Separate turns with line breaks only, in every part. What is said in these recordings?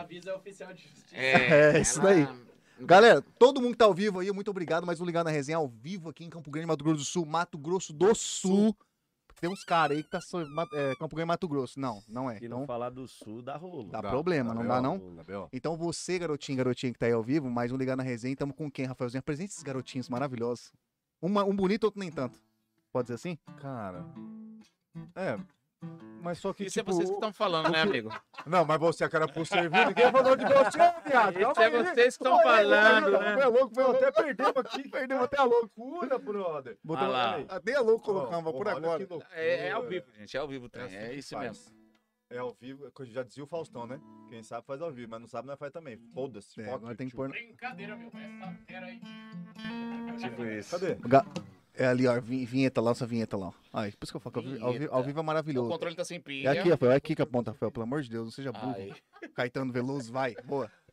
avisa é oficial de justiça.
É, isso daí. Galera, todo mundo que tá ao vivo aí, muito obrigado. Mais um Ligar na Resenha ao vivo aqui em Campo Grande, Mato Grosso do Sul, Mato Grosso do Sul. Porque Tem uns caras aí que tá só- ma- é, Campo Grande, Mato Grosso. Não, não é.
Se não
Então,
falar do sul, dá rolo.
dá problema, não dá não?
Dá B.O.
Então você, garotinho, garotinha que tá aí ao vivo, mais um Ligar na Resenha, tamo com quem, Rafaelzinho? Apresente esses garotinhos maravilhosos. Uma- um bonito, outro nem tanto. Pode dizer assim?
Cara. É. Mas só que.
Isso é
tipo,
vocês que estão falando, né, amigo?
Não, mas você, é cara, por servir, ninguém falou de você, viado.
Isso
Calma
é
aí.
vocês que estão
Olha aí,
falando,
olha aí,
né?
É louco, meu, até perdemos aqui, perdemos até a loucura, brother.
Botou
Ah lá.
um Olha aí.
Até louco colocava
Porra,
por
olha
agora.
que loucura.
É, é ao vivo, gente. É ao vivo, o
É
trem.
assim
É
que
isso
faz.
mesmo.
É ao vivo, é coisa- já dizia o Faustão, né? Quem sabe faz ao vivo, mas não sabe, nós faz também. Foda-se.
É,
foca,
agora tem que
tio.
pôr.
Brincadeira, meu. Essa fera aí.
Tipo isso.
Cadê?
É ali, ó, vin- vinheta lá, nossa vinheta lá. ó. Aí, por isso que eu falo que ao vi- ao, vi- ao vivo é
O
maravilhoso.
controle tá sem
É
pilha.
aqui, Rafael, é aqui que aponta, Rafael, pelo amor de Deus, não seja burro.
Aí.
Caetano Veloso, vai, boa.
é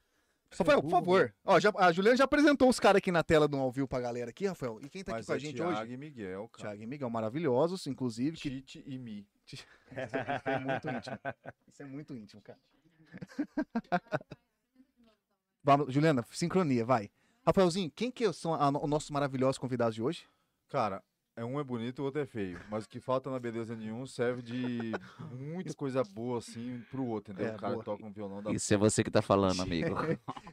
Rafael, por favor. Ó, já, a Juliana já apresentou os caras aqui na tela do ao vivo pra galera aqui, Rafael. E quem tá aqui
Mas
com a
é
gente
Thiago
hoje?
e Miguel, cara.
Thiago e Miguel, maravilhosos, inclusive, que
Tite e Mi.
isso é muito íntimo. Isso é muito íntimo, cara. Vamos, Juliana, sincronia, vai. Rafaelzinho, quem que são a, os nossos maravilhosos convidados de hoje?
Cara, é um é bonito, o outro é feio. Mas o que falta na beleza de um serve de muita coisa boa, assim, pro outro, entendeu?
É,
o cara
boa.
que toca um violão da
Isso é você que tá falando, amigo.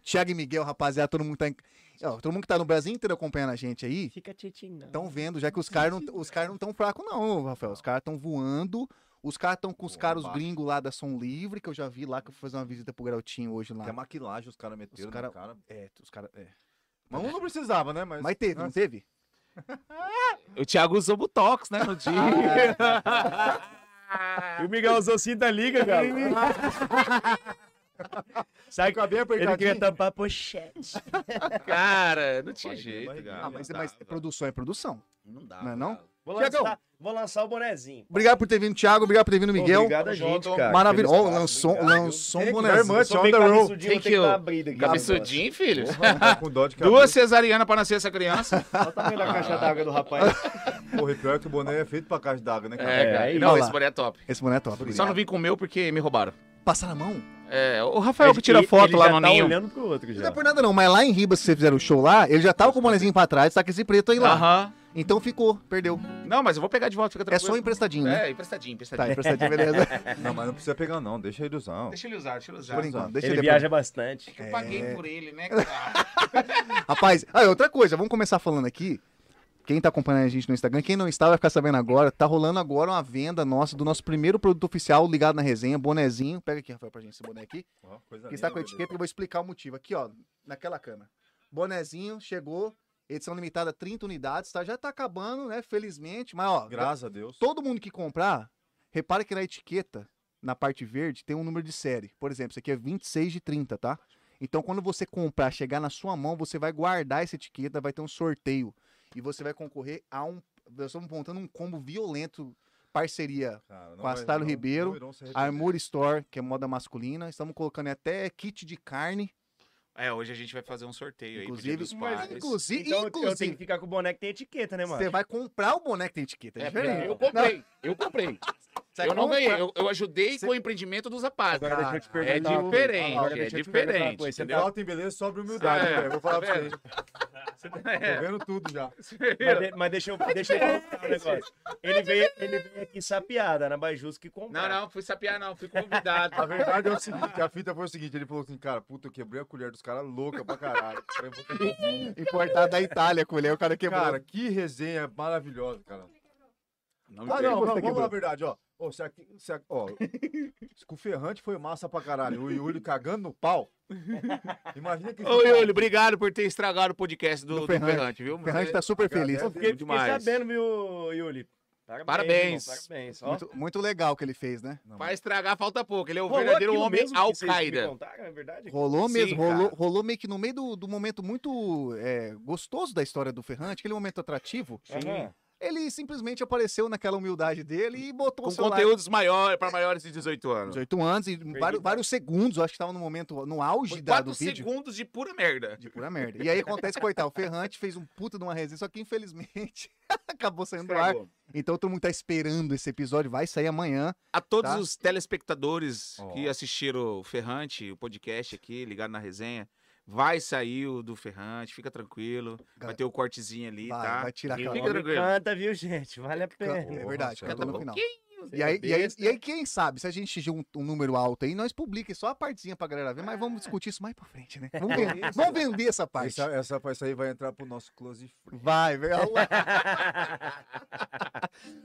Thiago e Miguel, rapaziada, todo mundo tá em... Ó, todo mundo que tá no Brasil inteiro acompanhando a gente aí,
Fica titinho, não.
estão vendo, já que os caras não os caras não tão fracos não, Rafael. Os caras estão voando. Os caras estão com os
Voando
caras
baixo.
gringos lá da Som Livre, que eu já vi lá que eu fui fazer uma visita pro Garotinho hoje lá.
Até é maquilagem os caras meteram
cara-
no cara.
É, os caras, é.
Mas um não precisava, né? Mas,
Mas teve, não teve?
o Thiago usou Botox, né, no dia.
E o Miguelzão da liga, cara. Sabe que
acabei
ele
apertadinho.
queria tampar a pochete.
Cara, não tinha
Rapaz, que
jeito,
barriguinha.
cara.
Ah,
Ah,
Não
mas,
dá,
mas
velho.
produção é produção.
Não dá.
Não é não?
cara.
Vou
Tiagão.
lançar, vou lançar o bonezinho.
Obrigado por ter vindo, Thiago. Obrigado por ter vindo, Miguel.
Obrigado a gente, cara.
Maravilhoso.
Feliz
Ó,
Páscoa,
lançou,
obrigado.
lançou um
Thank you
bonezinho.
very much.
Sou
on
bem
the road.
cabeçudinho, vou ter
Thank
que
you.
dar uma brida aqui.
Cabeçudinho, filho?
Tá com dó de
Duas
cabelo.
cesarianas pra nascer essa criança?
Olha o tamanho da caixa d'água do rapaz.
Porra, e pior é que o boné é feito pra caixa d'água, né, cara?
É, cara.
aí,
não,
olha
esse
lá.
boné é top.
Esse boné é top.
Só não vim com o meu porque me roubaram.
Passar na mão?
É, o Rafael que tira
Ele-
foto
ele
lá
já
no
tá
ninho.
olhando pro outro
Não
já.
é por nada não, mas lá em Ribas, que vocês fizeram o show lá, ele já tava com o bonezinho pra trás, tá com esse preto aí lá.
Aham.
Então ficou, perdeu.
Não, mas eu vou pegar de volta, fica
É
tranquilo.
só emprestadinho, né?
É, emprestadinho,
Tá,
emprestadinho.
emprestadinho, beleza.
É.
Não, mas não precisa pegar, não. Deixa ele usar.
Deixa ele usar, deixa ele usar.
Por enquanto, deixa
Ele
depois.
viaja bastante.
Eu paguei por ele, né, cara?
Rapaz, ah, outra coisa, vamos começar falando aqui. Quem tá acompanhando a gente no Instagram, quem não está vai ficar sabendo agora, tá rolando agora uma venda nossa do nosso primeiro produto oficial ligado na resenha, bonezinho. Pega aqui, Rafael, pra gente esse boné aqui.
Ó, coisa
Quem está tá
linda,
com a
beleza.
etiqueta, eu vou explicar o motivo. Aqui, ó, naquela câmera. Bonezinho, chegou. Edição limitada, 30 unidades, tá? Já tá acabando, né? Felizmente. Mas, ó,
Graças a Deus.
todo mundo que comprar, repara que na etiqueta, na parte verde, tem um número de série. Por exemplo, isso aqui é 26 de 30, tá? Então, quando você comprar, chegar na sua mão, você vai guardar essa etiqueta, vai ter um sorteio. E você vai concorrer a um. Nós estamos montando um combo violento. Parceria
Cara, não
com a
vai-
Stalo
não-
Ribeiro,
não irão se arrepender.
Armour Store, que é moda masculina. Estamos colocando até kit de carne.
É, hoje a gente vai fazer um sorteio
Inclusive-
aí, pedir dos
mas
padres.
Inclusive,
Então eu- eu tenho
inclusive,
que ficar com o boneco que tem etiqueta, né, mano?
você vai comprar o boneco que tem etiqueta. É,
É,
diferente.
eu comprei, eu comprei.
Você
eu não
compra-
ganhei, eu, eu ajudei com o empreendimento dos rapazes.
Agora deixa eu te
é
perguntar uma coisa.
diferente,
Agora
é
deixa eu te perguntar uma
diferente,
coisa. Você
entendeu?
tá-
Falta em beleza, sobra humildade,
É,
velho. Vou falar
tá
pra vocês.
vendo? É.
Tô vendo tudo já.
Mas, de- mas deixa eu, deixa eu falar um negócio. Ele veio, ele veio aqui sapiada na Bajus que comprou.
Não, não, fui sapiar, não, fui convidado.
A verdade é o seguinte, a fita foi o seguinte, ele falou assim, cara, puta, eu quebrei a colher dos caras louca pra caralho. Eu falei, "Puta,
Importado da Itália, colher, o cara quebrou.
Cara, que resenha maravilhosa, cara.
Não me
Ah,
pergunte.
não,
você
vamos, vamos
quebrou.
na verdade, ó. Ô, se aqui, se a- ó, se com o Ferrante foi massa pra caralho. O Yuri cagando no pau. Imagina que.
Ô, Yuli, obrigado por ter estragado o podcast do,
Do
do
Ferrante.
Ferrante, viu?
O Ferrante tá super feliz.
Agradece.
Fiquei, fiquei
demais.
sabendo, viu, Yuli? Parabéns.
Parabéns.
irmão, parabéns. Ó.
Muito, muito legal o que ele fez, né?
Pra estragar, falta pouco. Ele é o
Rolou
verdadeiro
aquilo
homem
mesmo que vocês me
Al-Qaeda.
contaram, É verdade?
Rolou
Sim,
mesmo,
cara.
rolou, rolou meio que no meio do, do momento muito é, gostoso da história do Ferrante, aquele momento atrativo.
Aham.
Ele simplesmente apareceu naquela humildade dele e botou
Com
o celular.
conteúdos maiores, para maiores de 18 anos.
18 anos e vários, vários segundos, eu acho que tava no momento, no auge
Foi
da, do
quatro
vídeo.
segundos de pura merda.
De pura merda. E aí acontece, coitado, o Ferrante fez um puta de uma resenha, só que infelizmente acabou saindo do ar.
Estragou.
Então todo mundo tá esperando esse episódio, vai sair amanhã.
A todos
Tá?
os telespectadores
Ó.
que assistiram o Ferrante, o podcast aqui, ligado na resenha, vai sair o do Ferrante, fica tranquilo. Vai
Cara,
ter o cortezinho ali,
Vai,
tá?
vai tirar
E o
aquela.
Fica
homem
tranquilo.
canta, viu, gente? Vale a
Can-
pena.
É verdade,
Nossa,
canta no
tá
final.
pouquinho.
E aí, e, aí,
é Besta.
e aí, quem sabe, se a gente atingir um, um número alto aí, nós publica só a partezinha pra galera ver, mas vamos discutir isso mais pra frente, né? Vamos, ven- vamos vender essa parte.
Essa, é, essa peça aí vai entrar pro nosso close free.
Vai, velho.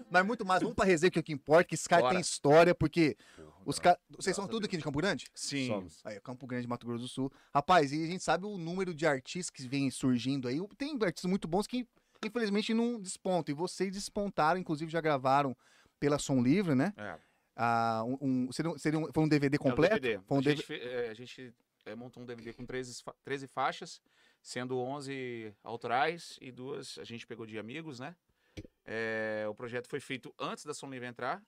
mas muito mais, vamos pra resenha que é o que importa, que esse cara
Bora.
tem história, porque os
Porra,
caras. Vocês são
graças
tudo
a
aqui de Campo Grande?
Sim.
somos.
Aí, Campo Grande, Mato Grosso do Sul. Rapaz, e a gente sabe o número de artistas que vem surgindo aí. Tem artistas muito bons que, infelizmente, não despontam. E vocês despontaram, inclusive, já gravaram pela Som Livre, né?
É.
Ah, um, um- seria um- seria um- foi um DVD
É o
completo?
DVD.
Foi um
a,
DV
gente, fe- é, a gente, é, montou um DVD com 13, fa- 13 faixas, sendo 11 autorais e duas a gente pegou de amigos, né? É, o projeto foi feito antes da Som Livre entrar,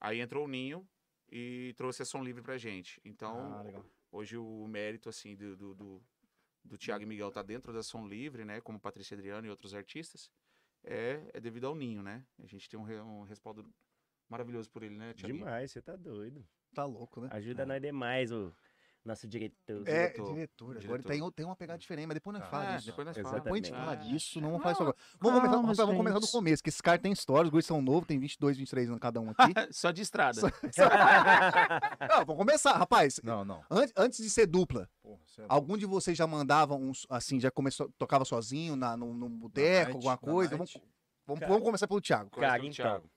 aí entrou o Ninho e trouxe a Som Livre pra gente. Então,
Ah, legal.
hoje o mérito, assim, do, do, do, do Tiago e Miguel tá dentro da Som Livre, né? Como Patrícia Adriano e outros artistas, é, é devido ao Ninho, né? A gente tem um, re- um respaldo maravilhoso por ele, né, Tiaguinho?
Demais, você tá doido.
Tá louco,
Ah.
né?
Ajuda nós demais, o nosso diretor.
É,
diretor,
diretor. Agora
diretor.
tem, o- tem uma pegada diferente, mas depois nós
Ah,
falamos
é,
disso.
depois nós
Mas Depois a gente fala
falamos. Ah,
disso, não vamos
é.
falar isso agora. Vamos, começar,
Calma,
rapaz, vamos começar do
gente.
começo, que esses caras têm história, os guris são novos, tem 22, 23 anos cada um aqui.
Só de estrada.
não, vamos começar, rapaz.
Não, não.
Antes, antes de ser dupla,
Porra, você é louco.
Algum de vocês já mandava uns, assim, já começou, tocava sozinho na, no, no boteco,
night,
alguma
na
coisa? Vamos,
night.
vamos,
Cara.
vamos começar pelo Thiago.
Começa
Cara,
pelo
então.
Thiago.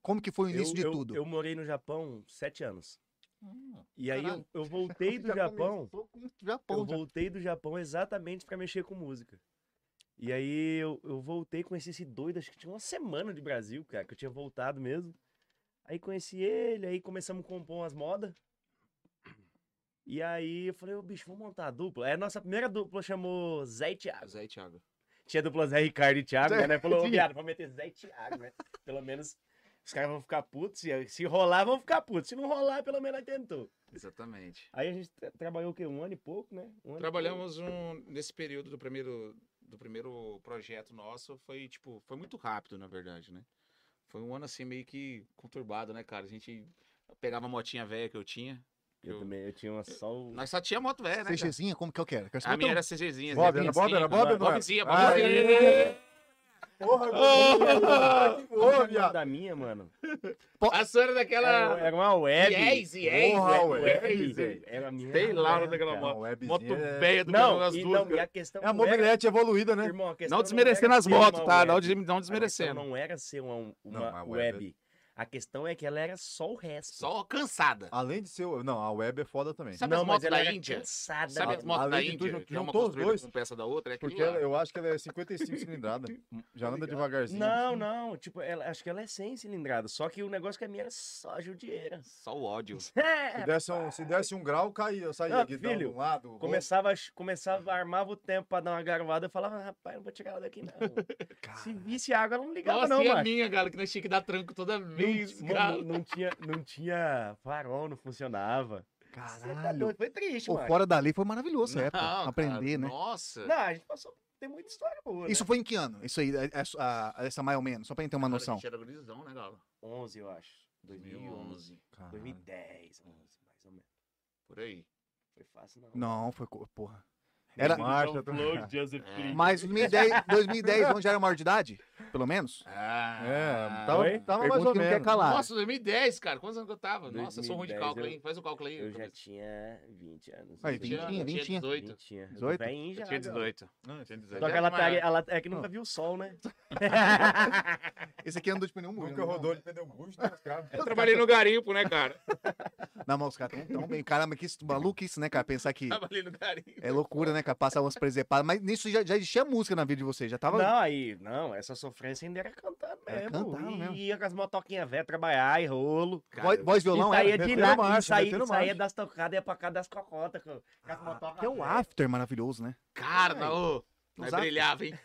Como que foi o início
eu,
de
eu-
tudo?
Eu morei no Japão sete anos.
Hum,
E aí eu,
caralho.
eu voltei do Japão.
começou com o
Eu
Japão. já.
voltei do Japão exatamente pra mexer com música. E aí eu, eu voltei, conheci esse doido, acho que tinha uma semana de Brasil, cara, que eu tinha voltado mesmo. Aí conheci ele, aí começamos a compor umas modas. E aí eu falei, ô bicho, vamos montar a dupla. Aí a nossa primeira dupla chamou Zé e Thiago.
Zé e Thiago.
Tinha dupla Zé Ricardo e Thiago,
Zé-
né? né? Falou, ô
Tinha.
viado, vamos meter Zé e Thiago, né? Pelo menos os caras vão ficar putos. e Se rolar, vão ficar putos. Se não rolar, pelo menos nós tentou.
Exatamente.
Aí a gente tra- trabalhou o quê? Um ano e pouco, né? Um ano e
Trabalhamos um, nesse período do primeiro, do primeiro projeto nosso, foi tipo, foi muito rápido, na verdade, né? Foi um ano assim meio que conturbado, né, cara? A gente pegava a motinha velha que eu tinha.
Eu,
Eu-
também, eu tinha uma só. o-
Nós só tinha moto velha, né? cara?
CGzinha, como que eu quero? Quero
A
saber
minha
teu-
era CGzinha.
Bob, era Bob, era Bob, ou não era?
Bobzinha,
Aê!
Bobzinha.
Porra, que
Qual que é
porra,
o nome
viado.
da minha, mano.
A sua era daquela.
Era, era uma web.
Yes, yes,
Porra,
web,
yes,
web.
yes.
Era a minha.
Sei lá é o nome
web,
daquela
cara.
moto.
Não, webzinha
Moto
é-
velha do
Não,
das
e,
duas. né?
não, e
cara.
a questão.
É a
não era-
mobilete evoluída, né?
Irmão, a questão
Não
era
desmerecendo
era
as
ser uma
motos, tá?
web.
Não, de- não
A questão
desmerecendo.
não era ser uma, um, uma
Não, a
web.
web.
A questão é que ela era só o resto.
Só cansada.
Além de ser. o- Não, a web é foda também.
Sabe
não,
as
mas
motos
ela
da
era
Índia?
cansada,
Sabe
mano.
as motos da
Além de tudo,
Índia? Que é uma
juntou os
construída
dois.
com peça da outra, é aquilo
Porque
lá.
ela- eu acho que ela é 55 cilindrada. Já anda devagarzinho.
Não, não. Tipo, ela- acho que ela é sem cilindrada. Só que o negócio que a minha era só É! judieira.
Só o ódio.
Se desse um, se desse um grau, caía. Saía
Não,
aqui de
filho,
um lado. outro.
Começava, a ch- começava, armava o tempo pra dar uma garoada. Eu falava, "Ah, rapaz, não vou tirar ela daqui, não. Se visse água, ela não ligava,
Nossa,
não,
e é a
mano.
minha, cara, que nós tinha que dar tranco toda vez,
Não,
cara.
mano, não tinha, não tinha farol, não funcionava. Cê tá
Caralho.
doido, foi triste,
Pô,
mano.
fora dali foi maravilhoso essa época.
Não,
aprender,
cara,
né?
Nossa.
Não, a gente passou, tem muita história boa,
Isso
né?
foi em que ano? Isso aí, é- é- a- essa mais ou menos, só pra gente ter uma
Cara, A
noção.
gente era gurizão, né, Galo?
11, eu acho. 2011,
2011,
Ah.
Caralho.
2010, 11, mais ou menos.
por aí.
Foi fácil, não.
Não, foi. co- Porra.
Tem
Era-
marcha, tá-
É.
Mas 2010, 2010 onde já era maior de idade? Pelo menos?
Ah,
É,
Oi?
tava, tava mais
Pergunta
ou
que não quer
menos.
calar.
Nossa, 2010, cara. Quantos anos que eu tava? Nossa, eu sou ruim de
2010,
cálculo,
eu-
hein? Faz o cálculo aí.
Eu já
cabeça.
tinha 20 anos.
Aí,
Eu
20,
eu
20.
18.
20. Eu tô
18?
velhinho já,
Eu
cara.
tinha 18.
Não, tinha 18.
Só que ela tá,
Mas-
ela é que nunca
Não.
viu o sol, né?
Esse aqui andou tipo, de pneu murcho.
Nunca rodou de pneu bucho, né, os caras?
Eu trabalhei no garimpo, né, cara?
Na mão, os caras tão, tão bem. Caramba, que isso- maluco isso, né, cara? Pensar que
trabalhei no garimpo.
é loucura, né, cara? Passar umas presepadas. Mas nisso já, já existia música na vida de vocês. Já tava.
Não, aí, não, essa sofrência ainda era cantando
Era
mesmo.
cantando
e
mesmo.
ia com as motoquinhas velhas trabalhar e rolo.
voz,
Cara,
voz,
e
violão,
saía
era.
de
metendo
lá,
marcha,
e saía,
metendo
saía
marcha.
das tocadas e ia pra casa das cocotas com, com as motocas.
Que
tá
é o after maravilhoso, um né?
Cara, ô, nós
Usava-
brilhava, hein?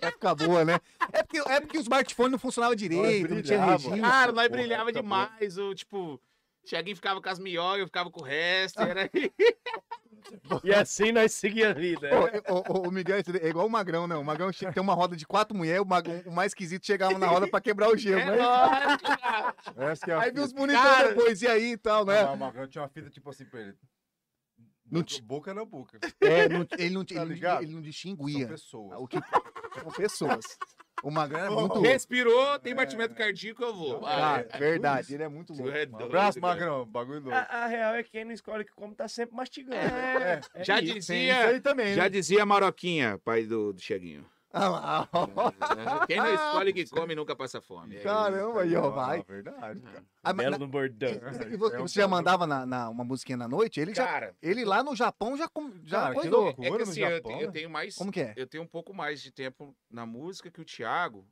Vai ficar boa, né? É porque, é porque o smartphone não funcionava direito, não tinha
brilhava.
registro.
Ah,
Cara, nós
porra,
brilhava
tá bom.
demais. O, tipo, Tiaguinho ficava com as mióias, eu ficava com o resto. Era...
E assim nós seguíamos a vida.
Ô, é- ô, ô, o Miguel é igual o Magrão, não. O Magrão che- tem uma roda de quatro mulheres, o, Magrão- o mais esquisito chegava na roda pra quebrar o gelo.
É
né?
nóis, cara.
Essa que é a
Aí
fita.
viu os bonitão
Cara.
depois, e aí e tal,
Não,
né?
mas o Magrão tinha uma fita tipo assim pra ele.
Não
Boca-
ti-
Boca na boca.
É, não- ele, não,
Tá
ele não-
ligado?
ele não
São
distinguia.
pessoas.
Ah, O que, são pessoas. O Magrão é
Ô, É.
muito louco.
Respirou, tem batimento cardíaco, eu vou.
Cara,
Vai.
verdade, ele Ah, é muito
Tu
louco.
é
mano.
Um
doido,
abraço,
cara.
Magrão. Bagulho louco.
A, a real é que quem não escolhe o que come tá sempre mastigando.
É,
É
Já
isso.
tem isso
dizia,
aí também,
já
né?
dizia Maroquinha, pai do, do Cheguinho.
Ah, lá, ó.
Quem não escolhe que come nunca passa fome. É
Caramba, aí, ó,
Não,
vai.
não, é verdade, cara.
Ah, mas
Belo
na-
no bordão.
e- e você-
um
você já mandava na, na- uma musiquinha na noite? Ele,
isso.
já,
Cara,
ele lá no Japão já, com- já
Cara, que
coisou.
louco.
é que
Ouro no
assim, eu,
Japão,
te- eu
né?
tenho mais.
Como que é?
Eu tenho um pouco mais de tempo na música que o Thiago.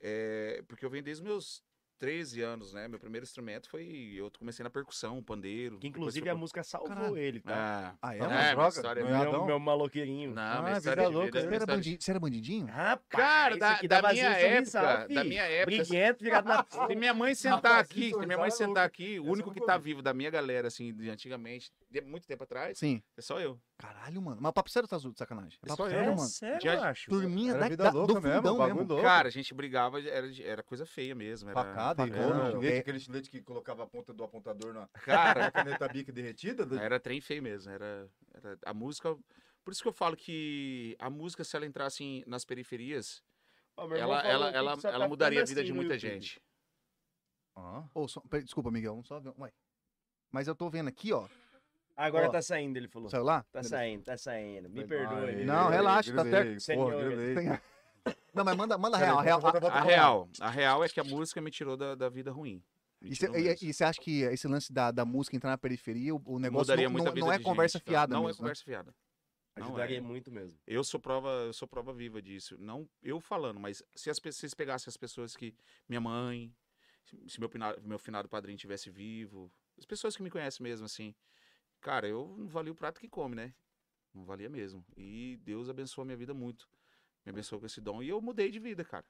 é, porque eu venho desde os meus 13 anos, né? Meu primeiro instrumento foi. Eu comecei na percussão, pandeiro.
Que
depois
inclusive
foi
a
pro-
música salvou
Caralho.
ele, tá?
Ah,
Ah, é?
Não,
mano?
mas droga,
história é
não é
meu,
adão?
meu maloqueirinho.
não,
Ah,
minha história
vida
de
é
vida.
louca,
minha
Você era,
história de-
bandi- você era bandidinho?
Rapaz,
Cara,
esse
da-
aqui
da
dava
minha
zinho sorrisal,
época,
fi.
da minha época,
Briguento, virado na
Se
porra.
minha mãe sentar
Rapaz,
aqui,
isso
se minha mãe
é louco.
sentar aqui, o
Essa
único
eu
que
nunca
tá
vi.
vivo da minha galera, assim, de antigamente, de muito tempo atrás,
Sim.
é só eu.
Caralho, mano. Mas o papo sério tá azul de sacanagem. É
Isso
papo
é,
sério,
É
mano.
sério,
Já-
macho?
Turminha
Era
da,
vida
da, do
louca mesmo,
fundão mesmo.
bagulho louco.
Cara, a gente brigava, era, de- era coisa feia mesmo. Era...
Facada, e
Facada,
rolo,
não.
estilete,
É.
um aquele estilete que colocava a ponta do apontador na
Cara,
caneta bica derretida. do-
É.
era trem feio mesmo. Era, era- a música. Por isso que eu falo que a música, se ela entrasse em- nas periferias,
Ó, meu irmão
ela,
falou
ela,
aqui
ela,
que só
ela
tá
mudaria a
ficando
vida de
assim no
muita
YouTube.
gente.
Ah,
Ô, só- pera- desculpa, Miguel. Um só... Ué. Mas eu tô vendo aqui, ó.
Agora
Ó.
tá saindo, ele falou.
Saiu lá?
Tá saindo, tá saindo. Me
foi
perdoe.
mal,
me
hein?
Não,
perdoe.
relaxa. tá
Grilei,
certo.
Porra, grilei.
Tem- Não, mas manda, manda a
Peraí,
real. a real.
volta, volta,
A
volta.
real, a real é que a música me tirou da, da vida ruim. Me
E cê-
tirou
é, e-
mesmo.
e você acha que esse lance da, da música entrar na periferia, o, o negócio
Mudaria
não,
muito a
não,
vida
não é
de
conversa
gente, tá?
fiada
Não é
mesmo, né?
conversa fiada. Não,
Ajudaria
é.
muito mesmo.
Eu sou prova, eu sou prova viva disso. Não eu falando, mas se as pe- se vocês pegassem as pessoas que minha mãe, se- se meu finado, meu finado padrinho tivesse vivo, as pessoas que me conhecem mesmo assim, cara, eu não valia o prato que come, né? Não valia mesmo. E Deus abençoou a minha vida muito. Me abençoou com esse dom e eu mudei de vida, cara.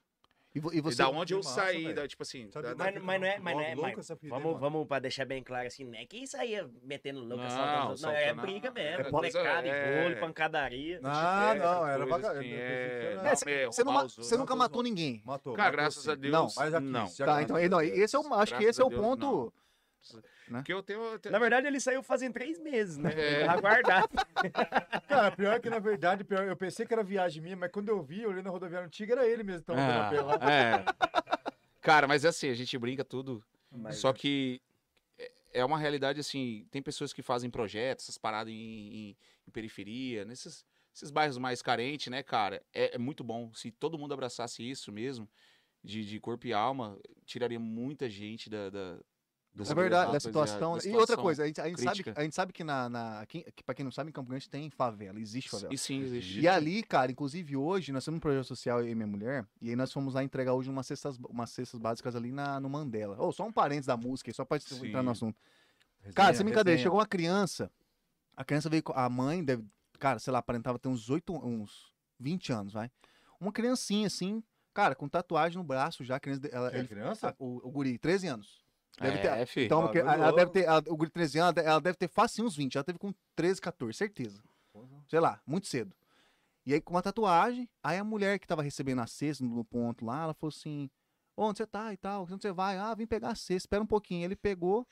E, vo- e
e
você.
da onde eu
massa,
saí,
velho.
da, tipo assim,
Sabe
da-
mais
Mas,
da-
que
mas não é,
não,
mas não é.
louco
Mas,
essa fita, hein,
vamos,
mano?
vamos pra deixar bem claro assim, não é que saía metendo louco,
Não,
assaltando os outros, Não, é
assaltando-
briga
é
mesmo. É
coisa-
molecada,
é.
enrolo, pancadaria.
Não,
é,
não,
essas
era
coisas
bacana.
assim, é,
Não,
não,
mas-
é,
Você, não
roubar
ma-
os
você
outros.
nunca
Não,
matou ninguém.
Matou.
Cara,
matou
graças
sim.
a Deus,
Não,
Mas aqui,
não.
se
Tá,
agora-
então, e não, e esse é o, acho que
Graças
esse é
a
o
Deus,
ponto. né?
Porque eu tenho, eu tenho-
Na verdade, ele saiu fazem três meses, né?
Então, É.
Tá guardado.
Cara, pior que na verdade, pior, eu pensei que era viagem minha, mas quando eu vi, eu olhei na rodoviária antiga, era ele mesmo que tava andando a pé lá.
Ah, é. Cara, mas é assim, a gente brinca tudo.
Mas-
Só que é- é uma realidade assim, tem pessoas que fazem projetos, essas paradas em, em- em periferia, nesses esses bairros mais carentes, né, cara? É, é muito bom. Se todo mundo abraçasse isso mesmo, de, de corpo e alma, tiraria muita gente da. da das
É verdade, da
coisas erradas,
situação.
da
E outra
situação. né?
coisa, a gente, a gente sabe,
crítica.
a gente sabe que, na, na, quem, que, pra quem não sabe, em Campo Grande tem favela, existe favela.
E sim, existe.
E ali, cara, inclusive hoje, nós temos um projeto social, eu e minha mulher, e aí nós fomos lá entregar hoje umas cestas, umas cestas básicas ali na, no Mandela. Ou só um parênteses da música, aí, só pra
Sim.
entrar no assunto. Cara, sem brincadeira,
resenha.
chegou uma criança, a criança veio com a mãe, deve, cara, sei lá, aparentava ter uns 8, uns 20 anos, vai. Uma criancinha assim, cara, com tatuagem no braço já, a criança, de- ela,
É
ele-
criança?
o, o guri, 13 anos. Deve
é,
ter,
fi.
então, porque
bagulho
ela deve
louco.
ter, ela- o guri de 13 anos, ela deve ter fácil uns 20. Ela teve com 13, 14, certeza. Sei lá, muito cedo. E aí, com uma tatuagem, aí a mulher que tava recebendo a cesta no ponto lá, ela falou assim: "Ô, onde você tá e tal? Onde você vai? Ah, vim pegar a cesta, espera um pouquinho. Ele pegou.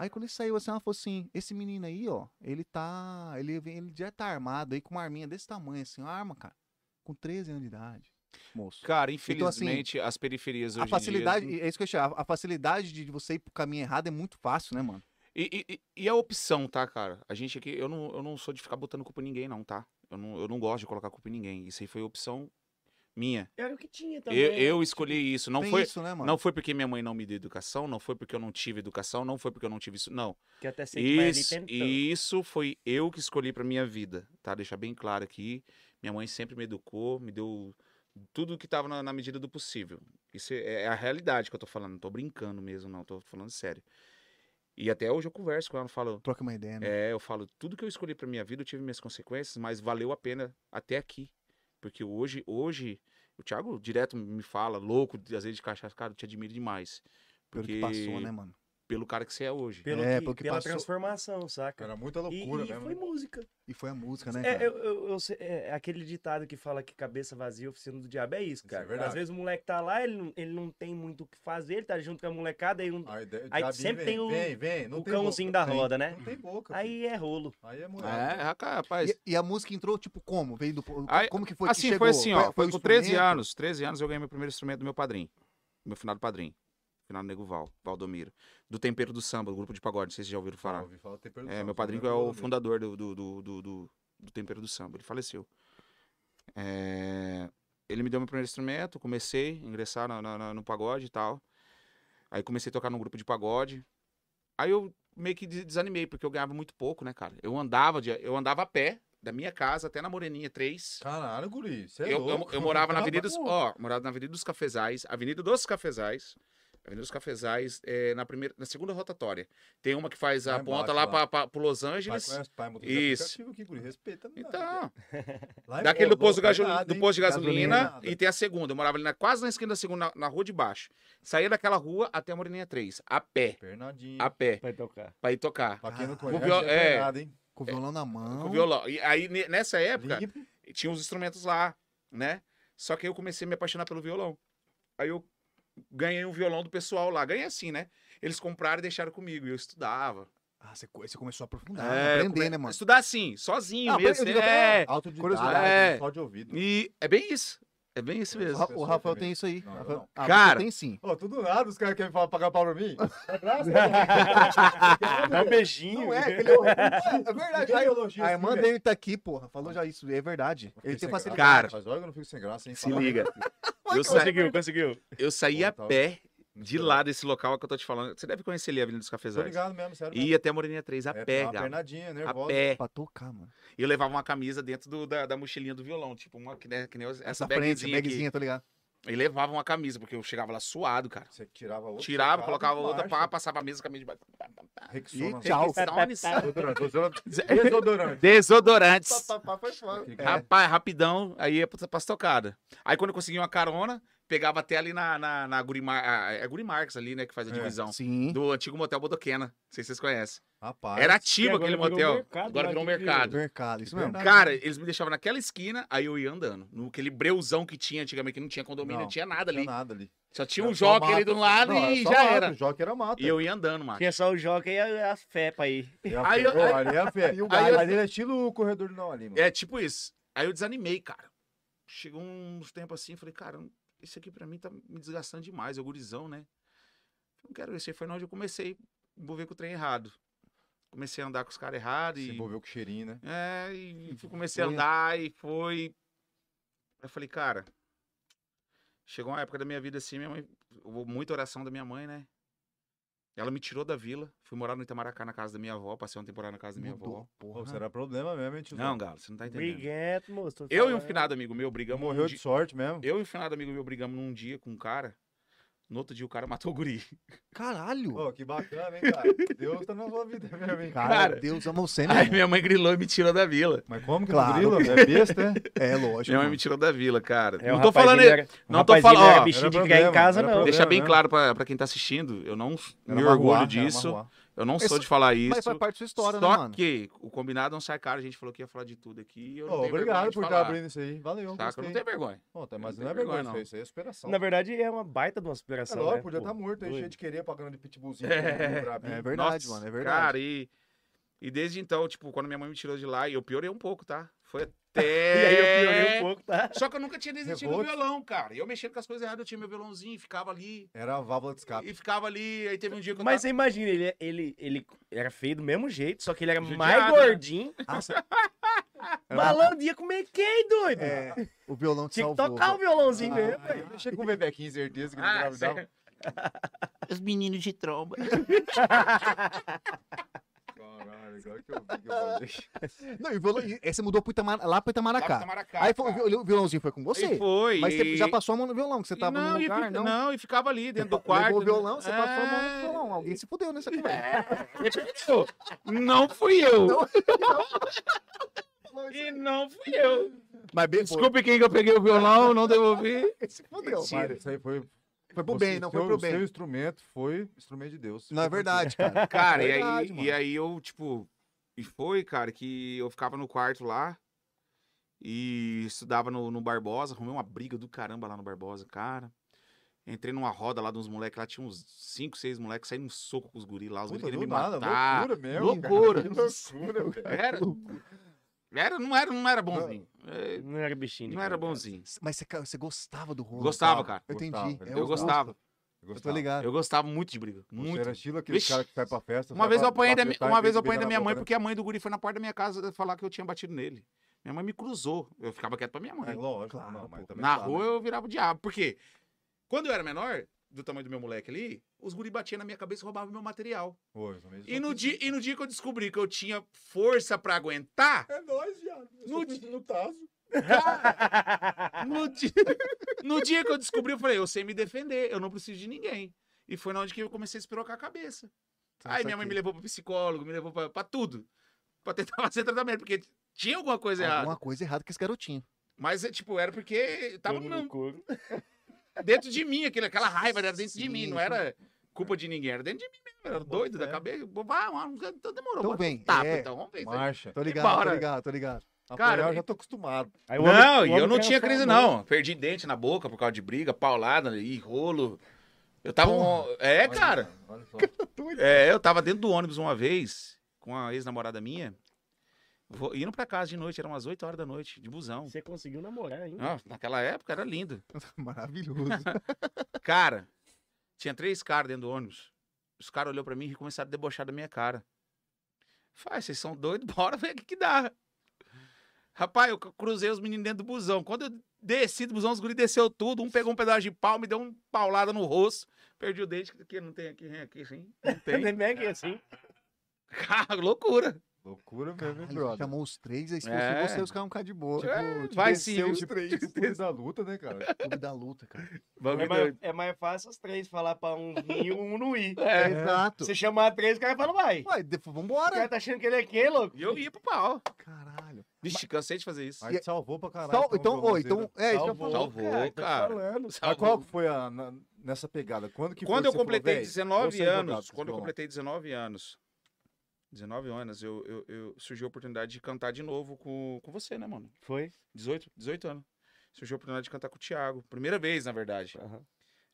Aí quando ele saiu, assim, ela falou assim: esse menino aí, ó, ele tá. Ele, vem- ele já tá armado aí com uma arminha desse tamanho, assim, uma arma, cara. Com 13 anos de idade. Moço.
Cara,
Então, assim,
infelizmente, as periferias hoje
A
em dia-
facilidade, é isso que eu achei, a a facilidade de você ir pro caminho errado é muito fácil, né, mano?
E, e- e- e a opção, tá, cara? A gente aqui, eu não, eu não sou de ficar botando culpa em ninguém, não, tá? Eu não, eu não gosto de colocar culpa em ninguém. Isso aí foi opção minha.
Era o que tinha também. né?
Eu, eu escolhi isso. Não
Tem
foi,
isso, né, mano?
não foi porque minha mãe não me deu educação, não foi porque eu não tive educação, não foi porque eu não tive isso. Não.
Que até sei que mais
Isso,
ali tentou.
isso foi eu que escolhi pra minha vida, tá? Deixar bem claro aqui. Minha mãe sempre me educou, me deu tudo que tava na, na medida do possível. Isso é, é a realidade que eu tô falando. Não tô brincando mesmo, não. Tô falando sério. E até hoje eu converso com ela, falo,
Troca uma ideia, né?
é, eu falo, tudo que eu escolhi pra minha vida, eu tive minhas consequências, mas valeu a pena até aqui. Porque hoje, hoje, o Thiago direto me fala, louco, às vezes de cachaça, cara, eu te admiro demais.
Pelo
Porque
que passou, né, mano?
Pelo cara que você é hoje.
Pelo
É,
que,
porque
pela
passou-
transformação, saca?
Era muita
E-
loucura
e,
mesmo. né? É,
foi música.
E foi a música, né? cara?
É, eu, eu- eu sei- é, aquele ditado que fala que cabeça vazia, oficina do diabo, é isso,
Isso é
cara.
verdade.
Às vezes o moleque tá lá, ele não, ele não tem muito o que fazer, ele tá junto com a molecada, aí, um-
A ideia-
Aí
Gabi,
sempre
vem,
tem o-
vem, vem, não
o
tem
cãozinho
boca.
da roda,
Tem.
né?
Não tem boca. filho.
aí é rolo.
aí é mulher.
É, raca- rapaz.
E, e a música entrou, tipo, como? Veio do.
Aí-
como que foi
assim,
que chegou?
foi assim, ó. Foi,
um
com 13
instrumento?
anos. 13 anos eu ganhei meu primeiro instrumento do meu padrinho. Meu finado padrinho. Finado Nego Val, Valdomiro. Do Tempero do Samba, do grupo de pagode. Não sei se vocês já ouviram falar.
ouvi falar, tem perdão,
É, meu
mas
padrinho
não
é o
lembro nome.
fundador do, do, do, do, do- do Tempero do Samba. Ele faleceu. É, Ele me deu meu primeiro instrumento, comecei a ingressar na- na- na- no pagode e tal. Aí comecei a tocar num grupo de pagode. Aí eu meio que des- desanimei, porque eu ganhava muito pouco, né, cara? Eu andava, de- eu andava a pé, da minha casa até na Moreninha 3.
Caralho, guri, você é
Eu, eu-
louco.
eu morava na
Tá
Avenida dos,
bom.
ó, morava na Avenida dos Cafezais, Avenida dos Cafezais. Avenida dos Cafezais, é, na primeira, na segunda rotatória. Tem uma que faz a
Lá embaixo,
ponta lá,
lá.
pra, pra, pro Los
Pai,
Angeles.
conhece pai, motorista
Isso.
aplicativo aqui, guri, respeita nada,
Então,
viado. Lá é
daquele do
bolão,
posto, de
cai
gasol-
nada,
do
hein?
posto de gasolina,
Gasolina, é nada.
e tem a segunda. Eu morava ali na, quase na esquina da segunda, na, na rua de baixo. Saía daquela rua até a Moreninha 3, a pé,
Fernandinho.
a pé,
Vai tocar.
pra ir tocar.
Pra quem não
Ah,
conhece,
viol-
é É,
é.
pernada, hein?
Com o violão na mão.
Com violão. E aí, ne- nessa época,
Limpo.
E tinha uns instrumentos lá, né? Só que aí eu comecei a me apaixonar pelo violão. Aí eu ganhei um violão do pessoal lá. Ganhei assim, né? Eles compraram e deixaram comigo. E eu estudava.
Ah, você, co- você começou a aprofundar,
Ah,
É,
aprender,
come-
né, mano?
Estudar assim, sozinho
Ah,
mesmo.
aprende-
sem-
eu digo
é.
Autodidata,
Curiosidade.
só de ouvido.
E é bem isso. É bem isso
O
mesmo.
Ra- O
pessoa
Rafael
também.
tem isso aí.
Não,
Rafael-
não.
Ah, você
Cara-
tem sim.
Ô, tudo nada, os caras querem falar, pagar pau pra mim? É graça,
Dá um beijinho.
Não é, aquele horror. É verdade.
Aí,
Aí,
elogio,
a
assim,
irmã
velho.
é.
dele tá aqui, porra. Falou já isso, é verdade.
Eu fiquei
Ele tem
sem
facilidade.
graça.
Cara.
Faz hora que eu não fico sem graça, hein?
Se
Fala. é
liga. Eu, sa
Conseguiu, conseguiu.
eu saí a
Pô, tá-
pé de lá desse local que eu tô te falando. Você deve conhecer ali a Avenida dos
Tô
Cafezais.
ligado mesmo, sério.
E
mesmo.
ia até a Moreninha 3 a
É,
pé,
uma
galera.
pernadinha,
A
nervosa.
pé.
Pra tocar, mano.
E eu levava uma camisa dentro do- da, da mochilinha do violão, tipo, uma, que, né, que nem essa
Essa frente,
bagzinha aqui.
bagzinha, tô ligado.
E levava uma camisa, porque eu chegava lá suado, cara.
Você tirava outra.
Tirava,
tocava,
colocava outra, pá,
marcha.
passava a mesa, camisa de baixo. pá, pá, pá.
Rexona.
E tchau.
Dá uma lição.
Desodorante. desodorante, Desodorante.
Desodorantes.
Pá, É. pá, pá, foi foda.
Rapaz, rapidão, aí ia pra pras tocada. Aí quando eu conseguia uma carona, pegava até ali na, na, na Gurimar, a- é Guri Marques ali, né, que faz a
É.
divisão.
Sim.
Do antigo motel Bodoquena. Não sei se vocês conhecem.
Rapaz.
Era
E
ativo
agora
aquele
virou
motel.
mercado,
agora
né,
virou um
que virou.
mercado.
Mercado, isso mesmo.
Então, Cara, eles me deixavam naquela esquina, aí eu ia andando. No aquele breuzão que tinha antigamente, que não tinha condomínio, não,
Não,
tinha nada
Não tinha
ali.
nada ali.
Só tinha
Era
um
só
jockey ali
mato.
do lado
Não,
e
só
já
mato,
era.
O joque era mata.
E eu ia andando, macho.
Tinha só o joca e a, a fé pra ir.
E a
Aí
fé.
eu-
Pô, ali é a fé.
E o
Aí
galho.
ali é estilo o corredor do não ali, mano.
É, tipo isso. Aí eu desanimei, cara. Chegou uns tempos assim, eu falei, cara, isso aqui pra mim tá me desgastando demais, é o gurizão, né? Não quero isso. Aí foi onde eu comecei a envolver com o trem errado. Comecei a andar com os caras errados
Se
e...
envolveu com cheirinho, né?
É, e fui- comecei a
foi.
andar e foi... Eu falei, cara, chegou uma época da minha vida assim, minha mãe... eu vou- Muita oração da minha mãe, né? Ela me tirou da vila, fui morar no Itamaracá na casa da minha avó, passei uma temporada na casa da minha avó.
Mudou,
Pô,
porra.
será problema mesmo, hein, tiozão?
Não, Galo, você não tá entendendo.
Briguento, moço. tô
Eu e um
falando.
finado amigo meu brigamos. um
Morreu
di-
de sorte mesmo.
Eu e um finado amigo meu brigamos num dia com um cara. No outro dia o cara matou o guri.
Caralho.
Pô, que bacana, hein, cara? Deus tá na sua vida mesmo, hein?
Cara,
Cara.
Deus ama
É
você
Aí
mesmo.
minha mãe grilou e me tirou da vila.
Mas como que
Claro.
claro. grilo? É besta, é?
É lógico.
Minha mãe
mano.
me tirou da vila, cara.
É, o
não tô falando.
rapazinho era-
não
o
tô
rapazinho
falando-
Não
ó,
era bichinho
era
de ficar em
problema,
casa,
era
não.
problema.
Deixar bem
né?
claro pra, pra quem tá assistindo, eu não
Era
me
uma
orgulho
rua, era
disso.
uma rua.
Eu não
Esse-
sou de falar isso.
Mas faz parte da sua história,
só
né, mano?
que o combinado não sai caro. A gente falou que ia falar de tudo aqui. e eu não
Ô,
tenho vergonha
obrigado
de
por estar
falar,
abrindo isso aí. Valeu,
Saca? Eu não
gostei.
tenho vergonha.
Pô, tá,
não
mas
tenho
não é vergonha,
vergonha,
não.
não.
Isso aí é superação.
Na verdade, é uma baita de uma
é
superação.
lógico,
né?
podia
Pô,
tá
estar morto aí,
doido.
cheio de querer, pagando de pitbullzinho.
É.
brabinho.
É verdade,
Nossa,
mano. É verdade.
Cara, e, e desde então, tipo, quando minha mãe me tirou de lá, e eu piorei um pouco, tá?
E
Foi até.
aí eu piorei um pouco, tá?
Só que eu nunca tinha desistido
Revolto.
do violão, cara. E Eu mexendo com as coisas erradas, eu tinha meu violãozinho, ficava ali.
Era a válvula de escape.
E ficava ali, aí teve um dia que eu
Mas
tava...
você imagina, ele, é, ele, ele era feio do mesmo jeito, só que ele era
Judiado,
mais
né?
gordinho.
Nossa,
Malandro ia comer quem, doido?
é, o violão te
Tinha que
salvou.
tocar o violãozinho
Ah,
mesmo.
Ah, eu mexi com o Bebequinho,
é
certeza que não
Ah,
grava,
sério? Os meninos de tromba.
não. Caralho, agora que eu vi que eu falei.
Não, e o violão, e- aí você mudou pro Itamar, lá
Lá
pro Itamaracá.
pro Tamaracá,
Aí foi,
cara.
o viol- o violãozinho foi com você.
E foi.
Mas você
e-
já passou a mão no violão, que você
e
tava
não,
num
e
lugar,
fi-
não?
Não, e ficava ali dentro do quarto.
Levou o violão, você
É,
passou a mão no violão. Alguém se fudeu nessa conversa.
Não fui eu.
Não.
E não fui eu.
Mas bem, Desculpa.
Desculpe quem que eu peguei o violão, não devolvi.
se fudeu,
Cara,
mas
isso aí foi,
foi pro bem,
você-
não foi
seu-
pro
O seu
bem.
instrumento foi instrumento de Deus.
Não é verdade, cara.
Cara,
É
e,
verdade,
aí,
mano.
e aí eu, tipo, e foi, cara, que eu ficava no quarto lá e estudava no, no Barbosa, arrumei uma briga do caramba lá no Barbosa, cara. Entrei numa roda lá de uns moleques, lá tinha uns 5, 6 moleques, saí num soco com os guris lá, os
Puta,
guris queriam
do
me
nada,
matar.
loucura mesmo.
Loucura.
Cara. Que loucura, velho.
Era, era, não era, não era bonzinho. É,
Não era bichinho. de
Não era
cara, cara.
bonzinho.
Mas você, ca- você gostava do Romulo?
Gostava, cara.
Eu entendi.
Gostava,
é
eu
o
Eu
gosto.
gostava.
Eu tô ligado.
Eu gostava muito de briga.
Muito.
Muito.
Era estilo aquele
Vixe.
cara que sai pra festa.
Uma
sai
vez eu
pra-
apanhei da
bater
minha,
tarde,
uma vez eu
beijar
apanhei da
na
minha mãe
boca,
porque a mãe do guri foi na porta da minha casa falar que eu tinha batido nele. Minha mãe me cruzou. Eu ficava quieto pra minha
né? É
mãe.
lógico.
Claro,
não, mas
pô.
também
Na
tá,
rua
né?
eu virava o diabo. Por quê? Quando eu era menor, do tamanho do meu moleque ali, os guri batiam na minha cabeça e roubavam meu material.
Pô, eu também
E
sou
no,
assim.
dia, e no dia que eu descobri que eu tinha força pra aguentar,
É nóis, viado. Eu
No
sou
dia-
no Tazo.
no dia, no dia que eu descobri, eu falei, eu sei me defender, eu não preciso de ninguém. E foi na onde que eu comecei a espirocar a cabeça.
Então,
Aí minha mãe me levou pra psicólogo, me levou pra, pra tudo. Pra tentar fazer tratamento, porque tinha alguma coisa
Alguma
errada.
coisa errada com esse garotinho.
Mas, é, tipo, era porque tava
Todo
não-
no couro.
dentro de mim, aquele, aquela raiva era dentro de
Sim,
mim, não
isso
era culpa de ninguém, era dentro de mim mesmo. Era doido da
fé.
cabeça. Vai, vai, não- então demorou.
Então
bota um
vem,
Tapa,
é.
então, vamos ver isso aí.
Marcha.
Tô ligado, tô
bora.
ligado, tô ligado.
Cara,
Cara,
eu já tô acostumado.
Aí o homem-
Não,
o
e
homem
eu não tinha crise,
transformou.
não. Perdi dente na boca por causa de briga, paulada e rolo. Eu tava. um- É,
Olha,
cara.
olha só.
É, eu tava dentro do ônibus uma vez com a ex-namorada minha, vo- indo pra casa de noite, eram umas 8 horas da noite, de busão.
Você conseguiu namorar ainda.
Ah, naquela época era lindo.
Maravilhoso.
Cara, tinha três caras dentro do ônibus. Os caras olhou pra mim e começaram a debochar da minha cara. Faz, vocês são doidos, bora ver o que que dá. Rapaz, eu cruzei os meninos dentro do busão. Quando eu desci do busão, os guri desceu tudo. Um pegou um pedaço de pau, me deu uma paulada no rosto. Perdi o dente, que não tem aqui, vem aqui, sim. Não tem.
Não é que é assim.
Cara, loucura.
Loucura mesmo, hein,
Ele
brother.
chamou os três, aí se fosse
É.
você, os caras iam ficar de boa.
É,
Tipo,
vai
tipo,
sim,
seu-
viu?
tipo,
Três. Clube da luta, né, cara?
clube da luta, cara.
É
Bagulho
mais, é mais fácil os três falar pra um rir e um não ir.
é.
É.
Exato.
Você chamar três, o cara fala, vai. O
Ué, de- vambora.
cara tá achando que ele é quem, louco?
E eu ia pro pau.
Caralho.
Vixe, cansei de fazer isso.
Mas salvou pra caralho.
Sal- então, ô, então, é, isso que eu
Salvou.
falo.
Salvou, cara.
Falando. Mas
Salvou.
qual que foi a, na- nessa pegada? Quando que
Quando
foi
eu
que você falou,
completei
"Véi, vou
19
ser advogado
anos,
desse
quando eu
violão"?
completei 19 anos, 19 anos, eu, eu, eu- surgiu a oportunidade de cantar de novo com, com você, né, mano?
Foi.
18, 18 anos. Surgiu a oportunidade de cantar com o Thiago. Primeira vez, na verdade.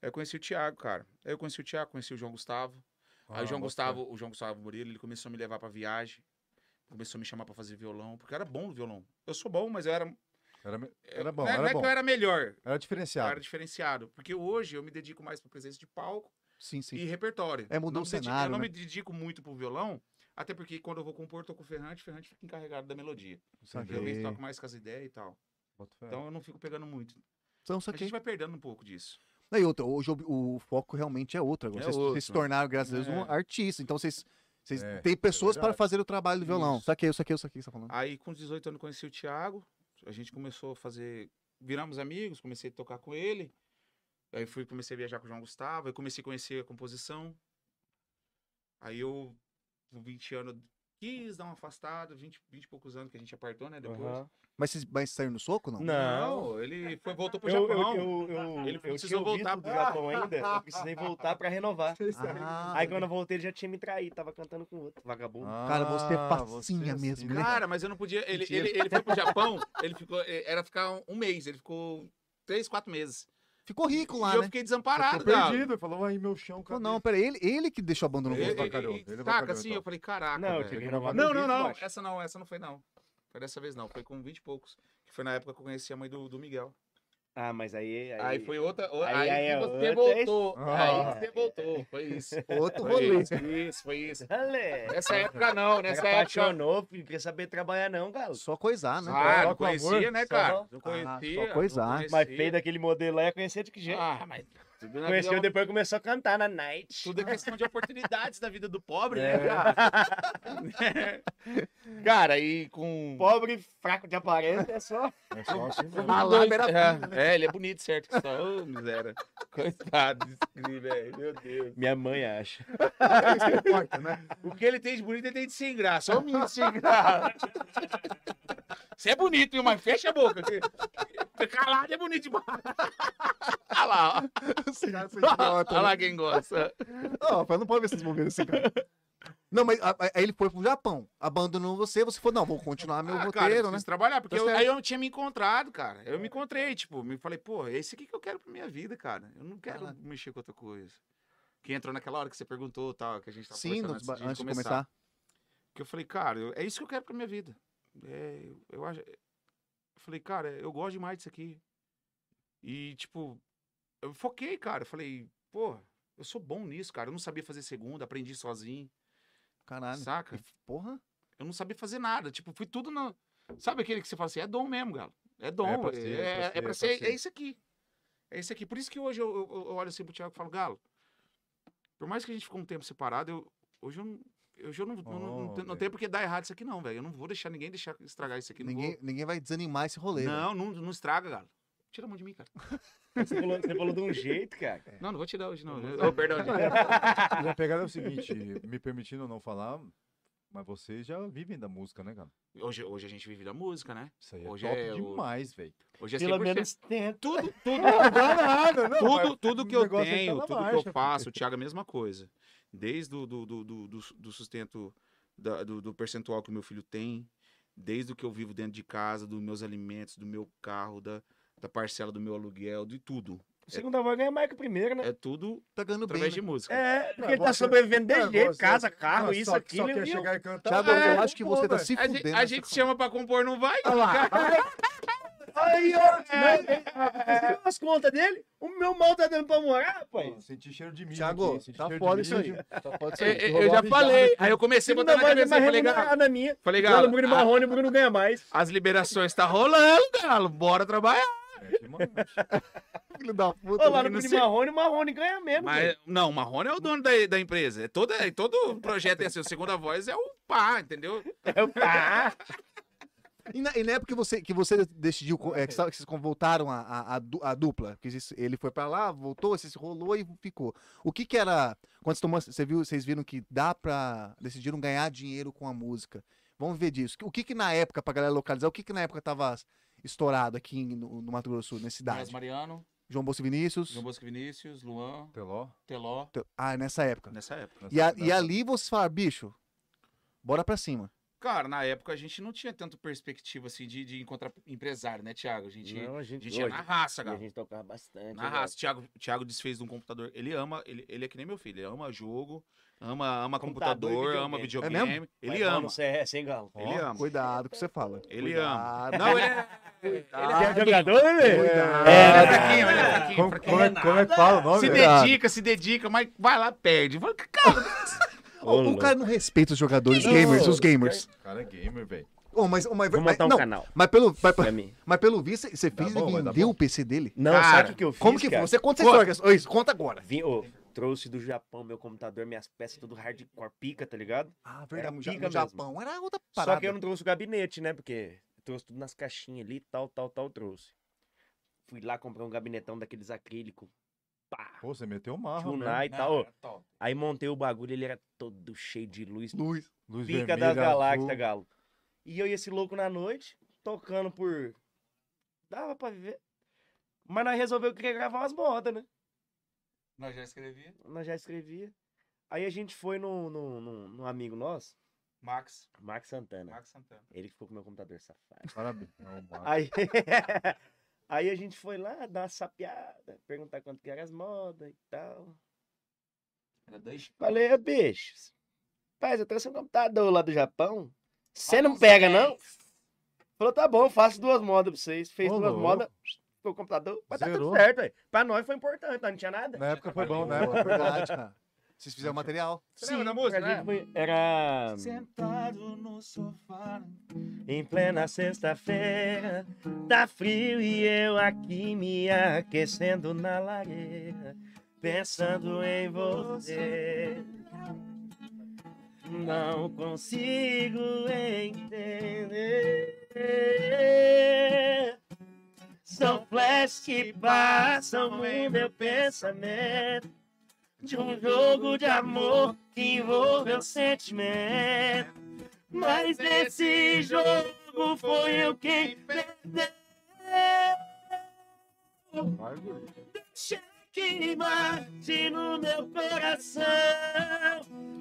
Aí eu conheci o Thiago, cara. Aí eu conheci o Thiago, conheci o João Gustavo.
Ah,
Aí o João
bota
Gustavo, o João Gustavo Murilo, ele começou a me levar pra viagem. Começou a me chamar pra fazer violão, porque eu era bom no violão. Eu sou bom, mas eu era.
fé. Era, era bom,
não é-
era,
não é
bom.
que eu
Era,
era melhor, eu
diferenciado.
era diferenciado. Porque hoje eu me dedico mais pra presença de palco
Sim, sim.
e repertório.
É,
Não
mudou o
me dedico-
cenário,
Eu não me
né?
dedico muito pro violão, até porque quando eu vou compor, eu tô com o Ferrante, o Ferrante fica encarregado da melodia.
Saquei.
Eu mesmo toco mais com as ideias e tal.
Bota
É.
fé.
Então eu não fico pegando muito.
Então,
A gente
saquei.
vai perdendo um pouco disso.
Não, e outra, hoje o, o foco realmente é outro agora.
É
vocês, vocês
outro.
se tornaram, graças a Deus, um
É.
artista. Então, vocês, vocês
É,
têm pessoas para
verdade.
fazer o trabalho do violão.
Isso. Ah.
Saquei, saquei, saquei o que você tá falando.
Aí com 18 anos eu conheci o Thiago, a gente começou a fazer. Viramos amigos, comecei a tocar com ele. Aí fui, comecei a viajar com o João Gustavo, aí comecei a conhecer a composição. Aí eu, com 20 anos, quis dar uma afastada, 20, 20 e poucos anos que a gente apartou, né? Depois.
Aham.
Mas vocês mas saíram no soco, não?
Não.
ele foi, voltou pro
Eu, eu,
Japão.
eu, eu,
Ele
eu
precisou
tinha ouvido
voltar
do
pro-
Japão ainda, eu precisei voltar pra renovar.
tá.
Ah,
Aí quando eu voltei, ele já tinha me traído, tava cantando com outro vagabundo.
Cara, você é
Ah,
facinha mesmo, né?
assim, Cara, mas eu não podia. Ele, ele, ele foi pro Japão, ele ficou. eh, Era ficar um- um mês, ele ficou três, quatro meses.
Ficou rico lá,
e eu
né?
fiquei
Ficou
desamparado, cara.
perdido. Falou, aí meu chão,
Pô,
cadê?
não, pera, ele, ele que deixou abandono
Ele-
você.
ele-
E-
avacalhou,
e- e-
avacalhou,
Taca assim,
então.
eu falei, caraca.
Não, eu
velho.
tive que
Ele
renovar.
renovou.
Não,
meu
não,
visto,
não.
macho.
Essa não, essa não foi, não. Foi dessa vez, não. Foi com 20 e poucos. Que foi na época que eu conheci a mãe do, do Miguel.
Ah, mas aí...
Aí, foi outra. o-
aí
Aí,
é
que você
outra
voltou.
Ah.
Aí que você voltou. Foi isso.
Outro
Foi
rolê.
isso, foi isso, foi isso.
Ale,
Nessa época não, nessa
cara
época.
apaixonou, filho, não queria saber trabalhar não, galo.
Só coisar, né?
Ah, não
Só com amor,
conhecia, né,
só-
cara? Não
Ah, só
conhecia. não
coisar.
Mas
conhecia.
feio daquele modelo lá, ia conhecer de que jeito?
Ah, mas tudo na
Conheceu
vida é uma-
depois começou a cantar na night.
Tudo é questão de oportunidades da vida do pobre,
É.
né, cara? cara, e com.
Pobre, fraco de aparência, é só.
É só assim, né?
Ah, lá, era
é, é, ele é bonito, certo? que Só, ô, miséria. Coitado desse guri, velho. Meu Deus.
Minha mãe acha.
forte, né?
O que ele tem de bonito, ele tem de sem graça. Ô, menino sem graça. Você é bonito, hein, mas fecha a boca. Fica Calado é bonito demais. Olha lá, ó.
Esse cara
é
foi idiota,
Olha
né?
lá quem gosta.
Não, rapaz, não pode ver vocês vão ver esse cara. Não, mas a- a- aí ele foi pro Japão, abandonou você, você falou, não, vou continuar meu
Ah, cara, eu
roteiro, né?
preciso trabalhar, porque
Tá
eu-
certo.
aí eu tinha me encontrado, cara. Eu me encontrei, tipo, me falei, pô, é isso aqui que eu quero pra minha vida, cara. Eu não quero
Caralho.
mexer com outra coisa. Que entrou naquela hora que você perguntou, tal, que a gente tava
Sim,
conversando
nos ba- antes de começar.
Que eu falei, cara, eu- é isso que eu quero pra minha vida. É, eu, eu acho. Eu falei, cara, eu gosto demais disso aqui. E, tipo, eu foquei, cara. Eu falei, pô, eu sou bom nisso, cara. Eu não sabia fazer segunda, aprendi sozinho,
Caralho.
saca?
E, Porra.
Eu não sabia fazer nada. Tipo, fui tudo na. Sabe aquele que você fala assim, é dom mesmo, galo. É dom. É
pra
pra
ser,
ser,
é pra
é,
ser, é
pra
pra
ser-
ser.
é isso aqui. É isso aqui. Por isso que hoje eu, eu- eu olho assim pro Thiago e falo, Galo, por mais que a gente ficou um tempo separado, eu, hoje eu não. Hoje eu não, eu não, não,
Oh,
tenho- não
velho.
tenho porque dar errado isso aqui, não, velho. Eu não vou deixar ninguém deixar estragar isso aqui. não
Ninguém, é
vou-
ninguém vai desanimar esse rolê. velho.
Não, não, não estraga, Galo. Tira a mão de mim, cara.
Você falou, você falou de um jeito, cara.
Não, não vou tirar hoje, não. Ô, perdão, gente.
E a pegada é o seguinte, me permitindo ou não falar, mas vocês já vivem da música, né, cara?
Hoje, hoje a gente vive da música, né?
Isso aí é
Hoje
top
é o-
demais, velho.
Hoje é
Pelo
100%.
menos tenta.
Tudo, tudo.
Dá nada, não,
tudo,
mas
tudo
o
que eu
negócio aí tá
tenho,
na
tudo que
marcha,
eu faço, o Thiago é a mesma coisa. Desde o do, do, do, do, do sustento, da- do, do percentual que o meu filho tem, desde o que eu vivo dentro de casa, dos meus alimentos, do meu carro, da, da parcela do meu aluguel, de tudo.
O segundo avô ganha mais que o primeiro, né?
É tudo
Tá ganhando bem.
através
né?
de música.
É, porque
Não,
ele tá
você-
sobrevivendo
não,
desse jeito.
você-
Casa, carro,
Não,
isso,
Ah, só,
aquilo.
Só quer
e-
chegar e cantar.
Thiago,
é,
eu acho que
pô,
você tá
velho.
se
A, gente,
fudendo.
a gente chama pra compor, não vai?
Aí, ó. né? As contas dele, o meu mal tá dando pra morar, pai.
Pô, Senti cheiro de milho.
Thiago,
aqui, senti
tá
cheiro de
foda isso aí.
milho.
Tá foda isso
É,
aí.
é,
Tem que
eu
rolar
já
uma
falei. Aí eu comecei a botar
Segunda
na
voz é
cabeça,
mais
falei, Galo,
remunerada minha.
falei,
Galo,
Galo,
Bruno
a-
Marrone, o Bruno ganha mais.
as liberações tá rolando, Galo, bora trabalhar.
Mete mano.
bicha, Filho da puta.
Ô, lá no
não
Bruno
sei.
Marrone, o Marrone ganha menos.
Mas, não, o Marrone é o dono da, da empresa. É todo, é todo projeto é assim. O Segunda Voz é o pá, entendeu?
velho. É o pá.
E, na, e na época que você, que você decidiu, co- é, que, sabe, que vocês voltaram a, a, a du- a dupla, porque vocês- ele foi pra lá, voltou, você se rolou e ficou. O que que era, quando você tomou, você viu, vocês viram que dá pra, decidiram ganhar dinheiro com a música. Vamos ver disso. O que que na época, pra galera localizar, o que que na época tava estourado aqui em- no, no Mato Grosso, nessa
Mas
cidade?
Mariano,
João Bolso Vinícius,
João Bosco Vinícius, Luan,
Teló.
Teló,
te- ah, nessa época.
nessa época.
E, a-
nessa-
e ali vocês falaram, bicho, bora pra cima.
Cara, na época a gente não tinha tanto perspectiva assim de, de encontrar empresário, né, Thiago? A gente,
Não, Uhum. a
a
gente,
gente ia na
e
raça,
a
cara.
gente tocava bastante.
Na raça, Thiago, Thiago desfez de um computador. Ele ama, ele, ele é que nem meu filho, ele ama jogo, ama, ama
Computador
computador,
e
ama
videogame.
videogame.
É
Ele ama.
No CS, hein, Galo?
Ele ama.
Cuidado com o que você fala.
Ele
Cuidado.
ama. Não, ele é. Ele
Ele é
é
jogador, né, velho?
Cuidado.
É,
Ele é fraquinho, ele é fraquinho,
Como,
fraquinho.
como é, como é que fala o nome?
Se
velho?
dedica, se dedica, mas vai lá, perde. Fala, Cara,
O- O cara não respeita os jogadores gamers, os gamers.
O cara é gamer, velho.
Oh, mas, oh, mas,
Vou
mas,
montar um
não,
canal
mas pelo, mas,
pra mim.
mas pelo visto, você
Dá
fez
Tá bom,
e
vai dar
vendeu
bom.
o PC dele?
Não,
Cara,
sabe o que, que eu fiz,
Como que foi?
cara?
Você conta essa
Conta.
história. Ô, Isso, conta agora.
Vim, ô, trouxe do Japão meu computador, minhas peças, tudo hardcore, pica, tá ligado?
Ah,
verdade,
verdade.
no
Ja-
Ja-
No
mesmo.
Japão era outra parada.
Só que eu não trouxe o gabinete, né? Porque eu trouxe tudo nas caixinhas ali, tal, tal, tal, trouxe. Fui lá comprar um gabinetão daqueles acrílico, pá,
Pô, você meteu marra,
tunar
velho.
e tal. Ô,
tá,
Aí montei o bagulho, ele era todo cheio de luz,
Luz.
Luz
pica
vermelha,
das galáxias,
azul.
galo. E eu e esse louco na noite, tocando por... Dava pra viver. Mas nós resolveu que queria gravar umas modas, né?
Nós já escrevi.
Nós já escrevia. Aí a gente foi num, num, num, num amigo nosso,
Max.
Marcos Santana.
Max Santana.
Ele ficou com meu computador safado.
Parabéns. Não, marra.
Aí, aí a gente foi lá dar uma sapiada, perguntar quanto que era as modas e tal.
Era dois.
Falei, "Ô, bichos, rapaz, eu trouxe um computador lá do Japão. Você não pega, não? Falou, tá bom, faço duas modas pra vocês. Fez
Ô,
duas
louco.
modas, ficou o computador. Mas tá tudo
Zerou.
certo, velho. Pra nós foi importante, nós não tinha nada.
Na época foi
Não
bom, né?
é verdade, cara. Vocês fizeram material.
Você lembra da música,
pra gente
né?
foi- tipo, Era. hum,
Sentado no sofá.
Em plena sexta-feira, tá frio e eu aqui me aquecendo na lareira, pensando em você. Não consigo entender. São flashes que passam em meu pensamento. De um jogo de amor que envolveu sentimento. Mas nesse jogo comigo foi eu quem perdeu. Deixa que mate no meu coração.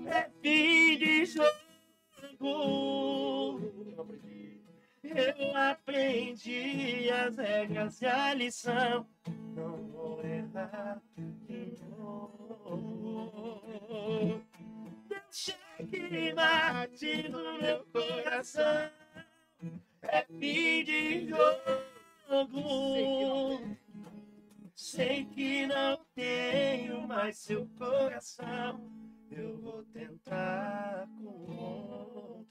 É fim de jogo. Eu aprendi as regras e a lição. Não vou errar de novo. Deixa que bate no meu coração. É fim de jogo. Sei que não tenho mais seu coração. Eu vou tentar com outro.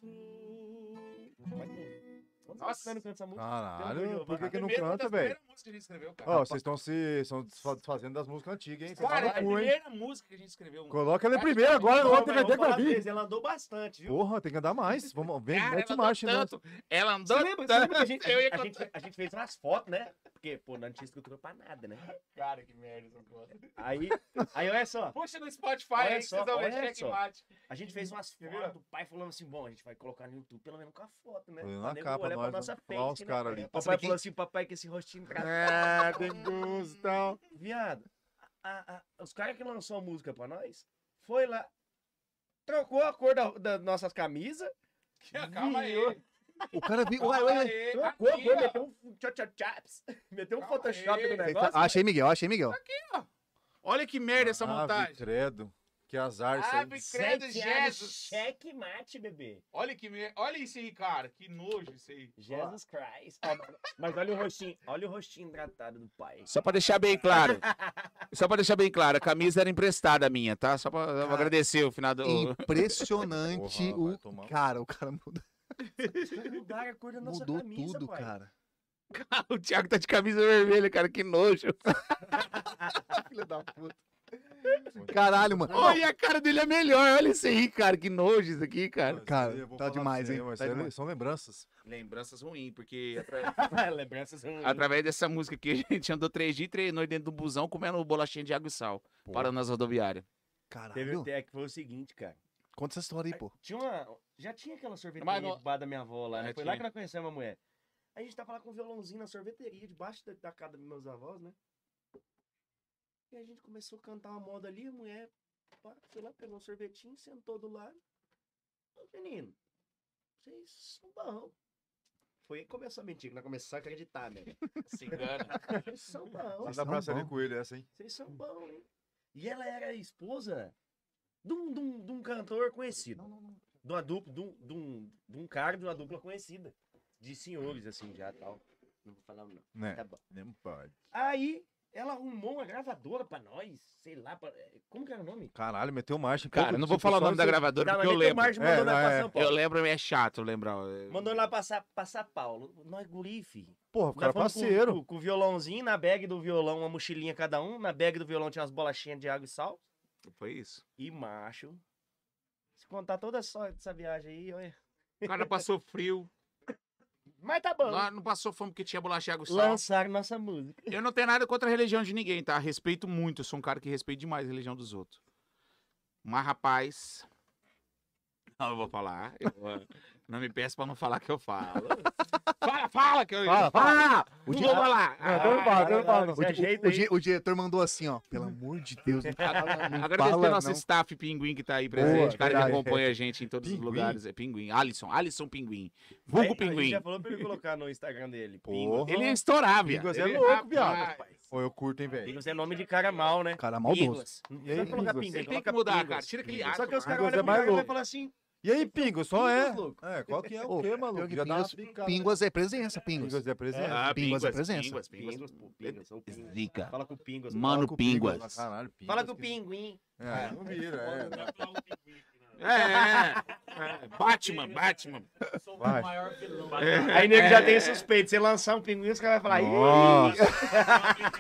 Nossa.
Nossa, não canta essa música.
Caralho, por que, que não
Primeira- das
canta, velho?
primeiras músicas que a gente escreveu, cara.
Ó, vocês estão se são desfa- desfazendo das músicas antigas, hein? Vocês
Cara, é
tão
a
no cu, hein?
primeira música que a gente escreveu.
Coloca ela primeiro agora,
Não,
não tem
mas
que
vamos falar
vir.
mesmo, Ela andou bastante, viu?
Porra, tem que andar mais. Vamos, vem,
Cara,
mete
ela andou
marcha, né?
tanto. Ela andou
Você lembra, você lembra que a gente,
Eu ia
a, gente, a gente fez umas fotos, né? Porque, pô, não tinha escritura pra nada, né?
Cara, que merda. essa foto.
Aí, aí olha só,
Puxa no Spotify
Olha
aí que
só,
vocês vão ver
olha só.
checkmate.
a gente fez umas
Quer ver?
fotos, o pai falando assim, bom, a gente vai colocar no YouTube pelo menos com a foto, né?
Põe
Pra
na
nego
capa
olhar pra
nós,
nossa
né? Olha
face,
os
né?
caras ali.
Papai falou assim, papai, que esse rostinho engraçado.
É, tem gosto e tal.
Viado, a- a- os caras que lançou a música pra nós, foi lá, trocou a cor da- das nossas camisas,
Calma aí.
O cara viu. Ué,
Calma
ué, ué.
aí.
trocou a cor,
Aqui, ó.
meteu um tchau-tchau-chaps, meteu um
Calma
Photoshop
aí.
no
Cê tá-
negócio.
Achei Miguel, achei Miguel.
Olha que merda essa
Ave
montagem.
credo. Que azar isso aí.
Ave Credo,
Sete anos,
Jesus.
Cheque mate, bebê.
Olha que merda. Olha isso aí, cara. Que nojo isso aí.
Jesus Christ. Ó, Mas olha o rostinho, olha o rostinho hidratado do pai.
Só pra deixar bem claro. Só pra deixar bem claro, a camisa era emprestada minha, tá? Só pra, eu agradecer o final do.
Impressionante
Porra, vai
o.
tomar-
Cara, o cara mudou,
Mudaram a cor da nossa
mudou
camisa,
tudo,
pai.
cara.
o Thiago tá de camisa vermelha, cara. Que nojo.
Filha da puta.
um
Caralho, mano.
Olha, a cara dele é melhor. Olha isso aí, cara. Que nojo isso aqui,
Não,
cara.
isso
Cara,
aí eu vou
tá
falar pra
demais,
você,
hein?
mas
Tá
isso aí
demais.
São lembranças.
Lembranças ruins, porque atra-
Lembranças ruins.
através dessa música aqui a gente andou três dias e três noites dentro do busão comendo bolachinha de água e sal.
Pô.
Parando nas rodoviárias.
Teve
Caralho.
até que foi o seguinte, cara.
Conta essa história aí, pô.
Tinha uma. Já tinha aquela sorveteria
Mas não-
debaixo da minha avó lá, né?
É,
Foi
tinha.
lá que nós conhecemos a mulher. A gente tava lá com um violãozinho na sorveteria, debaixo da, da casa dos meus avós, né? E a gente começou a cantar uma moda ali, a mulher pá, foi lá, pegou um sorvetinho, sentou do lado. Ô, menino, vocês são bom. Foi aí que começou a mentir, que nós começamos a acreditar, né?
Cigana.
Vocês são bom,
Mas dá
são
pra sair
bom.
com ele essa, hein?
vocês são bom, hein? E ela era a esposa de um, de um, de um cantor conhecido. De uma dupla, de um, de um, de um cara de uma dupla conhecida. De senhores, assim, já tal. Não vou falar o nome.
Né?
Tá bom.
Nem pode.
Aí, ela arrumou uma gravadora pra nós. Sei lá, pra- eh, como que era o nome?
Caralho, meteu marcha. em tipo
Cara, Tipo,
pouco-
assim, não vou
pouco
falar o
só
nome da
você-
gravadora
Tá,
porque eu
mas meteu
lembro.
margem, mandou
É,
lá pra
é.
São Paulo.
Eu lembro, é chato lembrar. é-
Mandou lá passar, passar Paulo. Nós, gurife.
Porra, o
Nós
cara é
fomos com-
parceiro.
Com, com o violãozinho, na bag do violão, uma mochilinha cada um. Na bag do violão tinha umas bolachinhas de água e sal.
Foi isso.
e macho. Se contar toda só essa viagem aí, olha.
O cara passou frio.
Mas tá bom.
Lá não passou fome porque tinha bolacha e água e sal.
Lançaram nossa música.
Eu não tenho nada contra a religião de ninguém, tá? Respeito muito, eu sou um cara que respeita demais a religião dos outros. Mas, rapaz. Não, eu vou falar. eu vou- Não me peço pra não falar que eu falo. Fala, fala que eu.
Fala,
fala!
O
Não
dia-
vou falar! Ah,
Não, então não fala, então não fala, não.
Se ajeita
O,
aí.
di- o diretor mandou assim, ó. Pelo amor de Deus, não fala, não
Agradecer
fala,
ao nosso
não.
staff pinguim que tá aí presente,
Boa,
cara que
verdade.
acompanha a gente em todos
Pinguim?
os lugares. É pinguim. Alisson, Alisson Pinguim.
Aí,
Vulgo
a gente
Pinguim.
já falou pra ele colocar no Instagram dele. Pingo.
Porra.
Ele ia estourar, viado.
Pinguas é
Ele-
louco, viado.
Rapaz.
Pô, eu curto, hein, velho.
Pingos é nome de cara mal, né?
Cara é maldoso.
Pingos. Não
E
precisa
aí,
colocar
Pingos?
Pingos.
Ele tem que
coloca
mudar,
Pingos.
cara. Tira aquele
Pingos.
ar.
Só que os caras
Pingos
olham
é
pro
mais
cara e vai
louco.
falar assim.
E aí, Pingo, só é.
Pingos, louco.
É, qual que é
Ô,
o quê, maluco?
pior que
Já dá
Pinguas-
uma picada.
Pinguas é presença, Pingos.
Pinguas é presente.
Ah,
Pinguas é presença.
Pinguas, Pinguas.
Pingos, pô, Pingos, é o Pingos.
Zica.
Fala com o Pingos.
Mano,
Fala com o Pinguas.
Pinguas.
Ah, Caralho, Pinguas.
Fala com o Pinguim.
É, não vira, é.
É, é. Batman, Batman.
Sou o
Vai.
maior vilão.
Aí nego já tem suspeito. Se lançar um pinguim, os caras vão falar. "Ih,
Nossa.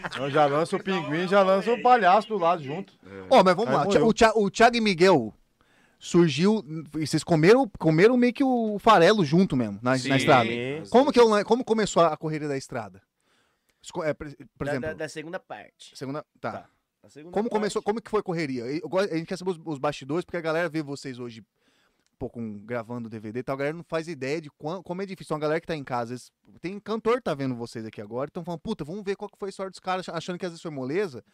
Então já lança o pinguim, já lança o palhaço do lado junto.
Ó, mas vamos
Aí
lá.
morreu.
O, Thi- o Thiago e Miguel surgiu. e Vocês comeram, comeram meio que o farelo junto mesmo na, na estrada.
Sim.
Como que é o lan- como começou a corrida da estrada? Esco- é, por por
Da,
exemplo,
da, da segunda parte.
segunda. Tá.
Tá. Da segunda
Como
parte.
começou? Como que foi a correria? Eu go- A gente quer saber os, os bastidores porque a galera vê vocês hoje pô, com, gravando DVD e tal, a galera não faz ideia de quão, como é difícil. Uma galera que tá em casa, às vezes, tem cantor que tá vendo vocês aqui agora, então falando, puta, vamos ver qual que foi a história dos caras, achando que às vezes foi moleza.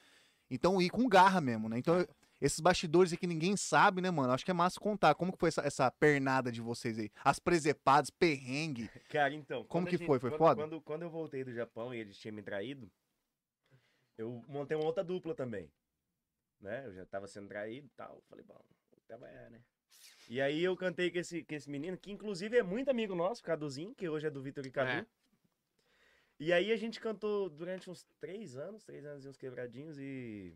Então, ir com garra mesmo, né?
É.
Então, eu- esses bastidores aqui ninguém sabe, né, mano? Acho que é massa contar. Como que foi essa, essa pernada de vocês aí? As presepadas, perrengue.
Cara, então.
Como
quando a
que foi? Foi
quando,
foda?
Quando, quando eu voltei do Japão e eles tinham me traído, eu montei uma outra dupla também. Né? Eu já tava sendo traído e tal. Falei, bom, vou trabalhar, né? E aí eu cantei com esse, com esse menino, que inclusive é muito amigo nosso, Caduzinho, que hoje é do Vitor e Cadu.
É.
E aí a gente cantou durante uns três anos, três anos e uns quebradinhos e.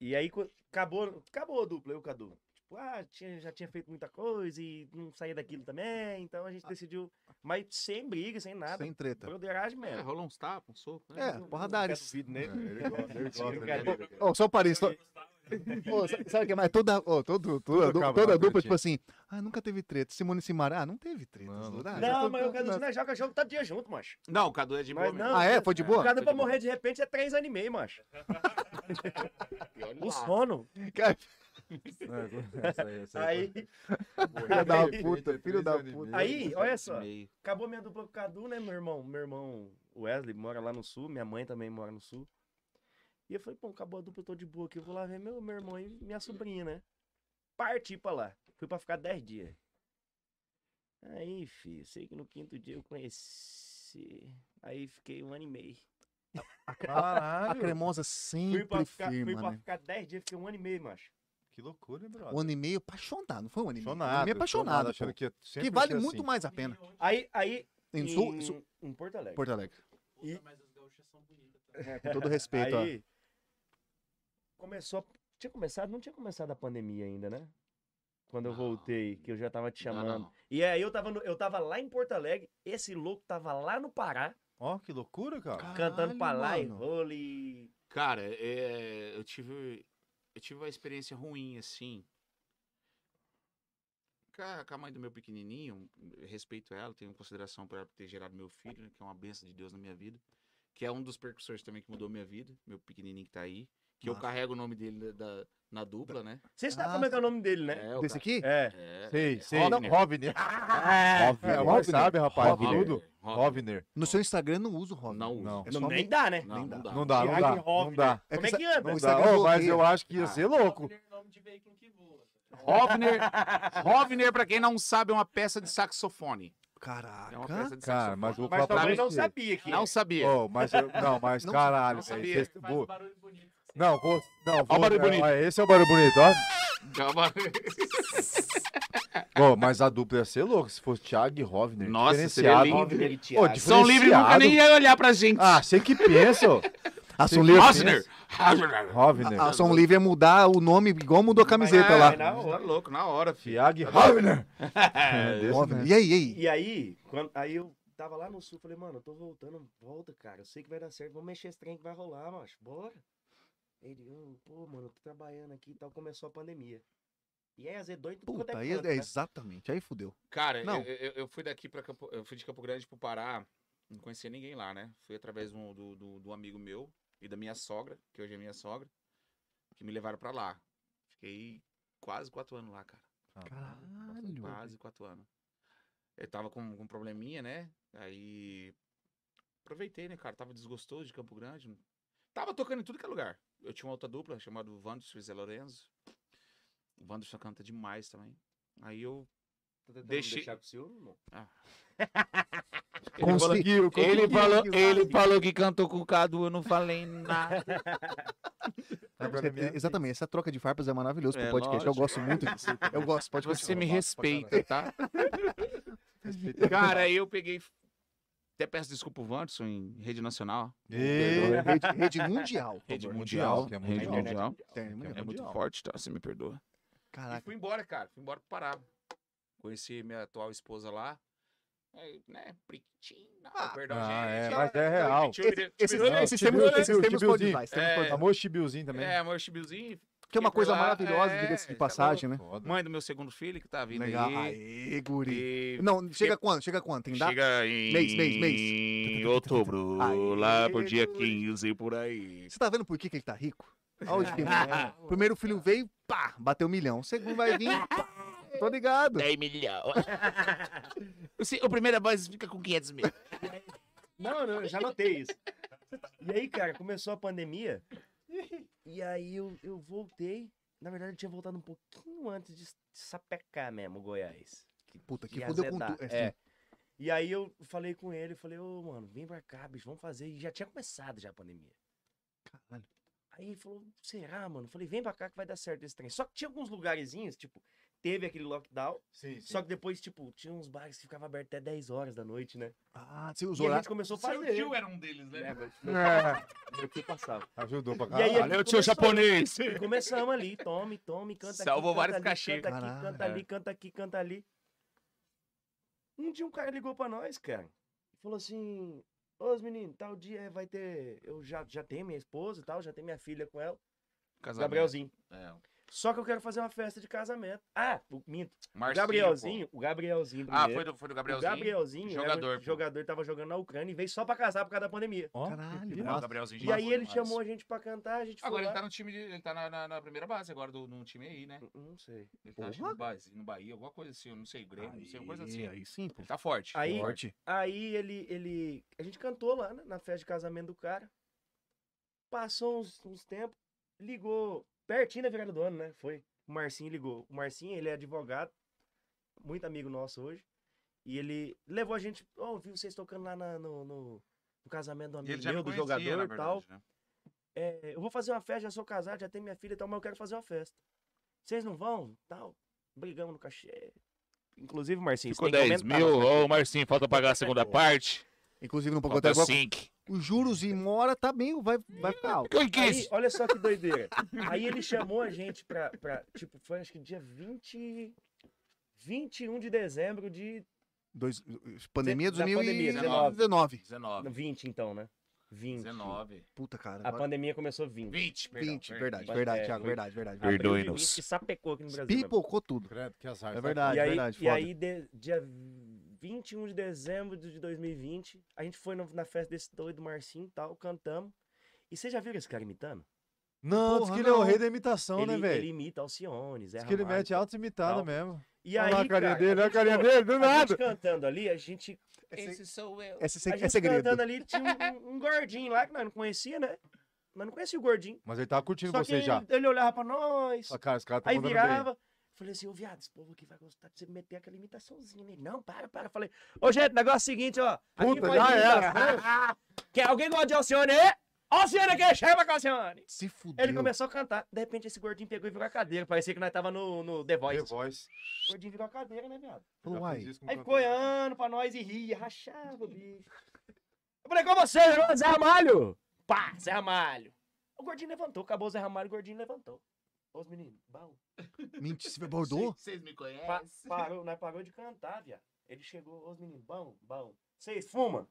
E aí co- acabou, acabou a dupla, eu e o Cadu. Tipo, ah, tinha- já tinha feito muita coisa e não saía daquilo também, então a gente decidiu. Mas sem briga, sem nada.
Sem treta.
Broderagem
É,
mesmo.
rolou uns tapas, um soco.
É,
Não-
porradaria.
Quero vídeo nele.
Ele gosta, ele gosta, ele
Brincadeira.
gosta.
Ó, só um parênteses. só- Ô, sa- sabe o que é mais? Toda, ó, todo, toda, du-
acaba
toda
na
dupla,
tretinha.
tipo assim, ah, nunca teve treta. Simone e Simara, ah, não teve treta.
Não, não
Ah,
teve.
já
Não,
tô-
mas o
tô-
Cadu não joga jogo todo dia junto, macho.
Não, o Cadu é de boa
Mas
mesmo.
não,
Ah, é? Foi de
É,
boa?
O Cadu
Tô
pra
de boa.
morrer de repente é três anos e meio, macho.
E olha
O
lá.
sono.
Cara,
É, essa aí, essa
Aí,
Filho da
Aí-
puta, filho da
33
puta.
anos e
aí,
meio.
olha só.
Meio.
Acabou minha dupla com o Cadu, né, meu irmão? Meu irmão Wesley mora lá no sul, minha mãe também mora no sul. E eu falei, pô, acabou a dupla, eu tô de boa aqui, eu vou lá ver meu, meu irmão e minha sobrinha, né? Parti pra lá. Fui pra ficar 10 dias. Aí, filho, sei que no quinto dia eu conheci. Aí fiquei um ano e meio.
A
Caralho,
cremosa
Fui pra
sempre
ficar, fui
firma,
pra
né?
ficar 10 dias, fiquei um ano e meio, macho.
que loucura, hein, brother?
Um ano e meio apaixonado, não foi um ano e meio? Um ano e
Apaixonado.
meio apaixonado, pô.
achando
que,
que, ia sempre
vale
ser
muito
assim.
mais a pena.
Aí, aí.
Em, Sul, Sul-
em Porto Alegre.
Porto Alegre.
É,
Com todo respeito, ó.
Aí começou. Tinha começado, não tinha começado a pandemia ainda, né? Quando eu
Não.
voltei, que eu já tava te
Não,
chamando.
não.
E aí eu tava, no- eu tava lá em Porto Alegre, esse louco tava lá no Pará,
Ó, que loucura, cara.
cantando pra lá e
mano.
rola e.
Cara, é, eu tive eu tive uma experiência ruim assim. Com a, com a mãe do meu pequenininho, eu respeito ela, tenho consideração por ela ter gerado meu filho, né, que é uma bênção de Deus na minha vida, que é um dos percussores também que mudou minha vida, meu pequenininho que tá aí, que eu
Massa.
carrego o nome dele da, da- na dupla, né?
Você sabe
Ah,
como é que é o nome dele, né?
É, o
Desse
cara-
aqui?
É.
É,
Sei,
é
sei. Não,
Rovner.
Rovner.
É,
Rovner. Você sabe, rapaz,
Rovner.
tudo?
Rovner.
é Rovner.
No seu Instagram não uso o Robin.
Não uso.
Não.
É
Não,
só
nem
me-
dá, né?
Não, não dá.
Não dá, não
Viagem
dá.
Rovner.
Não dá.
É
Como é
que
que anda?
o
Não dá.
Instagram
Ô, mas
bloqueia.
eu acho que ia
Ah.
ser louco.
Rovner, Rovner, pra quem não sabe, é uma peça de saxofone.
Caraca.
É uma peça de saxofone.
Cara, mas vou
Mas
falar pra
talvez não
você.
sabia que.
Não sabia.
Ô, mas eu- não, mas
Não-
caralho,
não
velho,
sabia.
vocês-
Faz um
vou-
barulho bonito.
Não, vou. Não, vou.
o barulho
é,
bonito.
ó, Esse é o barulho bonito, ó.
Calma.
Ô, mas a dupla ia ser louca se fosse Thiago e Rovner.
Nossa, seria
diferenciado.
lindo.
Rovner e
Ô,
Thiago.
São livre nunca nem ia olhar pra gente.
Ah, você que pensa, ô.
Ação
Sim.
Livre.
né?
Rosner.
Rovner.
A- Ação Livre é mudar o nome igual mudou a camiseta
Ah,
lá.
mas na hora.
Tá louco, na hora, filho.
Thiago e Rovner.
Ó,
né?
velho. E aí, e aí?
E aí, quando, aí eu tava lá no sul, falei, mano, eu tô voltando, volta, cara. Eu sei que vai dar certo, vamos mexer esse trem que vai rolar, macho. Bora. Ele, "Ah, pô, mano, eu tô trabalhando aqui e tal, começou a pandemia. E aí, azedou em tudo quanto
Puta,
é
aí
canto,
é,
né?
exatamente. Aí fudeu.
Cara,
Não.
eu, eu- eu fui daqui para Campo, eu fui de Campo Grande pro Pará, não conhecia ninguém lá, né? Fui através de um- do, do, do amigo meu e da minha sogra, que hoje é minha sogra, que me levaram pra lá. Fiquei quase quatro anos lá, cara. Passei
Caralho.
Quase quatro anos. Eu tava com, com um probleminha, né? Aí aproveitei, né, cara? Tava desgostoso de Campo Grande. Tava tocando em tudo que é lugar. Eu tinha uma outra dupla chamada Wanderson e Zé Lorenzo. O Wanderson canta demais também. Aí eu.
Tá tentando me
Deixei-
deixar com ciúme, irmão?
Ele falou,
Conseguiu,
ele
conseguiu.
falou, ele falou que cantou com o Cadu, eu não falei nada.
Tá pra
Você-
mim, né?
exatamente, essa troca de farpas é maravilhoso pro
É,
podcast. Eu
lógico.
gosto muito disso. Eu gosto, pode
Você
continuar.
me
Fala pra caralho.
respeita, tá? Cara, aí eu peguei. Até peço desculpa o Wanderson em rede nacional.
E...
Perdoa, É, Rede, rede mundial.
Rede
por favor.
mundial.
que é
Rede
mundial.
mundial.
Internet mundial.
É muito
Mundial.
forte, tá? Você me perdoa. E
Caraca.
fui embora, cara. Fui embora pro Pará. Conheci minha atual esposa lá. Aí, né? Pritina.
Ah,
perdão,
ah,
gente. um
é, mas é real.
Esse- Esses
Não,
esses
Tibiu,
temos esses
Tibiu,
temos
Tibiuzinho.
Spotify, esses temos
É.
Spotify.
Famoso Tibiozinho é também.
né? É, amor chibiozinho.
Que é uma
Fiquei
coisa
por lá,
maravilhosa,
é,
diga-se de
tá
passagem, né?
Foda.
Mãe do meu segundo filho que tá vindo
Legal.
aí.
Aê, guri.
E
Não, chega quando? Chega quando? Tem data?
chega em
Mês, mês, mês.
em outubro,
Aê,
lá por dia 15 por aí. Ah,
Você tá vendo por que, que ele É. tá rico? Olha o dinheiro. Primeiro filho veio, pá, bateu um milhão. O segundo vai vir, pá, Tô ligado.
10 milhões. O se- o primeiro voz fica com 500 mil.
Não, não, eu já notei isso. E aí, cara, começou a pandemia. E aí eu, eu voltei. Na verdade, eu tinha voltado um pouquinho antes de sapecar mesmo o Goiás.
Puta, que
ia
fudeu com
azedar.
tudo.
É. E aí eu falei com ele, falei, ô, mano, vem pra cá, bicho, vamos fazer. E já tinha começado já a pandemia.
Caralho.
Aí ele falou, será, mano? Eu Falei, vem pra cá que vai dar certo esse trem. Só que tinha alguns lugarzinhos, tipo, teve aquele lockdown,
Sim, sim.
só que depois, tipo, tinha uns bares que ficavam abertos até 10 horas da noite, né?
Ah, você usou
E a
lá. Ah,
gente começou a
Seu
fazer.
tio era um deles, né?
É.
Meu tio passava.
Ajudou pra
E aí,
caralho.
ele
Valeu, tio
começou-
japonês.
E começamos ali, tome, tome, canta
Salvou
aqui,
vários
canta
cachê.
ali, canta
Caralho,
aqui, canta ali, canta aqui, canta ali. Um dia um cara ligou pra nós, cara, e falou assim, ô meninos, tal dia vai ter, eu já, já tenho minha esposa e tal, já tenho minha filha com ela, Gabrielzinho.
É.
Só que eu quero fazer uma festa de casamento. Ah, o- minto, o
Marcinho,
Gabrielzinho, o Gabrielzinho
pô. Ah,
primeiro,
foi do, foi do
o
Gabrielzinho?
Gabrielzinho, era
Jogador, pô.
jogador, tava jogando na Ucrânia e veio só pra casar por causa da pandemia.
Caralho.
né?
É, o
nossa.
Gabrielzinho
E
jogou
aí ele
demais.
chamou a gente pra cantar, a gente foi
Agora ele
lá.
tá no time, de, ele tá na, na- na primeira base agora, do, num time aí, né?
Não sei.
Ele tá acho que no, base, no Bahia, alguma coisa assim, eu não sei, Grêmio, não sei, alguma coisa assim.
Aí, aí sim, pô.
Ele tá forte.
Aí-
Forte.
Aí ele, ele. A gente cantou lá né, na festa de casamento do cara. Passou uns, uns tempos, ligou. Pertinho da virada do ano, né? Foi. O Marcinho ligou. O Marcinho, ele é advogado, muito amigo nosso hoje. E ele levou a gente. Ó, viu vocês tocando lá na- no, no- no casamento do
E ele
amigo
já
meu,
me
do
conhecia, na
jogador e
verdade,
tal.
né?
É, eu vou fazer uma festa, já sou casado, já tenho minha filha e tal, mas eu quero fazer uma festa. Vocês não vão? Tal. Brigamos no cachê. Inclusive, Marcinho, você
Ficou
tem que né?
10
aumentar
mil,
nosso
ô
cachê.
Marcinho, falta pagar a segunda parte.
Inclusive, no Pacotá
é
Falta
agora.
5.
Os juros e mora tá bem, vai, vai ficar alto.
Ficou em
Aí,
15.
olha só que doideira. Aí ele chamou a gente pra, pra. Tipo, foi acho que dia 20. 21 de dezembro de.
Dois, pandemia
Da é pandemia,
2019.
19.
20, então, né? 20.
19.
Puta, cara.
A
agora-
pandemia começou 20.
20, perdão.
20, verdade,
perdão.
verdade,
É,
Thiago,
foi-
verdade, verdade.
Abril de
Perdoe-nos.
20 que sapecou aqui no Brasil. né?
Pipocou tudo.
Credo, que azar.
É
sabe?
verdade,
e aí,
verdade.
e
foda.
aí de- dia 21 de dezembro de 2020, a gente foi no- na festa desse doido Marcinho e tal, cantamos. E vocês já viram esse cara imitando?
Não, diz
Porra,
que ele é o
não.
rei da imitação,
ele,
né, velho?
ele imita Alcione, Zé
Diz que ele
Ramalho,
mete alto imitado
tal.
mesmo.
E aí,
olha lá a carinha
cara,
dele, olha a
gente
carinha
ficou-
dele, do
A gente
nada.
cantando ali, a gente.
Esse sou eu.
É, se-
A
é
gente tá
segredo.
cantando ali, tinha um, um- um gordinho lá que nós não conhecia, né? Nós não conhecia o gordinho.
Mas ele tava curtindo
Só que
você
ele,
já.
ele olhava pra nós,
Fala, Cara, esse cara tá
aí
mandando bem.
virava. Falei assim, ô viado, esse povo aqui vai gostar de você meter aquela imitaçãozinha. Ele, não, para, para. Falei, ô gente, negócio é o seguinte, ó. aqui
Puta,
faz
já
imitação.
era.
Quer alguém gosta de Alcione? É? Alcione aqui, chama com a Alcione.
Se fudeu.
Ele começou a cantar. De repente, esse gordinho pegou e virou a cadeira. Parecia que nós tava no, no The Voice.
The Voice.
O gordinho virou a cadeira, né, viado?
Falou,
Já fiz
uai.
isso com
Aí
cantor.
ficou olhando pra nós e ria, rachava o bicho. Eu falei, com você, Zé Ramalho? Pá, Zé Ramalho. O gordinho levantou, acabou o Zé Ramalho, o gordinho levantou. Ô, Os meninos, bom.
Mentira, você abordou?
Vocês me
Pa-
conhecem?
parou, nós parou de cantar, viado. Ele chegou, ô, os meninos, bom, bom. Vocês fumam?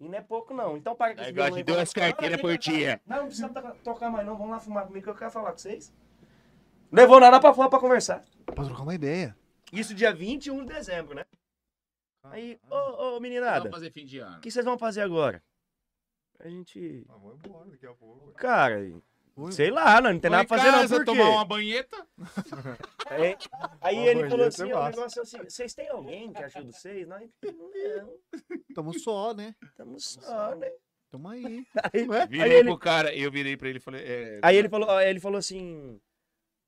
E não é pouco, não. Então para com esse é violão aí, vamos- Não, não, não,
dia.
Não, não precisa to- tocar mais, não. Vamos lá fumar comigo que eu quero falar com vocês. Levou nada pra fora pra conversar.
Pra trocar uma ideia.
Isso dia 21 de dezembro, né? Aí, ô, ô, meninada.
Vamos fazer fim de ano.
O que vocês vão fazer agora? A gente.
Ah, vamos embora daqui a pouco. velho.
Cara,
Oi.
sei lá, não, não tem
Vou
nada
em
pra fazer, não.
casa
Por quê?
tomar uma banheta?
Aí, aí
Uma
ele falou
banheira,
assim:
você
ó, o
massa.
negócio é o seguinte, vocês têm alguém que ajuda vocês? Nós não,
Tamo só, né?
estamos só, né?
Tamo aí.
Aí, aí
é? Virei
ele,
pro cara, eu virei pra ele e falei. é,
aí ele falou, ó, ele falou assim: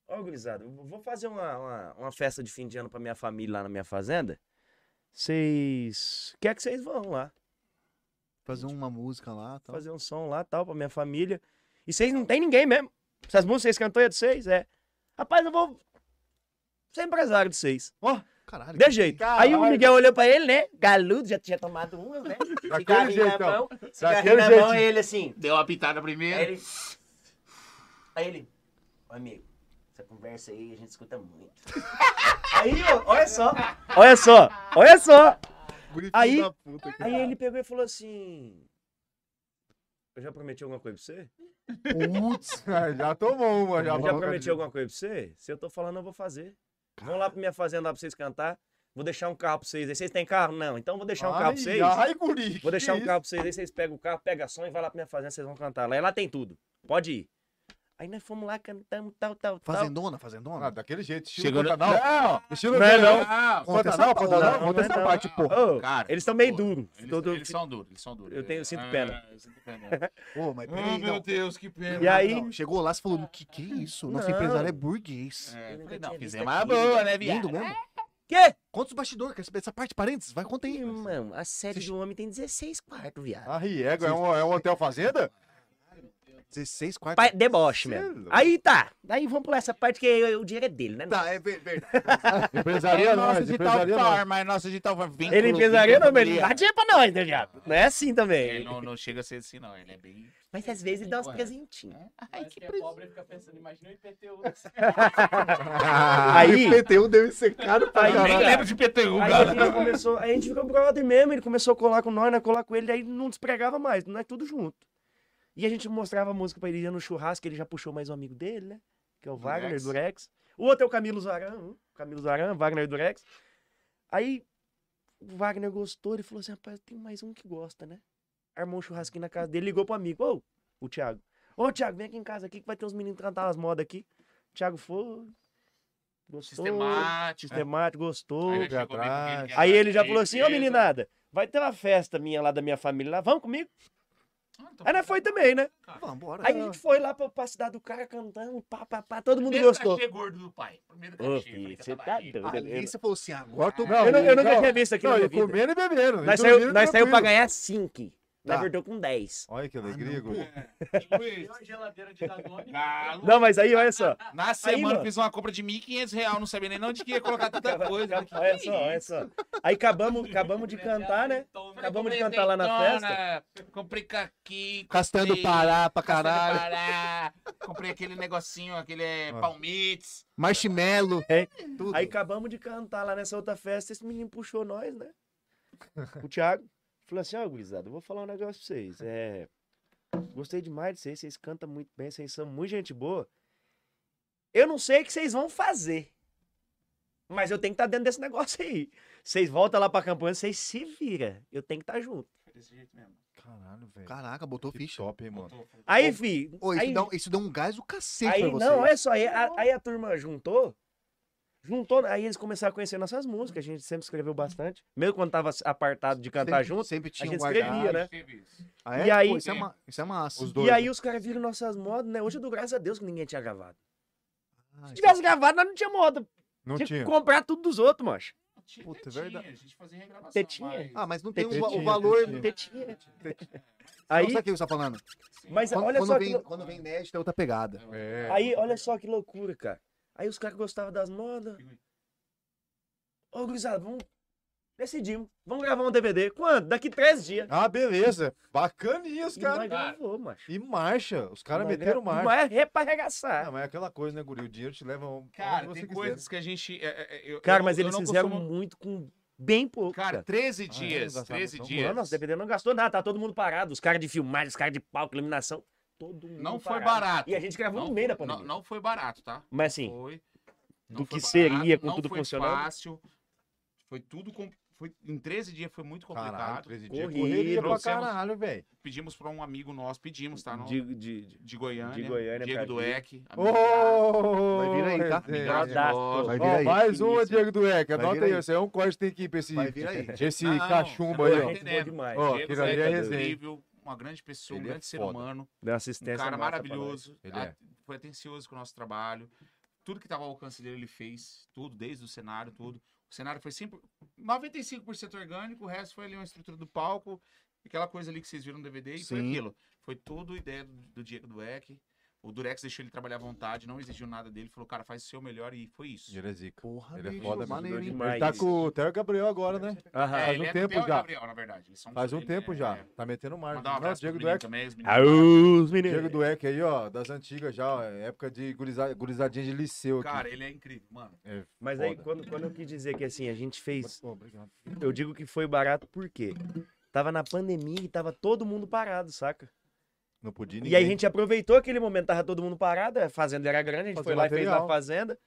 Ó, gurizada, eu vou fazer uma, uma, uma festa de fim de ano pra minha família lá na minha fazenda. Vocês. Quer que vocês vão lá?
Fazer uma música lá. Tal.
fazer um som lá tal pra minha família. E vocês não tem ninguém mesmo. Essas músicas vocês cantam é de vocês, é. Rapaz, eu vou ser empresário de vocês. Ó,
Caralho. é
de jeito. Aí o
Caralho.
Miguel olhou pra ele, né? Galudo, já tinha tomado uma, né?
Daquele jeito,
na mão,
ó.
cigarrinho
Daquele
na mão,
jeito.
aí ele assim.
Deu uma pitada
Aí
primeiro.
ele. Aí ele. Amigo, essa conversa aí a gente escuta muito. aí, ó, olha só. Olha só, olha só.
Bonitinho
Aí-
da puta, cara.
Aí ele pegou e falou assim. Eu já prometi alguma coisa pra você?
Putz.
Tá.
Ah, já tomou uma, já.
Eu já
falou
prometi
que-
alguma coisa pra você? Se eu tô falando, eu vou fazer. Vão lá pra minha fazenda lá pra vocês cantar. Vou deixar um carro pra vocês. Aí vocês têm carro? Não. Então vou deixar um carro pra
Ai,
vocês.
Ai, guri.
Vou deixar
que
um carro pra vocês. Aí vocês pegam o carro, pegam a som e vai lá pra minha fazenda, vocês vão cantar lá. E lá tem tudo. Pode ir. Aí nós fomos lá, cantamos, tal, tal, tal.
Fazendona, fazendona.
Ah, daquele jeito. Estilo
Chegou no-
Pantanal. Não, estilo
Não é
Pantanal.
não.
Conta
Pantanal,
essa
Pantanal.
porra, conta
não é
essa
não.
parte, porra.
Ô,
Cara,
eles estão meio
pô,
duros.
Eles,
Todo-
eles são duros, eles são duros.
Eu tenho- eu sinto
Ah,
pena.
eu sinto pena.
Ô, mas
oh,
peraí,
meu
não. Ah,
Deus, que pena.
Ah, E aí-
Não, Chegou lá, você falou, "No que que é isso? Nosso
Não.
empresário é burguês.
É,
Eu nunca
falei, não,
tinha visto
fizemos uma
aquilo.
boa, né, viado?
Lindo mesmo.
Quê?
Conta os bastidores, quero saber essa parte, parênteses, vai, conta aí.
Mano, a série do homem tem 16 quartos, viado.
A Riego é um, é um hotel fazenda?
16 quartos.
Pa- Deboche mesmo.
Celo.
Aí tá. Daí vamos pular essa parte que o dinheiro é dele, né?
Tá, é ver- verdade.
Empresaria
nossa
nós,
digital
empresaria nós.
farma, é nossa digital farma. Vínculo,
Ele empresaria
vínculo
não, mas ele
familiar.
dá dinheiro pra nós, né, viado? Não é assim
Ele
também.
não, não chega a ser assim, não. Ele é bem.
Mas às vezes ele dá uns presentinhos.
Ai, que é pobre, ele fica pensando, imagina o IPTU.
Ah. Aí-
O IPTU deve ser caro pra
Aí- né?
Eu nem
né?
caralho.
lembro de PTU,
Aí
cara.
a gente começou, aí a gente ficou brother mesmo, ele começou a colar com nós, nós colar com ele, aí não despregava mais, nós tudo junto. E a gente mostrava a música pra ele, ia no churrasco, ele já puxou mais um amigo dele, né? Que é o Wagner
Durex.
Durex. O outro é o Camilo Zaran, Camilo Zaran, Wagner Durex. Aí o Wagner gostou, ele falou assim, rapaz, tem mais um que gosta, né? Armou um churrasquinho na casa dele, ligou pro amigo, ô, o Thiago. Ô, Thiago, vem aqui em casa aqui que vai ter uns meninos cantando as modas aqui. Thiago foi, gostou.
Sistemático. né?
Sistemático, gostou.
Aí né, ele
Pé
chegou bem
atrás.
com aquele que
Aí
era
ele já falou assim, ô
beleza.
meninada, vai ter uma festa minha lá da minha família lá, vamos comigo?
Ah, então
Aí nós foi também, né?
Vamos, bora.
Aí a gente foi lá pra, pra cidade do cara cantando, pá, pá, pá, todo mundo
Primeiro
gostou.
cachê gordo do pai. Primeiro
Ô,
cachê.
filho,
falei,
você tá
é barriga.
doido.
Ali você falou assim, agora tô...
Não,
Eu, é não- eu
e-
nunca
não,
tinha visto aquilo
Não,
na
e
minha vida.
comendo e bebendo.
Nós
e
saiu,
dormindo
nós saiu pra
tranquilo.
ganhar 5. Nós
Tá.
voltou com 10.
Olha que alegria, guri.
Tem uma geladeira de Danone.
Galo.
Não, mas aí, olha só.
Na semana
mano.
fiz uma compra de 1.500 reais. Não sabia nem onde que ia colocar tanta coisa. Falei, que
Olha
que
só,
é
olha só. Aí acabamos, acabamos de cantar, né?
Toma.
Falei,
Acabamos de
comprei
cantar lá na
azeitona, Comprei caqui.
Castanho do
comprei
Pará pra
castanha do
caralho.
Pará, Comprei aquele negocinho, aquele é,
Ah.
palmites.
Marshmallow.
É.
Tudo.
Aí acabamos de cantar lá nessa outra festa, esse menino puxou nós, né? O Thiago falou assim, ó, gurizada, eu vou falar um negócio pra vocês. É, gostei demais de vocês, vocês cantam muito bem, vocês são muito gente boa. Eu não sei o que vocês vão fazer, mas eu tenho que estar dentro desse negócio aí. Vocês voltam lá pra campanha, vocês se viram. Eu tenho que estar junto.
Foi desse jeito mesmo.
Caralho, velho.
Caraca, botou
Que
ficha.
top, hein, mano.
Botou, falei,
Aí, fi,
Ô, isso,
É. aí,
dá, um- isso dá um gás do cacete
aí
pra você.
não, olha só, aí a, aí a turma juntou, juntou, aí eles começaram a conhecer nossas músicas, a gente sempre escreveu bastante, mesmo quando tava apartado de cantar
Tá
sempre,
junto.
Sempre tinha um
gente
guardado.
escrevia, né?
teve isso.
Ah, é?
E aí-
Pô, isso, é ma- isso é massa.
Os dois.
E aí os caras viram nossas modas, né? Hoje eu dou graças a Deus que ninguém tinha gravado.
Ah,
Se
isso-
tivesse gravado, nós não tinha moda.
Não
tinha
tinha.
que comprar tudo dos outros, macho.
Tinha,
Puta, é
tinha,
verdade.
A gente fazia regravação.
Tetinha?
Ah, mas não tem um,
Tetinha,
va- o
tetinha.
valor...
Tetinha.
Tetinha.
Aí...
é Aí,
Sabe o que você tá falando?
mas
Quando,
olha
quando
só que
vem,
lou-
quando vem inédito é outra pegada.
É.
Aí, olha só que loucura, cara. Aí os caras gostavam das modas. Ô, gurizada, vamos... Decidimos. Vamos gravar um DVD. Quando? Daqui três dias.
Ah, beleza. Bacaninha os
E nós
caras.
gravou, macho.
E marcha. Os caras
Nós
meteram
gra-
marcha.
Mas é pra
Ah,
arregaçar.
mas é aquela coisa, né, guri? O dinheiro te leva aonde
Cara,
você
tem
quiser.
coisas que a gente. é, é, é, eu-
Cara,
eu-
mas
eu
eles
não
fizeram um
costumo-
muito com bem pouco.
Cara, 13
Ah, é,
dias.
não gastava
13
muito,
Mano,
dias.
nosso DVD não gastou nada, tá todo mundo parado. Os caras de filmagem, os caras de palco, iluminação. Todo mundo
Não foi
parado.
barato.
um E a gente gravou no meio da pandemia.
Não, não foi barato, tá?
Mas assim,
Foi.
do
Não foi
que seria com
não
tudo
foi
funcionando.
Fácil, foi tudo. Com, foi, em 13 dias foi
é
muito complicado.
Caralho, 13 dias.
Corrido,
Correria pra
trouxemos-
caralho, velho.
Pedimos pra um amigo nosso, pedimos, tá? Não- de,
de, de, de...
Goiânia.
de Goiânia
Diego
pra
Dueck.
Ô,
amigo
Vai vir aí, tá?
resenha.
Obrigado,
Abraço.
nosso.
Vai vir
Ó,
aí.
mais uma,
Finíssimo.
Diego Dueck.
Vai vir
Anota aí,
aí.
você é um corte tem que ir pra esse,
Vai vir aí.
esse
Não, não, não,
cachumba aí,
não,
ó.
Gente
entendendo.
boa demais.
Ó,
Diego
aquilo ali é
Dueck,
resenha.
incrível, uma grande pessoa, um
Ele é
grande ser
foda.
humano,
Deu uma
um
assistência.
cara
massa pra nós.
maravilhoso.
Ele é.
a- Foi atencioso com o nosso trabalho. Tudo que estava ao alcance dele, ele fez. Tudo, desde o cenário, tudo. O cenário foi sempre 95% orgânico, o resto foi ali uma estrutura do palco, aquela coisa ali que vocês viram no DVD, e foi
Sim.
aquilo. Foi tudo ideia do, do Diego Dueck. O Durex deixou ele trabalhar à vontade, não exigiu nada dele, falou, cara, faz o seu melhor, e foi isso.
Ele é zica.
Porra,
Ele é
bicho,
foda, me
maneiro,
ajudou
hein?
demais. Ele tá
demais.
com o Theo e o Gabriel agora, né?
Aham.
faz
É, ele
um
do
tempo
Theo e
já.
Gabriel, na verdade. Eles são-
Faz um
ele-
tempo
é,
já.
é.
Tá metendo margem.
Mandar um
Não,
abraço pro
Diego
menino
Dueck.
também, os meninos
Aô, os meninos.
Diego Dueck aí, ó, das antigas já, ó, época de guriza- gurizadinha de liceu aqui.
Cara, ele é incrível, mano.
É
Mas aí,
foda.
quando, quando eu quis dizer que assim, a gente fez.
Pô, obrigado.
Eu digo que foi barato por quê? Tava na pandemia e tava todo mundo parado, saca?
Não podia
E aí a gente aproveitou aquele momento, tava todo mundo parado, é, a fazenda era grande, a gente
Fazer
foi lá e fez na
material.
fazenda.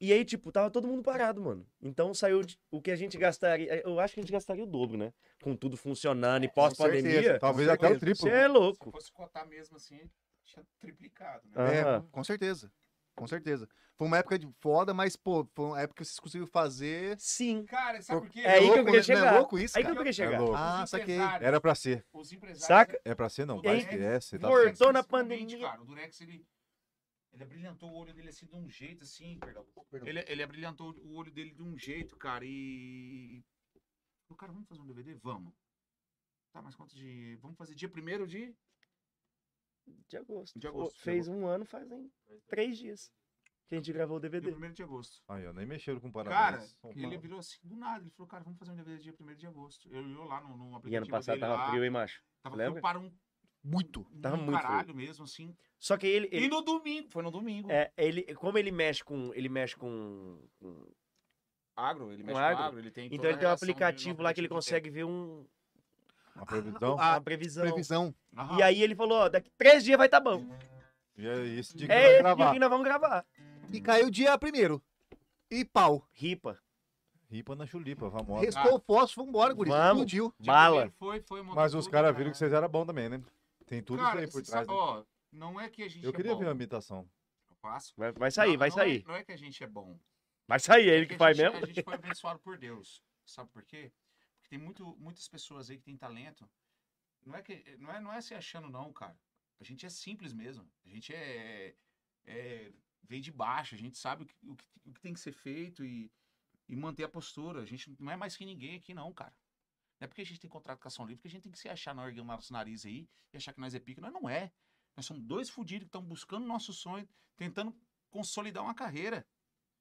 E aí, tipo, tava todo mundo parado, mano. Então saiu de- o que a gente gastaria. é, Eu acho que a gente gastaria o dobro, né? Com tudo funcionando e
certeza.
tá
pós-pandemia.
Talvez até o triplo.
Você é louco.
Se fosse cotar mesmo assim, tinha triplicado, né?
Ah.
É, com certeza. Com certeza. Foi uma época de foda, mas, pô, foi uma época que vocês conseguiram fazer.
Sim.
Cara, sabe por quê?
É aí que eu
Louco,
queria
né? Não
chegar.
É louco isso,
Aí que eu
cara?
queria chegar.
louco.
Ah,
Os
saquei.
empresários-
Era pra ser.
Os empresários. né?
Saca?
É pra ser, não.
E
Vai
aí-
que é, você tá
Cortou
certo.
na
principalmente,
pandemia.
Cara, o Durex, ele, ele abrilhantou o olho dele assim de um jeito, assim, perdão. Ele, ele abrilhantou o olho dele de um jeito, cara, e. O cara, vamos fazer um DVD? Vamos. Tá, mas quanto de. Vamos fazer dia 1 de.
De agosto.
De agosto,
Pô,
de
Fez um ano fazem três dias que a gente gravou o
Dia
DVD.
1 de agosto.
Aí, ó, nem mexeram com
Cara,
parabéns. São
ele
Paulo.
virou assim, do nada. Ele falou, cara, vamos fazer um DVD dia 1 de agosto. Eu, eu lá no, no aplicativo.
E ano passado
dele
tava
lá,
frio, hein, macho?
Tava
lembra?
frio para um.
Muito.
um
Tava muito frio.
caralho mesmo, assim.
Só que ele.
E
ele
no domingo, foi no domingo.
é, ele, como ele mexe com. Ele mexe com. com-
Agro, ele
Um
mexe com
agro.
agro, ele tem. toda
Então
a
ele tem um
relação de-
aplicativo lá que ele
aplicativo de tempo.
consegue ver um,
Uma previsão.
Ah,
uma previsão.
Previsão.
Aham.
E aí ele falou, ó, daqui três dias vai tá bom.
E é isso de que
É
vai
esse dia
gravar.
que nós vamos gravar.
E caiu dia primeiro. E pau.
Ripa.
Tipo
Ripa na chulipa, famosa.
Restou o fósforo, vambora, guri.
Vamos.
Explodiu.
Dia
Bala.
primeiro Tipo, Foi, foi, montou
Mas os
tudo,
caras viram que vocês eram bons também, né? Tem tudo
cara,
isso aí por
cê
trás.
sabe,
né?
ó, não é que a gente
Eu
é
queria
bom.
ver uma imitação.
eu faço.
Vai, vai sair,
Não,
vai
não é-
sair.
não é que a gente é bom.
Vai sair, é
é
ele que
a
faz
gente-
mesmo.
A gente foi abençoado por Deus. Sabe por quê? Porque tem muito, muitas pessoas aí que têm talento. Não é, que, não, é, não é se achando, não, cara. A gente é simples mesmo. A gente é. é- vem de baixo, a gente sabe o que, o que, o que tem que ser feito e, e manter a postura. A gente não é mais que ninguém aqui, não, cara. Não é porque a gente tem contrato com a ação livre que a gente tem que se achar na erguendo nosso nariz aí e achar que nós é pique. Nós não é. Nós somos dois fudidos que estão buscando nosso sonho, tentando consolidar uma carreira.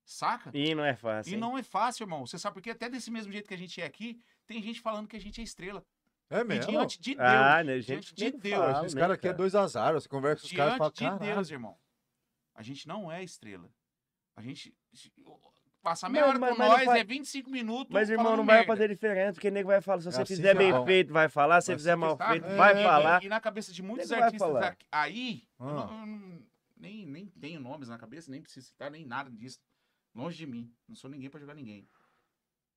Saca?
E não é fácil.
E
hein?
não é fácil, irmão. Você sabe porque até desse mesmo jeito que a gente é aqui, tem gente falando que a gente é estrela.
É
E
mesmo?
diante de Deus.
Ah, né,
Diante
gente,
de
nem
Deus,
fala,
Os
né,
caras aqui é
cara?
dois azaros. Você conversa com os caras e fala,
diante de
caralho.
Deus, irmão. A gente não é estrela. A gente. Passar
Não,
meia hora
mas-
com
mas não
nós
faz-
é 25 minutos.
Mas, irmão,
falando
não vai
merda.
fazer diferença, porque o nego vai falar. Se você
Assim
fizer
tá
bem
bom.
feito, vai falar. Se você
Mas
fizer
assim
mal
Sabe?
feito,
É,
vai
é,
falar.
E, e na cabeça de muitos
Nego vai
artistas
falar.
aqui- aí, eu
Ah.
não- eu não- nem, nem tenho nomes na cabeça, nem preciso citar, nem nada disso. Longe de mim. Não sou ninguém pra jogar ninguém.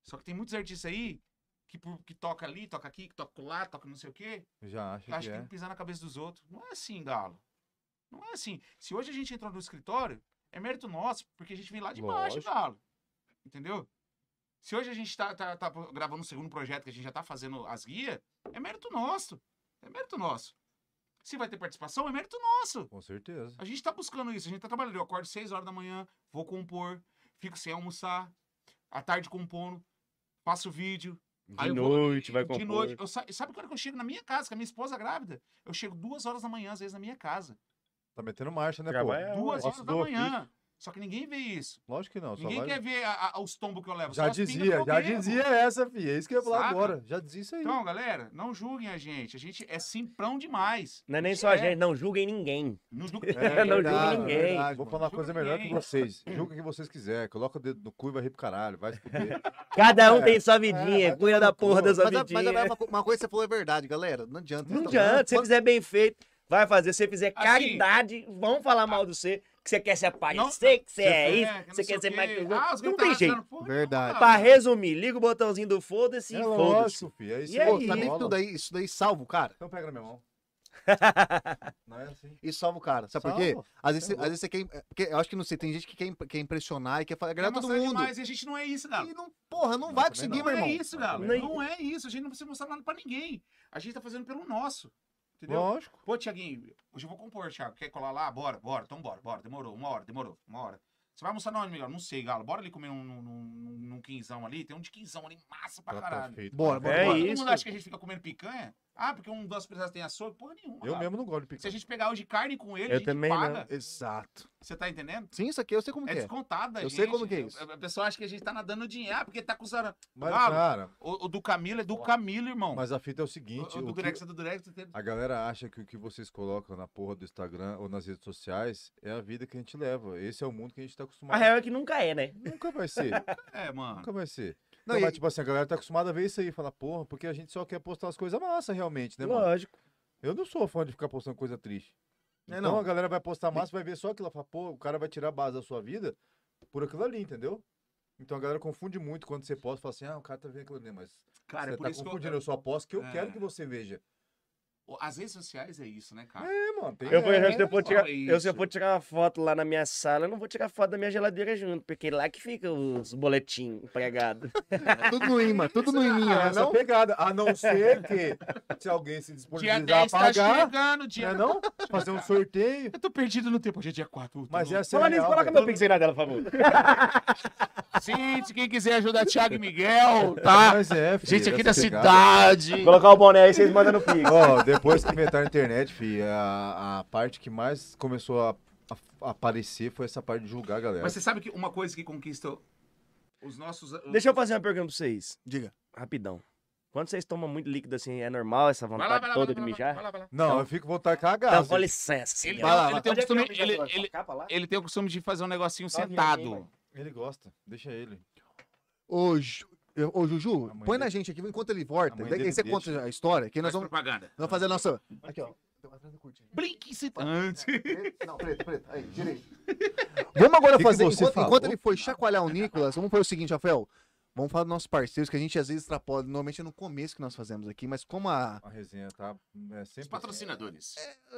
Só que tem muitos artistas aí que, por- que toca ali, toca aqui, que toca lá, toca não sei o quê.
Eu Já acho
acho
que
que tem
é.
que pisar na cabeça dos outros. Não é assim, Galo. Não é assim. Se hoje a gente entrou no escritório, é mérito nosso, porque a gente vem lá de baixo,
Lógico.
Galo. Entendeu? Se hoje a gente tá, tá- tá gravando um segundo projeto que a gente já tá fazendo as guias, é mérito nosso. É mérito nosso. Se vai ter participação, é mérito nosso.
Com certeza.
A gente tá buscando isso, a gente tá trabalhando. Eu acordo 6 horas da manhã, vou compor, fico sem almoçar, à tarde compondo, faço vídeo, Aí
De
eu vou-
noite, vai compor.
de noite. Eu sa... Sabe quando que eu chego na minha casa, com a minha esposa é grávida? Eu chego duas horas da manhã, às vezes, na minha casa.
Tá metendo marcha, né, pô?
Trabalha- É,
duas
ué.
horas da
Nossa,
manhã. Só que ninguém vê isso.
Lógico que não. Só
ninguém
vai...
quer ver a- a- os tombos que eu levo.
Já
só as pingas
dizia,
que eu
já
bebo.
dizia essa, filha. É isso que eu ia falar
Saca?
agora. Já dizia isso aí.
Então, galera, não julguem a gente. A gente é simprão demais.
Não é nem só a
É.
gente, não julguem ninguém.
Não
É,
julgue...
não julga
Verdade,
ninguém.
verdade,
Vou
mano.
falar uma
Julga
coisa melhor que
ninguém.
vocês. Julga o que vocês quiserem. Coloca o dedo no cu e vai rir pro caralho. Vai se fuder.
Cada um
É,
tem sua
é,
vidinha,
vai
cuida
tomar
da
no
porra
cu.
da sua
Mas, a- mas
vidinha.
a- uma, uma coisa que você falou é verdade, galera. Não adianta.
Não
Tá-
adianta, se você fizer bem feito, vai fazer. Se você fizer
Assim,
caridade, vão falar mal do você, que você quer ser aparecer, que você é isso, que você quer ser mais
Ah,
que os outros. Não tem
tá
jeito.
Verdade.
Pra resumir, liga o botãozinho do foda-se
é
e foda-se.
lógico, filho. É isso
E
aí.
Pô,
que
sabe que
rola.
isso daí, isso daí salva o cara?
Então pega na minha mão. Não é assim.
Isso salva o cara. Sabe por quê?
Salva.
Às vezes,
Tá
você- às vezes você quer. é, Porque eu acho que não sei, tem gente que quer, imp- quer impressionar e quer falar, agradar todo mundo.
Mas a gente não é isso, Galo.
E não, porra, não
Não,
vai
também
conseguir, meu
não.
Não
irmão.
é isso, Galo.
Nem-
Não é isso. A gente não precisa mostrar nada pra ninguém. A gente tá fazendo pelo nosso. Entendeu?
Lógico.
Pô, Tiaguinho, hoje eu vou compor, Thiago. Quer colar lá? Bora, bora. Então bora, bora. Demorou. Uma hora, demorou. Uma hora. Você vai almoçar na onde melhor? Não sei, Galo. Bora ali comer num, num, num, num quinzão ali. Tem um de quinzão ali, massa pra
Tá
caralho.
perfeito.
Bora, bora,
É
Pô,
bora.
Todo
isso.
mundo acha que a gente fica comendo picanha? Ah, porque um dos empresários tem açougue? Porra nenhuma.
Eu
Galo.
mesmo não gosto de
Se a
picanha.
gente pegar hoje carne com ele,
Eu
a gente
também não.
paga.
Exato.
Você tá entendendo?
Sim, isso aqui eu sei como
É
que é.
descontado da
Eu
gente.
sei como que é isso.
A a pessoa acha que a gente tá nadando dinheiro. Ah, porque tá cusando.
Mas,
Galo.
cara,
O, o do Camilo é do Camilo, irmão.
mas a fita é o
o,
seguinte.
o do
o que-
Durex é do Durex.
A galera acha que o que vocês colocam na porra do Instagram ou nas redes sociais é a vida que a gente leva. Esse é o mundo que a gente tá
A
acostumado.
real é que nunca é, né?
Nunca vai ser.
É, mano.
Nunca vai ser.
Não,
Não,
e-
mas, tipo assim, a galera tá acostumada a ver isso aí e falar, porra, porque a gente só quer postar as coisas massa realmente, né, mano?
Lógico.
Eu não sou fã de ficar postando coisa triste.
É,
Então
não.
a galera vai postar massa, vai ver só aquilo e fala, pô, o cara vai tirar a base da sua vida por aquilo ali, entendeu? Então a galera confunde muito quando você posta e fala assim, ah, o cara tá vendo aquilo ali, mas
Cara, é
você
por
tá
isso que
confundindo, eu...
eu...
só posto o que eu
É.
quero que você veja.
Ô, As redes sociais é isso, né, cara?
É, mano. Tem
Eu, por exemplo,
é,
se eu for
fala
tirar, eu, se eu
isso.
for tirar uma foto lá na minha sala, eu não vou tirar foto da minha geladeira junto, porque lá que fica os boletim pregados.
Tudo no imã, tudo no iminha,
é
né?
essa
Não?
pegada. A não ser que se alguém se
Dia
disponibilizar a
10 tá
pagar,
chegando,
né
dia...
não? Fazer um sorteio.
Eu tô perdido no tempo, hoje é dia 4. eu tô
Mas
louco.
essa é
Fala nisso,
real,
coloca
velho.
meu pix aí na dela, por favor.
Gente, quem quiser ajudar Thiago e Miguel, tá?
Mas é, filho,
Gente aqui da
essa pegada.
cidade.
Colocar o boné aí, vocês mandam no pix.
Ó, depois que inventaram a internet, fi, a, a parte que mais começou a, a- a aparecer foi essa parte de julgar a galera.
Mas você sabe que uma coisa que conquista os nossos...
Deixa eu fazer uma pergunta pra vocês,
Diga.
rapidão. Quando vocês tomam muito líquido assim, é normal essa vontade toda de mijar?
vai lá, vai lá.
Não, eu fico com vontade de cagar.
Então,
assim.
com licença,
Ele,
senhor.
Vai lá,
ele
vai.
tem um o
Onde é que eu
costume,
mijo
ele,
agora?
ele-
Capa lá?
ele tem o costume de fazer um negocinho
Sozinho
sentado.
assim,
Ele gosta, deixa ele.
Ô, Ju- Ô, Juju,
A mãe
põe na
dele-
gente aqui enquanto ele volta.
a mãe
Daí
dele
você
deixa.
conta a história, que
Faz
nós vamos,
propaganda.
nós vamos fazer a nossa. Aqui, ó. Então,
Blink excitante.
Não, preto, preto. Aí, direito. Vamos agora
Que que
fazer.
você
enquanto,
falou?
enquanto ele foi chacoalhar o Nicolas, vamos fazer o seguinte, Rafael. Vamos falar dos nossos parceiros, que a gente às vezes extrapola. Normalmente é no começo que nós fazemos aqui, mas como a,
A resenha tá é
Os
sempre
patrocinadores.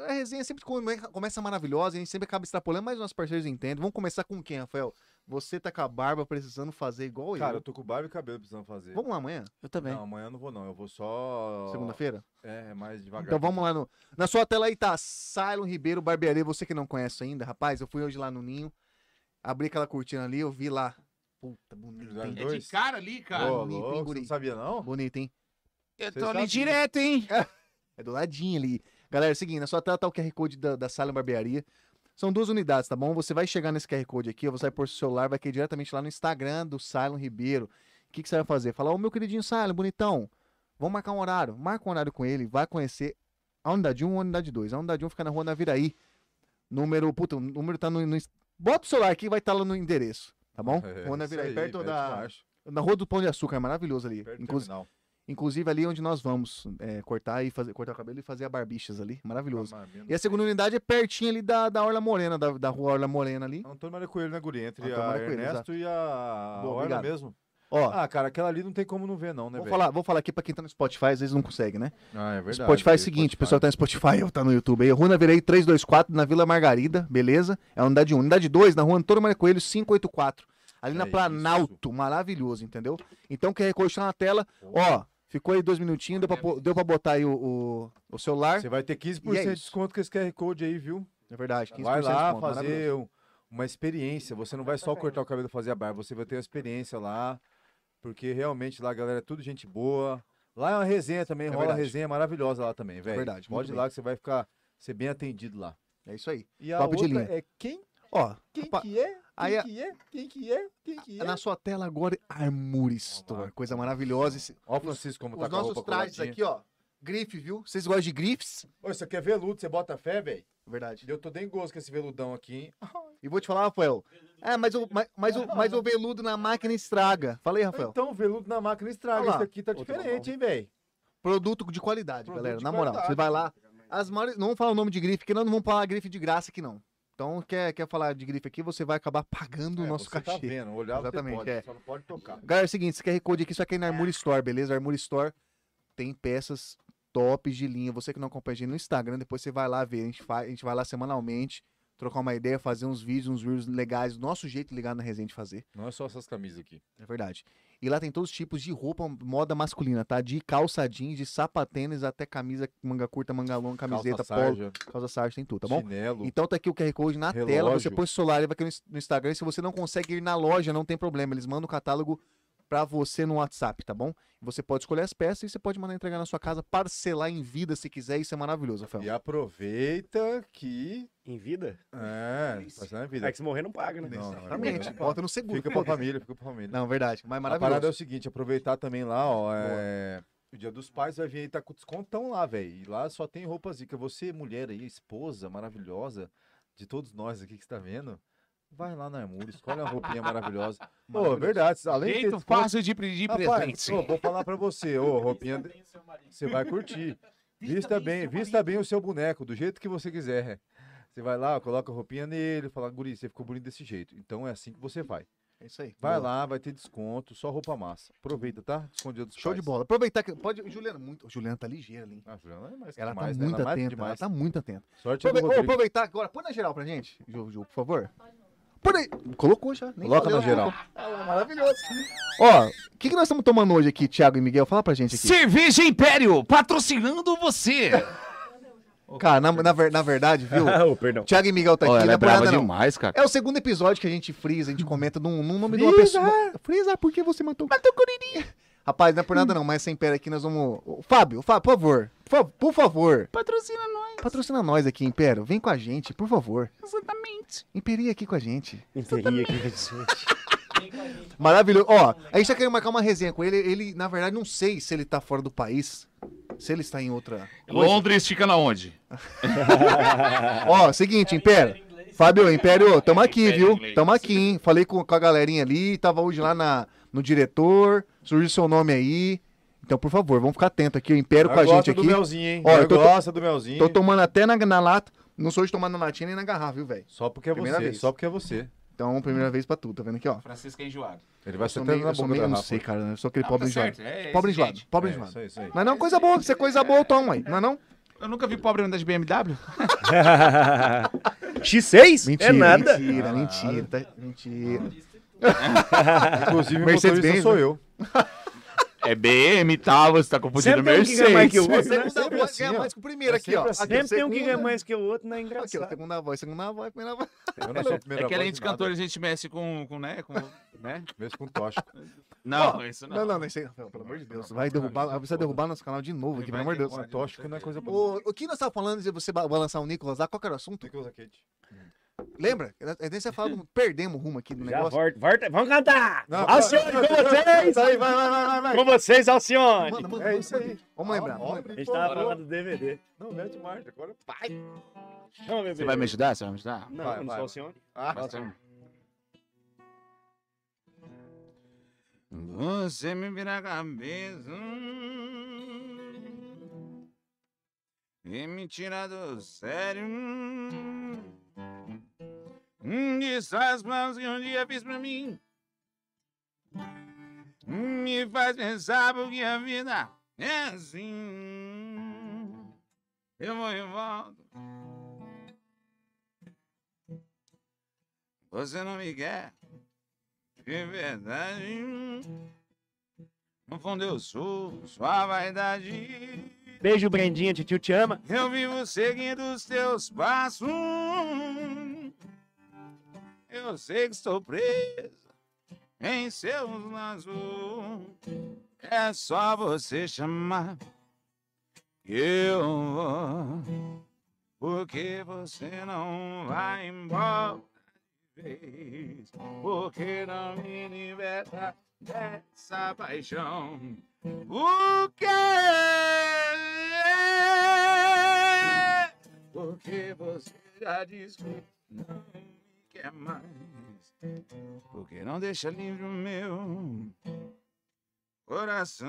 a resenha sempre come- começa maravilhosa, a gente sempre acaba extrapolando, mas nossos parceiros entendem. Vamos começar com quem, Rafael? Você tá com a barba precisando fazer igual
Cara, eu
eu.
tô com barba e cabelo precisando fazer.
Vamos lá amanhã? Eu também.
Não, amanhã eu não vou não, eu vou só...
Segunda-feira?
É, mais devagar.
Então vamos lá no. Na sua tela aí tá Cylon Ribeiro Barbearia. Você que não conhece ainda, rapaz, eu fui hoje lá no Ninho. Abri aquela cortina ali, eu vi lá. Puta, bonito,
Os
hein?
É de
dois.
cara ali, cara.
Ô,
Bonito, hein,
louco, você
guri?
não sabia não?
Bonito, hein?
Eu
Cê
tô ali
sabe.
Tá direto, hein?
É do ladinho ali. Galera, é o seguinte, na sua tela tá o QR Code da, da Silent Barbearia. São duas unidades, tá bom? Você vai chegar nesse QR Code aqui, ó, você vai pôr seu celular, vai cair diretamente lá no Instagram do Silon Ribeiro. O que, que você vai fazer? Falar, ô meu queridinho Silon, bonitão, vamos marcar um horário. Marca um horário com ele, vai conhecer a unidade 1 a unidade 2. A unidade 1 fica na rua Naviraí. Número, puta, o número tá no. no ins- Bota o celular aqui e vai estar lá no endereço, tá bom? rua
É, isso
Naviraí,
aí,
perto
do
da.
Marcho,
Na rua do Pão de Açúcar, é maravilhoso ali.
perto do
Inclusive.
terminal.
Inclusive ali onde nós vamos é, cortar e fazer, cortar o cabelo e fazer a barbichas ali. Maravilhoso.
Ah, mas-
E a segunda unidade é pertinho ali da, da Orla Morena, da, da rua Orla Morena ali.
Antônio Maria Coelho, né, guri? Entre
Antônio
a
Maria é Coelho,
Ernesto e a
Boa,
Orla
obrigado.
mesmo.
Ó,
Ah, cara, aquela ali não tem como não ver não, né,
vou,
velho?
falar, vou falar aqui pra quem tá no Spotify, às vezes não consegue, né?
Ah, é
Spotify
verdade.
é o
Spotify.
seguinte, o pessoal tá no Spotify, eu tá no YouTube aí. Rua Navirei 324, na Vila Margarida, beleza? É a unidade 1. Unidade 2, na rua Antônio Maria Coelho 584. Ali na
É
Planalto, maravilhoso, entendeu? Então, QR Code tá na tela. Ó, ficou aí dois minutinhos, deu pra, pô- deu pra botar aí o, o, o celular.
Você vai ter 15%
E é
de
isso.
desconto com esse QR Code aí, viu?
É verdade, 15%
Vai
de
lá
desconto, maravilhoso.
fazer um- uma experiência. Você não vai só cortar o cabelo e fazer a barba, você vai ter uma experiência lá. Porque realmente lá, galera, é tudo gente boa. Lá é uma resenha também, rola
verdade.
resenha maravilhosa lá também, velho.
verdade, muito
Pode ir lá que você vai ficar ser bem atendido lá.
É isso aí.
E a
Top de
outra
linha.
é quem,
Ó,
quem
Opa,
que é? Quem
aí a-
que é? Quem que é? Quem que é?
na sua tela agora, Armour Store.
Olá.
coisa maravilhosa. Esse-
Ó o Francisco como tá
os
com a
nossos
roupa
trajes
coladinha.
aqui, ó. Grife, viu? Vocês gostam de grifes?
Ô, isso aqui é veludo, você bota fé, velho?
Verdade.
Eu tô dando gosto com esse veludão aqui, hein?
E vou te falar, Rafael. É, mas o, mas, mas o, mas o veludo na máquina estraga. Fala aí, Rafael.
Então, veludo na máquina estraga.
Olha lá.
Isso aqui tá
Outro
diferente, hein, velho?
Produto de qualidade,
Produto
galera.
de
Na moral,
qualidade.
você vai lá. As maiores... Não vamos falar o nome de grife, porque nós não vamos falar grife de graça aqui, não. Então, quer, quer falar de grife aqui, você vai acabar pagando o
É,
nosso
você Tá
cachê.
vendo, olhar
Exatamente,
você pode,
é.
só não pode tocar.
Galera, é o seguinte, esse QR Code aqui, só que aí na
É.
Armory Store, beleza? A Armory Store tem peças tops de linha. Você que não acompanha a gente no Instagram, depois você vai lá ver. A gente, fa- a gente vai lá semanalmente, trocar uma ideia, fazer uns vídeos, uns reels legais, do nosso jeito ligado na resenha de fazer.
Não é só essas camisas aqui.
É verdade. E lá tem todos os tipos de roupa, moda masculina, tá? De calça jeans, de sapatênis até camisa, manga curta, manga longa, camiseta,
Calça
polo,
sarja,
calça sarja, tem tudo, tá bom?
Chinelo.
Então tá aqui o QR Code na tela,
Relógio.
você põe o celular e vai aqui no ins- no Instagram. E se você não consegue ir na loja, não tem problema. Eles mandam o catálogo pra você no WhatsApp, tá bom? Você pode escolher as peças e você pode mandar entregar na sua casa, parcelar em vida se quiser. Isso é maravilhoso,
E
Rafael.
aproveita que.
Em vida?
É, passando a vida.
É que se morrer não paga, né?
Não, não,
Exatamente.
é-
Bota no seguro.
Fica pra família, fica pra família.
Não, verdade. Mas
a parada é o
maravilhoso.
seguinte: aproveitar também lá, ó. é, O dia dos pais vai vir aí, tá com descontão lá, velho. E lá só tem roupa zica. Você, mulher aí, esposa maravilhosa, de todos nós aqui que você tá vendo, vai lá na Armura, escolhe uma roupinha maravilhosa.
Maravilhoso. um
Pô, é verdade. Além de ter
Jeito
desconto,
fácil de pedir
Rapaz,
presente.
ô, vou falar pra você, ô, roupinha,
Isso também, seu marido.
você vai curtir. Vista bem, vista bem o seu boneco, do jeito que você quiser. Você vai lá, coloca a roupinha nele, fala, guri, você ficou bonito desse jeito. Então é assim que você vai.
É isso aí.
Vai
Boa.
lá, vai ter desconto, só roupa massa. Aproveita, tá? Desconto Dia dos
Show de
Pais.
bola. Aproveitar que. Pode. Juliana, muito. Juliana tá ligeira ali. hein?
Ah, Juliana é mais que
Ela
demais,
tá muito
né? Ela é mais que
atenta. Ela
demais.
tá muito atenta.
Sorte do
Aprove- ô,
Rodrigo.
aproveitar agora. Põe na geral pra gente, Ju, Ju, por favor. Põe aí. Colocou já. nem
Coloca
falei
na geral.
nada. Ah, maravilhoso. Ó, o que, que nós estamos tomando hoje aqui, Thiago e Miguel? Fala pra gente aqui.
Cerveja Império, patrocinando você.
Cara, na, na ver- na verdade, viu?
Ah, perdão.
Thiago e Miguel tá aqui, não é por nada, não.
demais, cara.
É o segundo episódio que a gente frisa, a gente comenta num, num nome de uma pessoa. Frisa, por que você matou? Matou Curirinha. Rapaz, não é por nada não, mas sem pera aqui nós vamos. Ô, Fábio, Fábio, por favor. Por fa- Por favor.
Patrocina nós,
Patrocina nós aqui, Império. Vem com a gente, por favor.
exatamente.
Imperia aqui com a gente.
Inteirinha aqui, gente.
Vem com a gente.
Maravilhoso. Ó, a gente tá querendo marcar uma resenha com ele. Ele, na verdade, não sei se ele tá fora do país. Se ele está em outra.
Londres fica na onde?
Ó, seguinte, Império.
Em inglês.
Fábio, Império, tamo aqui,
Ah. Império
viu?
inglês.
Tamo aqui, hein? Falei com, com a galerinha ali, tava hoje lá na, no diretor, surgiu seu nome aí. Então, por favor, vamos ficar atento aqui, o Império com a
Nós
gente
gosta do
aqui.
melzinho, hein?
Ó,
Nós
eu tô-
gosta do melzinho.
Tô tomando até na, na lata, não sou de tomar na latinha nem na garrafa, viu, velho?
Só porque é
Primeira
você,
vez.
só porque é você.
Então, primeira vez pra tudo, tá vendo aqui, ó?
Francisco é enjoado.
Ele vai
Eu sou
acertando
meio,
tá na
eu sou
boca
meio,
da
eu não
Rafa.
sei, cara, né? eu sou aquele
Não,
pobre
tá
enjoado.
certo, é
pobre
exigente.
enjoado, pobre
É,
enjoado.
isso aí, isso aí.
Mas não, coisa boa, se é coisa boa, eu tomo aí, não é não?
Eu nunca vi pobre andar de BMW.
X6?
Mentira,
é nada.
mentira,
Ah,
mentira, tá- mentira.
Inclusive, o
Mercedes-Benz,
motorista sou
né?
eu.
É BM, tá? Você tá confundindo
Sempre tem um que ganha mais que o
A
outro, né?
segunda voz ganha mais que o primeiro aqui, assim, ó.
sempre assim.
Aqui,
Sempre tem um que
segunda-
ganha mais que o outro, não é
Aqui, ó,
engraçado.
segunda voz, segunda voz, primeira voz.
Eu não sou o primeiro
É que além de cantores, a gente mexe com, com né? Com, né?
Mesmo com tóxico.
Não,
Ó,
isso
Não, não, não, isso aí, não, pelo amor de Deus. Vai derrubar, vai precisar derrubar nosso canal de novo aqui, pelo
Vai
amor de Deus.
derrubar.
tóxico não é coisa boa.
O, o que nós tava falando de você ba- balançar o Nicolas lá, qual É que era o assunto?
Nicolas Cage.
Lembra? É nem você falou, perdemos o rumo aqui do
Já
negócio.
volta, volta, vamos cantar!
Não,
Alcione, com vocês!
Isso aí, vai, vai, vai, vai, vai.
Com vocês, Alcione!
Manda, manda,
É
manda,
isso aí.
Vamos lembrar, vamos lembrar.
A gente tava falando do DVD.
Não, mete marcha, agora
Vai.
Chama, bebê.
Você vai me ajudar? Você vai me ajudar?
Não,
Vai,
eu não
vai.
sou Alcione.
Ah,
Você me vira a cabeça e me tira do sério. Diz as mãos que um dia fiz pra mim. Me faz pensar porque a vida é assim. Eu vou e volto. Você não me quer. De verdade, no fundo eu sou sua vaidade.
Beijo, Brendinha, tio te ama.
Eu vivo seguindo os teus passos. Eu sei que estou presa em seus laços. É só você chamar que eu vou. Porque você não vai embora de vez. Porque não me liberta dessa paixão. O
é?
quê? Porque você já disse que não me quer mais. Porque não deixa livre o meu coração.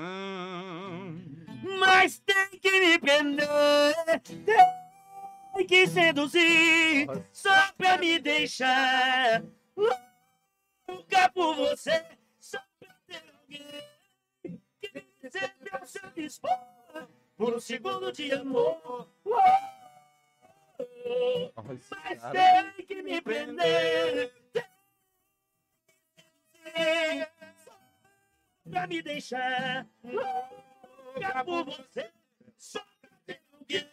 Mas tem que me prender, tem que seduzir, só pra me deixar louca por você, só pra ter alguém que seja ao seu dispor por um segundo de amor. Oh, Mas tem que me prender, tem que seduzir, só pra me deixar louca por você. Só pra ter alguém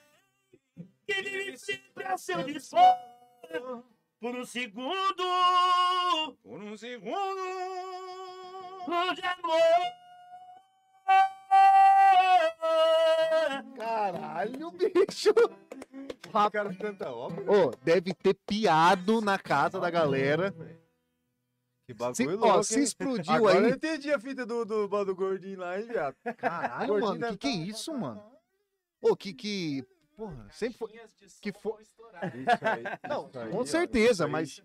que vive sempre a seu dispor. Por um segundo
Por um segundo.
de amor.
Caralho, bicho.
O cara canta óbvio.
Ô, deve ter piado na casa da galera.
Que bagulho
Se,
louco,
ó, se
hein?
explodiu
Agora eu
aí.
entendi a fita do, do, do gordinho lá, hein, viado.
Caralho,
Gordinho
mano,
deve
que que é
tá-
isso, mano? Ô, que que... Porra, sempre foi...
Caixinhas de som
que fo-
vão estourar.
Isso aí,
Não,
isso aí,
com
ó,
certeza,
isso aí-
mas...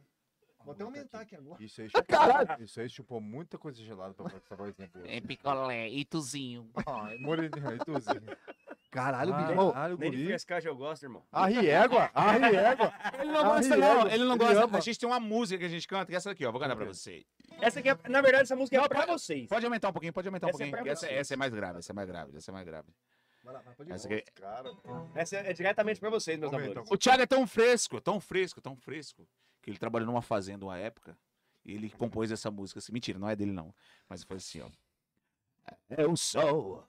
Vou até aumentar aqui agora.
Isso aí, chupou,
Caralho.
isso aí chupou muita coisa
É,
gelada pra fazer essa vozinha boa. é
picolé, ituzinho.
Ah, Moreninho, aí tuzinho.
Caralho, bicho. Ô,
Caralho,
Nem de
guri.
frescagem eu gosto, irmão.
Arre égua, arre égua.
Ele não
Ah,
gosta,
ele
não.
ama,
Ele não
ele
gosta.
ama.
A gente tem uma música que a gente canta, que é essa aqui, ó. Vou cantar pra você.
Essa aqui é, na verdade, essa música é pra vocês.
Pode aumentar um pouquinho, pode aumentar um
Essa é
pouquinho.
pra
essa,
você.
essa é mais grave, essa é mais grave, essa é mais grave. Essa aqui- é-
Cara,
Essa é diretamente pra vocês, meus
Aumenta,
amores.
O Thiago é tão fresco, tão fresco, tão fresco, que ele trabalhou numa fazenda uma época e ele compôs essa música assim. Mentira, não é dele não. Mas foi assim, ó. É Eu sou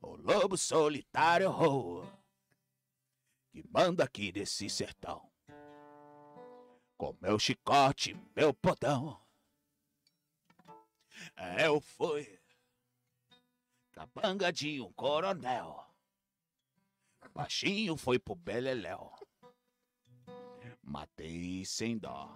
o Um lobo solitário roa que manda aqui desse sertão. Com meu chicote, meu podão. É, Eu fui capanga de um coronel. Baixinho foi pro Beleléu. Matei sem dó.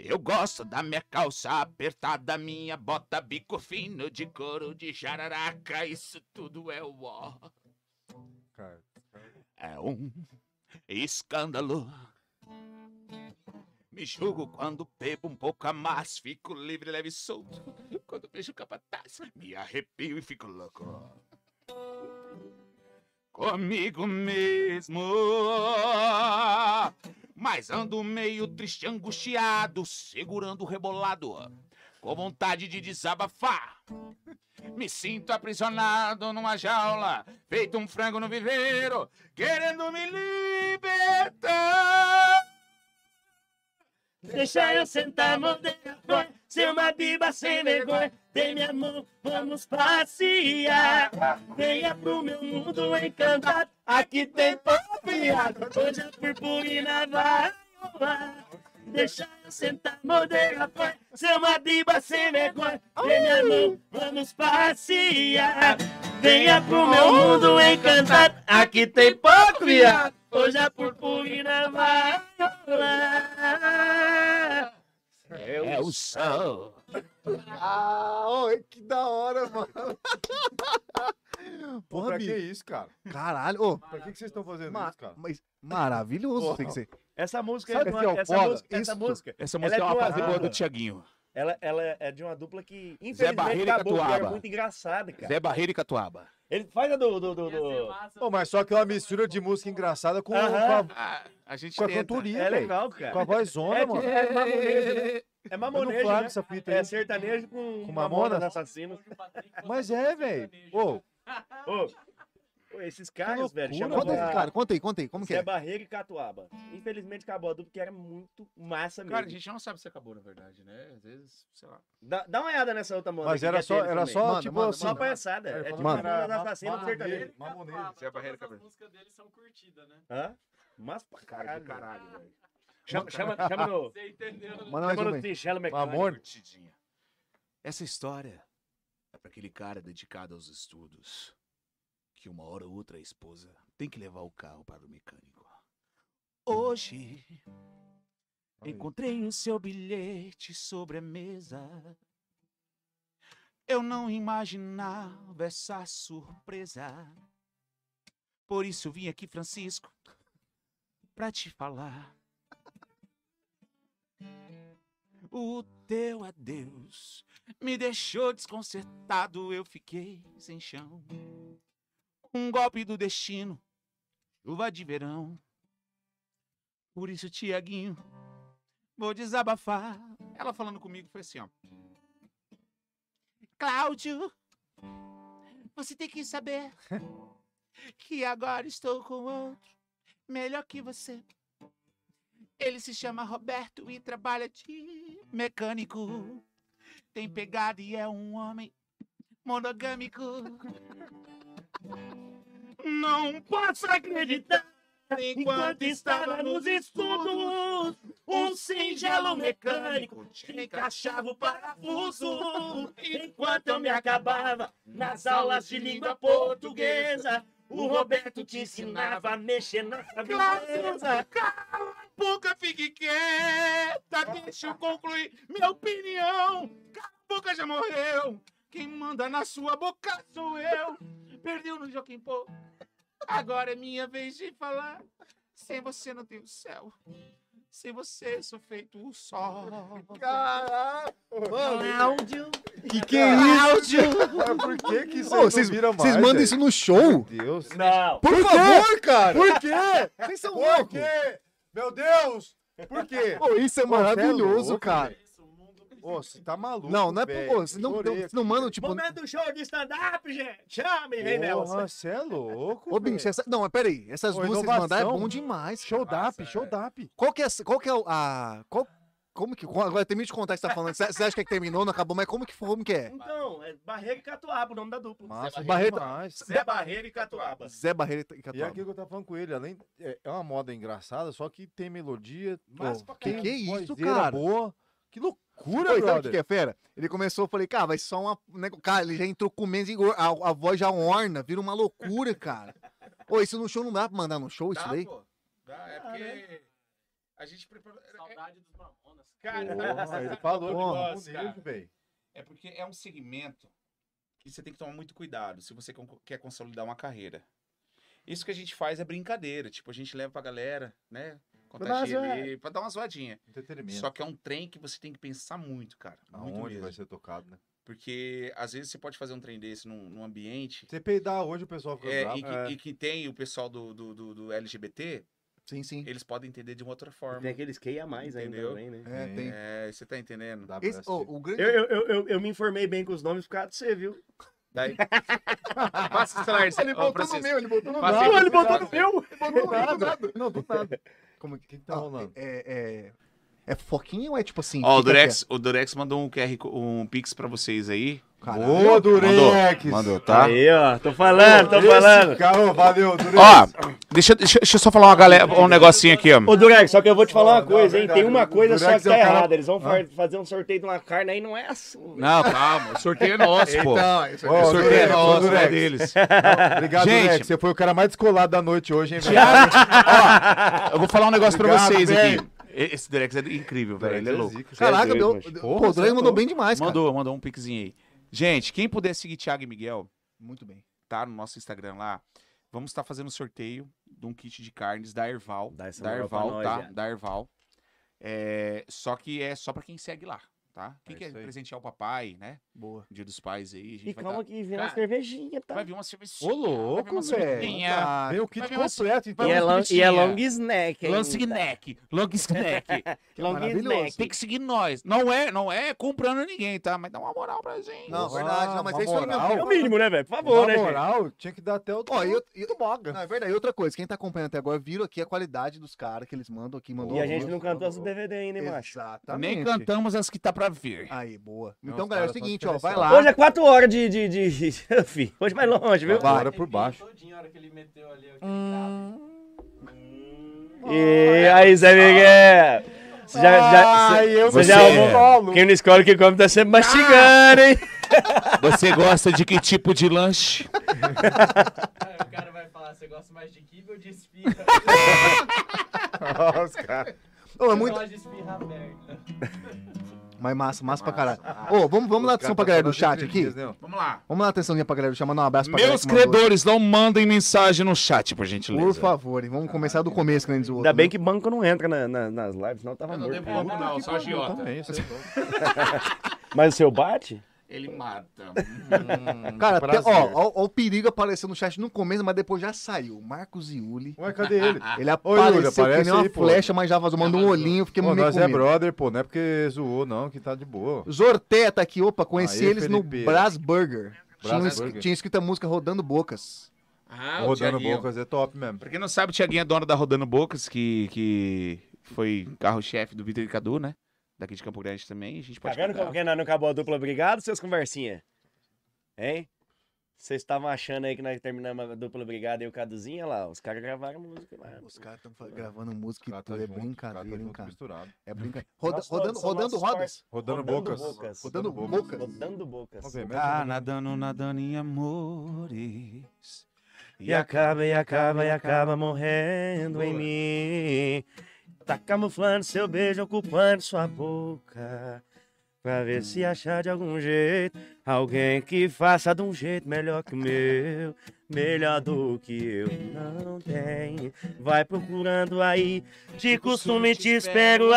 Eu gosto da minha calça apertada, minha bota bico fino de couro de jararaca, isso tudo é o ó.
cara.
É um escândalo. Me julgo quando bebo um pouco a mais, fico livre, leve e solto. Quando vejo o capataz, me arrepio e fico louco. Comigo mesmo. Mas ando meio triste, angustiado, segurando o rebolado, com vontade de desabafar. Me sinto aprisionado numa jaula, feito um frango no viveiro, querendo me libertar.
Deixa eu sentar a mão depois, ser uma biba sem vergonha. Tem minha mão, vamos passear. Venha pro meu mundo encantado, aqui tem papiado. Hoje a purpurina vai rolar. Deixa eu sentar a mão depois, ser uma biba sem vergonha. Tem minha mão, vamos passear. Venha pro meu mundo encantado, aqui tem pouco viado. Hoje a purpurina vai rolar.
É o sol.
Ah, ô, que da hora, mano.
Porra,
Porra,
pra que
bicho.
isso, cara?
Caralho. Ô,
Pra que, que vocês estão fazendo
ma-
isso, cara?
mas maravilhoso tem que ser.
Essa música é
Sabe
de
o que é
uma,
o
essa
foda?
música, essa
Isso.
música,
Essa
Ela
música é,
é
uma
de uma
fase boa do
rana.
Tiaguinho.
ela, ela é de uma dupla que,
Barreiro
infelizmente,
e
acabou, porque era
Catuaba.
muito engraçada, cara.
Zé Barreira e Catuaba.
Ele faz a do... do, do,
Ia ser
do...
massa.
Pô, mas só que é uma mistura de música engraçada com,
Aham.
com, a,
Ah, a gente
com a
tenta.
cantoria,
É
velho.
legal,
Com a
cara.
vozona,
É,
mano.
é, é mamonejo, né? É
Eu não
mamonejo,
flago
né?
essa fita aí.
É sertanejo com,
Com
mamona
mamonas?
assassino.
Hoje o Patrick bota
Mas
aqui
é,
um
velho.
sertanejo.
Ô,
Ô, ô, esses caras, velho,
loucura,
chamam
Conta aí,
mano.
cara. Conta aí, conta aí. Como que
Zé
é?
Barreiro e Catuaba. Infelizmente acabou a dupla, que era muito massa mesmo.
Cara, a gente não sabe se acabou, na verdade, né? Às vezes, sei lá.
Dá, dá uma olhada nessa outra moda.
mas
aqui,
era
que é
só,
deles
era
também.
só
Manda,
tipo
manda,
assim.
Só palhaçada. É
Ele
tipo
falou
Mano.
que era
Mamonas
Ah,
Assassinas do
mamoneiro,
sertanejo.
mamoneiro.
Catuaba,
Zé Barreiro,
todas as
cabelo.
músicas dele são curtidas, né?
Hã? Mas pra
Cara
caralho.
de caralho, velho.
Chama, chama, chama no...
Você entendeu? né?
Manda mais
Chama
uma
no
aí.
Tigelo Mecânico.
Mamone.
Curtidinha. Essa história é para aquele cara dedicado aos estudos, que uma hora ou outra a esposa tem que levar o carro para o mecânico. Hoje encontrei o seu bilhete sobre a mesa. Eu não imaginava essa surpresa. Por isso vim aqui, Francisco, para te falar. O teu adeus me deixou desconcertado, eu fiquei sem chão. Um golpe do destino, chuva de verão. Por isso, Tiaguinho, vou desabafar. Ela falando comigo foi assim, ó. Cláudio, você tem que saber que agora estou com outro melhor que você. Ele se chama Roberto e trabalha de mecânico. Tem pegada e é um homem monogâmico.
Não posso acreditar. Enquanto estava nos estudos, um singelo mecânico encaixava o parafuso. Enquanto eu me acabava nas aulas de língua portuguesa, o Roberto te ensinava a mexer na cabeça.
Boca, fique quieta, deixa eu concluir minha opinião. Cala a boca já morreu. Quem manda na sua boca sou eu. Perdeu no Joaquim Pô. Agora é minha vez de falar. Sem você não tem o céu. Se você só feito o sol.
Caralho!
Cláudio.
Que que é isso?
Mas por que que isso
Ô,
aí não
vocês-
vira mais?
Vocês mandam
velho?
isso no show?
Meu Deus.
Não.
Por favor,
Por, cara!
por quê? Vocês são
Por
loucos.
quê? Meu Deus! Por quê?
Pô, isso é maravilhoso,
louco,
cara.
Isso, o mundo
Ô, você tá maluco,
Não, não é por.
velho.
pô, Vocês não,
Chorei
não, vocês
aqui,
não mandam, tipo.
Momento do show de stand-up, gente. Chame, Rei Nelson.
Porra, você é louco,
Ô, bicho, essa... não, mas peraí. Essas
Ô,
duas vocês
inovação.
mandaram é bom demais. cara.
Showdap,
Nossa,
showdap.
Qual que é. essa- Qual que é o- a. Qual... Como que. qual- Agora termina de contar o que você tá falando. Você você acha que é que terminou, não acabou, mas como que, como que é?
Então, é Barreira e Catuaba, o nome da dupla.
Massa,
Barreto-
demais.
Zé Barreira e Catuaba.
Zé Barreira e
E é
Catuaba.
aquilo que eu tava falando com ele, além é é uma moda engraçada, só que tem melodia,
Mas pra
tem
caralho. Que isso,
vozeira
cara?
boa. Que loucura,
Pô, e sabe o que
brother.
que é fera? Ele começou, eu falei, cara, vai só uma. né, Cara, ele já entrou com menos. igual- A, a voz já orna, vira uma loucura, cara. Ô, isso no show não dá pra mandar no show, isso
Dá,
daí?
pô. Dá, é
Dá,
porque a gente preparou. é-
Saudade dos mamonas.
Cara,
Porra, ele
Porra,
falou que
nossa,
bom
cara.
nível, velho.
É porque é um segmento que você tem que tomar muito cuidado se você con- quer consolidar uma carreira. Isso que a gente faz é brincadeira, tipo, a gente leva pra galera, né?
dar uma
Contagia ali, pra dar uma zoadinha.
Entretenimento.
Só que é um trem que você tem que pensar muito, cara. Muito
Aonde vai
mesmo.
ser tocado, né?
Porque às vezes você pode fazer um trem desse num, num ambiente
Você peidar hoje, o pessoal fica
é,
bravo.
e, que, e que tem o pessoal do, do, do- do LGBT,
Sim, sim.
eles podem entender de uma outra
E Tem
forma.
aqueles que ia mais ainda
Entendeu?
também, né?
É,
Sim.
tem.
É, você tá entendendo?
WST.
Esse, ô, o grande.
Eu, eu, eu, eu, eu me informei bem com os nomes por causa de você, viu?
Daí... Passa o celular.
Ele
ô,
botou no
Francisco.
meu, ele botou no meu.
Passei
Pô,
pro
ele botou
celular.
no meu!
Ele botou no meu, do nada.
Não, do nada. Como que, que, que tá
Não,
rolando?
É, é, é fofoquinha ou é tipo assim?
Ó, o
que que é
Durex, o Durex mandou um QR, co- um Pix pra vocês aí.
que é? Caralho.
Ô, Durex!
Mandou, tá?
Aí, ó, tô falando, tô
Esse
falando.
Cara, valeu, Durex.
Ó, deixa, deixa, deixa eu só falar uma galera, um negocinho aqui, ó.
Ô, Durex, só que eu vou te falar
Não,
uma coisa, hein?
verdade,
Tem uma
o
coisa só
Durex
que
é
tá
um cara-
errada. Eles vão fa- fazer um sorteio de uma carne aí, não é assim.
Não, calma, o sorteio é nosso, pô.
Então, isso
Ô,
aqui.
O sorteio é
Durex, ô,
nosso, não é
Durex.
deles.
Obrigado,
Gente.
Durex. Você foi o cara mais descolado da noite hoje, hein, velho?
Eu vou falar um negócio pra
Obrigado,
vocês
velho.
aqui. E- Esse Durex é incrível, velho, ele é louco.
zica.
Caraca,
é doido,
deu.
mas,
Pô,
porra,
o Durex
você
mandou
é
bem demais, cara.
Mandou, mandou um piquezinho aí. Gente, quem puder seguir Thiago e Miguel,
Muito bem.
tá no nosso Instagram lá, vamos estar fazendo sorteio de um kit de carnes da Erval.
Dá essa
da
moral pra
Erval,
nós,
tá?
viado.
Da Erval. É, só que é só pra quem segue lá, tá? Quem
É
quer
isso aí.
presentear o papai, né?
Boa.
Dia dos pais aí, a gente
E
vai
calma
tá-
que vem uma
Cara,
cervejinha, tá?
Vai vir uma cervejinha.
Ô, louco, velho. Ah,
Tem o
Vai
kit
vir uma-
completo, então.
E é lan- e é long
snack,
Long snack, long snack.
Long
maravilhoso.
snack.
Tem que seguir nós. Não é, não é comprando ninguém, tá? Mas dá uma moral pra gente.
Não,
Porra,
verdade, não, mas
uma
é isso aí mesmo.
moral.
que
É
eu
o
falo.
mínimo, né, velho? Por favor,
Na
né, gente?
um moral, tinha que dar até o...
Ó, eu, eu,
Tu boga.
não, é verdade. E outra coisa, quem tá acompanhando até agora, viram aqui a qualidade dos caras que eles mandam aqui. Mandou
E a gente
alguns,
não cantou
mandou
essa DVD ainda, hein,
outros.
macho?
Exatamente.
Nem cantamos as que tá pra vir.
Aí, boa.
Não,
Então,
os
galera, é o
caras são
seguinte, ó, vai
diferenciados.
lá.
Hoje é 4 horas de. de, de... Fih, Hoje é mais longe, viu?
Vai.
Eu
por
tentei
baixo. Hum.
todinho a hora que ele meteu ali aquele dado.
E aí, Zé Miguel? Você já, já,
Ai, eu
você já
não
arrumou- Quem não escolhe o que come tá sempre mastigando, hein?
Você gosta de que tipo de lanche?
Aí o cara vai falar, você gosta mais de kibe ou de espirra?
Nossa, cara.
Ô, é
Eu
muito...
gosto de espirrar merda.
Mas massa, massa pra caralho. Ô, vamos, vamos dar atenção pra galera do chat aqui?
né?
Vamos lá.
Vamos dar atençãozinha pra galera do chat, mandar um abraço pra galera
Meus
que mandou aqui.
credores, não mandem mensagem no chat, por gentileza.
Por favor, hein? vamos começar do começo, que nem diz o outro. né?
Ainda bem que banco não entra na- na- nas lives, senão eu tava
Eu não
morto.
devolvo, não, só agiota.
Também, isso aí.
Mas o seu bate?
Ele mata.
Cara, até-
prazer.
ó, ó, ó o perigo apareceu no chat no começo, mas depois já saiu. Marcos Iuli.
Ué, cadê ele?
Ele apareceu que
aparece
nem uma
aí, pô.
flecha, mas já vazou. Mandou um
vazou.
olhinho, fiquei
Pô,
meio
nós
com
é
medo.
brother, pô. Não é porque zoou, não, que tá de boa.
Zorté tá aqui, opa, conheci
Aê,
eles no
Felipe.
Brás Burger. Tinha, um
Brás
es-
Burger.
tinha escrito a música Rodando Bocas.
Ah, o
Rodando
Thiaguinho.
bocas é top mesmo.
Pra quem não sabe, o Tiaguinho é dono da Rodando Bocas, que, que foi carro-chefe do Vitor e Cadu, né? Daqui de Campo Grande também. A gente
Tá
pode
vendo
contar.
como que nós não acabou a dupla? Obrigado, seus conversinha. Hein? Vocês estavam achando aí que nós terminamos a dupla brigada e o Caduzinho, olha lá, os caras gravaram música lá.
Os caras estão gravando música
O cara
e
tá
tudo. É
junto, o cara tá
brincadeira, hein,
junto,
cara.
misturado.
É brincadeira. Roda-
Nossa,
rodando
são
rodando
nossos
rodas.
Rodando, bocas.
Rodando bocas. É,
Rodando bocas.
Vamos ver, mete
Tá
o dedo.
nadando, nadando em amores.
E acaba, e acaba, e acaba morrendo em mim. Tá camuflando seu beijo, ocupando sua boca. Pra ver se achar de algum jeito alguém que faça de um jeito melhor que o meu, melhor do que eu. Não tem, vai procurando aí, de costume te espero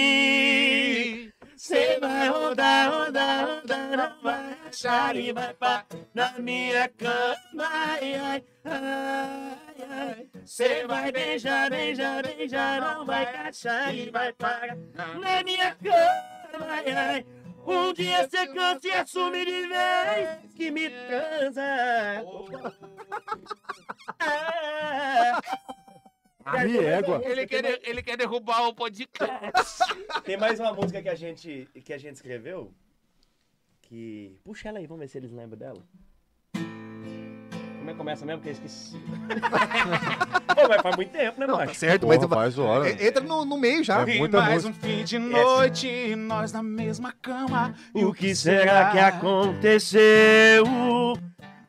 aqui. Cê vai rodar, rodar, rodar, não vai achar e vai pá na minha cama, ai, ai, ai, ai. Cê vai beijar, beijar, beijar, não vai achar e vai parar na minha cama, ai, ai. Um dia cê cansa e assume de vez que me transa. Ah,
Me égua.
Ele quer, de- ele quer derrubar o podcast.
Tem mais uma música que a gente, que a gente escreveu. Que. Puxa ela aí, vamos ver se eles lembram dela. Como é que começa mesmo? Porque eu esqueci. Pô, mas faz muito tempo, né,
Não, tá
macho?
certo,
Porra,
mas
faz hora.
É, entra no, no meio já.
É
E
muita
mais
música.
um fim de noite, nós na mesma cama.
O que será que aconteceu?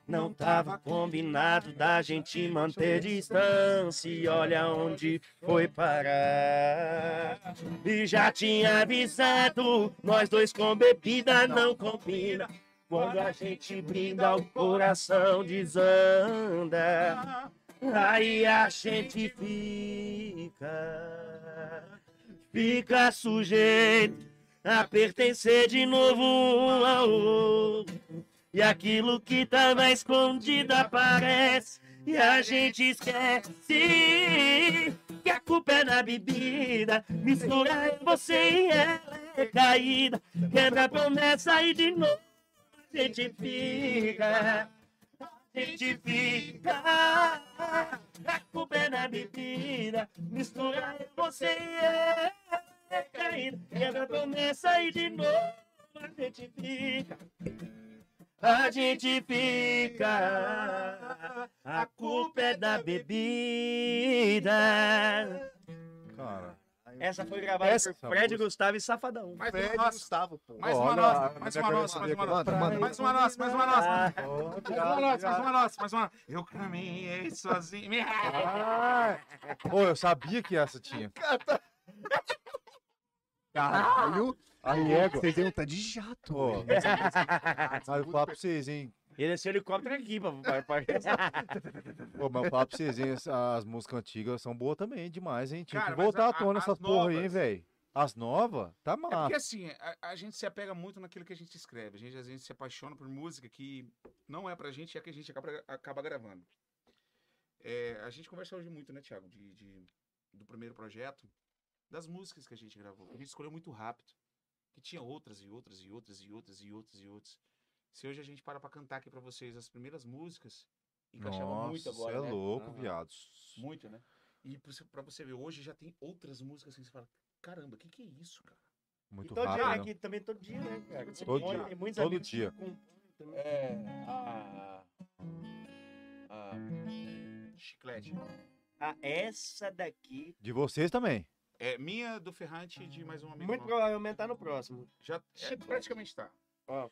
Não tava combinado da gente manter distância. E olha onde foi parar. E já tinha avisado, nós dois com bebida não combina. Quando a gente brinda, o coração desanda. Aí a gente fica, fica sujeito a pertencer de novo um ao outro. E aquilo que tava escondido aparece e a gente esquece que a culpa é na bebida. Mistura eu, você e ela é caída, quebra a promessa e de novo a gente fica. A gente fica a culpa é na bebida, mistura eu, você e ela é caída, quebra a
é
promessa e de novo a gente fica. A gente fica, a culpa é da bebida.
Cara,
Essa foi gravada
Essa,
por Fred
Fred, Gustavo e Safadão.
Mais uma
Fred
nossa,
Gustavo, pô.
mais uma
Olha,
nossa,
a
mais
minha
uma nossa, mais uma nossa.
Manda, manda.
Mais uma nossa, mais uma nossa.
Ah,
Mais uma nossa, mais uma nossa, mais uma nossa. Eu caminhei sozinho.
Ô, eu sabia que essa tinha.
um Caralho.
A égua.
Vocês iam tá de jato.
Ah, Pô,
velho.
mas eu vou falar pra vocês, hein.
Ele é helicóptero aqui, pra, pra,
Pô, mas eu vou falar pra vocês, hein. as- As músicas antigas são boas também, demais, hein. Tinha
Cara,
que
mas
voltar
a-
à tona
a-
essas
as
porra aí, hein,
novas.
velho. As novas? Tá
É porque
massa.
assim, a, a gente se apega muito naquilo que a gente escreve. A gente às vezes se apaixona por música que não é pra gente e é a que a gente acaba, acaba gravando. É, a gente conversa hoje muito, né, Thiago? De, de- do primeiro projeto, das músicas que a gente gravou. A gente escolheu muito rápido. Que tinha outras e outras e outras e outras e outras e outras. Se hoje a gente para pra cantar aqui pra vocês as primeiras músicas, encaixava muito
Nossa, você
agora.
é
né?
louco,
Aham.
viado.
Muito, né? E pra você- pra você ver, hoje já tem outras músicas que você fala, caramba, o que, que é isso, cara?
Muito
e
então,
todo dia
rápido.
Então,
né?
aqui também, todo dia, né,
Tipo
cara?
Todo dia,
Tem muitos
todo
amigos que
dia.
compõem também.
É. A. A. Chiclete.
Ah, essa daqui,
De vocês também.
É minha do Ferrante e de mais um amigo.
muito
nosso.
provavelmente tá no próximo.
Já é, praticamente tá.
Ó.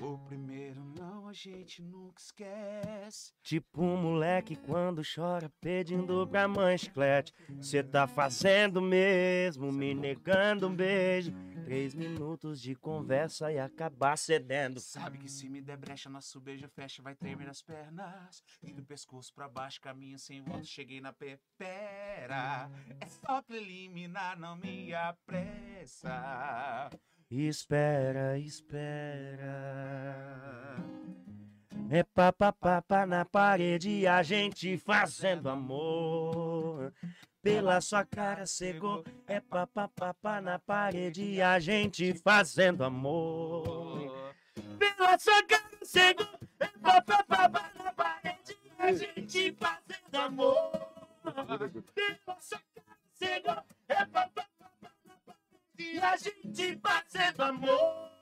O primeiro não a gente nunca esquece.
Tipo um moleque quando chora pedindo pra mãe chiclete. Cê tá fazendo mesmo, me negando um beijo. Três minutos de conversa e acabar cedendo.
Sabe que se me der brecha, nosso beijo fecha, vai tremer as pernas. E do pescoço pra baixo, caminho sem volta, cheguei na pepera. É só preliminar, não me apressa.
Espera, espera. É pá, pá, pá, pá na parede, a gente fazendo amor. Pela sua cara cegou. É pá, pá, pá, pá na parede, a gente fazendo amor. Pela sua cara cego, é pá, pá, pá, pá na parede, a gente fazendo amor. Pela sua cara cego, é pá, pá, pá, pá na parede, a gente fazendo amor.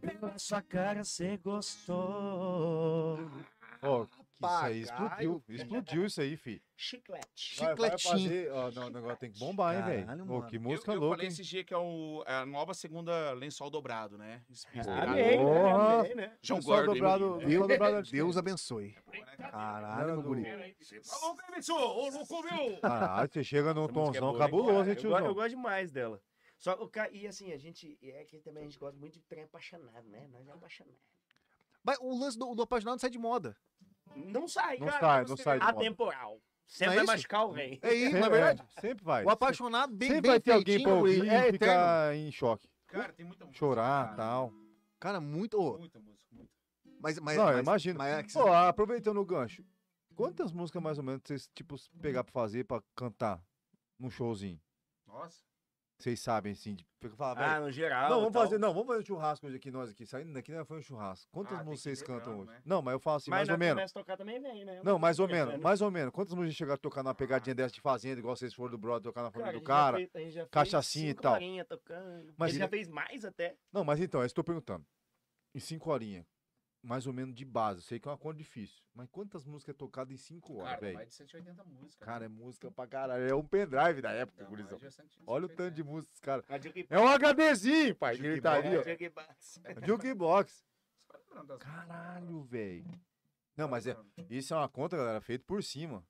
Pela sua cara cego, sou. Pela sua cara, cê gostou.
Ah,
Ó, que Isso
papagaio.
aí explodiu. Explodiu isso aí, fi.
Chiclete.
Vai- vai
Chicletinho.
fazer- ó, não, o negócio tem que bombar, hein,
Caralho,
velho? Ô,
mano.
Que
Eu,
música
eu
louca,
falei
hein?
esse dia que é o, é a nova segunda lençol dobrado, né? Inspirado
Amei,
no-
né?
Porra.
Amei, né?
João
Ah, Lençol
Gordo.
um dobrado-
hein,
lençol dobrado
Deus,
antigo.
Deus abençoe. Caralho, meu
do-
guri.
menino? Alô, Clemenço! Ô, louco meu!
Caralho, você chega num
Essa música é
tomzão
boa, hein,
cabuloso,
cara?
hein,
Eu, gosto, eu
tiozão?
gosto demais dela.
Só o ca... E assim, a gente. É que também a gente gosta muito de trem apaixonado, né? Nós é apaixonado.
Mas o lance do, do apaixonado não sai de moda.
Não sai,
Não
cara.
sai,
você-
não sai de moda.
Atemporal.
Não
Sempre
é
vai
isso?
machucar o rei.
É isso, não é
Sempre-
verdade?
é, Sempre vai.
O apaixonado bem,
Sempre
bem
vai ter alguém pra
feitinho,
ouvir
ele é
e
eterno.
ficar em choque.
Cara, tem muita música.
Chorar,
Ah,
cara.
tal.
Cara, muito... ô,
Muita música, muita.
mas, mas,
não,
mas,
eu imagino.
Mas, é que
Pô, aproveitando o gancho, quantas músicas mais ou menos vocês, tipo, pegar pra fazer, pra cantar num showzinho?
Nossa.
Vocês sabem, assim, de eu falar,
Ah,
velho,
no geral.
não, vamos
tal.
fazer, não, vamos fazer um churrasco hoje aqui, nós aqui, saindo daqui, né, foi um churrasco. Quantas
Ah, tem
músicas vocês
que ver
cantam
ano,
hoje?
né?
Não, mas eu falo assim, mais
na-
ou menos.
começa a tocar também vem, né?
Não, mais ou
Começa,
menos,
né?
mais ou menos. Quantas músicas chegaram a tocar numa pegadinha dessa de fazenda, igual vocês foram do brother, tocar
Cara, a
na família do
gente já
cara?
fez- a gente já fez
cachaçinha e
cinco
tal.
horinha tocando.
Mas
Ele
ele-
já fez mais até.
Não, mas então, é isso que eu tô perguntando. Em cinco horinhas, mais ou menos de base, eu sei que é uma conta difícil, mas quantas músicas é tocada em cinco horas,
Cara,
velho?
mais de 180 músicas.
Cara, é música pra caralho. É um pendrive da época,
Dá mais
gurizão.
de 150,
Então, Olha o tanto de
né?
música, cara.
A Juke
É um HDzinho, pai. que Ele tá ali, ó.
Box, a Juke Box.
Jukebox.
Você vai lembrando das músicas,
Caralho, velho. Não,
vai
mas é,
lembrando.
isso é uma conta, galera, feita por cima.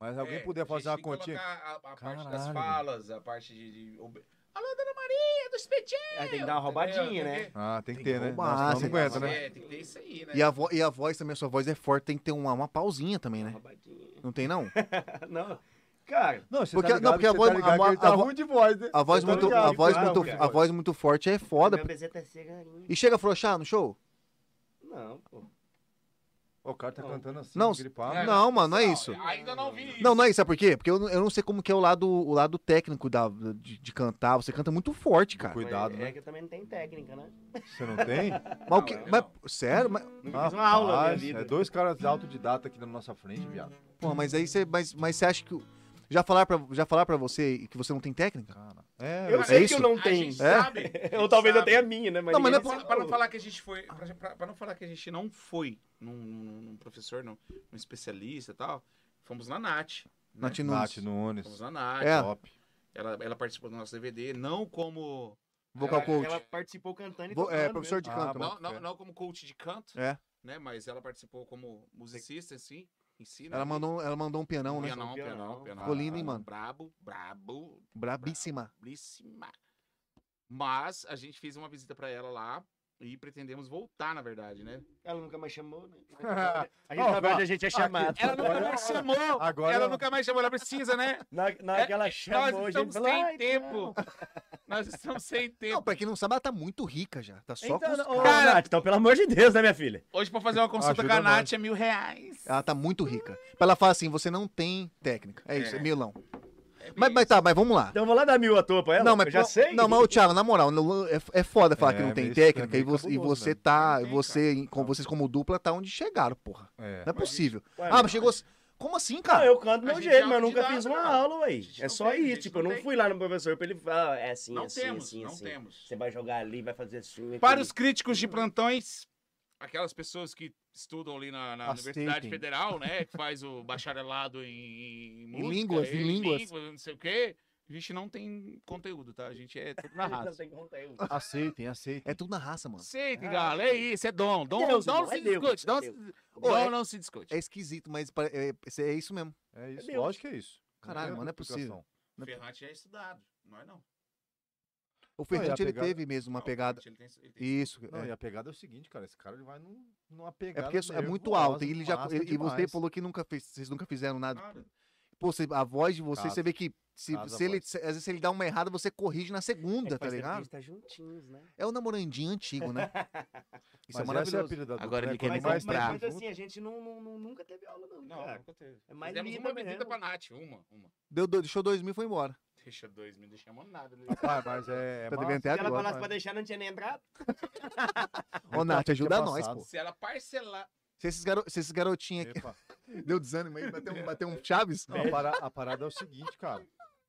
Mas alguém
É, a
puder
gente
fazer uma
tem que
continha.
colocar A, a parte das
Caralho.
falas, a parte de. de... ob- Alô, Dona Maria, dos petinhos!
Aí tem que dar uma roubadinha, né?
Ah, tem que
Tem
ter,
que
né?
roubar,
Nossa, não
você
aguenta, né?
É, tem que ter isso aí, né?
E a, vo- e a voz também, a sua voz é forte, tem que ter uma, uma pausinha também, né?
Roubadinha.
Não tem, não?
Não. Cara,
Não, você
Porque-
tá
não,
ligado,
porque a
você
voz-
tá ligado
a-
que ele tá
a vo-
ruim de voz, né?
A voz,
Você tá
muito,
ligado
a
que
voz,
tá
muito,
ruim de
a voz muito forte é foda.
meu
pô.
bezerro tá cegarinho.
E chega a frouxar no show?
Não, pô.
Ó, O cara tá
Não.
cantando assim,
Não,
gripado.
É,
não, mano, não é isso.
Ainda não vi isso.
Não, não é isso, sabe por quê? Porque eu, não- eu não sei como que é o lado, o lado técnico da, de, de cantar. Você canta muito forte, cara.
Cuidado.
Mas
né?
É que eu também não tenho técnica, né?
Você não tem?
Mas, o que-
Não, é
mas- sério? Mas,
Nunca fiz uma aula na minha
Rapaz,
vida.
É dois caras autodidata aqui na nossa frente, viado.
pô, mas aí você, mas, mas você acha que... o- Já falaram pra, já falaram pra você que você não tem técnica?
Cara. É,
Eu
é
sei que
isso?
eu não
A
tenho.
gente
É?
sabe. a gente
Ou talvez eu
sabe.
tenha a minha, né? Mas,
Não, mas
ninguém
não é
me
Pra não
ensinou.
falar que a gente foi. Pra, pra- pra não falar que a gente não foi num, num- num professor, num, num especialista e tal, fomos na Nath. né?
Nath Nunes.
Nath Nunes.
Fomos na Nath.
É.
Top.
Ela, ela participou do nosso DVD, não como.
Vocal
ela,
coach.
Ela participou cantando e
Vo- é,
tocando
professor
mesmo.
de
Ah,
canto.
bom.
né?
Não, não, não como coach de canto.
É.
Né? Mas ela participou como musicista, assim. Ensina.
Ela mandou, ela mandou um pianão, né?
Pianão,
Pianão.
pianão, pianão.
Ficou lindo, hein, mano?
Brabo, brabo,
Brabíssima.
belíssima. Mas a gente fez uma visita pra ela lá e pretendemos voltar, na verdade, né?
Ela nunca mais chamou, né? A
Ó,
gente, na verdade,
ó,
a gente é chamado.
Ela nunca mais chamou.
Agora
Ela nunca mais chamou, ela precisa, né?
Na, na hora que ela
Nós
chamou, a gente
estamos
falou...
sem
"Ai,
tempo. Nós estamos sem
Não,
tempo.
pra quem não sabe, ela tá muito rica já. Tá só
Então,
com os
ô,
caras.
Nath, então, pelo amor de Deus, né, minha filha?
Hoje, pra fazer uma consulta com
Ajuda
a Nath, é mil reais.
Ela tá muito rica. Pra ela falar assim, você não tem técnica. É isso, é,
É.
milão.
É bem
Mas, mas tá, mas vamos lá.
Então eu vou lá dar mil à toa pra ela?
Não, mas
eu já
pô-
sei.
Não, mas o Thiago, na moral, não- é, é foda falar
É,
que não tem
meio- é
técnica
meio
e, você, e
cabuloso,
você
né?
tá,
Não tem,
você, em- com vocês como dupla, tá onde chegaram, porra.
É.
Não é possível.
Ué,
Ah, mas chegou. Como assim,
Não,
cara?
Ah, eu canto do
A
meu
gente
jeito,
é
mas eu nunca
autodidata,
fiz uma
cara.
aula,
A
ué.
gente
É
não
só
tem, a
isso.
gente
Tipo, eu
não
não
tem.
fui lá no professor pra ele falar, "Ah, é assim,
Não
assim,
temos,
assim,
não
assim.
temos.
Você vai jogar ali, vai fazer assim.
Para os críticos de plantões, aquelas pessoas que estudam ali na, na
Aceitem.
Universidade Federal, né? Que faz o bacharelado em, música,
línguas, em línguas.
não sei o quê. A gente não tem conteúdo, tá? A gente é tudo na
Não
raça.
tem conteúdo.
Aceitem, aceitem.
É tudo na raça, mano.
ah,
Aceitem, galera. É isso, é dom. Dom,
Deus,
dom não
irmão, é
se
Deus,
discute. Dom,
é
se-
Deus.
dom
É-
não se discute.
É esquisito, mas pare- é, é- é isso mesmo.
É isso,
Deus.
lógico que é isso.
Caralho,
tem
mano, não é
outra
possível.
explicação.
O Ferrante já é estudado, nós não.
O
e a
Ferrante, ele
pegada-
teve mesmo uma
Não, o
pegada.
Ferrante, ele tem- ele tem-
Isso.
Não,
é.
e a pegada é o seguinte, cara, esse cara ele vai num, numa
É
pegada
porque isso é muito
nervosa,
alto. E, ele já,
massa
e- e você
demais.
falou que nunca fez, vocês nunca fizeram nada.
Nada.
Pô, você- a voz de você,
Casa.
você vê que se,
Casa
se
a
ele,
voz.
se- às vezes se ele dá uma errada, você corrige na segunda,
É,
tá
faz tempo que a
ligado?
gente tá juntinhos, né?
É o namorandinho antigo, né? Isso é
Mas essa a
maravilhoso.
pira da dupla,
Agora
né?
ele quer
Quando
me
Mas,
mais
mas,
comprar.
tá
pra-
mas
junto,
assim, a gente não, não- não- nunca teve aula, não,
Não,
cara.
nunca teve.
É mais
Fizemos
mina
uma visita
mesmo.
pra Nath, uma, uma.
Deu, dois- deixou dois mil e foi embora.
Deixa dois, me deixa nada. né?
Ah, mas é. é
Tá devendo
massa.
até
Se ela
agora,
falasse pra deixar, não tinha nem entrado.
Ô, Nath, ajuda
tinha
nós,
É passado.
pô.
Se ela parcelar.
Se esses, garo... se esses garotinhos aqui.
Epa.
Deu desânimo aí, bateu um, bateu um Chaves.
Não, a, para- a parada é o seguinte, cara.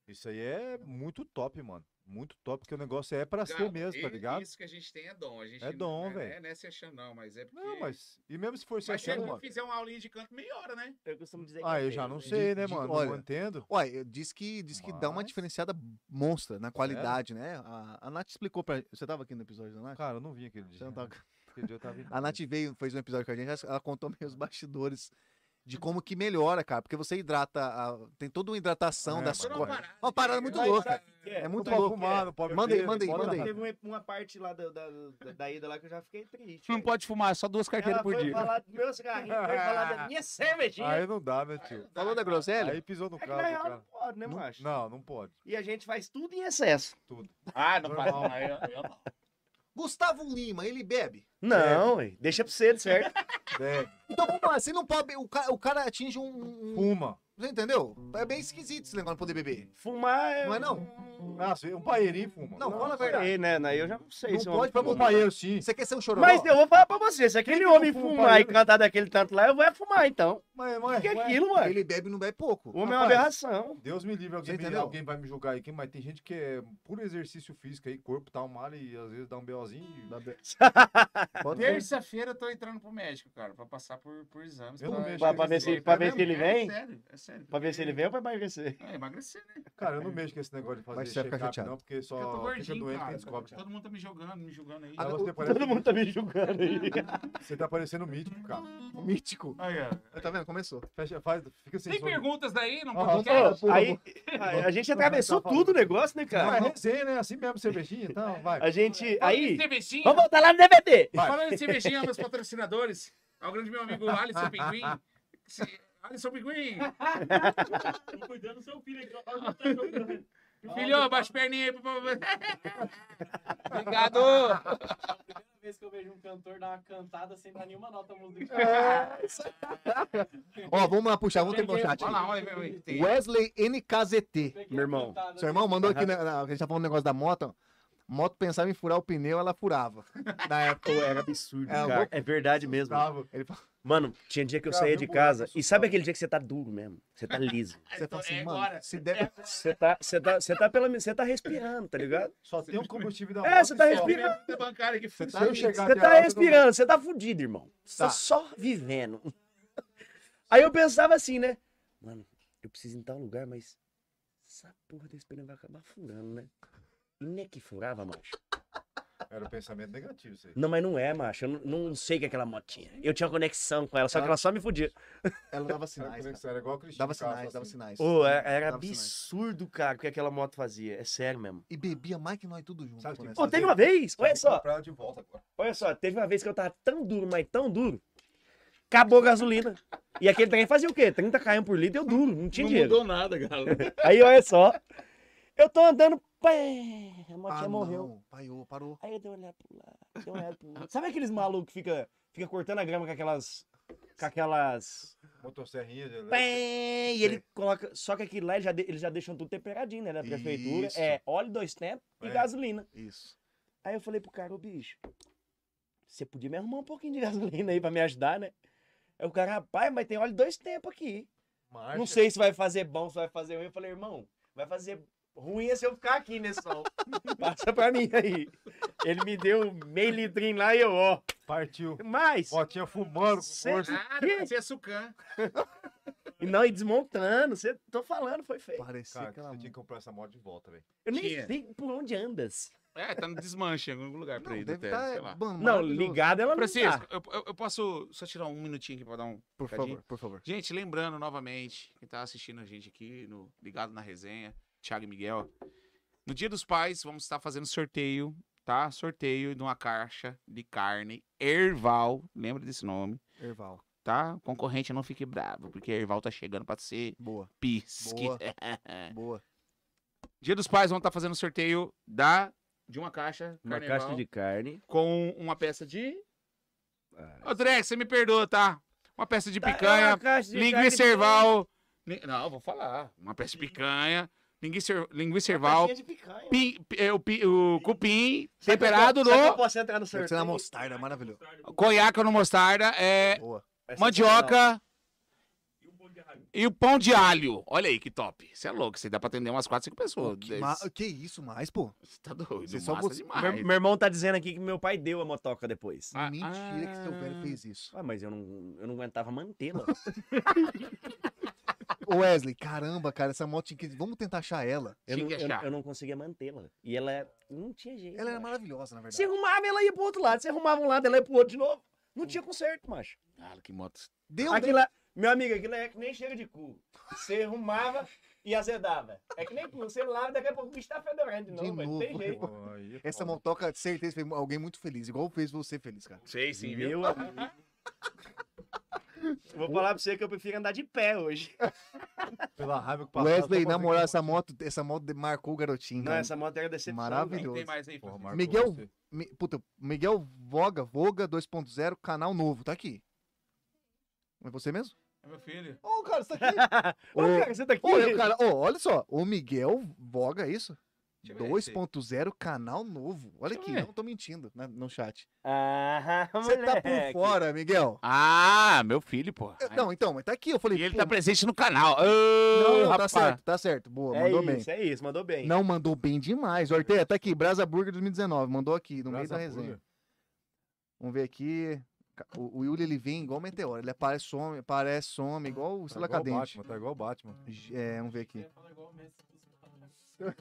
Isso aí é muito top, mano. Muito top, porque o negócio é pra
Cara,
ser mesmo, tá
e-
ligado?
Isso que a gente tem é dom. A gente
É dom,
não é-
velho.
Não é se achando, não, mas é porque.
Não, mas. E mesmo se for
Mas é se
achando,
ele
mano.
fizer uma aulinha de canto meia hora, né?
Eu costumo dizer
Ah,
que
eu já não
sei.
sei,
de-
né,
de-
mano?
olha,
não entendo.
Olha, diz que, diz que dá uma
Mas-
diferenciada monstra na qualidade, né? A, a Nath explicou pra Você tava aqui no episódio da Nath?
Cara, eu não vim aquele dia.
Você não tava...
Aquele dia eu tava em
A Nath veio, fez um episódio com a gente, ela- ela contou meio os bastidores
Hum.
de como que melhora, cara. Porque você hidrata, a- tem toda uma hidratação
É,
das
mano.
Só
cor-
uma parada.
Uma parada muito louca. É muito louco.
fumar, não pode
Manda aí,
beber,
manda aí,
pode
manda aí.
nada.
Teve uma- uma parte lá da, da, da- da ida lá que eu já fiquei triste.
Não
velho.
pode fumar, só duas carteiras
Ela
por
foi
dia.
falar do meu cigarrinho, foi falar da minha
um
cervejinha.
Aí não dá, né, tio?
Falou da groselha?
Aí pisou no
É que
carro.
na
do
real não
cara.
pode, né,
Não-
macho?
Não, não pode.
E a gente faz tudo em excesso.
Ah, não faz.
Normal.
não, eu- eu-
Gustavo Lima, ele bebe.
Não, ué, deixa pra você, certo?
Bebe,
Então vamos lá, você não pode. be- O cara, o cara atinge um. um-
fuma.
Você entendeu? É bem esquisito esse negócio de poder beber.
Fumar é.
Não é não?
Nossa, um paeirinho fuma.
Não, fala a
sei,
verdade.
né? né, Eu já não sei
Não
se eu
pode
Pra
fumo.
um paeiro, sim.
Você quer ser um chororó?
Mas eu vou falar pra você, se aquele
que
homem
não fuma
fumar e
paeiro?
cantar daquele tanto lá, eu vou é fumar então.
Mas,
O
mas,
que é aquilo, mano?
Ele bebe e não bebe pouco.
Homem é uma
Rapaz.
aberração.
Deus me livre,
Você
alguém, me-
entendeu?
alguém vai me julgar aqui, mas tem gente que é puro exercício físico aí, corpo tal, malha e às vezes dá um BOzinho. e-
Pode ser.
Terça-feira eu tô entrando pro médico, cara, pra passar por, por exames.
Eu não mexo
Pra-
com
pra
esse
ver se-
negócio.
pra ver se ele vem?
É sério, é sério.
Pra ver se ele vem ou pra emagrecer.
É, emagrecer, né?
Cara, eu não mexo com esse negócio de
Mas
fazer
você vai ficar
check-up
chateado.
não, porque
Porque eu tô
só fica
gordinho,
doente quem
cara.
descobre.
Todo mundo tá me jogando, me julgando aí.
Aí
Agora-
você parece,
Todo mundo tá me julgando aí.
Você tá parecendo um mítico, cara.
Mítico.
Aí, ó.
Tá vendo? Começou.
Fecha, faz, fica sem
Tem
som.
perguntas daí? Não
Ó,
pode
ó,
Ô, aí, a- a gente atravessou tudo o negócio, né,
Não, é
cara?
resenha, né? Assim mesmo, cervejinha, então vai.
A gente. Aí.
Cervejinha.
Vamos voltar lá no DVD!
Vai.
Falando de cervejinha, meus patrocinadores, ao grande meu amigo Alisson Pinguim. Se- Alisson Pinguim,
Tô cuidando do seu filho aqui, ó. Tá jogando.
filhão, baixa a perninha aí. por favor. Obrigado.
Primeira vez que eu vejo um cantor dar uma cantada sem dar nenhuma nota musical.
É.
Ó, vamos lá puxar, vamos ter um
Peguei-
chat.
Olha
aí.
lá, olha aí. Tem.
Wesley NKZT.
Peguei
Meu irmão,
a cantada assim,
Seu irmão mandou aqui, né, na- a gente tá falando do negócio da moto. Moto pensava em furar o pneu, ela furava. Na época.
Era absurdo,
É, eu
cara.
vou-
É verdade mesmo.
Bravo.
Ele falou,
Mano, tinha dia que eu
Cara,
saía
eu
de
vou-
casa.
eu
E sabe aquele dia que você tá duro mesmo? Você tá liso.
você fala assim,
É
mano,
agora.
se der.
Você tá, você tá, você tá pela, você tá respirando, tá ligado?
Só tem um o combustível da
É,
moto
você
e
tá
só.
respirando.
Da bancária que
Se
fez.
eu chegar
Você
até
tá
lá, todo mundo-
respirando, você tá fudido, irmão. Você tá
Tá.
só vivendo. Aí eu pensava assim, né? Mano, eu preciso ir em tal lugar, mas essa porra desse pneu vai acabar furando, né? E nem que furava, macho.
Era um pensamento negativo isso aí.
Não, mas não é, macho. Eu não, não sei o que é aquela motinha. Eu tinha conexão com ela, só que ela só me fudia.
Ela dava
Era,
sinais. cara.
conexão, era igual o Cristiano
Dava sinais,
Castro,
dava
assim.
sinais.
Ô, é- era
Dava sinais.
absurdo, cara, o que aquela moto fazia. É sério mesmo.
E bebia mais que nós tudo junto.
Sabe o que-
né?
Pô, teve uma vez, olha
Vou
só,
comprar de volta agora.
olha só, teve uma vez que eu tava tão duro, mas tão duro, acabou a gasolina. E aquele trem fazia o quê? 30 km por litro, deu duro, não tinha
Não
dinheiro.
mudou nada, galera.
Aí, olha só. Eu tô andando. Pé, a
Ah,
motinha
não,
morreu.
Parou, parou.
Aí eu dei uma olhada pro lado, dei uma olhada pro outro. Sabe aqueles malucos que fica, fica cortando a grama com aquelas. Com aquelas.
Motosserrinha. né? de-
Pé, e ele coloca. Só que aquilo lá ele já, de- eles já deixam tudo temperadinho, né? Da prefeitura.
Isso.
É óleo dois tempos e
É.
gasolina.
Isso.
Aí eu falei pro cara, ô bicho, você podia me arrumar um pouquinho de gasolina aí pra me ajudar, né? Aí o cara, rapaz, mas tem óleo dois tempos aqui.
Marcha.
Não sei se vai fazer bom, se vai fazer ruim. Eu falei, irmão, vai fazer ruim é se eu ficar aqui nesse sol. Passa pra mim aí. Ele me deu meio litrinho lá e eu, ó.
Partiu.
Mas.
Motinha fumando com
Cê-
força.
Ah, vai ser sucan.
E não, e desmontando. Cê, tô falando, foi feio.
Parecia
Cara,
que ela.
você tinha que comprar essa moto de volta, velho.
Eu nem
Tinha.
sei por onde andas.
É, tá no desmanche em algum lugar pra
Não,
ir do
deve tá né?
teste, sei
estar.
lá.
Mano,
Não,
maravilhoso.
ligado ela não
Tá Francisco,
tá.
eu, eu- eu posso só tirar um minutinho aqui pra dar um.
Por
Tadinho.
favor, por favor.
Gente, lembrando novamente, quem tá assistindo a gente aqui, no ligado na resenha, Thiago e Miguel. No Dia dos Pais, vamos estar fazendo sorteio, tá? Sorteio de uma caixa de carne Erval, lembra desse nome,
Erval.
tá? Concorrente, não fique bravo, porque Erval tá chegando pra ser
Boa,
pisque.
Boa. boa.
Dia dos Pais, vamos estar fazendo sorteio da de uma caixa,
Uma
carne Erval,
caixa de carne.
com uma peça de Ô, Drex, você me perdoa, tá? Uma peça de
É
picanha,
uma caixa de
linguiça
carne
erval. li- Não, eu vou falar. Uma peça de picanha, linguiça, er- linguiça erval,
Caixinha de picanha.
pi- pi- é, o, pi- o cupim,
Sabe que eu
temperado
posso- sabe que eu
no
posso entrar no
Deve ser na
sorteio?
mostarda,
então,
maravilhoso. é
conhaca no mostarda, é,
Boa.
Essa é
mandioca, E o pão de alho. Olha aí que top. Você é louco, você dá pra atender umas 4, 5 pessoas.
Que, ma- que isso mais, pô?
Você tá doido. Você
Você só
massa
bota-
demais.
Meu, meu irmão tá dizendo aqui que meu pai deu a motoca depois.
Ah,
É Mentira que seu velho
ah.
fez isso.
Ué, mas eu não, eu não aguentava mantê-la.
Ô Wesley, caramba, cara, essa moto tinha que... Vamos tentar achar ela.
Eu,
Tinha
não-
que
eu-
achar.
eu não conseguia mantê-la. E ela não tinha jeito. é
Ela era
macho.
maravilhosa, na
Você
verdade.
arrumava, ela ia pro outro lado. Você arrumava um lado, ela ia pro outro de novo. Não tinha conserto, macho.
Cara, que moto.
Deu, né?
Aquilo é, meu amigo, aquilo é que nem cheiro de cu. Você arrumava e azedava. É que nem cu. Você lava, daqui a pouco o bicho tá fedorento de
De
novo, velho. Não tem
novo.
jeito.
Pô, aí é
Essa
foda.
motoca, de certeza, fez alguém muito feliz. Igual fez você feliz, cara.
Sei sim, viu?
Meu amigo. Vou falar pra você que eu prefiro andar de pé hoje.
Pela raiva que passou.
Wesley, na moral, essa moto, essa moto de- marcou o garotinho,
Não,
cara.
essa moto era decepção. velho.
Maravilhoso.
Quem tem mais aí,
Porra,
Francisco?
marcou
Miguel-
você.
Mi- Puta, Miguel Voga, Voga 2.0, canal novo, tá aqui. É você mesmo?
É meu filho.
Ô, cara, isso
tá
aqui.
Ô,
Ô,
cara, você tá aqui.
Ô, eu, cara, ô, olha só. O Miguel Voga, é isso?
Deixa eu ver esse aí.
2.0, canal novo. Olha
Deixa
aqui,
eu ver.
não tô mentindo na- no chat.
Ah,
Você tá por
moleque.
fora, Miguel.
Ah, meu filho, pô.
Eu- Não, então, mas tá aqui. Eu falei.
E ele
pô,
tá presente no canal.
não,
Ô,
não, tá
rapaz.
certo, tá certo. Boa,
É
mandou
isso,
bem.
é isso, mandou bem.
Não, mandou bem demais. Ortega, tá aqui, Brasa Burger 2019. Mandou aqui, no meio
Brasa
da resenha.
pura.
Vamos ver aqui. Ca- O, o Yuli, ele vem igual meteoro. Ele aparece, some, aparece, some, igual o
Tá
Estrela
igual o
Cadente.
Batman, tá igual o Batman.
G- É, vamos ver aqui.
Eu falo igual o Messi dos Palmeiras.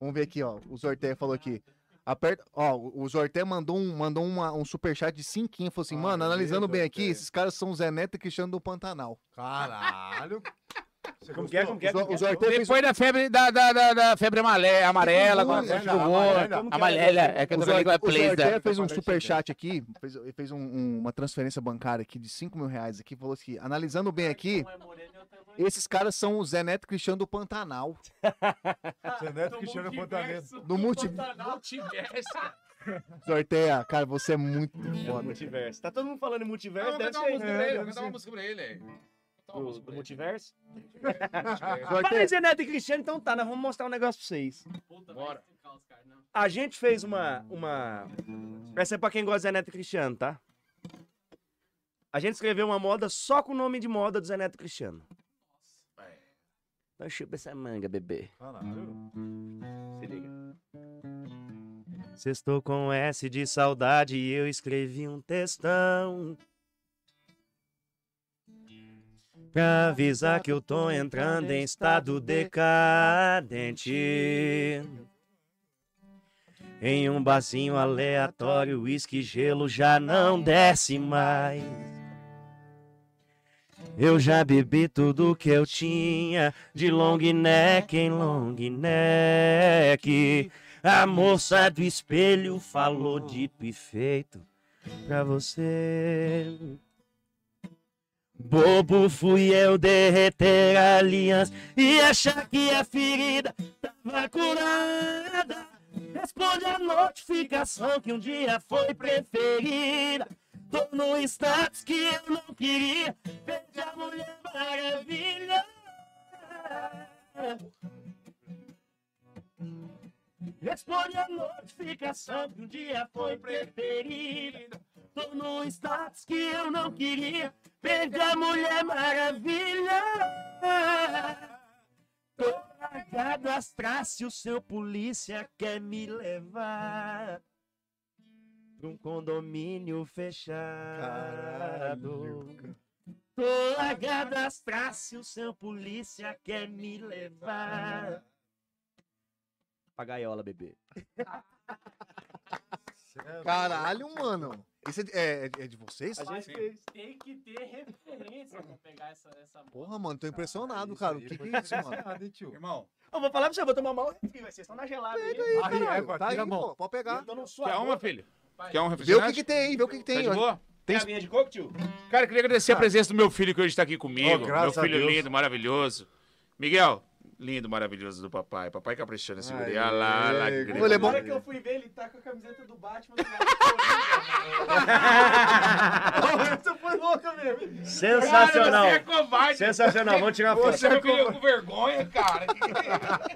Vamos ver aqui, ó. O Zorté falou aqui. Aperta, ó, o o Zorté mandou um, mandou uma, um superchat de cinquinho. Falou assim,
Ah,
mano, analisando bem
beleza,
aqui,
Zorté.
esses caras são o Zé Neto e Cristiano do Pantanal.
Caralho. Você
Como que é,
gostou?
como que é?
o Zo- o
como que é?
Zorté fez...
Depois da febre da, da, da, da febre amale- amarela,
Não,
agora
não,
a febre do
não,
humor.
amarela.
Amarela, é que eu
O
tô falando
Zorté,
igual a Plaza.
fez um
Aparece aí,
superchat aqui, fez, ele fez um- um- uma transferência bancária aqui de 5 mil reais aqui, falou assim, analisando bem aqui,
Um é moreno e outro é loiro.
esses caras são o Zé Neto e Cristiano do Pantanal.
Zé Neto que
Do
chega
multiverso
no apontamento.
No multi-
Pantanal.
Zortea, cara, você é muito
É
foda.
multiverso. Tá todo mundo falando em multiverso,
Vou
deve
cantar
ser
uma
aí,
música
né?
pra ele, vou
Deve
cantar
ser.
uma música pra ele. aí. Vou cantar uma
Do,
música
do
pra ele.
multiverso?
Zortea,
Mas é Neto e Cristiano, então tá, nós vamos mostrar um negócio pra vocês.
Puta,
Bora.
vai explicar os caras, não.
A gente fez uma. uma... Essa é pra quem gosta de Zé Neto e Cristiano, tá? A gente escreveu uma moda só com o nome de moda do Zé Neto e Cristiano. Então chupa essa manga, bebê.
Caralho.
Se liga. Sextou com S de saudade e eu escrevi um textão. Pra avisar que eu tô entrando em estado decadente. Em um barzinho aleatório, uísque e gelo já não desce mais. Eu já bebi tudo que eu tinha, de long neck em long neck. A moça do espelho falou dito e feito pra você. Bobo fui eu derreter a aliança e achar que a ferida tava curada. Responde a notificação que um dia foi preferida. Tô no status que eu não queria. Veja a mulher maravilha. Responde a notificação que um dia foi preferida. Tô no status que eu não queria. Perdi a mulher maravilha. Tô largado as traças se o seu polícia quer me levar. Pra um condomínio fechado. Tô largado as traças se o seu polícia quer me levar. Pra gaiola, bebê.
Cê é louco.
Caralho, mano. Isso é, de- é- é de vocês?
A gente
Sim.
fez.
Tem que ter referência pra pegar essa, essa moto.
Porra, mano, tô impressionado,
Ah,
Isso
cara. O
aí
que,
foi
que é isso, mano?
desenhado, hein, tio?
Irmão,
Eu vou falar pra você, eu vou tomar mal refri, vai. Vocês estão na gelada aí.
Ah,
Caralho,
é, pô,
tá aí,
tira a mão.
pô, pode pegar.
Eu tô no suor.
quer uma, filho? Quer um
Vê o que,
refrigerante?
que tem aí, vê o que, que tem
Tá
aí.
de
olha.
boa?
Tem aguinha de coco, tio?
Cara, eu queria agradecer a presença do meu filho que hoje tá aqui comigo.
Oh, graças
meu filho
a Deus.
lindo, maravilhoso. Miguel, lindo, maravilhoso do papai. Papai caprichou nesse
Ai,
guri. Ah lá,
é,
lágrima.
Olha, é bom.
Na hora que eu fui ver, ele tá com a camiseta do Batman. do Batman. Essa foi louca mesmo.
Sensacional.
Cara, você é covarde.
Sensacional, vamos tirar uma
Você
foto.
me veio com vergonha, cara.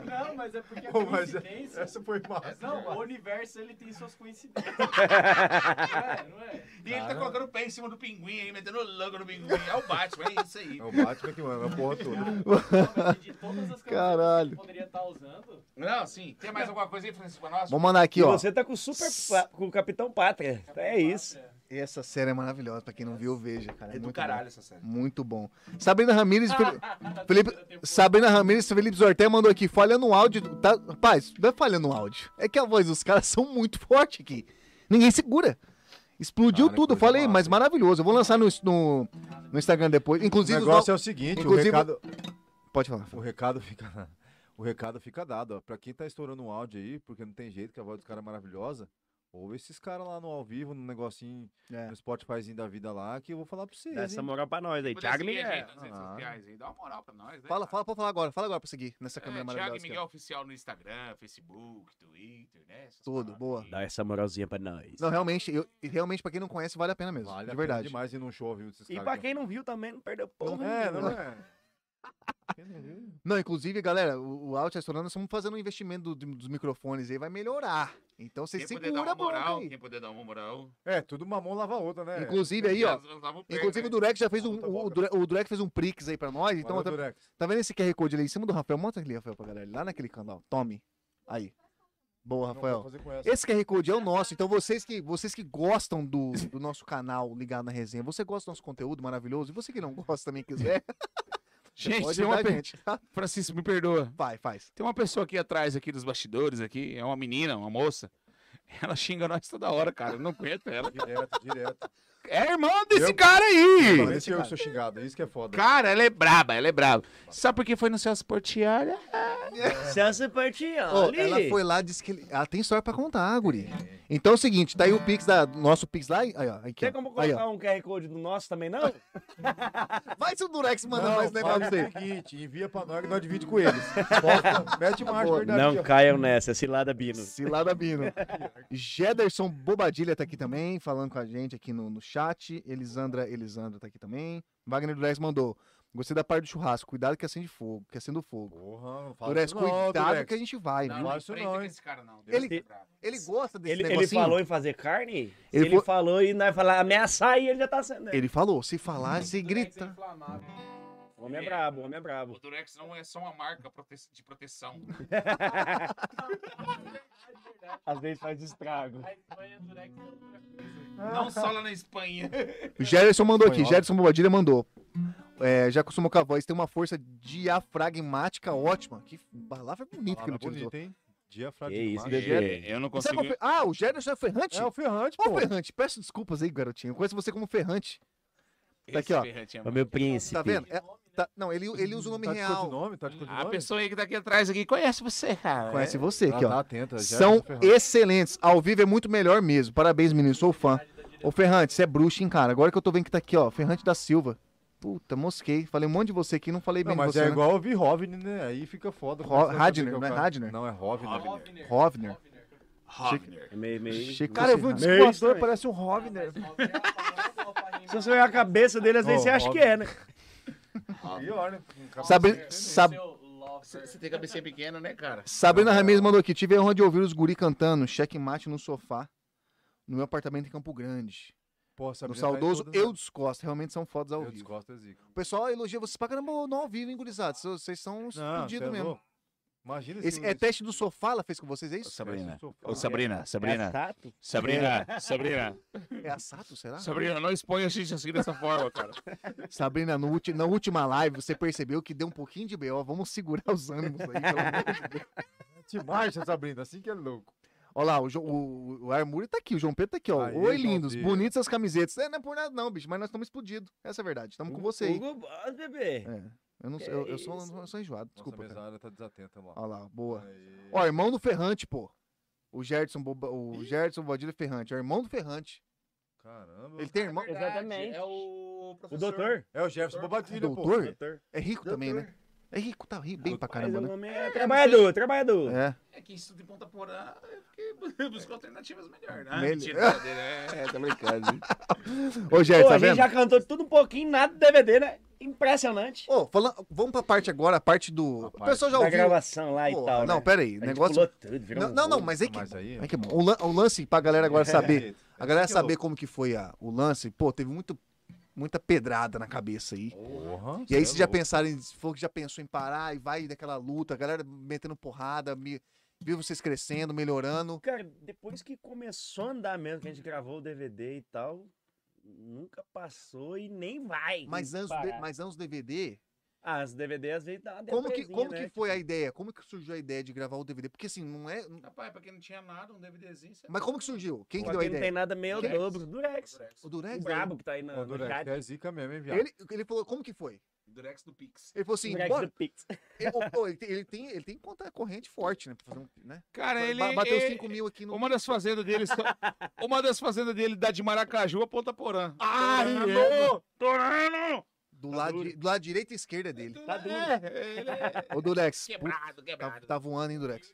Não, mas é porque a
Pô, mas é-
coincidência...
essa foi massa.
Não, o universo ele tem suas coincidências. não é, não é?
E ele tá colocando o pé em cima do pinguim aí, metendo logo no pinguim. É o Batman, é isso aí.
É o Batman que manda a porra toda.
Não, mas Então, assim, de todas as camisetas
Caralho.
que você poderia estar usando,
Não, sim. Tem mais alguma coisa aí, Francisco, pra nós? É
Vamos mandar aqui,
E
ó.
você tá com o super pa- com o Capitão Pátria. É isso.
Essa série é maravilhosa. Pra quem não viu, veja, cara. É,
É do
muito
caralho essa série.
Bom. Muito bom. Sabrina Ramirez. e Fel-
na terceira
Felipe,
temporada,
Sabrina Ramirez e Felipe Zorté mandou aqui, falha no áudio. Tá, rapaz, não é falha no áudio. É que a voz dos caras são muito forte aqui. Ninguém segura. Explodiu
Cara, que
tudo,
coisa
falei,
massa,
mas
hein?
maravilhoso. Eu vou lançar no, no, no Instagram depois.
O
Inclusive, os
negócio
no-
é o seguinte, o
inclusive-
recado,
é-
pode falar.
o recado fica o recado fica dado, ó. Pra quem tá estourando um áudio aí, porque não tem jeito que a voz dos caras é maravilhosa, ouve esses caras lá no ao vivo, no negocinho,
É.
no Spotifyzinho da vida lá, que eu vou falar pra vocês,
Dá essa
hein?
moral pra nós aí.
Podia
Thiago
seguir a
Miguel.
gente nas redes né,
Ah.
sociais aí. Dá uma moral pra nós, né?
Fala,
cara?
fala, pode falar agora. Fala agora pra seguir nessa câmera
É, Thiago
maravilhosa.
Miguel Oficial no Instagram, Facebook, Twitter, né? Essas
Tudo,
paradas
boa.
aí.
Dá essa moralzinha pra nós.
Não, realmente, eu, e realmente, pra quem não conhece, vale a pena mesmo.
Vale a
de
pena
verdade.
demais ir num show ao vivo desses
E
caras.
pra né?
que-
quem não viu também, não perdeu porra.
É,
nenhuma.
não é? Quem não viu?
Não, inclusive, galera, o, o Áudio Astronauta, nós estamos fazendo um investimento do- dos microfones aí, vai melhorar. Então
Quem
vocês
puder
segura
dar
a
uma
boca
moral,
aí.
quem puder dar uma moral.
É, tudo uma mão lava a outra, né?
Inclusive aí, ó.
Nós- nós vamos perto,
Inclusive
né?
o Durex já fez um.
Muita
O, o
boca.
Dure- o Durex fez um Prix aí pra nós. Então,
Então,
tá, tá vendo esse QR Code ali em cima do Rafael? Mostra ali, Rafael, pra galera. Lá naquele canal. Tome. Aí. Boa, Rafael.
assim.
Esse QR Code é o nosso, então vocês que, vocês que gostam do, do nosso canal ligado na resenha, você gosta do nosso conteúdo maravilhoso, e você que não gosta também quiser,
Gente,
pode
tem uma
ajudar a
pe...
gente.
Francisco, me perdoa.
Vai, faz.
Tem uma pessoa aqui atrás, aqui dos bastidores, aqui, é uma menina, uma moça. Ela xinga nós toda hora, cara. Eu não aguento ela.
Direto, direto.
É irmã desse
Eu-
cara aí!
Principalmente eu que sou xingado, isso que é foda.
Cara, ela é braba, ela é braba. Sabe por que foi no Celso Portiário?
Celso Portioli.
Ó, ela foi lá, disse que ele- ela tem história pra contar, guri. Então é o seguinte, tá aí o Pix da nosso Pix lá, aí, ó, aqui,
Tem
ó.
como
Aí,
colocar um QR Code do nosso também, não?
ó. Vai se o Durex mandar
Não,
mais negócio pra
faz
você.
o seguinte, envia pra nós que nós dividimos com eles. Posta, mete
Tá
marcha, verdade.
Não
ó.
caiam nessa, cilada Bino.
Cilada Bino. Jederson Bobadilha tá aqui também, falando com a gente aqui no, no chat. Elisandra Elisandra tá aqui também. Wagner Durex mandou. Gostei da parte do churrasco. Cuidado que é acende fogo, que acende fogo.
Porra, não fala
Durex,
isso não,
cuidado
Durex.
que é a gente vai, viu?
não isso não, hein?
é esse cara, não.
Ele-
Deus é brabo.
Ele gosta desse
Ele, ele
negocinho.
falou em fazer carne? se
Ele
Ele,
foi-
falou e nós falar ameaçar e ele já tá sendo.
Ele falou, se falar, se
o Durex é
grita.
inflamável.
O homem é brabo, o homem é brabo.
O Durex não é só uma marca prote- de proteção.
É verdade.
Às vezes faz estrago.
A Espanha, Durex é outra coisa.
Não só lá na Espanha.
O Gerson mandou aqui,
Espanhol.
Gerson Bobadilha mandou. É, já acostumou com a voz, tem uma força diafragmática ótima. Que palavra bonita que ele
Palavra
utilizou.
bonita, hein? Diafragma.
Que isso, bebê.
Gente, Eu não
Sabe qual
consigo.
foi- Ah, o Gerson é Ferrante?
É o Ferrante,
Ô,
pô.
Ferrante, peço desculpas aí, garotinho. Eu conheço você como Ferrante. Tá aqui,
Esse
ó.
ferrantinho é
O meu príncipe.
Tá vendo? É- tá- não, ele, ele usa o nome
tá de
real.
codinome, tá de
A
codinome?
pessoa aí que tá aqui atrás aqui conhece você, cara. É.
Conhece você
Ah,
aqui, ó.
tá atenta, já é
São
do Ferrante.
excelentes. Ao vivo é muito melhor mesmo. Parabéns, menino. Sou fã. Ô, Ferrante, você é bruxo, hein, cara? Agora que eu tô vendo que tá aqui, ó. Ferrante da Silva. Puta, mosquei. Falei um monte de você aqui, não falei
Não,
bem de
mas
você.
é
né?
igual ouvir Rovni, né? Aí fica foda.
Ro-
Como é que você vai
Radner,
saber que o
não é
cara-
Radner?
Não, é Rovner.
Rovner.
Rovner.
Rovner.
É meio, meio...
Achei que
Cara,
fosse
Cara, eu vi um
errado.
Meio é
descoador,
estranho.
parece um
Ah,
Rovner.
mas Rovner é uma palavra pra rimar.
Se você olhar a cabeça dele, às vezes
Ô,
você acha que
óbvio.
é, né?
Pior, né?
Sabri-
Seu
Sab-
lover.
Você tem cabecinha pequena, né, cara?
Sabrina Ramirez mandou aqui. Tive a honra de ouvir os guri cantando checkmate no sofá no meu apartamento em Campo Grande.
Pô,
No
Sabrina tá em
saudoso
todas, né?
Eu Descosta. Realmente são fodas ao
Eu
vivo.
desgosto da Zica.
O pessoal elogia vocês pra caramba no ao vivo, hein, gurizada? Vocês- Vocês são explodidos mesmo.
é Imagina
Esse, é teste do sofá, ela fez com vocês, é isso?
Sabrina. Ô, Sabrina,
É
Sabrina.
tato.
Sabrina, Sabrina.
É assato, será?
Sabrina, não exponha a gente assim dessa forma, cara.
Sabrina, no ulti- na última live, você percebeu que deu um pouquinho de B.O. Vamos segurar os ânimos aí, pelo amor de Deus.
Te marcha, Sabrina, assim que é louco.
Olha lá, o, Jo- o, o Armuri tá aqui, o João Pedro tá aqui, ó.
Aí,
Oi,
João
lindos,
Pedro.
bonitas as camisetas. É, não é por nada não, bicho, mas nós estamos explodidos. Essa é a verdade, estamos com você aí.
Hugo Boss, bebê.
É, eu não
Que
sei, eu, eu sou,
isso?
eu sou enjoado, desculpa.
Desculpa, Nossa, É. a
Cara.
mesária tá desatenta lá.
Olha lá, boa.
Aí.
Ó, irmão do Ferrante, pô. O Gerson, Boba, o Gerson Bobadilha Ferrante, é o irmão do Ferrante.
Caramba.
Ele tem irmão,
Exatamente.
É o professor.
O doutor.
É o Jefferson
Doutor?
Bobadilha, pô.
doutor?
Doutor.
É rico também, né? É rico, tá rico, bem pra
Mas
caramba,
o
né?
homem é trabalhador, trabalhador.
É.
É que isso de Ponta Porã é porque buscou alternativas melhores. né?
Melhor.
Mentira, brincadeira,
É,
é.
tá brincando. hein?
Ô, Jair,
Pô,
tá
a gente
vendo?
já cantou tudo um pouquinho, nada do DVD, né? Impressionante.
Ô, falando, vamos pra parte agora, a parte do.
A
O pessoal já
Da
ouviu.
gravação lá
Pô,
e tal,
não,
né?
pera aí.
A gente
Negócio.
pulou tudo, virou
Não,
um
não, não,
rolo.
mas é que.
Mas aí, é assim
é que bom. O, lan- o lance pra galera agora saber. A galera
que é
saber
louco.
como que foi a, o lance, pô, teve muito, muita pedrada na cabeça aí.
Porra,
E aí
cê
vocês
é
já
louco.
pensaram, em- se falou que já pensou em parar e vai daquela luta, a galera metendo porrada, me- viu vocês crescendo, melhorando.
Cara, depois que começou a andar mesmo, que a gente gravou o DVD e tal, nunca passou e nem vai.
Mas anos,
parar.
de- mas anos DVD,
Ah, os DVDs às vezes dá uma
como que,
depresinha,
como
né?
que foi a ideia? Como que surgiu a ideia de gravar o DVD? Porque assim, não é...
Rapaz, pra quem não tinha nada, um DVDzinho. Você...
Mas como que surgiu? Quem que
Pô,
deu a
aqui não tem
ideia?
nada meio
Quem?
dobro. Durex.
O
É Durex.
Durex?
O
né?
brabo que tá aí na,
Ô,
no
Durex,
chat.
é zica mesmo, hein, viado?
Ele, ele falou, como que foi?
Durex do Pix.
Ele falou assim,
Durex
bora.
do Pix.
Ele, ô, ô, ele tem- ele tem, ele tem conta corrente forte, né? pra fazer um- né?
Cara, ele.
Ba- Bateu
é,
ele-
5 mil aqui no...
Uma das fazendas dele. só- Uma das fazendas dele dá de Maracaju a Ponta Porã.
Ah,
é.
Torano! Torano!
Do lado, di- do lado direito e esquerda dele.
Tá
duro.
É, ele é
Ô, Durex, puta,
Quebrado, né?
tá,
quebrado.
tá voando, hein, Durex?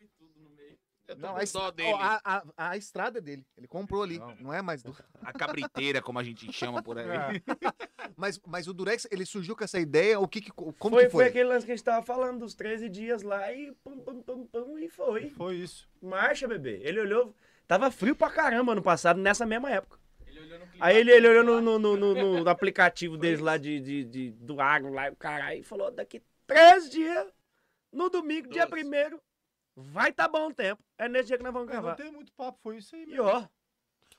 Eu tô
Não,
com
a,
dó
estra-
dele.
ó, a, a- a estrada é dele. Ele comprou ali. Não,
Não.
é mais do.
A cabriteira, como a gente chama por
Ah,
é.
aí.
É,
Mas, mas o Durex, ele surgiu com essa ideia. O que, que como
foi, foi
que foi?
aquele lance que a gente tava falando, dos 13 dias lá e pum, pum, pum, pum, e foi.
Foi isso.
Marcha, bebê. Ele olhou. Tava frio pra caramba ano passado, nessa mesma época.
Ele olhou no clima.
Aí ele, ele olhou no, no, no, no- no aplicativo deles lá de, de, de- do agro lá, o caralho, e falou: daqui três dias, no domingo, dia
Doze.
primeiro, vai tá bom o tempo. É nesse dia que nós vamos
Cara, não
gravar.
tem muito papo, foi isso aí
E
mesmo.
ó,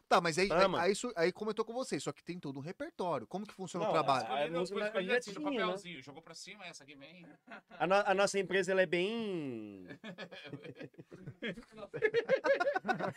Tá, mas aí, aí,
Ama.
aí su- aí comentou com vocês. Só que tem todo um repertório. Como que funciona
Não, é,
o trabalho?
a- a música
foi
a
escolhido
gente
assim, no
tinha, né?
papelzinho. Jogou pra cima, essa aqui vem.
a, no- a nossa empresa ela é bem.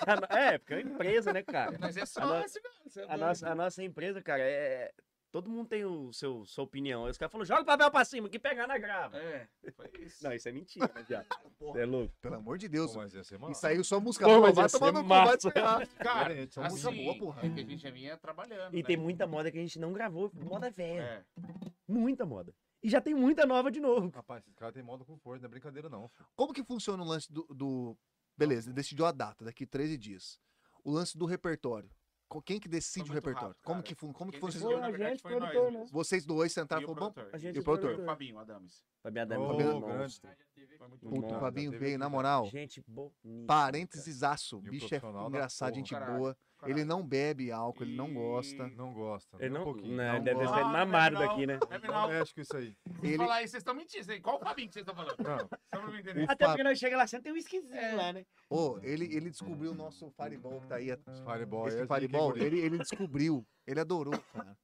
A no- é, porque é uma empresa, né, cara?
Mas é só
A no-
assim,
A
né?
nossa, a nossa empresa, cara, é. Todo mundo tem o seu, sua opinião. Aí os caras falam, joga o papel pra cima, que pegar na grava.
É, foi isso.
Não, isso é mentira, né, viado? Você é louco.
Pelo amor de Deus. é
Pô, mas ia ser
E
massa.
saiu só música
Pô,
boa.
mas
Vai
ia ser
tomar no cu,
massa.
vai despegar.
Cara,
Diferente,
Essa música
assim,
boa, porra.
É que a gente já vinha trabalhando.
E
né?
tem muita moda que a gente não gravou, moda velha.
É.
Muita moda. E já tem muita nova de novo.
Rapaz, esse cara tem modo com força, não é brincadeira não. filho.
Como que funciona o lance do. do... Beleza, decidiu a data, daqui 13 dias. O lance do repertório. Co- Quem que decide o
muito
repertório?
rápido,
como
cara.
que, fun- como que
Quem
vocês,
decidiu,
Foi
na
a
verdade,
gente,
foi nós
produtor, né?
mesmo.
vocês dois
Tá,
sentaram e
E o
falaram, bom,
produtor.
A gente
E o
foi
produtor?
Foi o Fabinho Adames.
Fabiano
Ô,
Adame, Fabiano Adame.
grande.
Foi muito
puto, o
Nossa,
Fabinho
teve
veio, na
aqui,
moral.
Gente bonita.
Parêntesisaço.
E o
Bicho é
profissional da
engraçado,
porra.
gente
Caralho,
boa.
caralho.
Ele não bebe álcool, ele não
E-
gosta.
Não gosta,
Ele
nem
não,
um pouquinho.
né,
não
deve
gosta.
ter
Ah,
mamado
Fabinho,
daqui, né?
É
Não
final.
mexe com isso aí.
Ele...
Ele,
Falar aí, vocês estão mentindo. isso aí. Qual o Fabinho que vocês estão falando?
Não,
Só pra me entender.
Até
Fa-
porque nós chega lá, você tem um esquisinho
É.
lá, né?
oh, ele, ele descobriu o nosso Fireball que tá aí.
os Fireball. é,
esse
aí,
Fireball,
ninguém
ele, ele descobriu. Ele adorou, cara.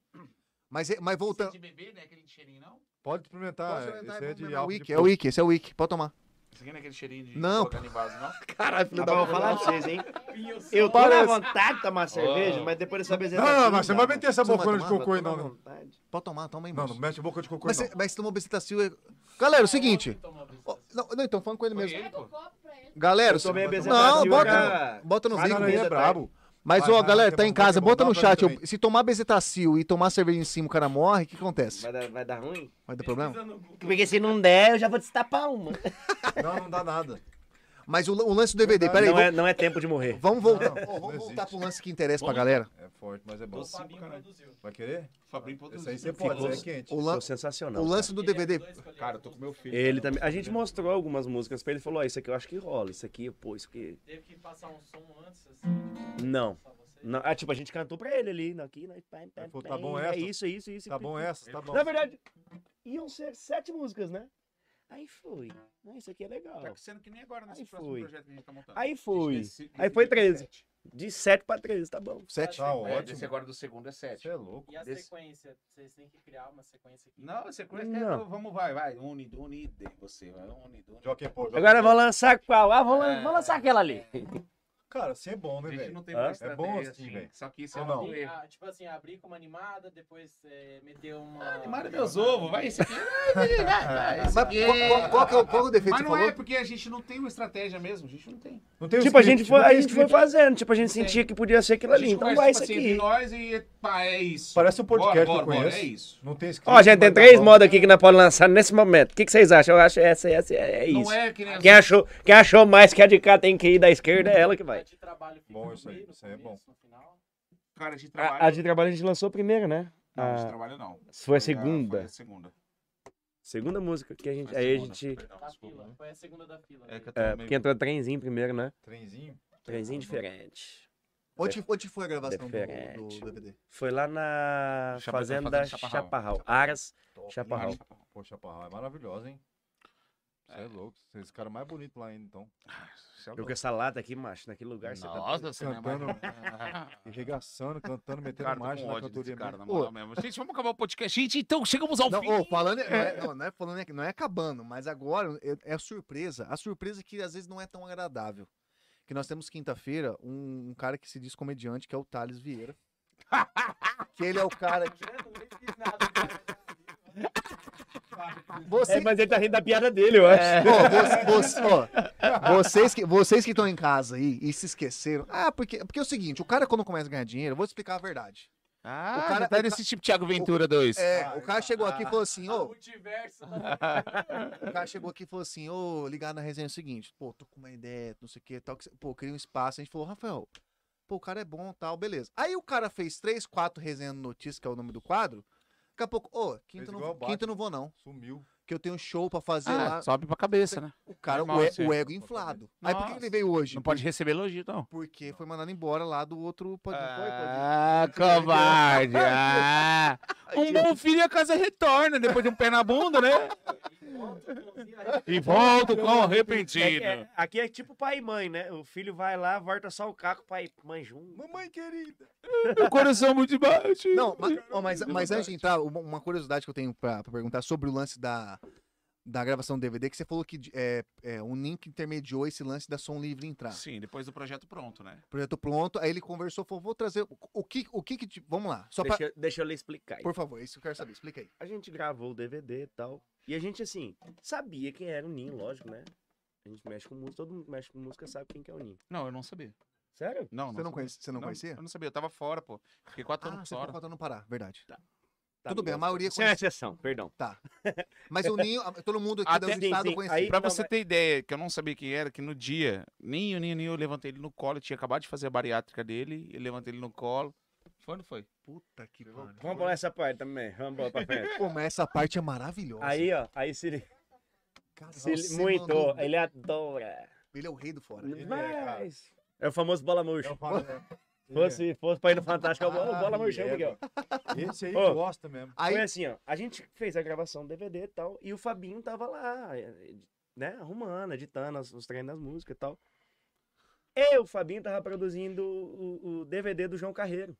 Mas, é- mas voltando.
Esse de bebê, né? Aquele cheirinho, não?
Pode
Posso
experimentar,
entrar e
esse aí é
vamos
de
beber o
álcool de
Wiki, é o Wiki, esse é o Wiki, pode tomar.
Esse aqui não é aquele cheirinho de
Não.
colocar em vaso, não?
É,
Caralho, filho
Mas eu vou falar pra vocês, hein? Eu tô na vontade de tomar cerveja, mas depois dessa vez
Não, não, mas você não vai meter essa
Você não vai
bocona de
tomar?
cocô aí,
na
não. né?
vontade.
Pode tomar, toma aí,
Não,
moço.
não mete boca de cocô aí,
mas,
não.
você, mas você tomou Becetacil... é- Galera, é o seguinte... Ó, Não, não, então falando com ele
Foi
mesmo.
ele, pô.
Galera,
Eu tomei a
você-
Bezetacil
não, bota,
já-
no- bota no
Cara,
Zico.
aí é brabo.
Mas,
Vai,
ó,
vai,
galera,
que é
tá
bom,
em
que é
casa,
bom,
bota
dá
no
pra
chat.
mim também.
ó, Se tomar bezetacil e tomar cerveja em cima, o cara morre, o que acontece?
Vai dar, vai dar ruim?
Vai dar problema?
Porque se não der, eu já vou destapar uma.
Não, não dá nada.
Mas o, o lance do DVD, peraí,
Não
vamos,
é, não é tempo de morrer.
vamos voltar,
Não,
ó,
não
vamos voltar
existe.
pro lance que interessa pra galera.
É forte, mas é bom.
Doce pra caralho.
Vai querer?
Fabinho
Esse aí
produziu.
você pode,
Ficou-
esse aí é quente.
O,
Foi
lan-
sensacional.
o lance do
é
DVD.
Cara, eu tô com meu filho.
Ele também. A gente mostrou algumas músicas pra ele e falou: Ó, isso aqui eu acho que rola, isso aqui, pô, isso aqui.
Teve que passar um som antes, assim.
tá- Não.
Só você.
Não, ah, tipo, a gente cantou pra ele ali, não, aqui, né, nós. pá, pá,
Ele falou,
pá,
tá bom
é
essa?
isso, é isso, é isso.
Tá
pá,
bom
pá.
essa, tá bom.
Na verdade, iam ser sete músicas, né? Aí foi. Ah, isso aqui é legal.
Tá sendo que nem agora nesse
Aí
próximo
foi.
projeto que a gente tá montando.
Aí foi.
Esse-
Aí
esse
foi
aqui é
13.
sete.
De sete pra 13, tá bom.
Sete.
Tá
É,
ótimo.
Esse agora do segundo é 7.
Você é louco.
E a
Desse-
sequência? Vocês têm que criar uma sequência aqui.
Não, você conhece.
Não.
é, Vamos, vai, vai. Une, une, de você. Vai, une, une.
Jockey Pô, Jockey
Agora
Pô. É.
vamos lançar qual? Ah, vamos, lan- vamos lançar aquela ali.
Cara, assim é bom,
A
né,
gente
velho?
não tem
Hã?
uma
É
estratégia,
bom assim, velho.
Só que isso é
Ou
uma
não?
do erro.
Ah, tipo assim, abrir com uma animada, depois é, meter uma.
Animar Ah, é meus ovos, vai esse aqui. é Vai, esse
Mas qual,
aqui.
qual- qual que é o, qual que é o defeito
Mas
que
não
você
é
falou?
porque a gente não tem uma estratégia mesmo, a gente não tem.
Não tem o
Tipo, a
script,
gente, foi,
não
a
tem
gente foi
script.
fazendo, tipo, a gente
Não tem.
sentia que podia ser aquilo
A
ali.
gente
Então
conversa,
vai
tipo
isso
assim, entre
aqui.
nós e pá, é isso.
Parece um
bora,
podcast que eu
bora, bora,
conheço.
é isso.
Não tem script.
Ó, gente, tem
mas tá
três
bom.
modas aqui que nós podemos lançar nesse momento. O que, que vocês acham? Eu acho essa, essa, é, é isso.
Não é que nem
Quem achou, quem achou mais que a de cá tem que ir da esquerda é ela que vai.
Tá De trabalho fica
Bom,
no
isso aí,
meio, no
isso aí é bom.
começo, no final.
cara de
A, a
trabalho.
de trabalho a gente lançou primeiro, né?
Não, de
a-
trabalho não.
Foi a
Foi Ah. a-
segunda.
foi a segunda.
Segunda música que a gente.
Foi a Tá
Aí a
segunda,
gente.
perdão,
Da
desculpa.
Tá
né?
fila. Foi a segunda da fila.
É que eu tô
É,
meio-
porque entrou trenzinho primeiro, né?
Trenzinho.
Trenzinho diferente.
Onde, onde foi a gravação do,
Diferente.
do DVD?
Foi lá na
Chapa-
Fazenda
Fazenda
Chaparral.
Chaparral.
Aras
Top.
Chaparral.
Hein? Pô, Chaparral é maravilhoso, hein? Você é louco. Você é esse cara mais bonito lá ainda, então.
Eu com essa lata aqui, macho, naquele lugar. Você tá...
é Nossa, você
cantando-
lembra?
Irregaçando, cantando, metendo
Cara, tô
margem
com
na
ódio desse
cantoria.
cara, na
mesmo.
moral mesmo. Gente, vamos acabar o podcast. Gente, então chegamos ao
Não,
fim.
ô, falando, não, é, não, não é falando aqui, não é acabando, mas agora é, é a surpresa. A surpresa que às vezes não é tão agradável. Que nós temos quinta-feira um, um cara que se diz comediante, que é o Thales Vieira. que ele é o cara que.
Eu não fiz nada, cara.
Você,
É, mas ele tá rindo da piada dele, eu acho.
É,
Ó, você- você- ó, vocês que vocês que estão em casa aí e se esqueceram. Ah, porque, porque é o seguinte, o cara quando começa a ganhar dinheiro, eu vou te explicar a verdade.
Ah,
O cara-
já tá nesse tipo Thiago Ventura 2.
É, o cara chegou aqui e falou assim,
O tá
ô,
multiverso.
Ah,
O cara chegou aqui e falou assim: Ô, ligar na resenha é o seguinte, pô, tô com uma ideia, não sei o que, tal. Que... cê- Pô, cria um espaço. A gente falou, Rafael, pô, o cara é bom tal, beleza. Aí o cara fez três, quatro resenhas no notícia, que é o nome do quadro. Daqui a pouco, ô, quinta,
Fez
eu
igual
não,
o Batman.
quinta eu não vou, não.
Sumiu.
Que eu tenho um show pra fazer lá.
Assim, sobe pra cabeça, né?
O cara, o,
normal,
e-
assim.
o ego inflado. Aí por que que
Nossa.
ele veio hoje?
Não pode receber elogio, não.
Porque foi mandado embora lá do outro.
É,
pod- não foi, pod-
Ah, covarde. Ah. Um bom filho a casa retorna depois de um pé na bunda, né? E volto com
É que
arrependido.
é- aqui é tipo pai e mãe, né? O filho vai lá, volta só o caco, pai e mãe junto.
Mamãe querida.
O coração muito baixo.
Não, mas, ó, mas, mas antes de entrar, uma, uma curiosidade que eu tenho pra, pra perguntar sobre o lance da, da gravação do DVD, que você falou que é, é, o Link intermediou esse lance da Som Livre entrar.
Sim, depois do projeto pronto, né?
Projeto pronto, aí ele conversou, falou, vou trazer... o- O que o que, que te- Vamos lá, só pra...
Deixa, eu- deixa eu lhe explicar.
Por favor, isso que eu quero saber, explica aí.
a gente gravou o DVD e tal. E a gente, assim, sabia quem era o Ninho, lógico, né? A gente mexe com música, todo mundo que mexe com música sabe quem que é o Ninho.
Não, eu não sabia.
Sério?
Não,
Você não, conhece, você não, conhecia?
Eu não sabia, eu tava fora, pô. Fiquei quatro
Ah,
anos
você
fora.
ficou faltando parar, verdade.
Tá,
Tudo bem, a
lógico.
maioria
Isso é uma
conhece.
exceção, perdão.
Mas o Ninho, a- todo mundo aqui
Até
do
sim,
estado
sim,
conhecia.
aí-
Pra
Não,
você
mas-
ter ideia, que eu não sabia quem era, que no dia, Ninho, Ninho, Ninho, eu levantei ele no colo, eu tinha acabado de fazer a bariátrica dele, eu levantei ele no colo. Foi, não foi?
Puta que pariu. é
Vamos pular essa parte também. Vamos pular pra frente.
Pô, mas essa parte é maravilhosa.
aí, ó, aí se ele.
Cara,
Se ele
você
muito,
mandou-
ele adora.
Ele é o rei do fora.
Ele é, cara.
Mas. É o famoso bola murcha.
Eu falo, né?
Fosse, fosse pra ir no Fantástico, é o bo- o bola
Ah,
murcha.
é,
Miguel.
mano. Esse aí
Ô.
gosta mesmo.
Aí,
Foi assim, ó. A gente fez a gravação do DVD e tal, e o Fabinho tava lá, eh, né, arrumando, editando os, os treinos das músicas e tal. E o Fabinho tava produzindo o, o DVD do João Carreiro.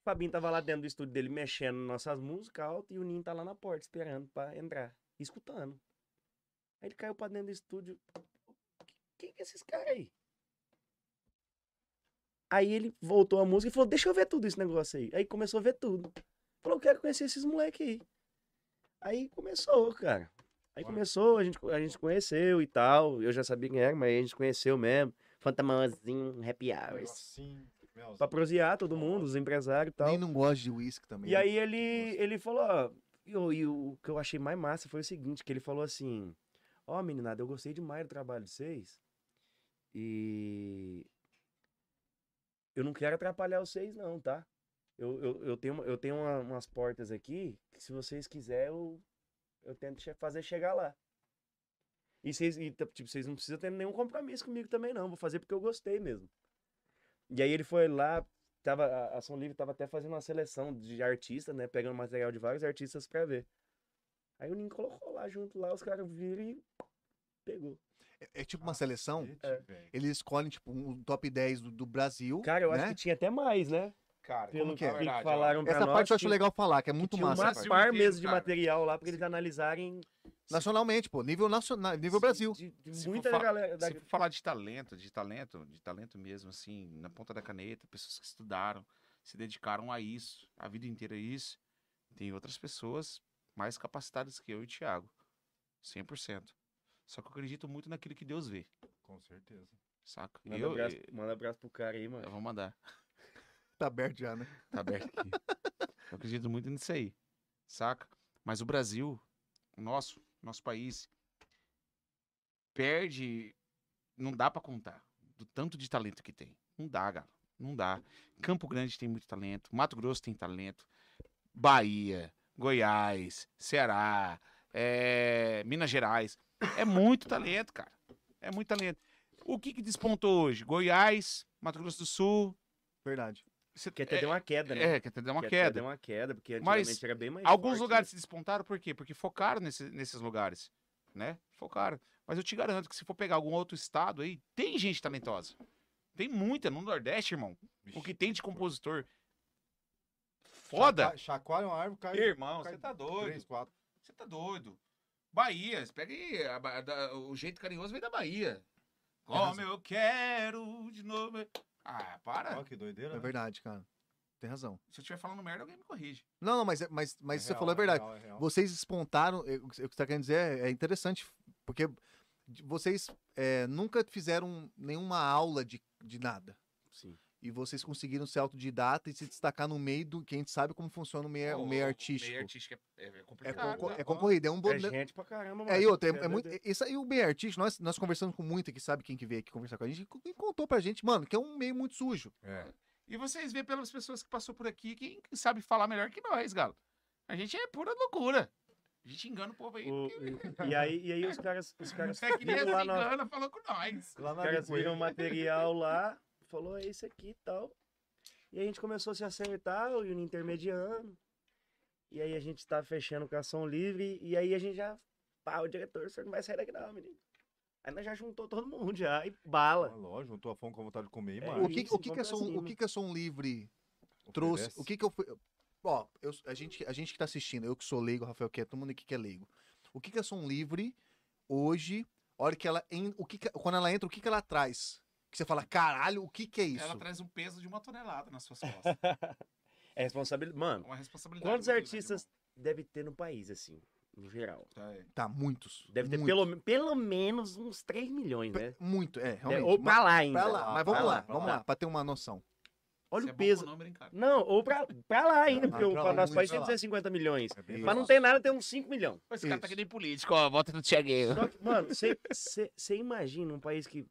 O Fabinho tava lá dentro do estúdio dele mexendo nas nossas músicas alto e o Ninho tá lá na porta esperando pra entrar, escutando. Aí ele caiu pra dentro do estúdio. Quem que é esses caras aí? Aí ele voltou a música e falou: Deixa eu ver tudo esse negócio aí. Aí começou a ver tudo. Falou: Quero conhecer esses moleque aí. Aí começou, cara. Aí começou, a gente, a gente conheceu e tal. Eu já sabia quem era, mas a gente conheceu mesmo. Fantamãozinho, happy hours.
Assim, meu,
Pra prosear todo mundo, os empresários e tal.
nem não gosta de uísque também.
E
né?
aí ele, ele falou, ó, e o- e o que eu achei mais massa foi o seguinte, que ele falou assim, ó, meninada, eu gostei demais do trabalho de vocês e eu não quero atrapalhar vocês não, tá? Eu, eu, eu tenho, eu tenho uma- umas portas aqui que se vocês quiserem eu, eu tento che- fazer chegar lá. E vocês, e, t- tipo, vocês não precisam ter nenhum compromisso comigo também não, vou fazer porque eu gostei mesmo. E aí ele foi lá, tava, a Ação Livre tava até fazendo uma seleção de artistas, né? Pegando material de vários artistas pra ver. Aí o Ninho colocou lá junto, lá os caras viram e pegou.
É tipo uma seleção.
cacete,
É.
velho.
Eles escolhem, tipo, um top 10 do, do Brasil.
Cara, eu acho
né?
que tinha até mais, né?
Cara,
Pelo
que é?
que falaram pra
um
Essa
nós.
parte eu acho
tinha-
legal falar, que é muito
tinha
massa.
uma
essa parte.
Brasil
par
inteiro,
mesmo de
cara.
material lá pra eles analisarem
Nacionalmente, pô. Nível, nacional, nível Brasil.
De, de
Se
muita
for fa-
galera. Da...
Se for falar de talento, de talento, de talento mesmo, assim, na ponta da caneta, pessoas que estudaram, se dedicaram a isso, a vida inteira a isso, tem outras pessoas mais capacitadas que eu e o Thiago. 100%. Só que eu acredito muito naquilo que Deus vê,
Com certeza.
saca?
Manda, um
eu,
abraço,
eu,
manda abraço pro cara aí,
eu
mano.
vou mandar.
Tá aberto já, né?
Tá aberto aqui. Eu acredito muito nisso aí, saca? Mas o Brasil, o nosso, nosso país, perde. Não dá pra contar do tanto de talento que tem. Não dá, galera. Não dá. Campo Grande tem muito talento. Mato Grosso tem talento. Bahia, Goiás, Ceará, eh, Minas Gerais. É muito talento, cara. É muito talento. O que, que despontou hoje? Goiás, Mato Grosso do Sul.
Verdade.
Você-
Que até
é-
deu uma queda, né?
É, que até deu uma
que até
queda.
deu uma queda, porque
Mas
antigamente era bem mais
Alguns
forte,
lugares
né?
se despontaram, por quê? Porque focaram nesse- nesses lugares, né? Focaram. Mas eu te garanto que se for pegar algum outro estado aí, tem gente talentosa. Tem muita no Nordeste, irmão. O que tem de compositor foda.
Chacoalha- Chacoalha uma árvore, cai
Irmão,
cai
você tá
três,
doido.
quatro.
Você tá doido. Bahia, você pega aí. a Ba- da- o jeito carinhoso vem da Bahia. Como eu quero de novo. Ah, para.
Ó, que doideira.
É
né?
verdade, cara. Tem razão.
Se eu estiver falando merda, alguém me corrige.
Não, não, mas, é- mas, mas
É
você
real,
falou a verdade.
real, é real.
Vocês espontaram, é, o que você tá querendo dizer é é interessante, porque de- vocês é, nunca fizeram nenhuma aula de, de nada.
Sim.
E vocês conseguiram ser autodidata e se destacar no meio do que a gente sabe como funciona o meio,
Ô,
É, o meio artístico.
Oh, meio artístico é, é
É,
complicado.
concor-
cara.
é concorrido, é um bo-
É
né?
gente pra caramba, mano.
É, e outra,
Você
é, é muito.
doido.
Isso aí, o meio artístico, nós, nós conversamos com muito aqui, sabe quem que veio aqui conversar com a gente, e contou pra gente, mano, que é um meio muito sujo.
É.
E vocês vê pelas pessoas que passou por aqui quem sabe falar melhor que nós, galo. A gente é pura loucura. A gente engana o povo aí.
O- e, e aí, e aí os caras, os caras
É que nem
viram lá
essa
na-
engana, falou com nós.
Lá
Os
na
caras viram o um
Aripueira.
material lá, falou, é isso aqui e tal. E a gente começou a se acertar, eu e o intermediando. E aí a gente tá fechando com a Ação Livre, e aí a gente já, pá, o diretor, o senhor não vai sair daqui não, menino. Aí nós já juntou todo mundo já, e
Ah,
bala.
Lógico, juntou a fome com vontade de comer,
É, assim, né?
mano.
O que,
isso,
o que,
vamos
que, é
pra
só um- o
cima.
que, que é só um livre trouxe. O que que eu fui. Ó, eu, a, gente, a gente que tá assistindo, eu que sou leigo, o Rafael que é, todo mundo aqui que é leigo. O que que é som livre hoje, a hora que ela. en- o que que- quando ela entra, o que que ela traz? Que você fala, caralho, o que que é isso?
Ela traz um peso de uma tonelada nas suas costas.
É responsabilidade. Mano,
Uma responsabilidade.
quantos
muito grande,
artistas deve ter no país, assim, no geral?
irmão. É.
Tá, muitos.
Deve ter
muitos.
pelo, me- pelo menos uns 3 milhões,
Pe-
né?
Muito, é,
É,
realmente.
ou
mas,
pra lá ainda.
pra lá, mas vamos
Pra
lá,
lá, pra
vamos
lá.
lá, pra ter uma noção.
Olha
Você é
o
bom
peso.
com número, hein, cara?
Não, ou pra, pra lá ainda,
Não,
porque o
pra
pra
lá,
nosso
muito
país
pra
tem
lá.
250 milhões.
É bem
Mas não tem nada, tem uns 5 milhões.
Esse cara tá
Isso.
que nem político, ó. Volta no Thiaguinho.
Só que, mano, você imagina um país que,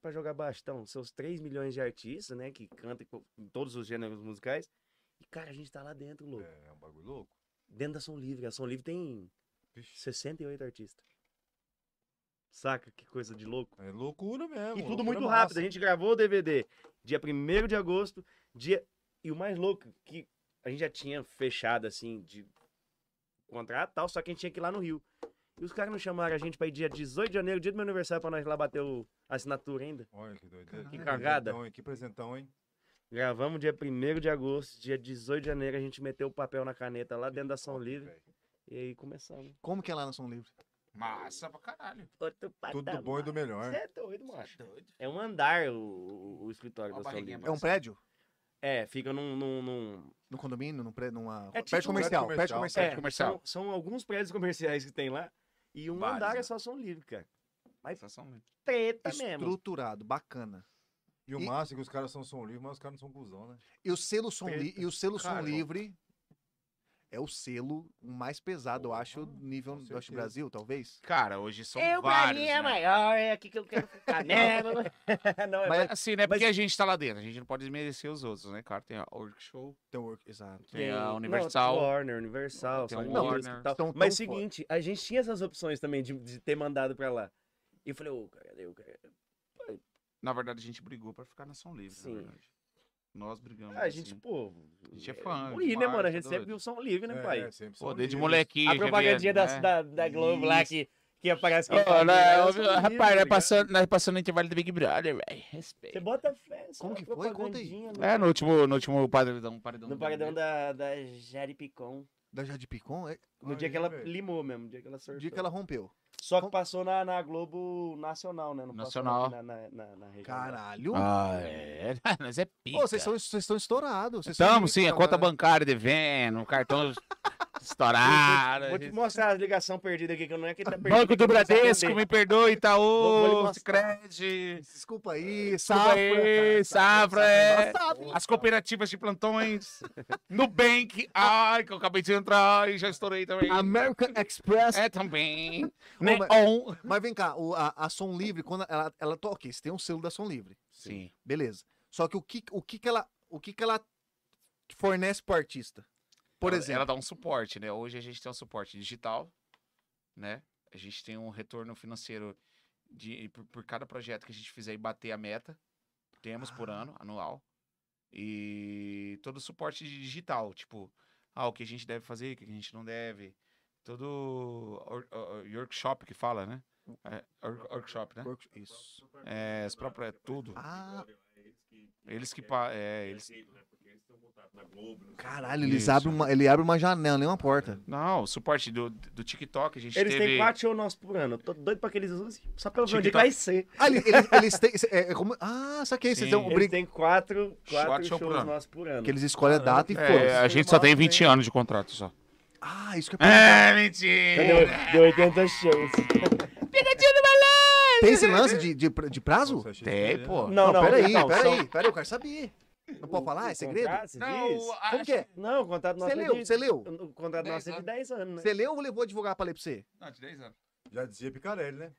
pra jogar bastão, seus 3 milhões de artistas, né, que cantam em co- em todos os gêneros musicais. E, cara, a gente tá lá dentro, louco.
É, é um bagulho louco.
Dentro da Som Livre. A Som Livre tem 68 artistas. Saca que coisa de louco?
É loucura mesmo.
E tudo
loucura
muito
massa.
rápido. A gente gravou o DVD dia 1 de agosto. Dia... E o mais louco, que a gente já tinha fechado, assim, de contrato e tal, só que a gente tinha que ir lá no Rio. E os caras não chamaram a gente pra ir dia 18 de janeiro, dia do meu aniversário, pra nós ir lá bater o- a assinatura ainda.
Olha que doideira.
Que cagada.
presentão, hein? Que presentão, hein?
Gravamos dia 1 de agosto, dia 18 de janeiro, a gente meteu o papel na caneta lá dentro da Ação
Top,
Livre.
velho.
E aí começamos.
Como que é lá na som livre?
Massa pra caralho.
Outro
Tudo do bom e do melhor.
Você é doido, macho.
Doido.
É um andar o, o- o escritório
Ó a
da Ação
barriguinha
Livre.
É um prédio?
É, fica num- num- num,
No condomínio? Num prédio, numa.
É tipo um
prédio
prédio
comercial, prédio
comercial.
comercial.
É,
comercial.
São, são alguns prédios comerciais que tem lá. E um
Vários,
andar
né?
é só som livre, cara.
Sensação,
Treta é mesmo.
Estruturado, bacana.
E o
E-
massa é que os caras são som livre, mas os caras não são cuzão, né?
E o selo som, li-
Preta.
e o selo som
Cara, eu-
livre é o selo mais pesado, eu acho,
Porra,
nível
com
do acho,
certeza.
Brasil, talvez.
Cara, hoje são
Eu, pra
vários.
mim, é
né?
maior, é aqui que eu quero ficar, né?
Não, é-
Mas
Assim, né? Porque
Mas-
a gente tá lá dentro. A gente não pode merecer os outros, né, cara? Tem a Org Show,
tem o- exato.
tem a
não,
Universal.
Warner, Universal,
Tem
São
um
Unidos
Warner.
e tal.
Tão- tão
Mas é seguinte, a gente tinha essas opções também de, de ter mandado pra lá. E eu falei, ô, cara, eu, cara.
Hum, Na verdade, a gente brigou pra ficar na Ação Livre,
Sim.
na verdade. Nós brigamos.
Ah, A gente,
assim.
pô.
A gente é fã,
Guri, né,
demais,
mano? A
tá
gente sempre
doido.
viu som livre, né,
É,
pai?
sempre
Pô,
são
desde
livres.
molequinho.
A
já
propagandinha
vieram,
da,
né?
da, da Globo lá que, que aparece. que
Ô, né,
São
ô,
Livre,
rapaz,
tá
nós
ligado?
passando, nós passando no intervalo do Big Brother, velho.
Você
Respeito.
bota fé. só
Como que foi? Conta aí.
propagandinha né?
É, no último, no último paredão. paredão
No paredão da, da Jari Picon.
Da Jade Picon? É,
No dia que ela limou mesmo, no dia que ela
o
sortou.
dia que ela rompeu.
Só que passou na, na Globo Nacional, né? Não passou
Nacional.
aqui Na, na, na, na região.
Caralho.
Ah, é. Nós é pica.
Ô, vocês são- vocês estão estourados. vocês são
Estamos sim, a
rica,
né?
conta
cara.
bancária devendo, o cartão estourado.
Vou te mostrar as ligações perdidas aqui, que eu não é que tá perdido.
Banco
é que
do
eu não sei
Bradesco,
atender.
me perdoe,
Vou- vou lhe
Itaú,
mostrar.
Cred,
Desculpa aí,
Safra,
safra.
Safra, é.
Safra.
as cooperativas de plantões, Nubank, ai, que eu acabei de entrar e já estourei também.
American Express.
É também.
mas-
Neon.
Mas vem cá, o- a, a Som Livre, quando ela, ela toca, ok, você tem um selo da Som Livre.
Sim.
Beleza. Só que o que, o que, que, ela, o que, que ela fornece pro artista? Por
ela,
exemplo.
ela dá um suporte, né? Hoje a gente tem um suporte digital, né? A gente tem um retorno financeiro de por, por cada projeto que a gente fizer e bater a meta, temos por
Ah.
ano, anual. E todo o suporte de digital, tipo, ah, o que a gente deve fazer, o que a gente não deve. Todo or- or- workshop que fala, né? É, or- workshop, né?
Work- Isso.
É, os próprios, é tudo.
Ah,
Eles que, pa- é, eles
caralho, eles
Isso.
abrem uma, ele abre uma janela, nem uma porta.
Não, o suporte do, do TikTok, a gente
Eles
teve... tá?
têm quatro shows nossos por ano. Eu tô doido pra que eles usem, só pelo ver onde é que
TikTok.
vai ser.
Ah, ele- eles, eles têm. É, é como, ah, saquei, vocês
Sim.
dão
Eles
briga.
têm quatro, quatro
shows
shows
por ano.
nossos por ano.
Que eles escolhem a data e
É,
foda-se.
a gente só tem 20 anos de contrato só.
Ah, isso que é.
É,
Entendeu?
mentira!
Deu 80 shows.
Tem esse lance de, de, pra- de prazo?
Nossa, achei
Tem,
diferente.
pô.
Não, não,
peraí,
não,
peraí,
são-
peraí, peraí, eu quero saber. Não pode falar? É segredo?
contrato, você diz?
a-
Como que é?
Não, o contrato nosso
Você
é
leu,
de-
você leu?
O contrato
Dez
nosso é de
anos.
10 anos, né?
Você leu ou levou advogado pra ler pra você?
Não, de 10 anos.
Já dizia Picarelli, né?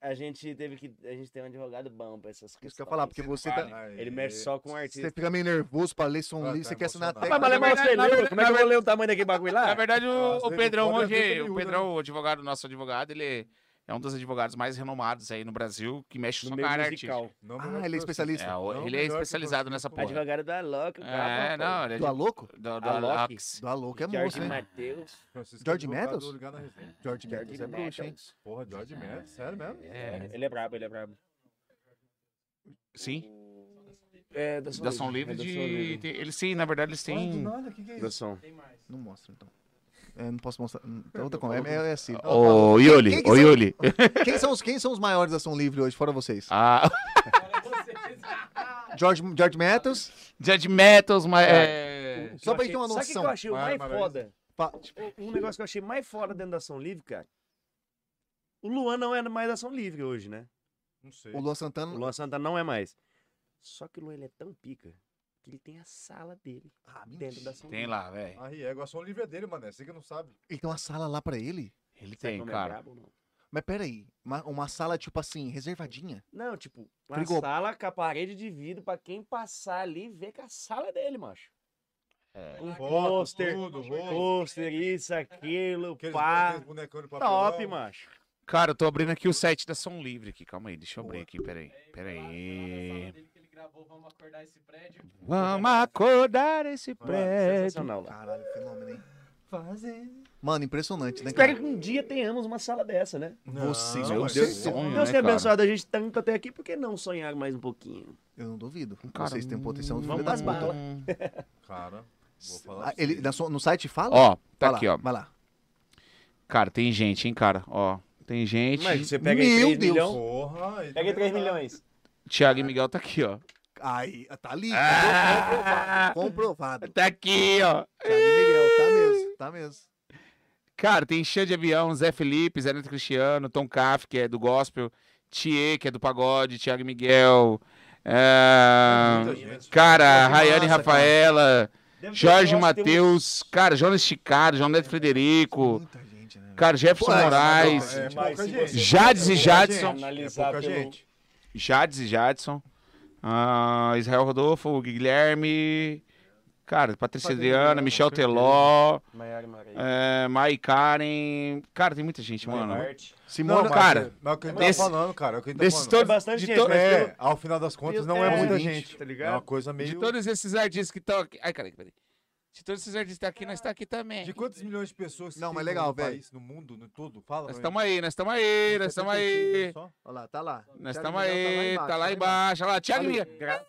A gente teve que. A gente tem um advogado bom pra essas coisas.
Isso que eu ia falar, porque você
né?
tá.
Ele mexe só com um
Você
artista.
fica meio nervoso pra ler som
Ah,
livre,
tá
você quer assinar até.
emocionado.
Mas, mas,
Na
mas,
verdade-
você
na
leu?
verdade-
Como é que eu vou ler o tamanho daquele bagulho
Na
lá?
verdade,
Ah,
o,
às
o
vezes
Pedrão
pode, às vezes
hoje,
miúdo,
o Pedrão, o advogado, nosso advogado, ele é um dos advogados mais renomados aí no Brasil, que mexe
No
só com
meio
a área
musical.
artística.
Ah, ele é especialista.
É, o-
Não,
ele é
melhor que
especializado
você,
nessa
pô.
Tá
porra.
Advogado da Loca,
É, não, ele é
Do Aloco?
de- do, do
Alok.
Alox.
Do Aloco é moço,
Jorge
hein?
Matheus.
George Meadows? George
George
Matheus é bruxo, hein?
Matheus.
Porra, George Meadows, sério mesmo?
É,
Ele é brabo, ele é brabo.
sim,
É,
da Som Livre de... tem- Eles sim, na verdade, eles
Olha, do
têm...
nada, o que que é isso?
Da Som.
Não mostra, então. É, não posso mostrar. hum, É outra conversa. É, é assim.
Ô, Yuli,
Quem que
ô,
são-
Yuli.
Quem são, os, quem são os maiores da Som Livre hoje, fora vocês?
Ah,
George, George Matheus?
Judge Metals, mas... é,
Só pra gente ter uma
Sabe o que
noção.
eu achei o
Vai,
mais
Maravilha.
foda?
Pa-
Um negócio que eu achei mais foda dentro da Ação Livre, cara. O Luan não é mais da Ação Livre hoje, né?
Não sei.
O Luan
O
Santana.
Luan Santana não é mais. Só que o Luan ele é tão pica que ele tem a sala dele
Ah,
dentro da Ação
Tem
Livre.
lá, velho.
A Riego, a som livre é dele, mané. Você que não sabe.
Ele tem uma sala lá pra ele?
Ele
Sabe
tem,
como é
cara.
brabo, não?
Mas peraí, uma, uma sala tipo assim, reservadinha?
Não, tipo, uma
Frigor-
sala com a parede de vidro pra quem passar ali ver que a sala é dele, macho. Um
Foto,
pôster,
tudo, rosto.
pôster, isso, aquilo,
Aqueles
pá.
aqueles bonecão de papelão.
Top, macho.
Cara, eu tô abrindo aqui o site da Som Livre aqui. Calma aí, deixa eu abrir aqui, peraí. Peraí. Vamos acordar esse prédio.
Sensacional lá.
Caralho, fenômeno, hein? Mano, impressionante, né?
Espero
Cara?
que um dia tenhamos uma sala dessa, né?
Não, é
Vocês,
meu
com
Deus do
certeza.
céu.
Sonho,
Deus
né,
tenha
cara?
abençoado a gente tanto até aqui, por que não sonhar mais um pouquinho?
Eu não duvido.
Cara,
Vocês têm um
hum,
potencial do
vamos-
filho da
das balas.
puta.
Cara, vou falar.
Ah,
pra
ele,
você.
na sua- no site fala?
assim. Ó,
Vai
tá
lá,
aqui, ó.
Vai lá.
Cara, tem gente, hein, cara. Ó, tem gente.
Mas você pega aí
Meu
3
Deus.
milhões.
Porra, ele
um? Pega aí
também
3
tá.
milhões.
Thiago e Miguel tá aqui, ó.
Aí, tá ali.
Ah!
Comprovado. comprovado.
Tá aqui, ó.
Thiago e Miguel, tá mesmo, tá mesmo.
Cara, tem Xande de Avião, Zé Felipe, Zé Neto Cristiano, Tom Caff, que é do gospel, Thier, que é do pagode, Thiago e Miguel. é,
Muita gente.
Cara,
Nossa,
É
Rayane
cara.
Rafaela.
Deve ter
Jorge
um negócio que tem um-
Matheus, cara, Jonas Chicaro, João Neto Frederico,
Muita gente, né?
cara, Jefferson
Pô, é,
Moraes,
É, pouca
se
gente.
você
Jades e
É pouca
Jadson.
gente,
Analisar
É pouca
pelo-
gente.
Jades e Jadson, ah, Israel Rodolfo, Guilherme, cara, Patrícia Adriana, Michel Teló,
Maiara e Maraíza.
é, Mai Karen, cara, tem muita gente, mano.
Marte.
Não,
Simone,
mas-
cara,
mas é o que ele
desse-
tá falando, cara. É o que ele tá
desses
falando.
todos,
bastante
de,
gente,
to-
mas pelo-
É, ao final das contas, não
É,
é muita
20,
gente.
tá
É
ligado?
uma coisa
de
meio.
todos esses artistas que estão aqui, ai, cara, peraí. De todos esses artistas que estão aqui, nós estamos aqui também.
De quantos milhões de pessoas
Não,
tem
mas legal,
no
velho.
país, no mundo, no todo? Fala.
Nós
pra mim.
estamos aí, nós estamos aí, nós estamos aí.
Só?
Olha lá, tá lá.
Nós
Thiago e
estamos
Miguel
aí, tá lá embaixo, olha lá, Thiago e Miguel.
Gra-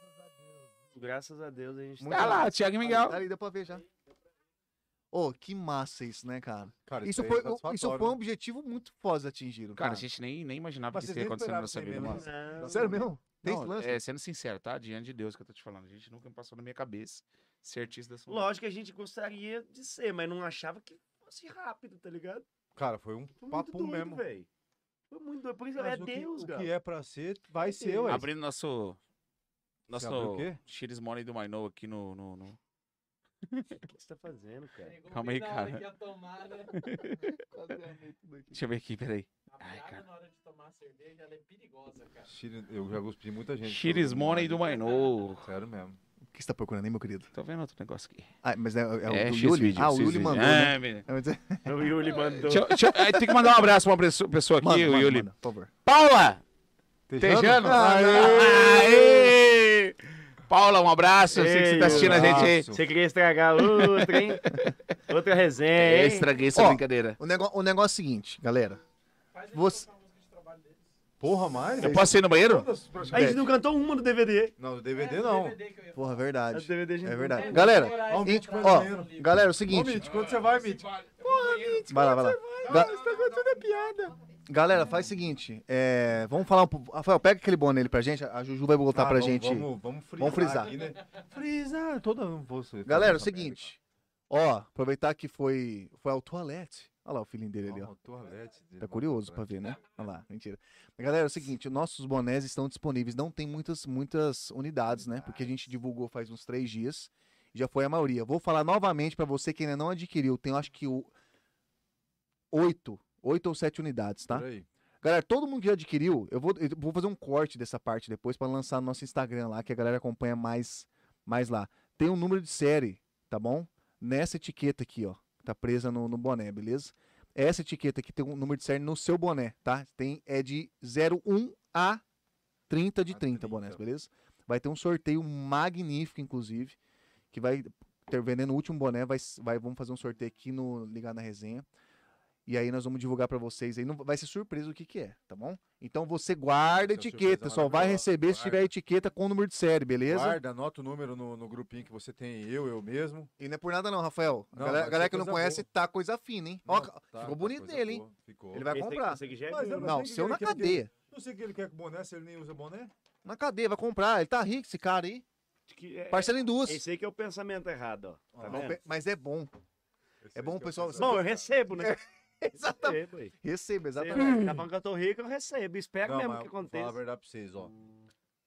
Graças a Deus a gente
Muito
Olha lá, Thiago e
Tá ali,
Miguel.
Tá ali, deu pra ver já. Oh, que massa isso, né, cara?
Cara,
Isso
aí
foi,
é satisfatório,
isso foi um
né?
objetivo muito foda atingido.
Cara, a gente nem, nem imaginava
Mas
que isso
vocês
ia
nem
acontecer na nossa
esperavam
vida.
também,
mano.
né?
Não,
Sério mesmo? Tem esse
Não,
lance?
é, sendo sincero, tá? Diante de Deus que eu tô te falando. A gente nunca passou na minha cabeça ser artista dessa maneira.
Lógico que a gente gostaria de ser, mas não achava que fosse rápido, tá ligado?
Cara, foi um
Foi muito
papo
doido,
mesmo.
velho. Foi muito doido. Por isso
Mas
é
o que-
Deus,
O
cara.
que é pra ser, vai ser, ué.
Abrindo nosso. Nosso
abriu o quê?
Cheers Money do Maino aqui no. no, no-
O que você tá fazendo, cara?
Calma aí, cara.
Aqui a tomada.
Deixa eu ver aqui, peraí.
A
Ai,
piada
cara.
na hora de tomar a cerveja, ela é perigosa, cara.
Cheers- Eu já cuspi muita gente.
Cheers
falando
Money
demais.
do Maino.
Sério mesmo.
O que você tá procurando aí, meu querido?
Tô vendo outro negócio aqui.
Ah, mas é, é
É,
o do
X-Video,
Yuli? Ah, o Yuli
X-Video.
mandou, né?
É, menino.
É, mas é-
O Yuli mandou.
Deixa eu- deixa eu- é, Tem que mandar um abraço pra uma preso- pessoa aqui,
Manda,
o
manda,
Yuli.
manda, por favor.
Paula!
Tejano?
Tejano? Aê! Paula, um abraço. Eu sei que você tá assistindo a gente aí.
Abraço.
Você queria estragar outra, hein? outra resenha,
É,
hein?
estraguei essa
Ó.
brincadeira.
O, negó- o negócio é o seguinte, galera.
Faz
Você-
Você... a música de trabalho deles.
Porra, mais?
Eu posso ir no banheiro?
Todas
A gente
praticamente.
não cantou uma do DVD.
Não, do
É,
DVD
do
não.
DVD que eu ia
Porra,
A do
verdade.
DVD a gente
É
não-
verdade.
É,
Galera,
Horário
Ó, o
de
Mítico
trabalho
ó,
banheiro.
livre.
galera, é o
Ô,
seguinte.
Mitch, quando você vai, Mitch?
Vai lá, vai lá. Ga-
Tá contando a piada.
Galera, faz o seguinte. é, vamos falar um pouco. Rafael, pega aquele boné ali pra gente. A Juju vai botar
Ah,
pra
vamos-
gente.
Vamos, vamos frisar.
Vamos frisar.
aqui, né? Frisar, toda não posso.
Galera, é o
tá
seguinte. Ó, aproveitar que foi, foi ao toalete. Olha lá o filhinho dele ali, ó. Tá curioso pra ver, né? Olha lá, mentira. Mas, Galera, é o seguinte, nossos bonés estão disponíveis. Não tem muitas, muitas unidades, né? Porque a gente divulgou faz uns três dias. Já foi a maioria. Vou falar novamente pra você que ainda não adquiriu. Tem, eu acho que, o... oito. Oito ou sete unidades, tá? Galera, todo mundo que já adquiriu, eu vou, eu vou fazer um corte dessa parte depois pra lançar no nosso Instagram lá, que a galera acompanha mais, mais lá. Tem um número de série, tá bom? Nessa etiqueta aqui, ó. que Tá presa no, no boné, beleza? Essa etiqueta aqui tem um número de série no seu boné, tá? Tem, é de 01 a 30 de
A
30
30.
bonés, beleza? Vai ter um sorteio magnífico, inclusive, que vai ter vendendo o último boné, vai, vai, vamos fazer um sorteio aqui no Ligar na Resenha. E aí nós vamos divulgar pra vocês aí, não, vai ser surpresa o que que é, tá bom? Então você guarda a
Essa
etiqueta,
surpresa
só vai
maravilhosa,
receber se tiver
guarda.
etiqueta com o número de série, beleza?
Guarda, anota o número no, no grupinho que você tem, eu, eu mesmo.
E não é por nada não, Rafael. A
Não,
galera,
vai
galera
ser
que não
coisa
conhece
boa.
tá coisa fina, hein? Ó,
Não,
ca-
tá,
ficou
tá,
bonito
coisa
ele, hein?
boa, Ficou.
Ele vai
Esse aqui-
comprar.
esse aqui já é
Mas
meu.
eu-
Não,
sei que
seu
ele
na
quer- porque-
cadeia.
Não sei o que ele quer com boné, se ele nem usa boné.
Na cadeia, vai comprar. Ele tá rico esse cara aí.
Que é-
Parcela em duas.
Esse aí que é o pensamento errado, ó. Tá
Ó,
vendo?
Não, pe- Mas é bom.
Esse
É
aí
bom,
que
pessoal,
penso.
Bom, eu recebo, né?
Exatamente.
Recebo aí.
Receba, exatamente.
Recebo. Tá falando que eu tô rico, eu recebo. Espero
Não,
É mesmo
mas
que
eu vou Falar a
aconteça.
verdade pra vocês, ó.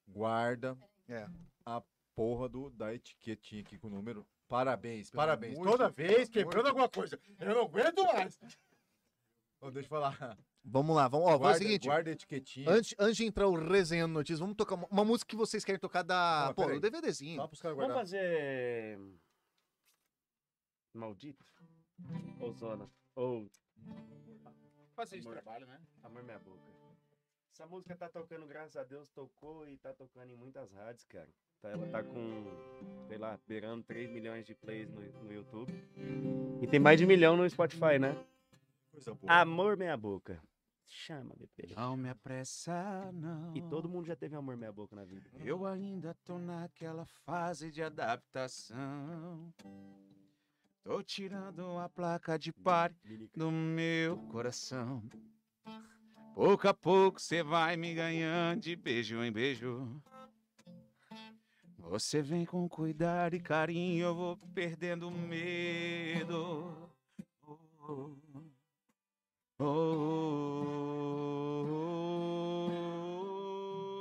Guarda
É.
a porra do, da etiquetinha aqui com o número. Parabéns,
Pelo
parabéns.
amor
Toda
de Deus.
vez quebrando alguma coisa. Eu não aguento mais. Ô, deixa eu falar.
Vamos lá, vamos. Ó, faz
guarda,
o seguinte.
guarda a etiquetinha.
Antes, antes de entrar o resenha no notícias, vamos tocar uma, uma música que vocês querem tocar da.
Não, mas
pô,
peraí.
do DVDzinho.
Só pros caras
Vamos
guardarem.
fazer. Maldito? Ou Zona? Ou
Fazer de
Amor.
trabalho, né?
Amor Minha Boca? Essa música tá tocando, graças a Deus, tocou e tá tocando em muitas rádios, cara. Tá- Ela tá com, sei lá, beirando 3 milhões de plays no, no YouTube. E tem mais de um milhão no Spotify, né?
Coisa boa.
Amor Meia Boca. Chama, bebê.
Não me apressa, não.
E todo mundo já teve um amor meia boca na vida.
Eu ainda tô naquela fase de adaptação. Tô tirando a placa de pare do meu coração. Pouco a pouco você vai me ganhando de beijo em beijo. Você vem com cuidado e carinho, eu vou perdendo o medo. Oh, oh,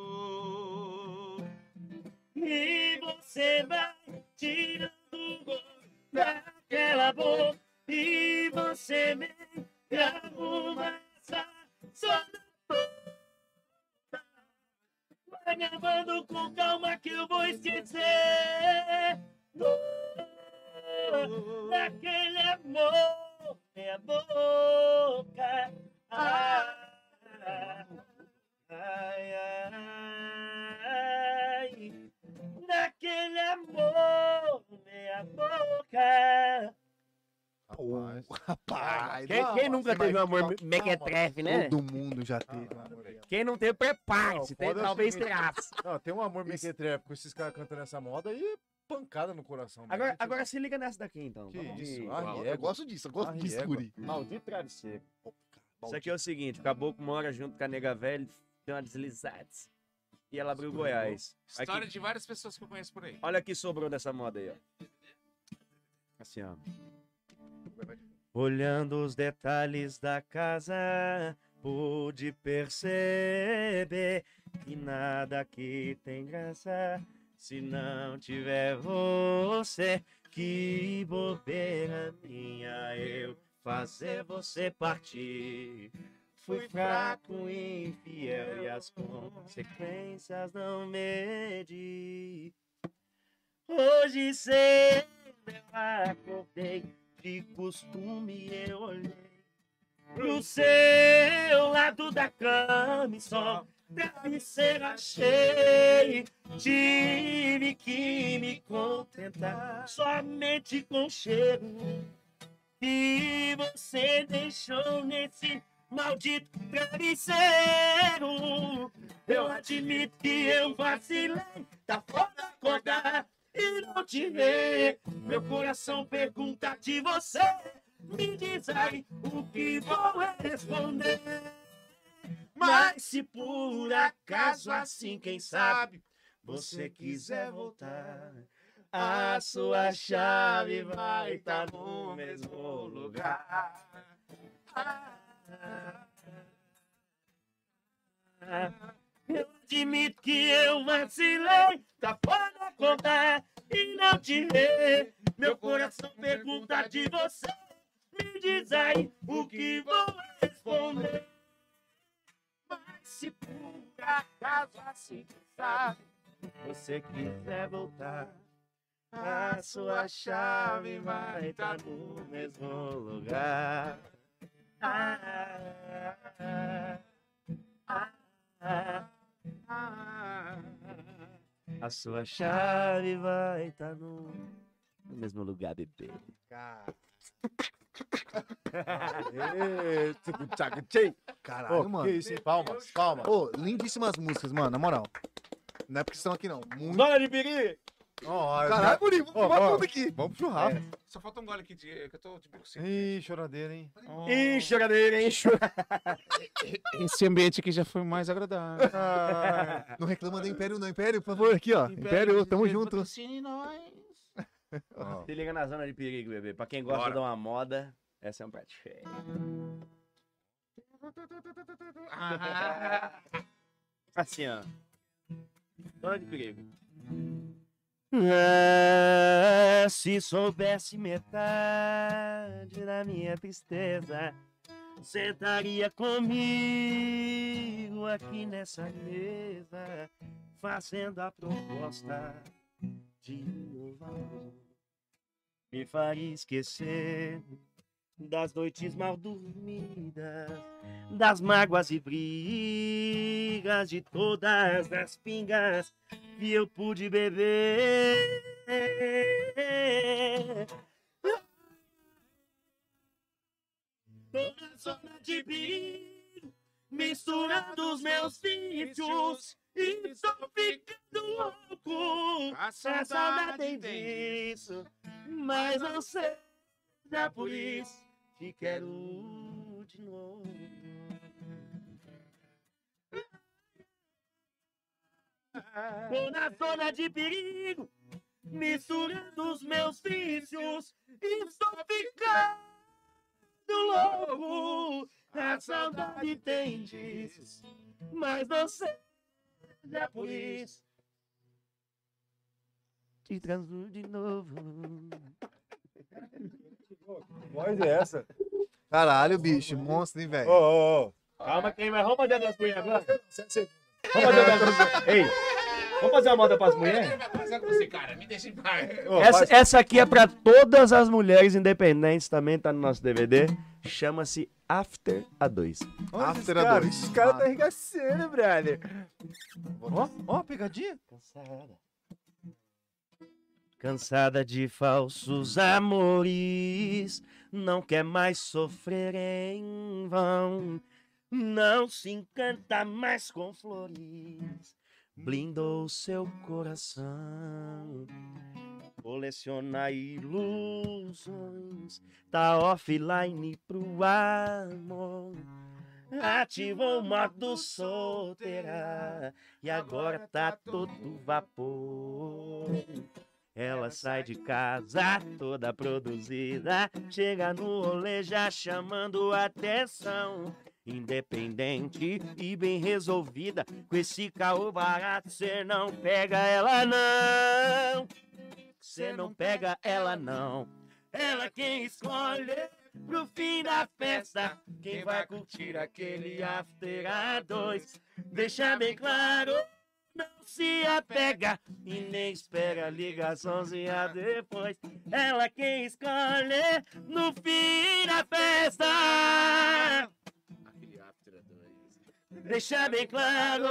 oh, oh.
E você vai tirando o gosto daquela boca. E você me arruma essa só Vai me amando com calma que eu vou esquecer do- Daquele amor, minha boca ai, ai, ai. Daquele amor, minha boca
Rapaz.
Rapaz,
Quem,
não,
quem nunca
você
teve um
vai-
amor
calma,
mequetrefe, né?
Todo mundo já teve.
Ah,
Quem não teve, prepare-se.
Não, foda é o
talvez
seguinte.
terá.
Não, tem um amor mequetrefe com esses caras cantando essa moda e... pancada no coração. velho.
Agora,
Gente,
agora se liga nessa daqui, então.
Que
Vamos de-
isso,
Eu-
ah,
eu,
égua.
gosto disso, eu gosto
Ah,
disso,
égua.
guri.
Maldito travesseiro. Isso aqui é o seguinte, o caboclo mora junto com a nega velha, deu uma deslizada. E ela abriu Goiás.
História
Aqui-
de várias pessoas que eu conheço por aí.
Olha o que sobrou dessa moda aí, ó. Assim, ó. Olhando os detalhes da casa, pude perceber que nada aqui tem graça se não tiver você. Que bobeira minha eu fazer você partir. Fui fraco, infiel e as consequências não medi. Hoje cedo eu acordei, de costume eu olhei pro seu lado da cama e só travesseiro achei. Tive que me contentar somente com o cheiro que você deixou nesse maldito travesseiro. Eu admito que eu vacilei, tá foda acordar e não te ver. Meu coração pergunta de você, me diz aí o que vou responder. Mas se por acaso assim, quem sabe, você quiser voltar, a sua chave vai estar no mesmo lugar. Eu admito que eu vacilei, tá foda contar e não te ver. Meu coração pergunta de você, me diz aí o que vou responder. Mas se por acaso assim sabe, você quiser voltar, a sua chave vai estar no mesmo lugar. Ah, ah, ah, ah. A sua chave vai estar no... no mesmo lugar, bebê. é
Ê, tchucu, tchacu, tchei.
Caralho,
Ô,
mano.
que isso, hein? Palmas, palmas.
Ô, lindíssimas músicas, mano, na moral. Não é porque estão aqui, não. Muito.
Bora de peri!
Ó,
Caralho, Guri, vamos
Ó,
tomar
ó.
tudo aqui.
Vamos pro
É.
churrasco.
Só falta um gole aqui de, que eu tô de bico seco.
Ih, choradeira, hein?
Ih, choradeira, hein?
Esse ambiente aqui já foi mais agradável.
Ah.
Não reclama do Império, não. Império, por favor, aqui, ó. Império, tamo junto.
Ó,
Se liga na zona de perigo, bebê. Pra quem gosta
Bora.
de uma moda, essa é um prato cheio.
Ah,
Assim, ó. Zona de perigo. Ah, se soubesse metade da minha tristeza, sentaria comigo aqui nessa mesa, fazendo a proposta de meu valor. Me faria esquecer das noites mal dormidas, das mágoas e brigas, de todas as pingas que eu pude beber. Tô na zona de perigo, misturando os meus vícios, e estou ficando louco.
A
A
saudade
saudade
tem.
disso, mas não seja por isso que quero de novo. Tô na zona de perigo, misturando os meus vícios e estou ficando louco. A saudade tem disso, mas não seja por isso. Te transo de novo.
que voz é essa?
Caralho, bicho, monstro, hein,
Ô,
velho.
ô, ô.
Calma, quem vai? Vamos fazer das mulheres agora? Vamos fazer das mulheres. Ei, vamos fazer uma moda pras mulheres?
Vai conversar com você, cara. Me deixa em paz.
Ô,
Essa,
faz-
essa aqui é pra todas as mulheres independentes, também tá no nosso DVD. Chama-se After A2.
é
Olha esses
After
caras,
dois.
Esses caras
Ah.
tá arregaçando, brother. Ó, ó, pegadinha.
Cansada. Cansada de falsos amores, não quer mais sofrer em vão, não se encanta mais com flores, blindou seu coração. Coleciona ilusões, tá offline pro amor. Ativou o modo solteira e agora tá todo vapor. Ela sai de casa toda produzida, chega no rolê já chamando atenção. Independente e bem resolvida, com esse caô barato cê não pega ela não. Cê não pega ela não. Ela quem escolhe pro fim da festa, quem vai curtir aquele after a dois. Deixa bem claro, não se apega e nem espera a ligaçãozinha depois. Ela quem escolhe no fim da festa.
Aquele after é dois.
Deixa bem claro,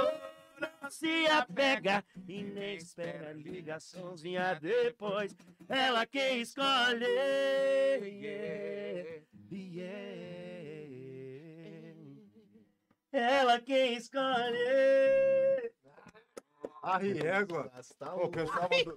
não se apega e nem espera a ligaçãozinha depois. Ela quem escolhe. yeah, yeah. Ela quem escolhe.
A Ah, régua. Ô, O pessoal mandou,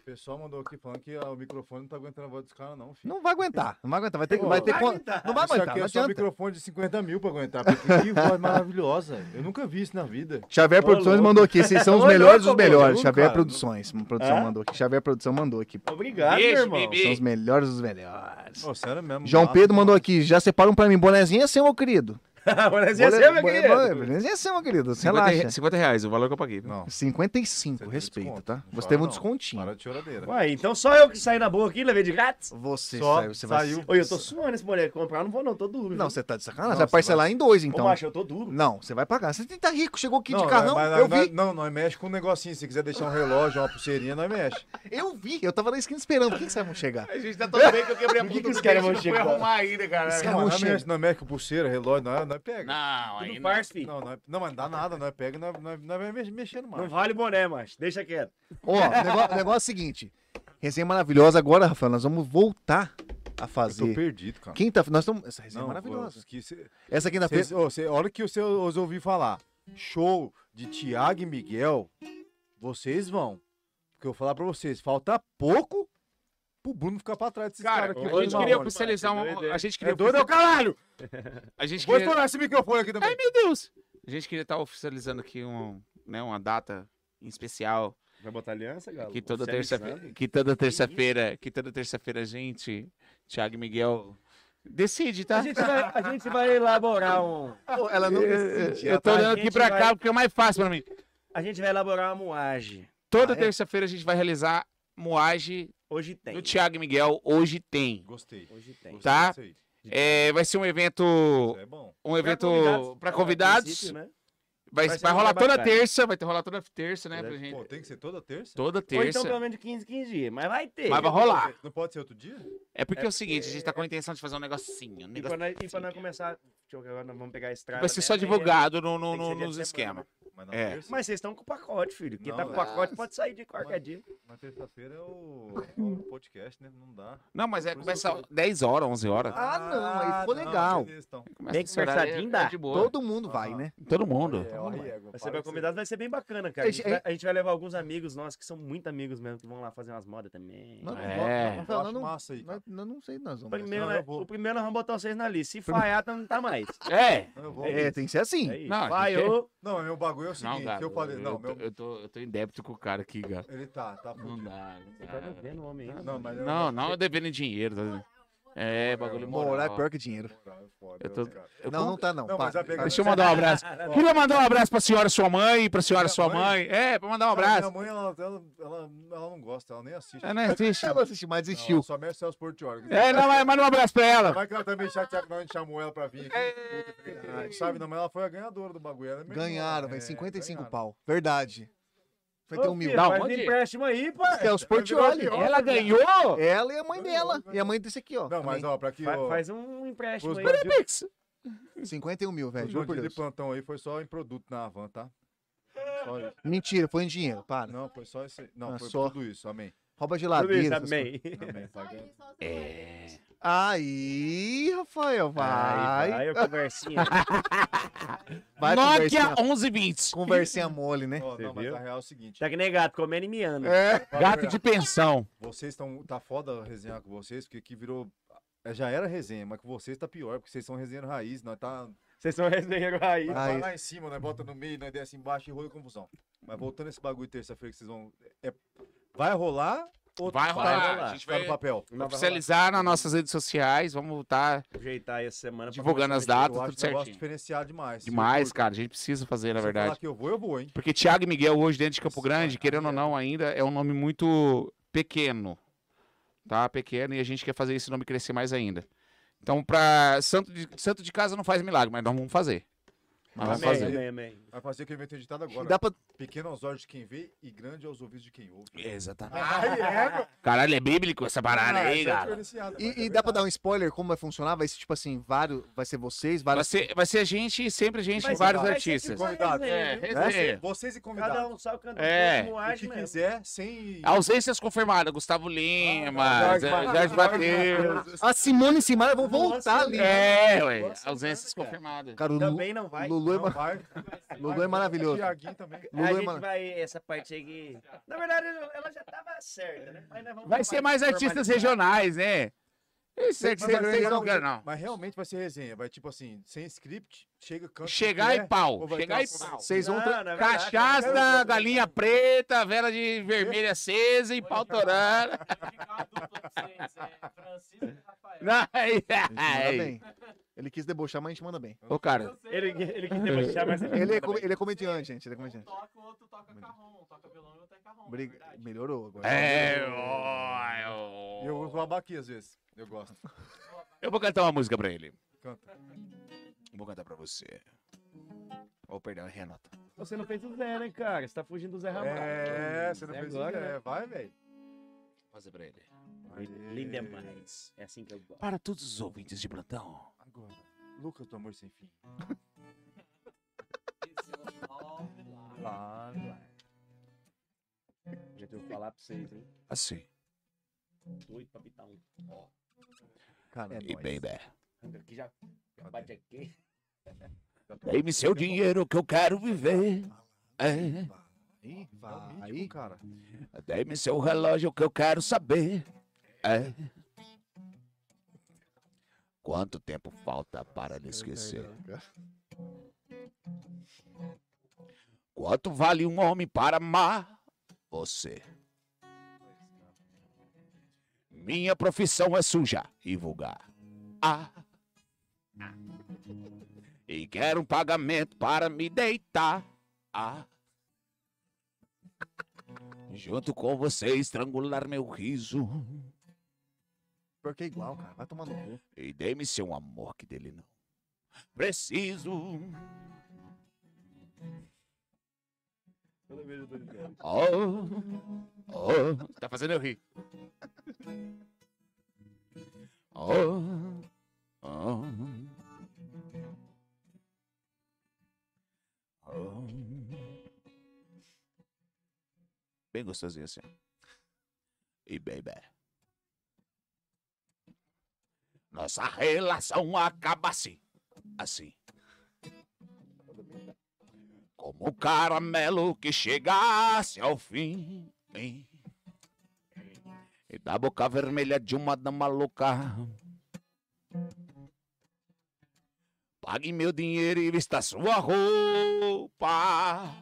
o pessoal mandou aqui falando que ah, o microfone não tá aguentando a voz dos caras, não, filho.
Não vai aguentar, não vai aguentar. Vai ter que. Vai ter con- não vai
Isso
aguentar,
aqui
não
é só
adianta.
microfone de 50 mil pra aguentar. Porque que voz maravilhosa. Eu nunca vi isso na vida.
Xavier
Ô,
Produções
louco.
mandou aqui. Vocês são os
Ô,
melhores dos
louco, meu,
melhores.
não,
Xavier
cara.
Produções. Produção
Hã?
mandou aqui. Xavier Produção mandou aqui.
Obrigado, meu
Beijo,
irmão.
bebê.
São os melhores dos melhores.
Ô, sério mesmo.
João
massa,
Pedro mandou
mano.
aqui. Já separa um pra mim. Bonezinha seu, meu querido.
Ah,
Mas
é
ia
Bone-
ser, meu
bone-
querido.
Bonezinha seu, é meu querido.
50,
Relaxa.
re- 50 reais, o valor que eu paguei. viu?
Não.
55,
Você
respeita,
desconto.
tá?
Não
Você
chora,
teve um
não.
descontinho.
Para de choradeira.
Ué, então só eu que saí na boa aqui, levei de grátis?
Você
Só
saiu, você vai.
saiu.
Oi, eu tô suando esse boneco. Comprar eu não vou, não, tô duro.
Não,
viu?
você tá de sacanagem.
Não,
Você vai
você
parcelar em dois, então.
Ô, macho, eu tô duro.
Não, você vai pagar. Você tá rico, chegou aqui de
Não,
carrão.
mas- mas-
eu
mas-
vi,
Não, nós mexe com um negocinho. Se quiser deixar um relógio, uma pulseirinha, nós mexe.
eu vi. Eu tava na esquina esperando. Quem que vocês vão chegar?
A gente tá tão bem que eu quebrei a
Por que
bunda
que os
do
caras
dente,
vão
não foi
chegar?
arrumar ainda, cara.
Os
Não,
caras vão
mas nós
chegar.
mexe, nós mexe com pulseira, relógio, nós, nós pega.
Não, aí
Tudo
não.
parça, filho.
Não, nós- não, mas não é, dá nada, nós pega e nós, nós, nós vai mex- mexendo
Não
mais.
vale boné, macho. Deixa quieto.
Ó, o negócio, o negócio é o seguinte. Resenha maravilhosa agora, Rafael. Nós vamos voltar a
Eu tô
fazer.
perdido, cara.
Quinta, nós estamos. Essa resenha
Não,
é Tá maravilhosa.
eu- que cê-
Essa quinta-feira.
cês- ô, cê- olha o que você os ouvi falar. Show de Tiago e Miguel, vocês vão. Porque eu vou falar pra vocês, falta pouco pro Bruno ficar pra trás desses
Cara,
caras aqui.
a gente
na
queria
hora.
oficializar um. A gente
É
queria.
doido, é o caralho!
A gente
Vou
queria.
estourar esse microfone aqui também.
Meu Deus! A gente queria estar oficializando aqui um, né, uma data em especial.
Vai botar aliança, galera?
Que toda terça-feira. Que toda terça-feira. Que toda terça-feira a gente, Thiago e Miguel, decide, tá?
A gente, vai, a gente vai elaborar um.
ela
É,
não.
Eu tô
A
olhando aqui
gente
pra cá
vai-
porque é mais fácil pra mim.
A gente vai elaborar uma moagem.
Toda
Ah, é?
terça-feira a gente vai realizar moagem
Hoje tem.
do Thiago e Miguel. Hoje tem.
Gostei.
Hoje tem.
Gostei
Tá.
disso aí.
É, vai ser um evento.
Isso é bom.
Um evento pra
É,
convidados.
princípio, né?
Vai,
Vai ser
vai
um
rolar
debate
toda
bacana.
terça. Vai ter rolar toda terça, né? Pra
Pô,
gente.
tem que ser toda terça?
Toda
Ou então
terça.
pelo menos de 15, 15 dias. Mas vai ter.
Mas vai rolar.
Não pode ser outro dia?
É porque é, o seguinte, a gente tá com a intenção de fazer um negocinho. Um
E
negócio...
pra, nós, e pra nós começar. Deixa eu ver, agora nós vamos pegar a estrada.
Vai ser
né?
só divulgado no,
Tem
no-
que ser
no-
dia de
nos
semana, né?
esquemas.
Mas na
É.
terça?
Mas vocês estão com o pacote, filho. Quem
Não,
tá com o
mas-
pacote pode sair de qualquer
Mas-
dia.
Na terça-feira é o é o podcast, né? Não dá.
Não, mas é,
Por isso
começa
eu
10 horas, 11 horas.
Ah, não, aí ficou legal.
beleza, então.
Começa
que
esse horário,
conversar,
é-
dá.
é de boa.
Todo mundo vai, né?
Todo mundo.
É, ó, aí, égua,
Vai ser meu
para que você-
convidado, vai ser bem bacana, cara. A gente,
Esse-
vai, a gente vai levar alguns amigos nossos que são muito amigos mesmo, que vão lá fazer umas modas também.
Nós-
É.
nós- Rafael,
Eu acho
nós não-
massa aí, cara.
nós- nós não sei, nós
O
vamos.
primeiro,
Não,
né-
eu vou.
o primeiro nós vamos botar vocês na lista. Se falhar, tá- não tá mais.
É.
Não, eu vou-
É, tem que ser assim.
É isso.
Não, a
Vai,
gente-
ô.
Não, mas meu bagulho é o seguinte,
Não, cara.
eu falei, não,
eu, tô,
meu,
eu, tô, eu tô em débito com o cara aqui, cara.
ele tá, tá
Não
fudido.
dá. não
Você
dá.
tá devendo o homem ainda?
Não, mas eu-
Não, não, eu devendo em dinheiro. Tá? vendo? É, bagulho
Morar é
moral.
pior que dinheiro.
Moral, é foda,
Eu tô-
cara.
Eu
Não, não
compro-
tá, não.
Não,
para.
mas a pegada-
Deixa eu mandar um abraço. Queria mandar um abraço pra senhora sua mãe, pra senhora sua
Minha
mãe.
mãe?
É, pra mandar um
Cara,
abraço.
Minha mãe, ela, ela, ela, ela não gosta, ela nem assiste.
É, né, assiste.
Ela assistiu, mas
Não,
desistiu.
só mexe Celso Portiolli.
É, não, mas manda um abraço pra ela.
Vai que ela também chateada que nós a gente chamou ela pra vir aqui. Puta, verdade. Sabe, não, mas ela foi a ganhadora do bagulho. Ela é melhor,
É. Ganharam,
é,
velho. 55
ganharam.
pau. Verdade. Foi ter
Ô,
um mil.
filho,
Não,
faz
pode ir.
empréstimo aí, pai.
Celso Portioli.
Ela ganhou?
Ela e a mãe dela. E a mãe desse aqui, ó.
Não, mas
também.
ó, pra que...
Fa-
ó,
Faz um empréstimo
Os
aí.
bandidos-
51 mil, velho.
os
Juro por
bandidos de
Deus.
plantão aí foi só em produto na Havan, tá? Só isso.
Mentira, foi em dinheiro. Para.
Não, foi só isso aí. Não,
Ah,
foi
só.
tudo isso, amém.
Rouba geladeira. essas coisas.
Também.
Também,
Só
paga-
isso, só
É.
Aí, Rafael, vai.
Aí, eu conversinha.
Vai, né?
Nokia
conversinha,
1120.
conversinha mole, né?
Ó,
Você
não, mas
viu?
a real é o seguinte.
Tá que nem gato, comendo e miando.
É.
fala a
Gato
verdade.
de pensão.
Vocês estão. Tá foda resenhar com vocês, porque aqui virou. é, Já era resenha, mas com vocês tá pior, porque vocês são resenha raiz, nós tá.
Vocês são resenheiro aí.
nós vai
Raiz.
lá em cima, nós bota no meio, nós desce embaixo e rola confusão. Mas voltando esse bagulho terça-feira que vocês vão. é- Vai rolar ou
Vai
tá-
rolar,
tá
a gente vai-
no papel?
Oficializar nas nossas redes sociais. Vamos estar
Ajeitar essa semana. pra
divulgando
começar a
as
mexer.
datas,
eu acho
tudo
um negócio
certinho.
diferenciado demais.
Demais,
Eu-
cara. A gente precisa fazer, na
se eu
verdade.
falar que eu vou, eu vou, hein?
Porque Thiago e Miguel hoje dentro de Campo
Nossa,
Grande,
cara,
querendo ou
é.
não ainda, é um nome muito pequeno. Tá? Pequeno e a gente quer fazer esse nome crescer mais ainda. Então, pra santo de, santo de casa não faz milagre, mas nós vamos fazer. Nós vamos
Amém.
fazer.
Amém, amém.
Vai fazer o que eu inventei ditado agora.
Dá pra...
Pequeno aos olhos de quem vê e grande aos ouvidos de quem ouve.
Exatamente.
Ai, é, meu.
Caralho, é bíblico essa parada
Ah,
aí,
isso é
cara.
diferenciado, mas
E,
é
e dá pra
verdade.
dar um spoiler como vai funcionar? Vai ser tipo assim, vários. Vai ser vocês,
Vai
vários.
ser, vai ser a gente, sempre a gente,
Vai ser-
vários
vai ser
artistas.
tipo uma
Convidado.
resenha,
É,
né?
resenha.
Você- Vocês e convidados.
Cada um só canta
É.
como
O
age
que
mesmo.
quiser, sem.
Ausências confirmadas. Gustavo Lima,
Jorge
Zé-
Mateus.
Ah, Jorge Mateus.
A Simone e Simaria vão
Nossa,
voltar ali.
É, ué.
Nossa,
Ausências
cara.
confirmadas.
Cara, o Lu-
Também não vai.
Lulu é,
Não
ma-
vai.
Lulu é maravilhoso.
Tiaguinho também.
Lulu
a
é
gente
mara-
vai, essa parte aí que... Na verdade, ela já tava certa, né? Mas nós vamos
Vai ser mais artistas regionais, né? Isso é que
Mas
você
vai
não
ser
quero, não.
igual-
quero, não.
Mas realmente vai ser resenha. Vai tipo assim, sem script, chega, canta. o que
Chegar
quer,
e
ou
pau.
vai
Chegar
ter
e
uma
pau.
Vocês vão.
Não,
tra-
na verdade, eu quero-
Cachaça, galinha preta, vela de vermelha acesa e pau torando.
Francisco e Rafael.
Não, é aí-
Manda
aí.
bem. Ele quis debochar, mas a gente manda bem.
Ô, cara,
Ele, ele quis debochar, mas...
Ele é, com- ele é comediante, gente. Ele é
Um
comediante.
toca, o outro toca carrom. Um toca violão e o outro é carrom.
Briga-
verdade.
Melhorou agora.
é. ó,
E eu uso
ó.
o abaqui às vezes. Eu gosto.
Eu vou cantar uma música pra ele.
Canta.
Vou cantar pra você. Oh, perdão, é Renata.
Você não fez o Zé, né, cara? Você tá fugindo do Zé Ramalho.
É, você não
Zé
fez
agora,
ideia.
né?
Vai, velho.
Vou fazer pra ele.
é.
Linda mais. É assim que eu gosto.
Para todos os ouvintes de plantão.
Agora. Lucas do Amor Sem Fim.
Esse é o nome lá.
Lá, lá.
Já tenho que falar pra vocês, hein?
Assim.
Doido pra pitar um. É
Cara,
é
E bem, bem.
Aqui já... já Bate aqui.
Dei-me
É
seu dinheiro que eu quero viver. É.
aí, vai.
Aí, cara.
Dei-me seu relógio que eu quero saber. É. Quanto tempo falta para lhe esquecer? Quanto vale um homem para amar você? Minha profissão é suja e vulgar. Ah. E quero um pagamento para me deitar. Ah. Junto com você estrangular meu riso.
Pior que é igual, cara. Vai tomar no cu.
E dê-me seu amor que dele não preciso.
Toda vez eu tô de boa.
Oh, oh. Tá fazendo eu rir. Oh, oh. Oh. Bem gostosinho assim. E baby. Nossa relação acaba assim. Assim. Como o caramelo que chegasse ao fim. hein? E da boca vermelha de uma dama louca. Pague meu dinheiro e vista sua roupa.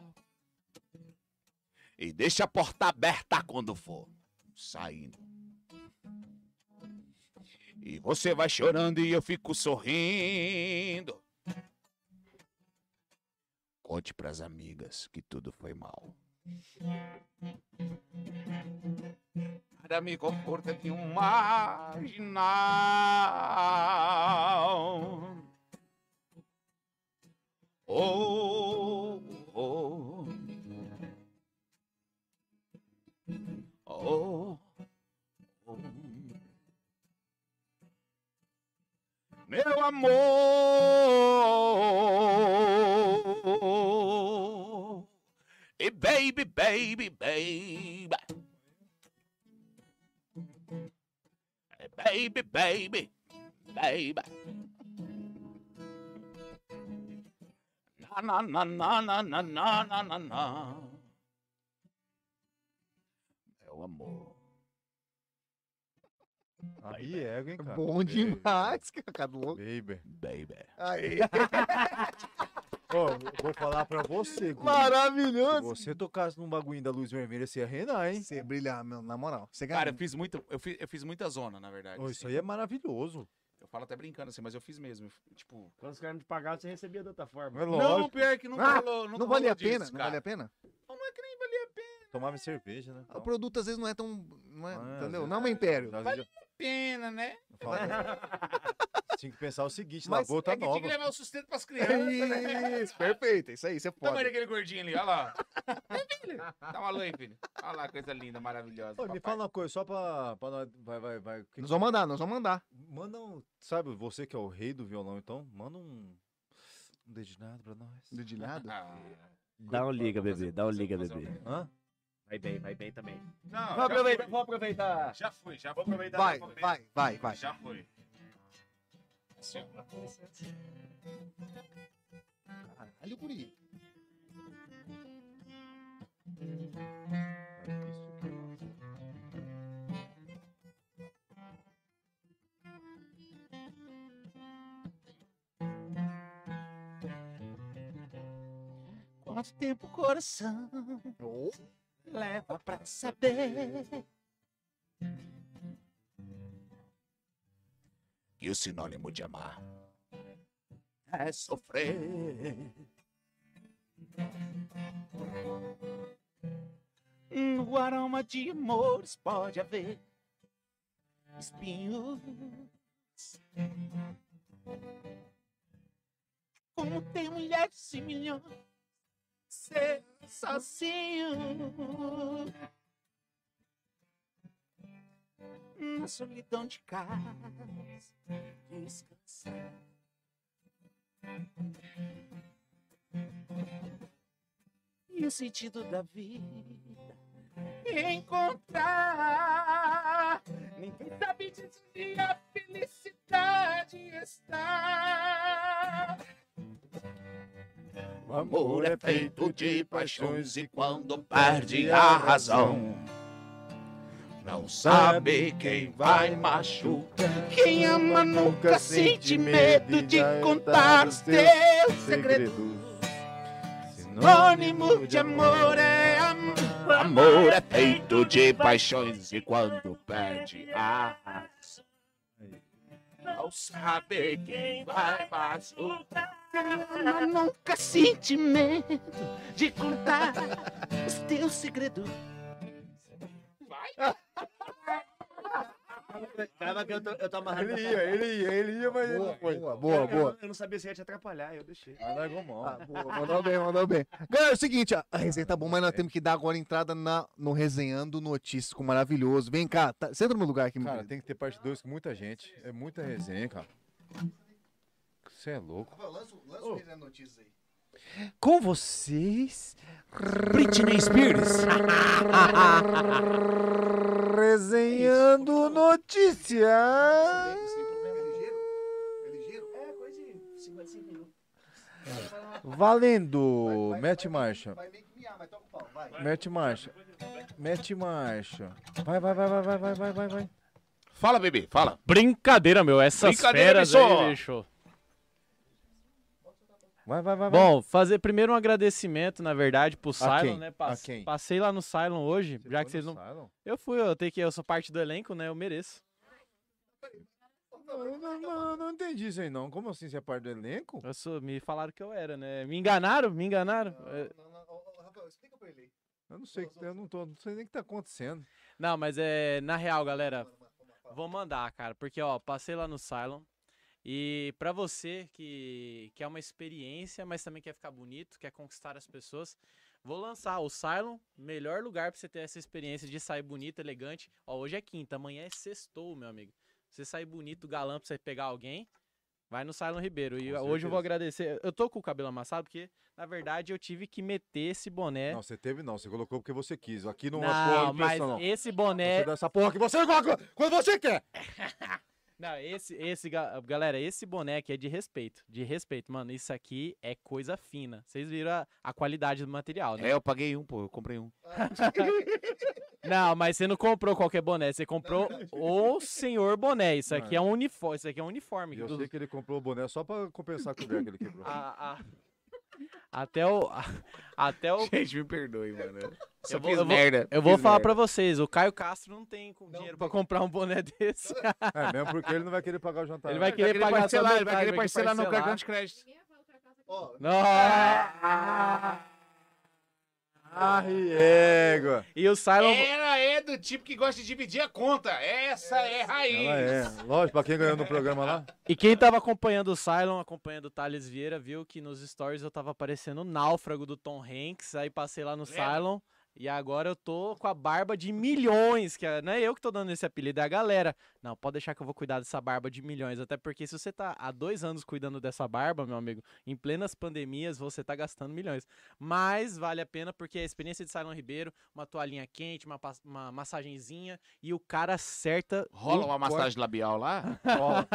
E deixa a porta aberta quando for saindo. E você vai chorando e eu fico sorrindo. Conte pras amigas que tudo foi mal. Para me comporta de um marginal. Oh, oh, oh, oh. Meu amor. E baby, baby, baby. Baby, baby, baby. Na, na, na, na, na, na, na, na, na. Meu amor.
Aí é, hein, cara.
Bom demais, cara. Louco.
Baby.
Baby.
Aí.
Ó, eu vou falar pra você, Guri. Se
Maravilhoso.
você tocasse num bagulho da luz vermelha, você ia reinar, hein?
Você brilhar, meu, na moral. Você ganha.
Cara, eu fiz, muita, eu, fiz, eu fiz muita zona, na verdade.
Ô, isso
assim.
aí é maravilhoso.
Eu falo até brincando assim, mas eu fiz mesmo. Tipo,
Quando os caras não te pagavam, você recebia de outra forma.
É
Não,
lógico.
pior que não
Ah,
falou.
não vale a pena? não
cara.
vale a pena?
Tomava cerveja, né?
O produto às vezes não é tão. Não é,
Ah,
entendeu?
às
Não é um império.
Às vezes
Pena, né?
eu falo, Tinha que pensar o seguinte, na
Mas
gota
é que tinha que
nova.
levar o sustento pras
É
crianças. né?
Isso, perfeito. Isso é aí, você
Tamanho
pode.
daquele gordinho ali, olha lá. É, filho. Dá uma lã aí, filho. Olha lá, coisa linda, maravilhosa.
Ô, me
papai.
fala uma coisa, só pra, pra nós. Vai, vai, vai. Que-
Nós vamos mandar, nós vamos mandar.
Manda um. Sabe, você que é o rei do violão, então, manda um. Um dedinado pra nós.
Dedilhado.
Ah,
Dá um liga,
Vamos
bebê.
fazer-
Dá um
vamos
liga,
fazer um-
bebê.
Hã?
Vai bem, vai bem também.
Não,
Vou
já foi.
aproveitar, vou aproveitar.
Já fui, já
Vou
fui.
aproveitar.
Vai,
vou aproveitar.
vai, vai, vai.
Já foi. Assim, ó.
Caralho, guri.
Quanto tempo o coração
Ô,
leva pra saber que o sinônimo de amar é sofrer? No aroma de amores pode haver espinhos. Como tem mulheres e milhões ser sozinho na solidão de casa descansar. E o sentido da vida encontrar. Ninguém sabe disso e a felicidade está. O amor é feito de paixões e quando perde a razão, não sabe quem vai machucar. Quem ama nunca sente medo de contar os teus segredos. Sinônimo de amor é amor. Amor é feito de paixões e quando perde a razão, não sabe quem vai machucar. Mas nunca sente medo de contar os teus segredos.
Calma que eu tô, eu tô amarrando.
Ele
na
ia, ele ia, ele ia, mas ele
Boa,
não foi.
boa,
cara.
boa,
Eu- eu-
boa.
Eu não sabia se ia te atrapalhar, eu deixei.
Mas largou mão.
Ah, boa, mandou bem, mandou bem. Galera, é o seguinte, a a resenha tá bom, mas nós temos que dar agora a entrada na, no Resenhando Notícias com o maravilhoso. Vem cá, tá, senta no meu lugar aqui, meu
Cara,
querido.
tem que ter parte 2 com muita gente. É muita resenha, cara. Você é louco.
Lança o Resenhando Notícias aí.
Com vocês.
Britney Spears.
Resenhando notícias.
É, coisa de 55 minutos.
Valendo. Mete marcha.
Vai meio que miar, mas toca o pau, vai.
Mete marcha. Mete marcha. Vai, vai, vai, vai, vai, vai, vai, vai, vai.
Fala, bebê, fala.
Brincadeira, meu. Essas
Brincadeira,
feras
bicho.
aí, bicho.
Vai, vai, vai.
Bom, fazer primeiro um agradecimento, na verdade, pro
quem?
Cylon, né?
A
Pas-
quem?
Passei lá no Cylon hoje, já que
foi
vocês
no
não.
Cylon?
Eu fui, eu tenho que. Eu sou parte do elenco, né? Eu mereço.
Não, eu não, não, eu não entendi isso aí, não. Como assim você é parte do elenco?
Eu sou, me falaram que eu era, né? Me enganaram? Me enganaram?
Ah.
É,
Rafael, explica pra ele aí.
Eu não sei, eu não tô, não sei nem o que tá acontecendo.
Não, mas é. Na real, galera, vou mandar, cara. Porque, ó, passei lá no Cylon. E pra você que quer uma experiência, mas também quer ficar bonito, quer conquistar as pessoas, vou lançar o Cylon, melhor lugar pra você ter essa experiência de sair bonito, elegante. Ó, hoje é quinta, amanhã é sextou, meu amigo. Você sair bonito, galã, pra você pegar alguém, Vai no Silon Ribeiro. E
Com
hoje eu vou
certeza.
agradecer. Eu tô com o cabelo amassado porque, na verdade, eu tive que meter esse boné.
Não, você teve não, você colocou porque você quis. Aqui não,
É. Não,
é porra de
mas
pressão, não.
esse
Você
boné.
dá essa porra que você coloca quando você quer.
Não, esse, esse, ga- galera, esse boné aqui é de respeito. De respeito, mano. Isso aqui é coisa fina. Vocês viram a, a qualidade do material, né?
É, eu paguei um, pô, eu comprei um.
Não, mas você não comprou qualquer boné, você comprou o senhor boné. Isso aqui é um uniforme. Isso aqui é um uniforme.
E eu
do-
sei que ele comprou o boné só pra compensar com o Greg que ele quebrou.
a- a- Até o. a- Até o.
Gente, me perdoe, mano. Só
Eu vou-
fiz
eu vou-
merda.
Eu vou
fiz
falar
merda.
pra vocês, o Caio Castro não tem com dinheiro pra comprar um boné desse.
É, mesmo porque ele não vai querer pagar o jantar.
Ele
né?
vai
Ele vai querer
querer pagar só
parcelar, ele vai
metade,
querer parcelar no cartão de crédito.
Nossa!
Ah, égua.
E o Silon.
Ela é do tipo que gosta de dividir a conta. Essa é a raiz.
Ela é. Lógico, pra quem ganhou no programa lá.
E quem tava acompanhando o Cylon, acompanhando o Thales Vieira, viu que nos stories eu tava parecendo o náufrago do Tom Hanks, aí passei lá no
Lembra?
Cylon, e agora eu tô com a barba de milhões, que é- não é eu que tô dando esse apelido, é a galera. Não, pode deixar que eu vou cuidar dessa barba de milhões, até porque se você tá há dois anos cuidando dessa barba, meu amigo, em plenas pandemias você tá gastando milhões. Mas vale a pena porque a experiência de Cylon Ribeiro, uma toalhinha quente, uma, pas- uma massagenzinha, e o cara acerta...
Rola
o
uma
corte.
massagem labial lá?
Rola,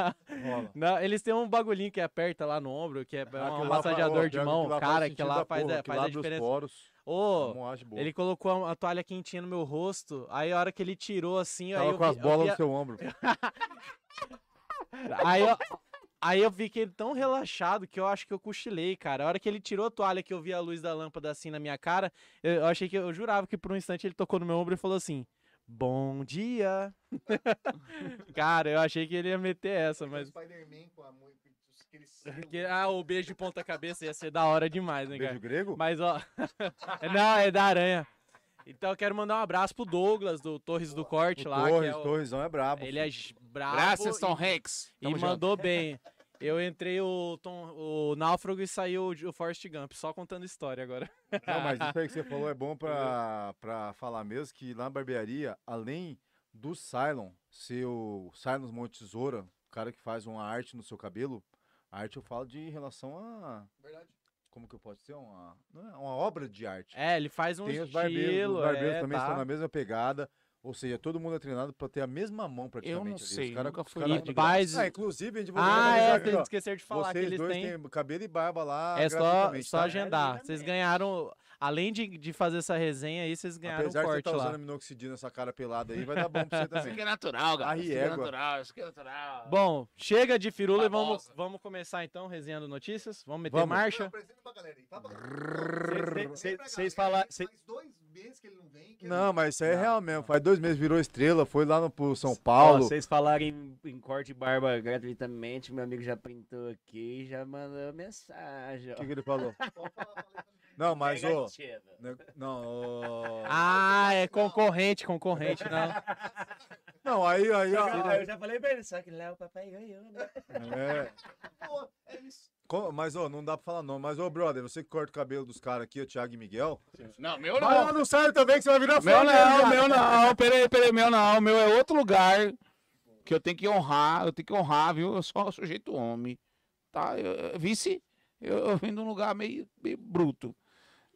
rola.
Não, eles têm um bagulhinho que aperta lá no ombro, que é
Aquilo
um
Ah, lá
massageador
faz-
de
aquilo lá
mão,
faz
cara, que
sentido
lá
da
faz,
porra,
a-
aquilo
faz a
abre os
diferença.
poros, a
Ô,
moagem tá boa.
ele colocou a, a toalha quentinha no meu rosto, aí a hora que ele tirou assim, aí
Tava
eu,
com as
vi, eu
bolas
vi
no seu ombro.
a- aí, eu, aí eu vi que ele tão relaxado que eu acho que eu cochilei, cara. A hora que ele tirou a toalha que eu vi a luz da lâmpada assim na minha cara, eu, eu achei que eu jurava que por um instante ele tocou no meu ombro e falou assim: "Bom dia". cara, eu achei que ele ia meter essa, mas
Spider-Man com a mão e os- aqueles selos.
Porque, ah, o beijo de ponta cabeça ia ser da hora demais, né,
Beijo
cara?
grego?
Mas, ó... Não, é da aranha. Então, eu quero mandar um abraço pro Douglas, do Torres do Corte
O
lá. que
Torres,
é o-
Torresão é brabo.
Ele é j- brabo
Graças,
e-
Tom Hanks.
e, mandou bem. Eu entrei o, Tom, o Náufrago e saiu o, J- o Forrest Gump, só contando história agora.
Não, mas isso aí que você falou é bom pra, pra falar mesmo que lá na barbearia, além do Cylon, seu Cylon Monte Tesoura, o cara que faz uma arte no seu cabelo, a arte eu falo de em relação a.
Verdade.
Como que eu posso dizer? Uma, não é uma obra de arte.
É, ele faz um
Tem os barbeiros,
estilo,
os barbeiros
é,
também
tá.
estão na mesma pegada. Ou seja, todo mundo é treinado pra ter a mesma mão praticamente. ali. Os
sei,
cara-
nunca
os
fui
cara-
E faz...
Ah, inclusive, a gente vai
Ah,
organizar
é,
aqui,
vocês
ó.
esqueceram de falar que
Vocês
eles
dois
têm...
têm cabelo e barba lá.
É só,
gratuitamente,
só
tá?
agendar. Vocês ganharam, além de, de fazer essa resenha aí, vocês ganharam
Apesar
um
de você
corte
estar
lá.
usando minoxidil nessa cara pelada aí, vai dar bom pra você
Isso
também.
aqui é natural, galera.
A
Isso aqui é
régua.
natural, isso aqui é natural.
Bom, chega de firula e
Babosa.
vamos, vamos começar então resenhando notícias. Vamos meter
Vamos.
Não,
marcha.
apresenta pra galera aí. Tá pra...
cê-
Lembra,
cês
galera,
fala-
que
cê-
Faz dois meses que ele não vem. que ele
Não, mas isso aí é
Não,
real mesmo. Faz dois meses virou estrela, foi lá no, pro São
Ó,
Paulo.
vocês falarem em corte e barba gratuitamente, meu amigo já printou aqui e já mandou mensagem. ó.
O que, que ele falou? Não, mas ô.
Negativa.
ne- Não, ô.
Ah, é concorrente, concorrente, não.
Não, aí, aí, ó.
Ah, eu já falei pra ele, só que lá o papai ganhou, né?
É.
é
Co- Mas, ô, não dá pra falar não. Mas, ô, brother, você que corta o cabelo dos caras aqui, o Thiago e Miguel.
Não, meu
Vai
não.
lá no site também que você vai virar
Meu
fã. né?
não, meu não. Peraí, peraí, meu não. Meu é outro lugar que eu tenho que honrar. Eu tenho que honrar, viu? Eu sou um sujeito homem. Tá? Eu- eu- vice, eu, eu vim de um lugar meio, meio bruto.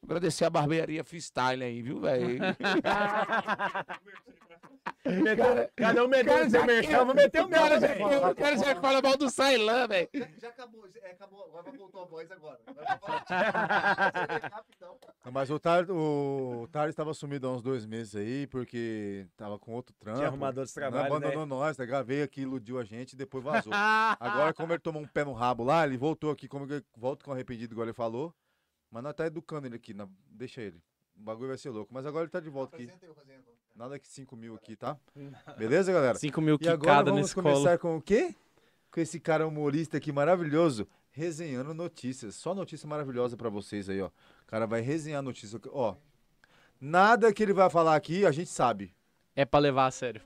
Agradecer a barbearia freestyle aí, viu, velho?
Cadê o Medeiros? Seu merchan, vou meter o meu,
Cara,
né?
eu não quero ser que fala mal do Sailan, velho.
Já, já acabou, já- é, acabou. Agora vai voltar a voz agora. Agora vai falar. Rapidão.
Mas o Tar- o Thales tava sumido há uns dois meses aí, porque tava com outro trampo.
arrumado outros
Não,
trabalhos, né?
Abandonou nós, tá? ligado? Veio aqui, iludiu a gente e depois vazou.
Ah.
Agora, como ele tomou um pé no rabo lá, ele voltou aqui, como ele volta com arrependido, igual ele falou. Mas nós tá educando ele aqui, na- deixa ele. O bagulho vai ser louco. Mas agora ele tá de volta aqui.
Apresenta aí o então. Rosendo.
Nada que 5 mil aqui, tá? Beleza, galera?
5 mil
E agora
quicada
vamos
nesse colo.
começar com o quê? Com esse cara humorista aqui maravilhoso, resenhando notícias. Só notícia maravilhosa pra vocês aí, ó. O cara vai resenhar notícia, ó. Nada que ele vai falar aqui, a gente sabe.
É pra levar a sério.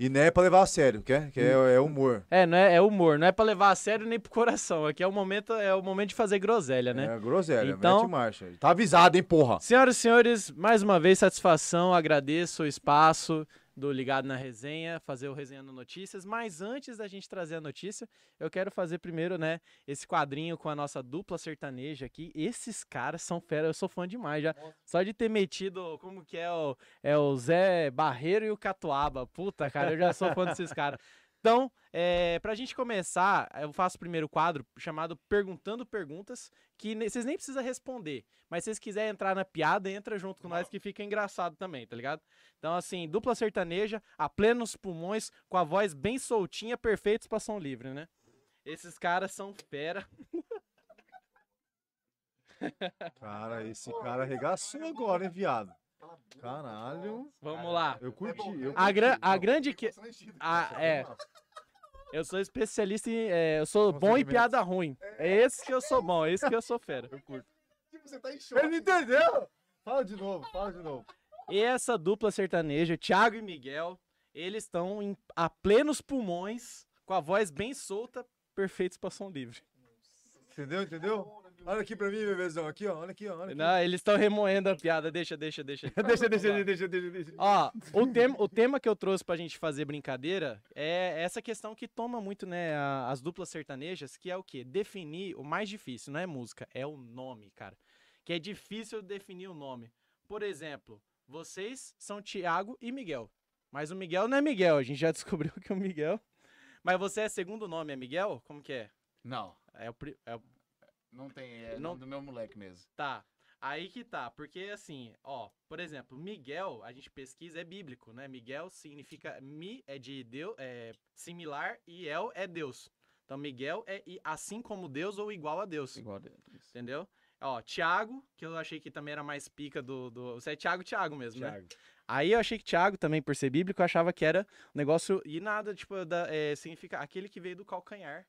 E não é pra levar a sério, que é, que é, é humor.
É, não é, é humor, não é pra levar a sério nem pro coração. Aqui é o momento, é o momento de fazer groselha, né?
É groselha,
Então-
mete marcha. Tá avisado, hein, porra.
Senhoras e senhores, mais uma vez satisfação, agradeço o espaço. do Ligado na Resenha, fazer o Resenhando Notícias. Mas antes da gente trazer a notícia, eu quero fazer primeiro, né, esse quadrinho com a nossa dupla sertaneja aqui. Esses caras são fera, eu sou fã demais já. Só de ter metido, como que é o, é o Zé Barreiro e o Catuaba. Puta, cara, eu já sou fã desses caras. Então, é, pra gente começar, eu faço o primeiro quadro chamado Perguntando Perguntas, que ne- vocês nem precisam responder, mas se vocês quiserem entrar na piada, entra junto com nós que fica engraçado também, tá ligado? Então, assim, dupla sertaneja, a plenos pulmões, com a voz bem soltinha, perfeitos pra som livre, né? Esses caras são fera.
Cara, esse cara arregaçou agora, hein, viado? Caralho.
Vamos lá.
Eu curti. Eu
A, gran- a
Não,
grande que. Ah, é. Eu sou especialista em. é, eu sou bom em piada ruim. É esse que eu sou bom, é esse que eu sou fera.
Tipo, você tá em choque.
Ele não entendeu? Fala de novo, fala de novo.
E essa dupla sertaneja, Thiago e Miguel, eles estão em- a plenos pulmões, com a voz bem solta, perfeitos pra som livre.
Entendeu, entendeu? Olha aqui pra mim, bebezão. Aqui, ó. Olha aqui, ó. Olha aqui.
Não, eles estão remoendo a piada. Deixa, deixa, deixa.
Deixa, deixa, deixa, deixa, deixa.
Ó, o, tema, o tema que eu trouxe pra gente fazer brincadeira é essa questão que toma muito, né, a- as duplas sertanejas, que é o quê? Definir o mais difícil, não é música, é o nome, cara. Que é difícil definir o nome. Por exemplo, vocês são Tiago e Miguel. Mas o Miguel não é Miguel, a gente já descobriu que é o Miguel. Mas você é segundo nome, é Miguel? Como que é?
Não,
É o, pri- é o
não tem. É
Não-
nome do meu moleque mesmo.
Tá. Aí que tá, porque assim, ó, por exemplo, Miguel, a gente pesquisa, é bíblico, né? Miguel significa mi é de Deus, é similar e El é Deus. Então Miguel é i- assim como Deus ou igual a Deus.
Igual a Deus.
Entendeu? Ó, Tiago, que eu achei que também era mais pica do. do... Você é Tiago, Tiago mesmo, né?
Thiago.
Aí eu achei que Tiago, também por ser bíblico, eu achava que era um negócio. E nada, tipo, da, é, significa aquele que veio do calcanhar.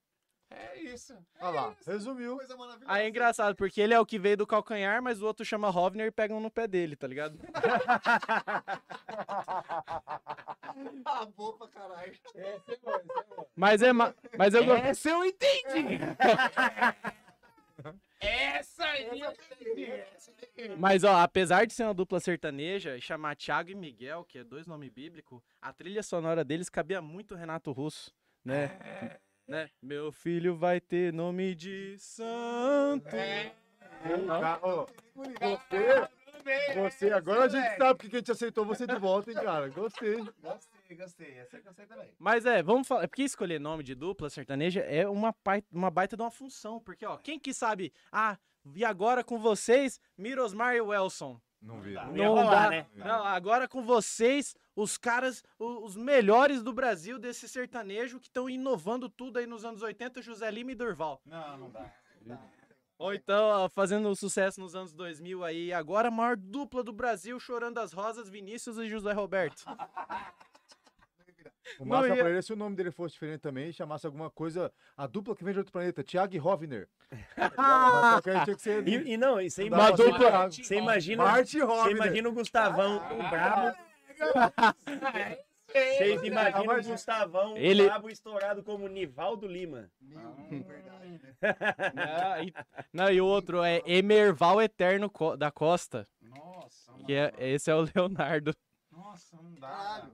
É isso.
Olha lá, resumiu.
Aí é engraçado, porque ele é o que veio do calcanhar, mas o outro chama Hovner e pega um no pé dele, tá ligado?
Ah, boa pra caralho.
Mas é ma... Mas eu gostei.
Essa eu entendi! Essa aí eu entendi!
Mas ó, apesar de ser uma dupla sertaneja e chamar Thiago e Miguel, que é dois nomes bíblicos, a trilha sonora deles cabia muito Renato Russo, né? né? Meu filho vai ter nome de santo.
Ca- ô, Tá, Você, você, agora a gente sabe porque que a gente aceitou você de volta, hein, cara. Gostei.
Gostei, gostei. Essa eu gostei também.
Mas é, vamos falar. É porque escolher nome de dupla sertaneja é uma, pai- uma baita de uma função. Porque, ó, quem que sabe? Ah, e agora com vocês, Mirosmar e Welson.
Não vi.
Não
Não,
ia rolar,
dá,
né?
Não, agora com vocês, os caras, o- os melhores do Brasil desse sertanejo que estão inovando tudo aí nos anos 80, José Lima e Durval.
Não, não dá.
Ou então, ó, fazendo sucesso nos anos 2000 aí, agora a maior dupla do Brasil, Chorando as Rosas, Vinícius e José Roberto.
O
Não,
massa
e-
pra ele é se o nome dele fosse diferente também, chamasse alguma coisa. A dupla que vem de outro planeta, Thiago e Rovner. Só que aí tinha que ser.
E, e não, e você
Dá pra
imagina,
ser Thiago.
você imagina,
Marte e
você
Rovner.
imagina o Gustavão o brabo. Vocês imaginam o Gustavão
Ele-
brabo estourado como Nivaldo Lima.
Ah, e- não, e o outro é Emerval Eterno Co- da Costa,
Nossa,
que é, esse é o Leonardo.
Nossa, não dá.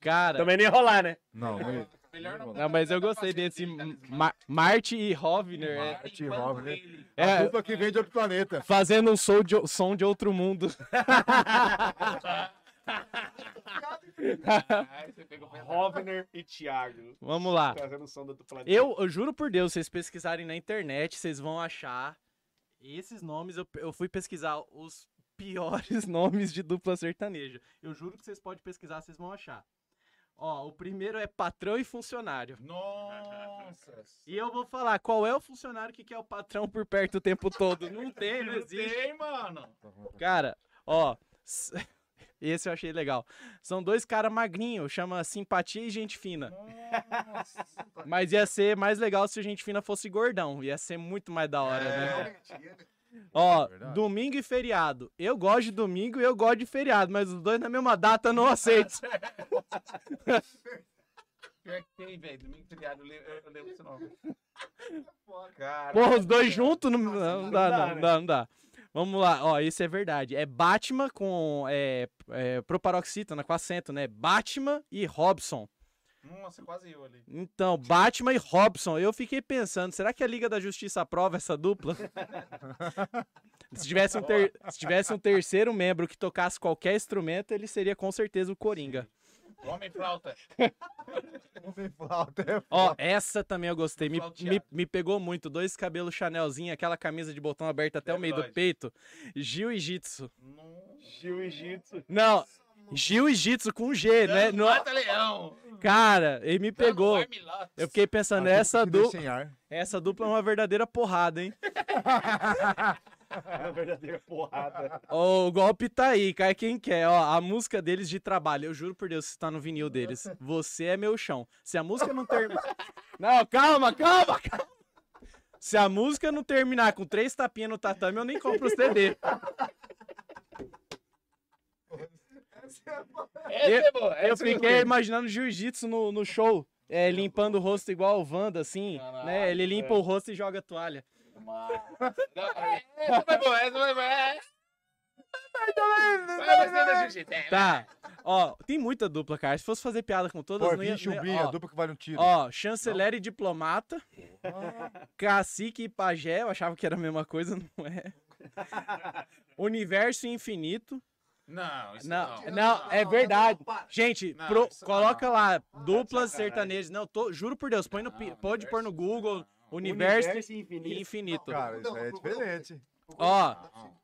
Cara,
Também nem rolar, né?
Não, não ia.
Melhor não.
não, mas eu gostei desse
assim,
Ma- Marte e Rovner, é-
Marte e Rovner. A
é,
dupla que vem de outro planeta.
fazendo um som de, som de outro mundo.
Ai, você pegou
Rovner e Thiago.
Vamos lá.
Trazendo o som do planeta.
Eu, eu juro por Deus, vocês pesquisarem na internet, vocês vão achar esses nomes. Eu, pe- eu fui pesquisar os piores nomes de dupla sertaneja. Eu juro que vocês podem pesquisar, vocês vão achar. Ó, o primeiro é patrão e funcionário.
Nossa.
E eu vou falar qual é o funcionário que quer o patrão por perto o tempo todo. Não tem, não existe.
Ei, mano.
Cara, ó. s- Esse eu achei legal. São dois caras magrinhos, chama Simpatia e Gente Fina. Mas ia ser mais legal se o Gente Fina fosse gordão. Ia ser muito mais da hora,
É.
né? Ó,
Verdade.
domingo e feriado. Eu gosto de domingo e eu gosto de feriado, mas os dois na mesma data eu não aceito.
Pior que tem, velho. Domingo feriado, eu le- eu lembro esse nome. Cara. É
Porra, os dois juntos não, não dá,
dá,
não
né?
dá, não dá. Vamos lá, ó, isso é verdade. É Batman com é, é, proparoxítona com acento, né? Batman e Robson.
Nossa, quase eu ali.
Então, Batman e Robson. Eu fiquei pensando, será que a Liga da Justiça aprova essa dupla? se, tivesse um ter- se tivesse um terceiro membro que tocasse qualquer instrumento, ele seria com certeza o Coringa.
Homem flauta.
Homem flauta é
Ó, essa também eu gostei. Me,
Flauteado.
me, me pegou muito. Dois cabelos Chanelzinho, aquela camisa de botão aberto até o meio do
Verdade.
peito. Gil e Jitsu.
Gil e Jitsu.
Não, Gil e Jitsu com G, né?
Dando
Não-
Mata leão.
cara, ele me pegou.
Dando marmilatas.
Eu fiquei pensando,
Aquele
essa,
que deu
du...
sem ar.
essa dupla é uma verdadeira porrada, hein?
É uma verdadeira porrada.
Ó, o golpe tá aí, cai quem quer. Ó, a música deles de trabalho, eu juro por Deus, se tá no vinil deles. Você é meu chão. Se a música não terminar. Não, calma, calma, calma. Se a música não terminar com três tapinhas no tatame, eu nem compro o CD.
Essa é boa.
Eu
essa eu
fiquei
gostei.
imaginando jiu-jitsu no, no show. É, limpando o rosto igual o Wanda, assim, né? Ele limpa o rosto e joga a toalha.
Essa foi boa, essa foi boa. É. Vai você da Jiu-Jitsu. É.
Tá. Ó, tem muita dupla, cara. Se fosse fazer piada com todas,
Pô,
não ia...
21
não
bi,
ia-
a
ó.
dupla que vale um tiro.
Ó, chanceler e diplomata. Cacique e pajé, eu achava que era a mesma coisa, não é. Universo infinito.
Não, isso
Não,
não.
não, é verdade. Gente,
Não,
pro-
isso é
coloca lá, duplas
sacanagem.
sertanejas. Não, tô, juro por Deus, põe no, pi-
Não,
pode pôr no Google universo,
Universo,
e
infinito.
infinito.
Cara, isso aí é diferente.
Ó,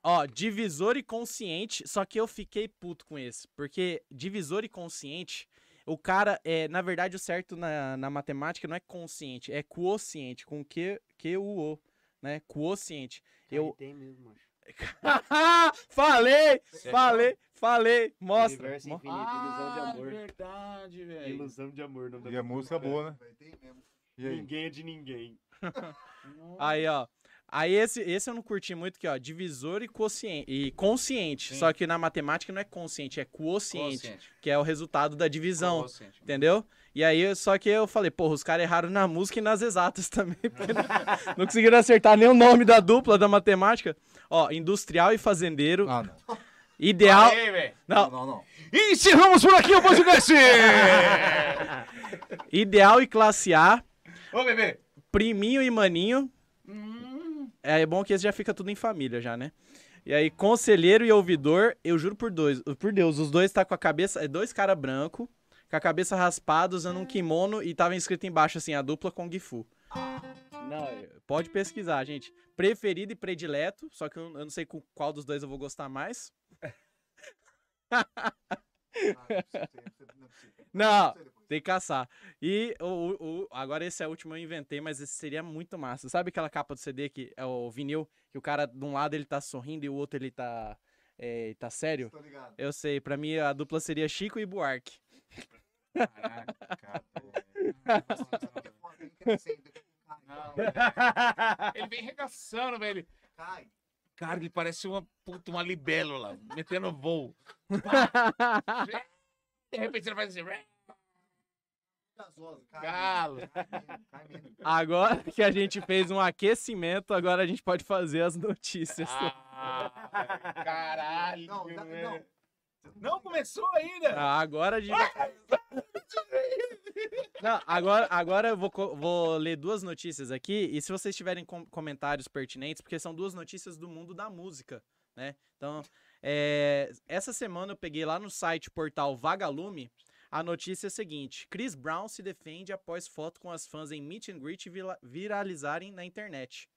ó, divisor e consciente, só que eu fiquei puto com esse, porque divisor e consciente, o cara, é, na verdade, o certo na, na matemática não é consciente, é quociente, com Q, Q, U, O, né? Quociente. Eu.
Tem mesmo, macho.
falei!
Certo.
Falei! Falei! Mostra!
Universo
mo-
infinito, ilusão de amor.
verdade,
É
velho.
Ilusão de amor, não
E a música é boa, né? E aí?
Ninguém é de ninguém.
Aí, ó. Aí esse, esse eu não curti muito, que ó, divisor e, quociente, e consciente.
Sim.
Só que na matemática não é consciente, é quociente, que é o resultado da divisão.
Consciente.
Entendeu? E aí, eu- só que eu falei, porra, os caras erraram na música e nas exatas também. porque não- não conseguiram acertar nem o nome da dupla da matemática. Ó, industrial e fazendeiro.
Ah, não.
Ideal.
Aí, velho.
Não,
Não, não.
Encerramos por aqui o podcast!
ideal e classe A.
Ô, bebê.
Priminho e maninho. É, é bom que esse já fica tudo em família, já, né? E aí, conselheiro e ouvidor, eu juro por dois, por Deus, os dois tá com a cabeça. É dois cara branco, com a cabeça raspada, usando um kimono e tava escrito embaixo assim, a dupla com Gifu. Não, é- pode pesquisar, gente. Preferido e predileto, só que eu, eu não sei com qual dos dois eu vou gostar mais. Não, tem que caçar. E o, o- o- agora esse é o último eu inventei, mas esse seria muito massa. Sabe aquela capa do CD que é o vinil, que o cara de um lado ele tá sorrindo e o outro ele tá é, tá sério? Eu sei, pra mim a dupla seria Chico e Buarque.
Caraca, cara. Não, velho. Ele vem regaçando, velho. Cara, ele parece uma puta, uma libélula, metendo voo. De repente ele faz assim. "Ré, Galo.
Agora que a gente fez um aquecimento, agora a gente pode fazer as notícias.
Ah, velho, caralho.
Não, não,
velho.
não.
Não começou ainda.
Ah, agora a gente. Não, agora, agora eu vou, co- vou ler duas notícias aqui. E se vocês tiverem com- comentários pertinentes, porque são duas notícias do mundo da música, né? Então, é, essa semana eu peguei lá no site portal Vagalume a notícia seguinte: Chris Brown se defende após foto com as fãs em meet and greet vila- viralizarem na internet.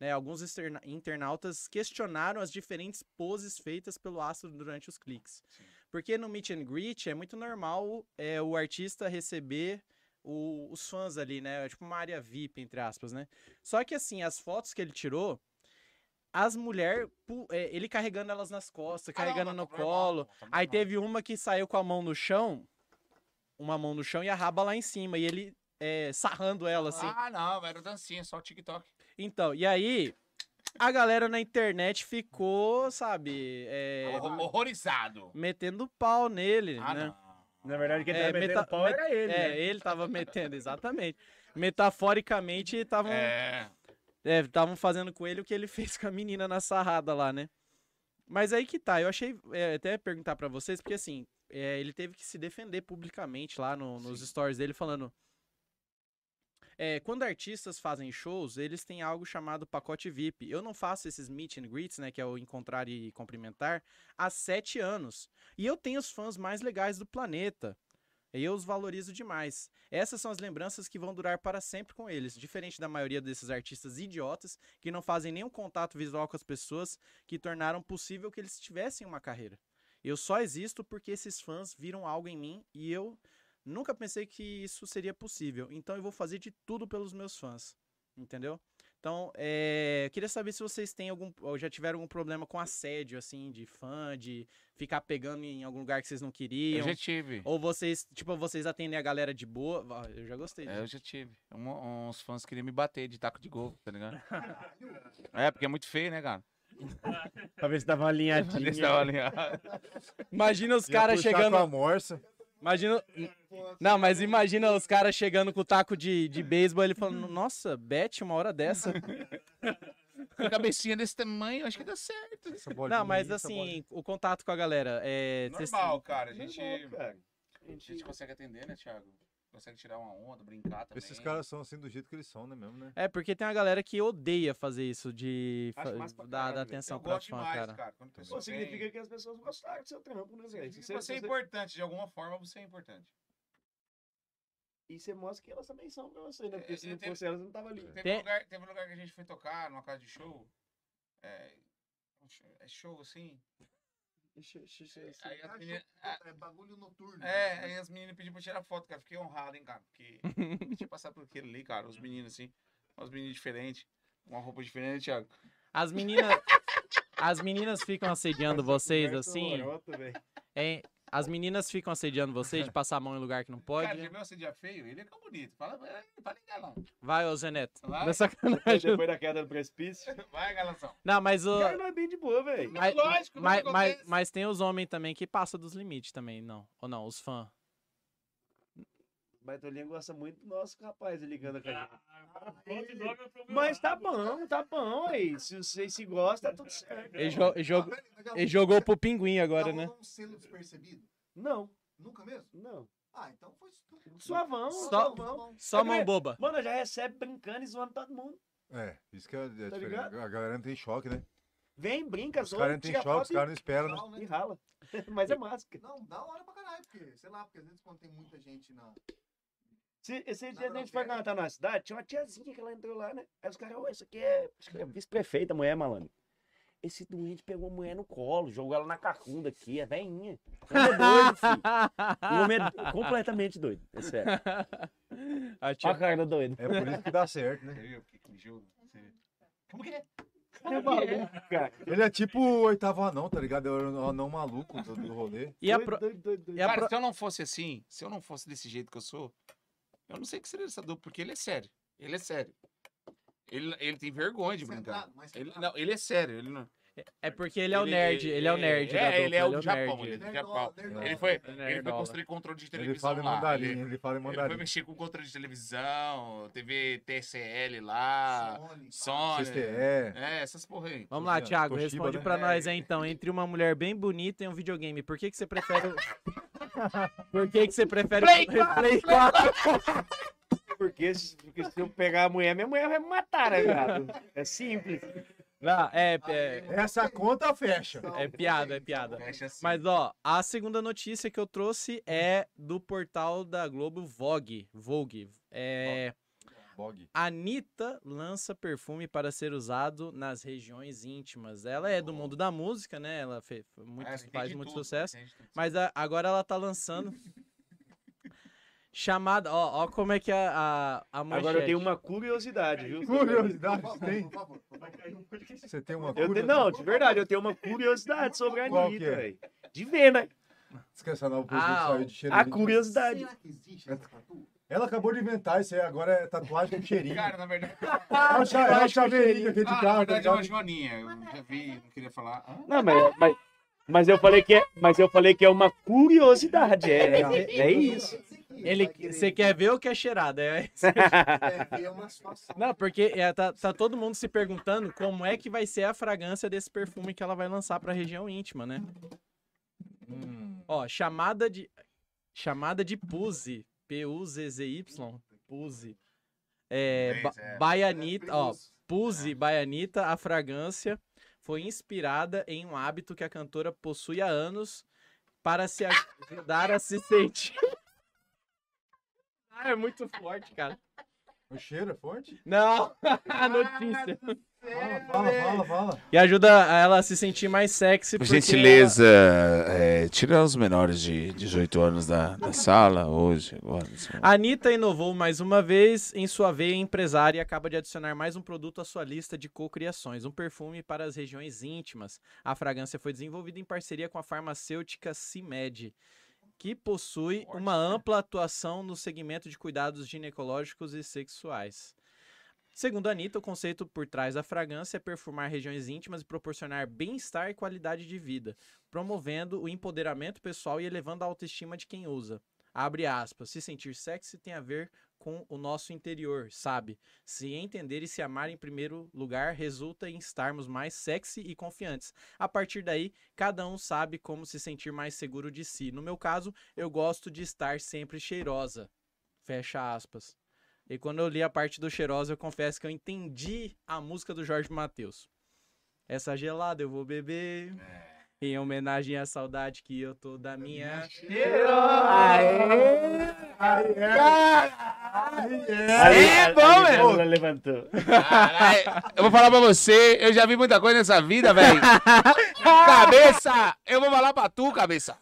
Né, alguns externa- internautas questionaram as diferentes poses feitas pelo astro durante os cliques. Porque no meet and greet é muito normal é, o artista receber o- os fãs ali, né? É tipo uma área VIP, entre aspas, né? Só que assim, as fotos que ele tirou, as mulheres, ele carregando elas nas costas,
Ah,
carregando no
tá
colo. Aí teve uma que saiu com a mão no chão, uma mão no chão e a raba lá em cima, e ele é, sarrando ela assim.
Ah, não, era dancinha, só o TikTok.
Então, e aí a galera na internet ficou, sabe, é,
Horror- Horrorizado.
metendo pau nele,
Ah,
né?
não.
Na verdade, quem
É,
tá metendo
meta-
pau
met-
era ele,
É,
né?
ele tava metendo, exatamente. Metaforicamente, estavam
É.
É, estavam fazendo com ele o que ele fez com a menina na sarrada lá, né? Mas aí que tá, eu achei é, até perguntar pra vocês, porque assim, é, ele teve que se defender publicamente lá no- nos stories dele, falando. é, quando artistas fazem shows, eles têm algo chamado pacote VIP. Eu não faço esses meet and greets, né, que é o encontrar e cumprimentar, há sete anos. E eu tenho os fãs mais legais do planeta. E eu os valorizo demais. Essas são as lembranças que vão durar para sempre com eles, diferente da maioria desses artistas idiotas que não fazem nenhum contato visual com as pessoas que tornaram possível que eles tivessem uma carreira. Eu só existo porque esses fãs viram algo em mim e eu nunca pensei que isso seria possível. Então eu vou fazer de tudo pelos meus fãs. Entendeu? Então, é, eu queria saber se vocês têm algum. ou já tiveram algum problema com assédio, assim, de fã, de ficar pegando em algum lugar que vocês não
Eu
queriam.
já tive.
Ou vocês, tipo, vocês atendem a galera de boa. Ó, Eu já gostei
É, eu
disso.
já tive. Um- uns fãs queriam me bater de taco de gol, tá ligado? É, porque é muito feio, né, cara?
Pra ver se dava uma linhadinha.
é.
Eles estavam ali, ó. É.
Imagina os
Ia
caras
puxar
chegando.
com a morsa.
Imagina.
né?
Não, mas imagina os caras chegando com o taco de, de beisebol ele falando, nossa, bet uma hora dessa.
Com a cabecinha desse tamanho, acho que dá certo.
Essa bolinha
Não, mas
aí, essa bolinha.
assim, o contato com a galera. É, vocês-
é Normal, cara. A gente, a gente consegue atender, né, Thiago? Consegue tirar uma onda, brincar também.
Esses caras são assim do jeito que eles são, né mesmo, né?
É, porque tem uma galera que odeia fazer isso, de fa-
Acho massa pra
dar,
caralho,
dar
velho.
atenção
Eu
pra
gosto
fã,
demais,
cara.
Quando a pessoa
Pô, significa
vem,
que as pessoas gostaram do seu trampo, né, Zé? Se você-
significa que você é
se você-
importante, de alguma forma você é importante.
E você mostra que elas também são pra você, né?
É,
Porque se
eu
não
tenho-
fosse elas, não tava ali.
Teve,
É. Tem-
um lugar, teve um lugar que a gente foi tocar, numa casa de show. É, um show- é show assim.
Ixi, ixi, ixi, ixi.
Aí as meninas.
É bagulho noturno.
É, aí as meninas pediram pra tirar foto, cara. Fiquei honrado, hein, cara. Porque nunca tinha passado por aquilo ali, cara.
Uhum.
Os meninos assim. Os meninos diferentes. Uma roupa diferente, Thiago.
As meninas. As meninas ficam assediando vocês
é
Conversa
assim.
lorota, velho.
hein? As meninas ficam assediando vocês de passar a mão em lugar que não
Cara, já
pode. né?
viu esse dia feio? Ele é tão bonito. Fala, vai, fala em galão.
Vai, ô Zeneto.
Vai,
Não é sacanagem.
Depois da queda do precipício.
vai galãozão.
Não, mas o.
Cara, não é bem de boa, velho.
Mas,
lógico,
mas,
nunca
mas,
acontece.
mas tem os homens também que passam dos limites também, não. Ou não, os fãs.
Baitolinha gosta muito do nosso rapaz ali que anda com a gente.
Hot dog é o problema.
Ah, Mas tá bom, tá bom aí. Se vocês se gostam, tá tudo certo.
Ele, jo- ele jogo- ele jogou pro pinguim agora, né?
um selo despercebido?
Não,
Nunca mesmo?
não.
Ah, então foi estúpido.
Suavão,
Só-
suavão.
Só mão
é
boba.
Mano, já recebe brincando e zoando todo mundo.
É, isso que é, é diferente.
Tá ligado?
A galera entra em choque, né?
Vem, brinca,
Os caras
zoa,
entram em
tira
choque, os
foto
caras não esperam, né?
Legal,
e, e
né?
rala. Mas é máscara.
Não, da hora pra caralho, porque, sei lá, porque às vezes quando tem muita gente na.
Se, esse
Na
dia a gente foi
Europa.
cantar na cidade, tinha uma tiazinha que ela entrou lá, né? Aí os caras, ô, isso aqui é acho que é vice-prefeita, a mulher, malandro. Esse doente pegou a mulher no colo, jogou ela na carrunda aqui, é veinha. O homem é doido, filho. O homem é do- completamente doido, é sério.
A
Olha a
tia-
cara do doido.
É por isso que dá certo, né?
Eu fiquei com jogo. Como que é?
É maluco, cara.
Ele é tipo o oitavo anão, tá ligado? É o anão maluco do, do rolê.
E a
Doido,
pro-
doido, doido, doido.
E É a
Cara,
pro-
se eu não fosse assim, se eu não fosse desse jeito que eu sou, eu não sei o que seria essa dupla, porque ele é sério. Ele é sério. Ele, ele tem vergonha de
tá
brincar.
Centrado, mas tá
Ele,
centrado.
não, ele é sério. Ele, não,
É porque ele é o nerd, ele é o nerd.
É,
da dupla,
ele é o do Japão.
nerd.
Ele, é do
Nerdola,
Japão.
nerdola.
Ele foi,
Ele é
ele foi
nerdola.
construir controle de
Ele
televisão
fala em
lá.
mandarim,
ele,
ele fala em
ele foi
mandarim.
mexer com controle de televisão, TV TCL
Ah.
lá,
Sony,
É
Sony.
XTE.
É, essas porra aí.
Vamos lá,
Toshiba,
Thiago,
Toshiba,
responde
né?
pra
É.
nós aí então. Entre uma mulher bem bonita e um videogame, por que, que você prefere. o- Por que, que você prefere.
Play
Play 4?
Porque, se- porque se eu pegar a mulher, minha mulher vai me matar, né, viado? É simples.
Não, é,
Ah,
é,
eu-
Essa conta fecha.
é piada, é piada.
Fecha assim.
Mas ó, a segunda notícia que eu trouxe é do portal da Globo Vogue. Vogue. É,
Bog.
Anitta lança perfume para ser usado nas regiões íntimas. Ela é do mundo da música, né? Ela né? fe- muito-
Ah, tem
faz
de
muito
tudo,
sucesso.
tem de tudo.
Mas a- agora ela tá lançando. chamada. Ó, ó, como é que a, a, a manchete.
Agora eu tenho uma curiosidade, viu?
Curiosidade,
Por
você
favor,
tem?
por favor, por favor.
Você tem uma
Eu tenho-
curiosidade?
não, de verdade, eu tenho uma curiosidade sobre a
Qual que
Anitta,
é?
velho. De ver, né?
Esquece a nova
Ah,
produção saiu de
A
cheirinho.
curiosidade.
Será que existe essa tatu?
Ela acabou de inventar isso aí, agora é tatuagem com cheirinho.
Cara, na verdade.
é o cha- é o chaveirinho aqui de
Ah, na
carro, tá
verdade é uma
ligado?
joaninha. Eu já vi, não queria falar. Hã?
Não, mas, mas, mas eu falei que é, mas eu falei que é uma curiosidade, é, é, é isso.
Eu sei que
Ele, você quer ver ou quer cheirar? Daí-
quer é ver uma situação.
Não, porque é, tá, tá todo mundo se perguntando como é que vai ser a fragrância desse perfume que ela vai lançar pra região íntima, né?
Hum,
Ó, chamada de chamada de Puzi, P U Z Z Y, Puzi. É, ba- baianita, ó, Puzi baianita, a fragrância foi inspirada em um hábito que a cantora possui há anos para se ajudar a se sentir. Ah, é muito forte, cara.
O cheiro é forte?
Não, a notícia.
É,
Fala, fala, fala, fala.
E ajuda ela a se sentir mais sexy.
Por
porque
gentileza, é, tira os menores de 18 anos da, da sala hoje. agora, nesse momento.
ela- A Anitta inovou mais uma vez em sua veia empresária e acaba de adicionar mais um produto à sua lista de cocriações, um perfume para as regiões íntimas. A fragrância foi desenvolvida em parceria com a farmacêutica CIMED, que possui uma ampla atuação no segmento de cuidados ginecológicos e sexuais. Segundo a Anitta, o conceito por trás da fragrância é perfumar regiões íntimas e proporcionar bem-estar e qualidade de vida. promovendo o empoderamento pessoal e elevando a autoestima de quem usa. Abre aspas. Se sentir sexy tem a ver com o nosso interior, sabe? Se entender e se amar em primeiro lugar resulta em estarmos mais sexy e confiantes. A partir daí, cada um sabe como se sentir mais seguro de si. No meu caso, eu gosto de estar sempre cheirosa. Fecha aspas. E quando eu li a parte do cheirosa, eu confesso que eu entendi a música do Jorge Mateus. Essa gelada eu vou beber. Em homenagem à saudade que eu tô É. da minha.
É bom, velho.
Ela levantou.
Caralho, É, eu vou falar pra você, eu já vi muita coisa nessa vida, velho. cabeça! Eu vou falar pra tu, cabeça.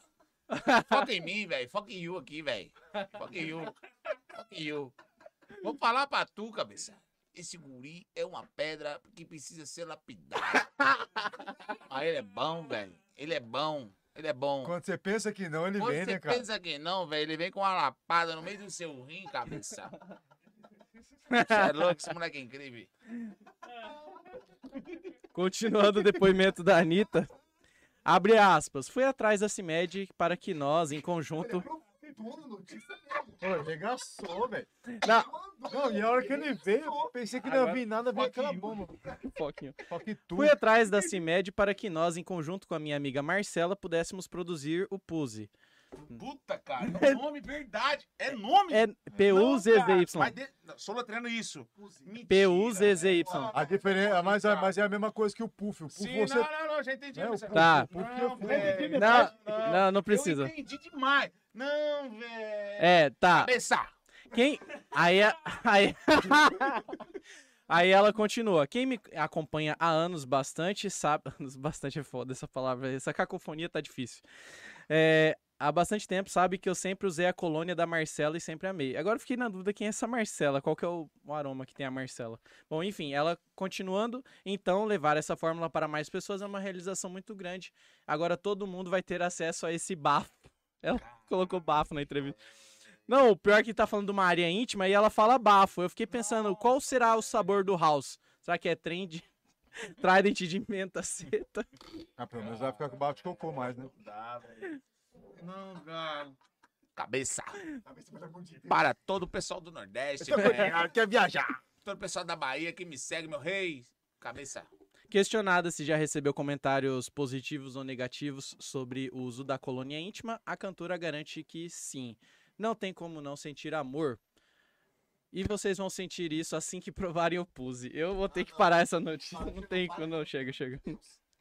Foca em mim, velho. Foca em you aqui, velho. Foca em you. Foca em you. Vou falar pra tu, cabeça. Esse guri é uma pedra que precisa ser lapidada. Mas ele é bom, velho. Ele é bom. Ele é bom.
Quando você pensa que não, ele
Quando
vem,
você
né, cara?
pensa que não, velho, ele vem com uma lapada no meio do seu rim, cabeça. Você é louco, esse moleque é incrível.
Continuando o depoimento da Anitta. Abre aspas. Fui atrás da CIMED para que nós, em conjunto.
Pô, arregaçou, velho.
Na-
Não, e a hora que ele veio, eu pensei que não ia vir nada, veio aquela bomba.
Foquinho.
Só que tu.
Fui atrás da CIMED para que nós, em conjunto com a minha amiga Marcela, pudéssemos produzir o PUZI.
Puta, cara, é um nome verdade. É nome.
É
Não, cara, mas
P-U-Z-Z-Y.
de- não, Sou letrando isso. Mentira.
P-U-Z-Z-Y.
A diferença, mas, é- mas é a mesma coisa que o puff. O puff
Sim,
você.
não, não, não, já entendi.
É,
mas-
o puff,
Tá.
o puff que eu fui.
velho,
Não, não, não precisa.
Eu entendi demais. Não, velho.
É, tá.
Cabeça.
Quem. Aí, a- aí... aí ela continua. Quem me acompanha há anos bastante sabe. Anos bastante é foda essa palavra. Essa cacofonia tá difícil. É, Há bastante tempo sabe que eu sempre usei a colônia da Marcela e sempre amei. Agora eu fiquei na dúvida quem é essa Marcela, qual que é o o aroma que tem a Marcela. Bom, enfim, ela continuando, então levar essa fórmula para mais pessoas é uma realização muito grande. Agora todo mundo vai ter acesso a esse bafo. Ela colocou bafo na entrevista. Não, o pior é que tá falando de uma área íntima e ela fala bafo. Eu fiquei pensando, qual será o sabor do house? Será que é trend? Trident de menta seta?
Ah, pelo menos vai ficar com o bafo de cocô mais, né?
Não, cara. Cabeça. Para todo o pessoal do Nordeste, velho.
Quer viajar?
todo o pessoal da Bahia que me segue, meu rei. Cabeça.
Questionada se já recebeu comentários positivos ou negativos sobre o uso da colônia íntima, a cantora garante que sim. Não tem como não sentir amor. E vocês vão sentir isso assim que provarem o Puse. Eu vou ter que parar essa notícia. Não tem como. Não, chega, chega.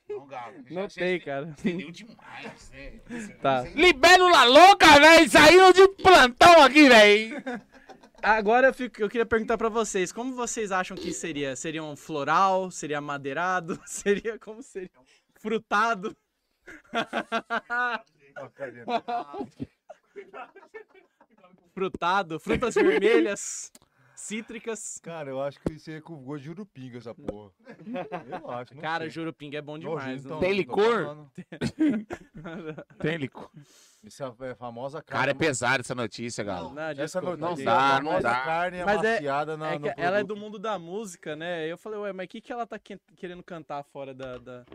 Não, Galo.
Não tem, cara.
Entendeu demais, né?
Tá.
Libélula louca, velho. Saiu de plantão aqui, velho.
Agora eu, fico- eu queria perguntar pra vocês, como vocês acham que seria? Seria um floral? Seria madeirado? Seria como seria? Frutado? Frutado? Frutas vermelhas? Cítricas?
Cara, eu acho que isso aí é com gosto de urupinga, essa porra. Eu acho, não
Cara,
sei.
jurupinga é bom demais.
Nojento,
não-
não,
Tem
não tô
licor?
falando.
Tem licor.
Isso é a famosa carne.
Cara, é pesado essa notícia, Galo.
Não,
Essa
desculpa,
não, não
gente.
dá,
dá,
não
não
dá.
carne
Mas é-
amaciada na,
É
no
que ela é
produto.
do mundo da música, né? Eu falei, ué, mas o que, que ela tá que- querendo cantar fora da. da-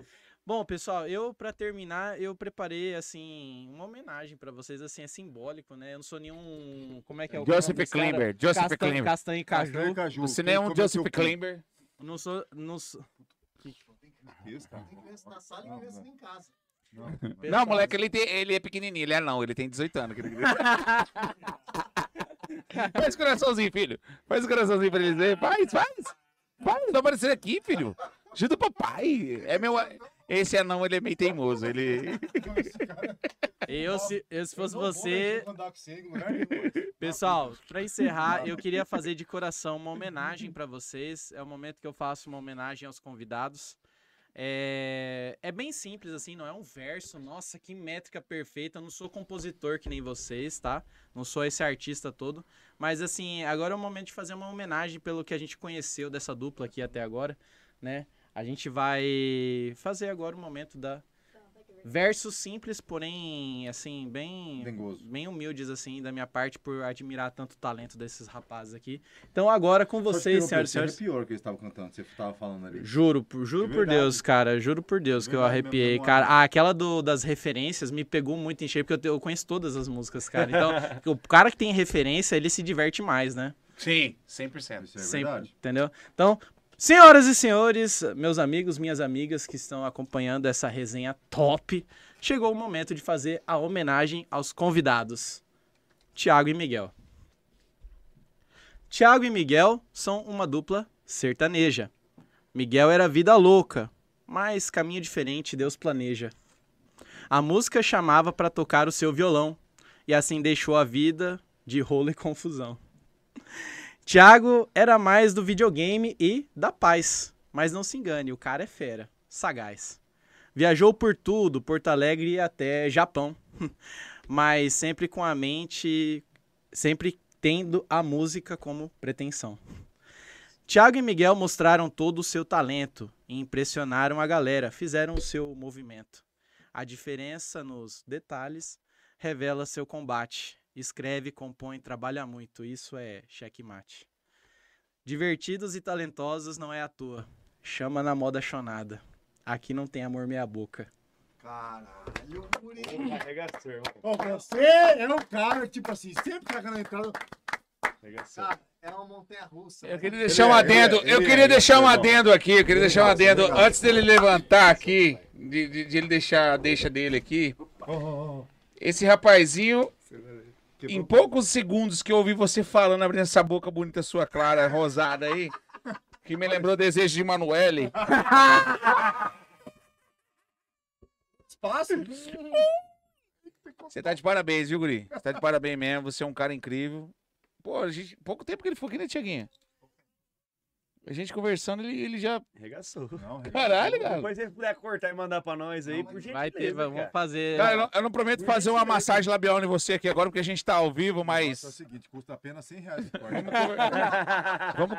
Bom, pessoal, eu para terminar, eu preparei assim uma homenagem para vocês assim, é simbólico, né? Eu não sou nenhum, como é que é o
Joseph
nome dos cara?
Klimber, Joseph
Castan-
Klimber.
Castanho e Caju.
Caju.
Você não é um Joseph Klimber.
Não sou, não sou.
Tem criança na sala e criança em casa.
Não, moleque, ele, tem- ele é pequenininho, ele é não, ele tem 18 anos. querido. faz coraçãozinho, filho. Faz o coraçãozinho pra eles verem. Faz, faz. Faz, tá aparecendo aqui, filho. Ajuda o papai. É meu... Esse anão, ele é meio teimoso. Ele...
Eu se, eu, se fosse você,
Andar com você, em lugar nenhum.
Pessoal, para encerrar, eu queria fazer de coração uma homenagem para vocês. É o momento que eu faço uma homenagem aos convidados. É... é bem simples, assim, não é um verso. Nossa, que métrica perfeita. Eu não sou compositor que nem vocês, tá? Não sou esse artista todo. Mas, assim, agora é o momento de fazer uma homenagem pelo que a gente conheceu dessa dupla aqui até agora, né? A gente vai fazer agora o momento da. Verso simples, porém, assim, bem
Dengoso.
bem humildes, assim, da minha parte, por admirar tanto o talento desses rapazes aqui. Então, agora com vocês, senhoras e
É
senhores.
pior que eu estava cantando, você estava falando
É,
ali.
Juro, por, juro
De
por
verdade.
Deus, cara. Juro por Deus
De
que eu
verdade, minha
arrepiei,
memória.
cara. Ah, aquela do- das referências me pegou muito em cheio, porque eu, te- eu conheço todas as músicas, cara. Então, o cara que tem referência, ele se diverte mais, né?
Sim, 100%.
Isso é
Sempre,
verdade.
entendeu? Então, senhoras e senhores, meus amigos, minhas amigas que estão acompanhando essa resenha top, chegou o momento de fazer a homenagem aos convidados, Tiago e Miguel. Tiago e Miguel são uma dupla sertaneja. Miguel era vida louca, mas caminho diferente Deus planeja. A música chamava para tocar o seu violão e assim deixou a vida de rolo e confusão. Thiago era mais do videogame e da paz. Mas não se engane, o cara é fera, sagaz. Viajou por tudo, Porto Alegre e até Japão. Mas sempre com a mente, sempre tendo a música como pretensão. Thiago e Miguel mostraram todo o seu talento e impressionaram a galera, fizeram o seu movimento. A diferença nos detalhes revela seu combate. Escreve, compõe, trabalha muito. Isso é checkmate. Divertidos e talentosos não é à toa. Chama na moda chonada. Aqui não tem amor meia boca.
Caralho, moleque.
Arregaçou, irmão.
Ó, você é um cara, tipo assim, sempre caga na entrada.
Arregaçou.
Cara, é uma montanha russa.
Eu queria deixar um
Ele é- ele é-
adendo, eu
ele é-
queria deixar um
legal.
adendo aqui, eu queria deixar um
Legal,
adendo
legal.
antes dele levantar aqui, de, de- de ele deixar a deixa dele aqui. Esse rapazinho, em poucos segundos que eu ouvi você falando, abrindo essa boca bonita sua, clara, rosada aí, que me lembrou o desejo de Manuele.
Espaço?
Você tá de parabéns, viu, Guri? Você tá de parabéns mesmo, você é um cara incrível. Pô, a gente, pouco tempo que ele foi aqui, né, Tiaguinha? A gente conversando, ele, ele já.
Arregaçou.
Não,
Caralho, cara.
Depois se você puder cortar e mandar pra nós aí, por
Vai ter,
gentileza,
vamos
cara.
fazer.
Cara, eu não, eu não prometo fazer uma massagem labial em você aqui agora, porque a gente tá ao vivo,
É o
mas.
seguinte, custa apenas 100
Vamos,
reais.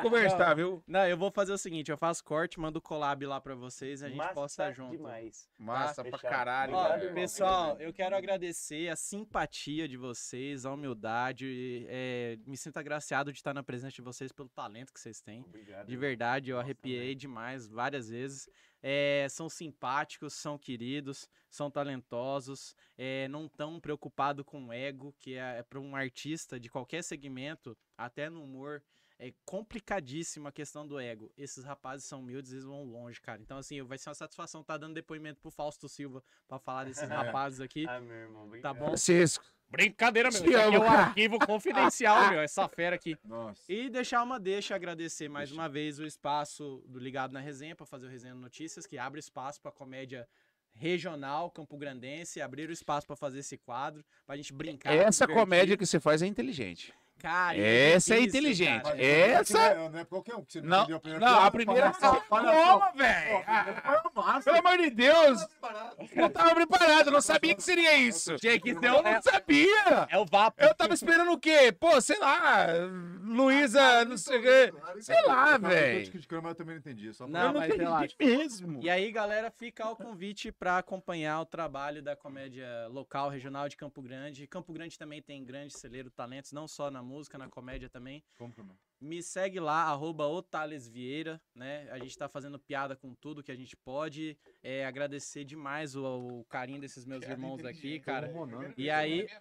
conver- Vamos conversar, viu?
Não, eu vou fazer o seguinte, eu faço corte, mando o collab lá pra vocês e a gente
Massa
posta junto.
demais.
Massa pra
fechado.
caralho,
Ó,
Obrigado,
cara.
irmão.
pessoal, eu quero agradecer a simpatia de vocês, a humildade. é, me sinto agraciado de estar na presença de vocês pelo talento que vocês têm.
Obrigado.
De verdade, eu arrepiei demais várias vezes. É, são simpáticos, são queridos, são talentosos, é, não tão preocupado com o ego, que é, para um artista de qualquer segmento, até no humor, é complicadíssima a questão do ego. Esses rapazes são humildes e vão longe, cara. Então, assim, vai ser uma satisfação estar dando depoimento pro Fausto Silva para falar desses rapazes aqui.
Ah, meu irmão, obrigado.
Tá bom?
Francisco.
Brincadeira, meu.
Te
Isso aqui é
amo,
um
cara.
arquivo confidencial, meu. Essa fera aqui.
Nossa.
E deixar uma deixa, agradecer mais uma vez o espaço do Ligado na Resenha para fazer o Resenha Notícias, que abre espaço para comédia regional, campograndense, abrir o espaço para fazer esse quadro, pra gente brincar. se
Essa
divertir.
comédia que você faz é inteligente.
Cara, e
Essa é
difícil,
inteligente.
cara.
Essa.
Não é, não é qualquer um, que você não,
Não,
entendeu a primeira
não, a primeira.
fala- fala só.
Toma, velho! Ah, Pelo amor de Deus! Não tava preparado, não sabia que seria isso. Então,
Tinha que ser
Eu
um-
não sabia!
É o Vapo.
Eu tava esperando o quê? Pô, sei lá, Luísa, não sei o quê. Sei lá,
Eu tô te
velho.
criticando, mas eu também não entendi. Só
Não, mas relaxa.
mesmo.
E aí, galera, fica o convite para acompanhar o trabalho da comédia local, regional de Campo Grande. Campo Grande também tem grande celeiro talentos, não só na música, na comédia também.
Como que eu não?
Me segue lá, arroba o Thales Vieira, né? A gente tá fazendo piada com tudo que a gente pode. É, agradecer demais o, o carinho desses meus irmãos aqui, cara. E aí,
é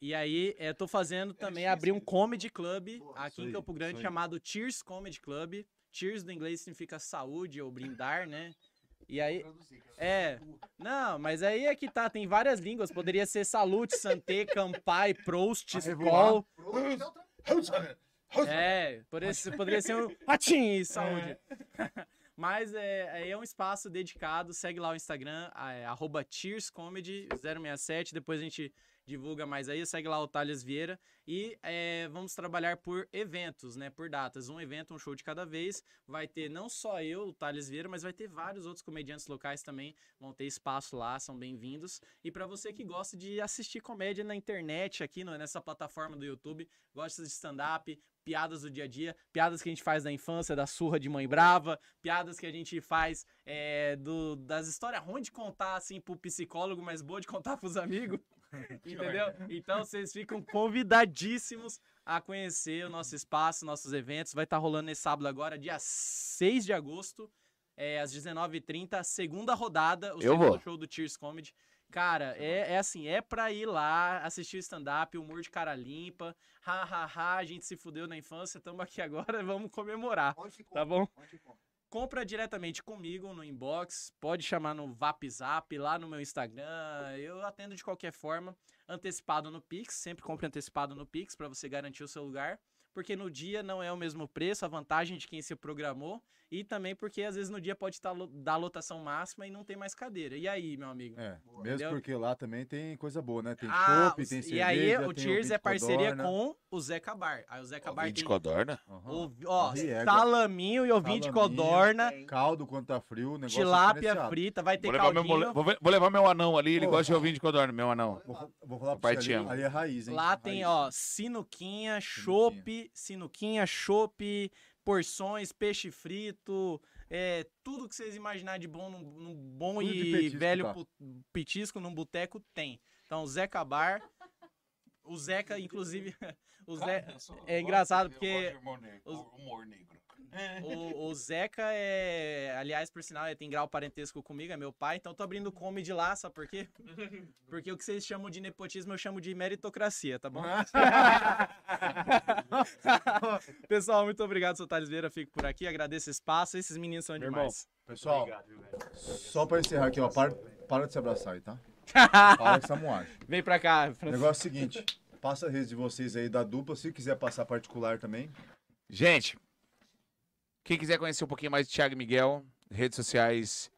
e aí, eu tô fazendo também, abrir um comedy club aqui em Campo Grande chamado Cheers Comedy Club. Cheers do inglês significa saúde ou brindar, né? E aí, é, não, mas aí é que tá, tem várias línguas, poderia ser salute, santé, campai, prost, skol, é, poderia ser, poderia ser um atim, saúde. Mas é, aí é um espaço dedicado, segue lá o Instagram, é, arroba cheerscomedy067, depois a gente divulga mais aí, segue lá o Thales Vieira e é, vamos trabalhar por eventos, né, por datas, um evento, um show de cada vez, vai ter não só eu, o Thales Vieira, mas vai ter vários outros comediantes locais também, vão ter espaço lá, são bem-vindos, e pra você que gosta de assistir comédia na internet aqui, no- nessa plataforma do YouTube, gosta de stand-up, piadas do dia a dia, piadas que a gente faz da infância, da surra de mãe brava, piadas que a gente faz é, do, das histórias ruins de contar assim pro psicólogo, mas boa de contar pros amigos. Entendeu? Então vocês ficam convidadíssimos a conhecer o nosso espaço, nossos eventos. Vai estar rolando esse sábado agora, dia 6 de agosto, é, às 19h30, a segunda rodada, o
Eu
segundo
vou.
show do Tears Comedy. Cara, é, é assim, é pra ir lá, assistir o stand-up, humor de cara limpa, ha, ha, ha, a gente se fudeu na infância, tamo aqui agora, vamos comemorar, tá bom? Compra diretamente comigo no inbox, pode chamar no VapZap, lá no meu Instagram, eu atendo de qualquer forma, antecipado no Pix, sempre compre antecipado no Pix pra você garantir o seu lugar, porque no dia não é o mesmo preço, a vantagem de quem se programou, e também porque às vezes no dia pode estar lo- da lotação máxima e não tem mais cadeira. E aí, meu amigo?
É, mesmo
Entendeu?
porque lá também tem coisa boa, né? Tem
Ah,
chopp,
os-
tem cerveja,
E aí,
tem
o Tears é
Vinte
parceria
Codorna.
com o Zé Cabar. Aí o Zé Cabar
Ouvinte
tem
codorna?
né? Aham.
ouvi- ó,
Corre égua.
salaminho e ouvinte
Salaminho,
codorna,
Caldo quando tá frio, o negócio é
tilápia
diferenciado.
frita, vai ter
Vou levar, meu,
caldinho.
mole- vou, ve- vou levar meu anão ali, ele
Pô.
gosta de ouvinte codorna, meu anão.
Vou, vou falar pra
Papai
você,
te
ali,
ama.
ali é raiz, hein?
Lá tem,
Raiz.
ó, sinuquinha, chope, sinuquinha, chope, porções, peixe frito, é, tudo que vocês imaginar de bom num, num bom
Tudo de
e
petisco,
velho
tá.
pu- petisco num boteco tem. Então, Zé Cabar, o Zeca, inclusive, o Zé, é engraçado porque os-
Humor negro.
o, o Zeca é. Aliás, por sinal, ele tem grau parentesco comigo, é meu pai, então tô abrindo comedy lá, sabe por quê? Porque o que vocês chamam de nepotismo eu chamo de meritocracia, tá bom? Pessoal, muito obrigado, sou Thales Vieira, fico por aqui, agradeço o espaço, esses meninos são
Meu
demais.
Pessoal, só pra encerrar aqui, ó, para, para de se abraçar aí, tá? Para com essa moagem.
Vem pra cá,
O
Francisco.
negócio é o seguinte, passa a rede de vocês aí da dupla, se quiser passar particular também.
Gente, quem quiser conhecer um pouquinho mais de Thiago e Miguel, redes sociais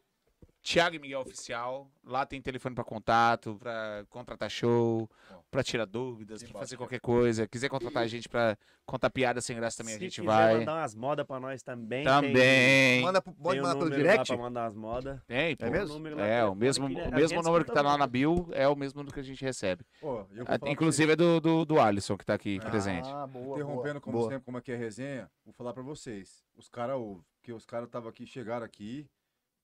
Thiago e Miguel Oficial, lá tem telefone para contato, para contratar show, para tirar dúvidas, pra fazer qualquer coisa. Quiser contratar a gente para contar piada sem graça também,
Se
a gente
quiser
vai.
um
mandar umas modas pra nós também. Tem,
Também.
Manda, pro- pode
tem um
mandar pelo
número lá
direct?
Pra mandar as modas.
Tem, pô.
É mesmo?
número lá
É,
pra-
o mesmo,
Olha que-
o mesmo
aqueles
número que tá lá
totalmente-
na Bill é o mesmo número que a gente recebe.
Pô, é eu vou
Ah,
falar pra
Inclusive é do, do, do Alisson que tá aqui presente.
Ah, boa,
Interrompendo,
boa,
como
boa.
sempre, como aqui é a resenha, vou falar pra vocês. Os caras ouvem, porque os caras estavam aqui, chegaram aqui,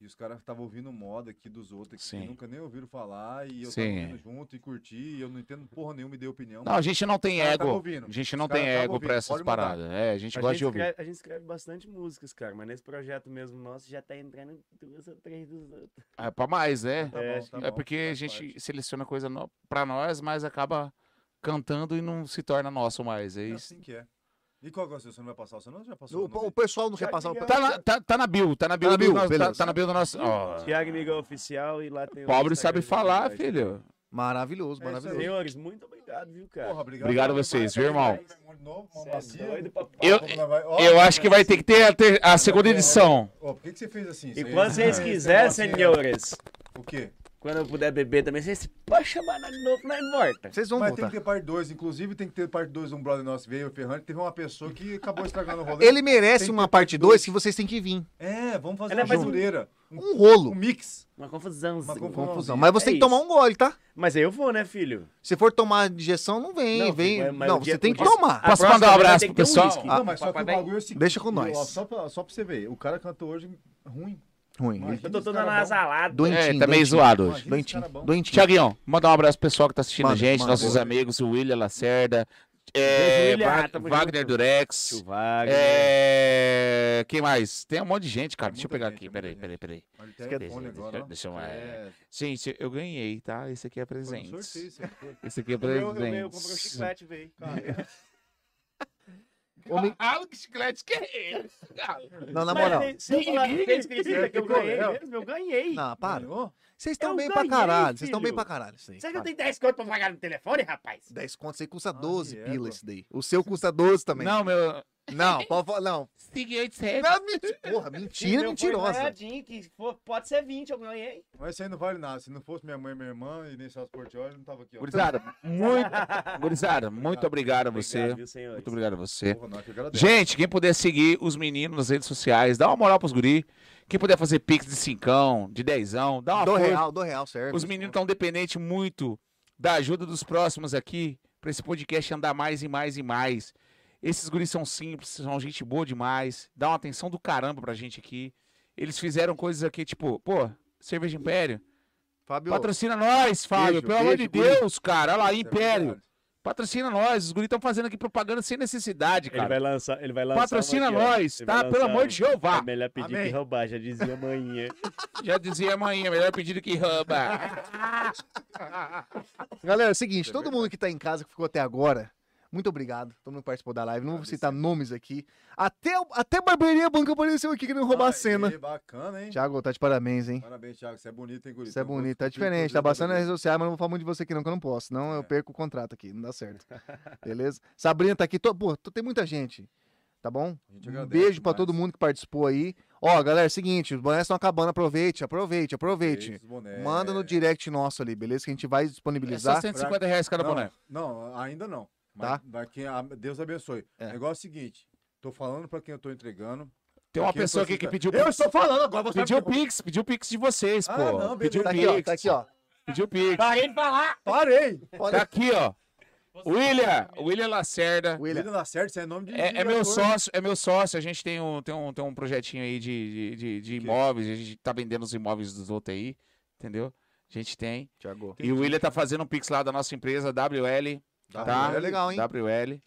e os caras estavam ouvindo moda aqui dos outros, aqui,
Sim.
que nunca nem ouviram falar, e eu
Sim.
tava ouvindo junto e curti, e eu não entendo porra nenhuma e dei opinião.
Não, a gente não tem
Os caras tava
ego.
ouvindo.
A gente
Os
não
caras
tem
tava
ego
ouvindo.
pra essas
Pode mandar.
paradas. É, a gente gosta de ouvir.
escreve, a gente escreve bastante músicas, cara, mas nesse projeto mesmo nosso já tá entrando duas ou três dos outros.
É pra mais, né?
Tá
É,
bom, tá
é
bom,
porque a
faz
gente
parte.
seleciona coisa no... pra nós, mas acaba cantando e não se torna nosso mais. É
É
isso.
assim que é. E qual que é o seu? Você não vai passar o seu não? Já passou?
O,
o nome
o pessoal não quer
Já
passar o
que é-
Tá na, tá, tá na bio, tá na bio,
na
do
bio,
nosso- tá-
beleza.
tá na bio do nosso. ó,
Tiago Miguel Oficial e lá tem o
pobre
Instagram
sabe
de
falar,
é verdade.
filho.
Maravilhoso,
É isso aí.
maravilhoso.
Senhores, muito obrigado, viu, cara?
dele? Porra, obrigado.
Obrigado a vocês, viu, irmão?
De novo, uma
Cê é
bacia.
doido, papai.
Eu,
Como ela vai- Ó,
eu acho que vai ter que ter a, ter- a segunda edição.
Ó, por que, que você fez assim?
E
Isso aí-
quando vocês
Isso aí é um
quiserem,
negocinho-
senhores,
O quê?
quando eu puder beber também, vocês podem chamar nós de novo, nós morta.
Vocês vão
Mas
voltar.
tem que ter parte 2. Inclusive, tem que ter parte 2 um brother nosso veio, o Ferrante. Teve uma pessoa que acabou estragando o rolê.
Ele merece
Tem que
uma
ter
parte
dois.
2 que vocês têm que vir.
É, vamos fazer
Ele
uma
faz um-
mistureira. Um,
Um rolo.
um mix.
Uma confusão.
Uma confusão.
Confusão. Mas você
É
tem que tomar
isso.
um gole, tá?
Mas aí eu vou, né, filho?
Se for tomar injeção, não vem,
Não,
vem.
mas- mas
não,
o dia-
você tem
o
que
dia- Ah,
tomar.
A
Posso mandar um
próxima
abraço
vai ter
pro
que ter um
pessoal?
whisky.
não, mas só que o
papai-
bagulho é o seguinte.
Ah, Deixa com
ó,
nós.
Só pra, só pra você ver. O cara cantou hoje ruim.
Ruim.
Mas-
Eu tô todo
Cara bom.
anasalado.
Doentinho.
É, tá meio
doentinho.
zoado hoje.
Imagina esse
Doentinho.
cara bom.
Doentinho.
Tiaguinho, mandar um abraço pro pessoal que tá assistindo
Manda,
a gente,
manda.
nossos amigos, o William Lacerda,
é,
Brasília,
Wag-
tamo
Wagner
junto.
Durex.
Tio Wagner.
É... Quem mais? Tem um monte de gente, cara.
É
Deixa eu
muita
pegar
gente,
aqui.
é
Peraí,
muita
peraí, peraí.
Olha o
Deixa,
telefone
deixa-
agora, ó.
deixa eu-
É,
Gente, eu ganhei, tá? Esse aqui é
foi no
presente.
sorteio, isso aí, foi.
Esse aqui é
Eu, ganhei- eu, ganhei, eu
presente.
comprei um chiclete, velho.
Hum. Caralho, que chiclete que é esse, cara?
Não, na moral.
Se eu falar que vocês acreditam que eu ganhei mesmo, eu ganhei.
Não, para.
Ganhou?
Vocês estão
é Eu
bem pra
ganhei,
caralho. Vocês estão bem
filho.
pra caralho. Isso aí.
Será que eu
Para.
tenho 10 conto pra pagar no telefone, rapaz?
10 contos aí custa
Ah,
12
é,
Diego.
pila esse daí. O seu custa 12 também.
Não, meu.
Não, pode falar. Não.
Sigue 800.
Não, menti- Porra, mentira mentirosa.
é Que for, pode ser 20, eu ganhei.
Mas isso aí não vale nada. Se não fosse minha mãe e minha irmã e nem Celso Portioli, eu não tava aqui, ó.
Gurizada, muito, gurizada, muito obrigado a você.
Obrigado, viu, senhores?
Muito obrigado a você.
Porra, não, que eu agradeço.
Gente, quem puder seguir os meninos nas redes sociais, dá uma moral pros guri. Quem puder fazer pix de cincão, de dezão, dá uma
Do
força.
real, do real, serve.
Ah, Os tá meninos estão dependentes muito da ajuda dos próximos aqui para esse podcast andar mais e mais e mais. Esses guris são simples, são gente boa demais, dá uma atenção do caramba pra gente aqui. Eles fizeram coisas aqui, tipo, pô, Cerveja Império,
Fábio,
patrocina nós, Fábio,
beijo,
pelo amor de
beijo, guri.
Deus, cara, olha lá,
Isso é
Império,
verdade.
patrocina nós, os guris estão fazendo aqui propaganda sem necessidade,
Ele
cara.
vai lançar, ele vai lançar uma
Patrocina
aqui, ó.
nós,
Ele vai
tá?
lançar
Pelo amor
um-
de
É
Jeová.
melhor pedir
Amém.
que roubar, já dizia amanhã.
Já dizia amanhã, melhor pedido que rouba.
Galera, é o seguinte, todo mundo que tá em casa, que ficou até agora, muito obrigado. Todo mundo que participou da live. Não vou citar nomes aqui. Até, o- até Barbearia Banca apareceu aqui querendo
Ah,
roubar a cena.
Aê, bacana, hein?
Thiago, tá de parabéns, hein?
Parabéns, Thiago. Você é bonito, hein, guri?
Você é
Tem um
bonito, tá
gosto de
diferente,
tudo,
tá
tudo
bastante nas
bem.
redes sociais, mas não vou falar muito de você aqui não, que eu não posso, senão eu
É.
perco o contrato aqui, não dá certo. Beleza? Sabrina tá aqui, tô- pô, tô- tem muita gente, tá bom?
A gente
Um
agradece
beijo pra
demais.
todo mundo que participou aí. Ó, galera, é seguinte, os bonés estão acabando, aproveite, aproveite, aproveite.
Beijos, boné.
Manda no direct nosso ali, beleza? Que a gente vai
É só
disponibilizar.
150 reais cada boné.
Não, não, ainda não.
Tá.
Mas, mas quem- a- Deus abençoe.
É.
O negócio é o seguinte. Tô falando pra quem eu tô entregando.
Tem uma
Aqui eu
pessoa
tô
aqui que
aceitando.
pediu
Eu estou falando agora, você
Pediu o Pix, pediu o Pix de vocês, pô.
Ah, não, beleza.
pediu o
Tá aqui,
Pix,
ó, tá aqui, ó.
pediu o Pix.
Parei de falar!
Parei.
Tá aqui, ó. William, William Lacerda.
William.
William Lacerda, isso é nome de.
É, é
de
meu
ator.
sócio, é meu sócio. A gente tem um, tem um, tem um projetinho aí de, de, de- de imóveis. A gente tá vendendo os imóveis dos outros aí, entendeu? A gente tem.
Thiago.
E o William tá fazendo um pix lá da nossa empresa, WL. Tá?
WL é legal, hein?
WL.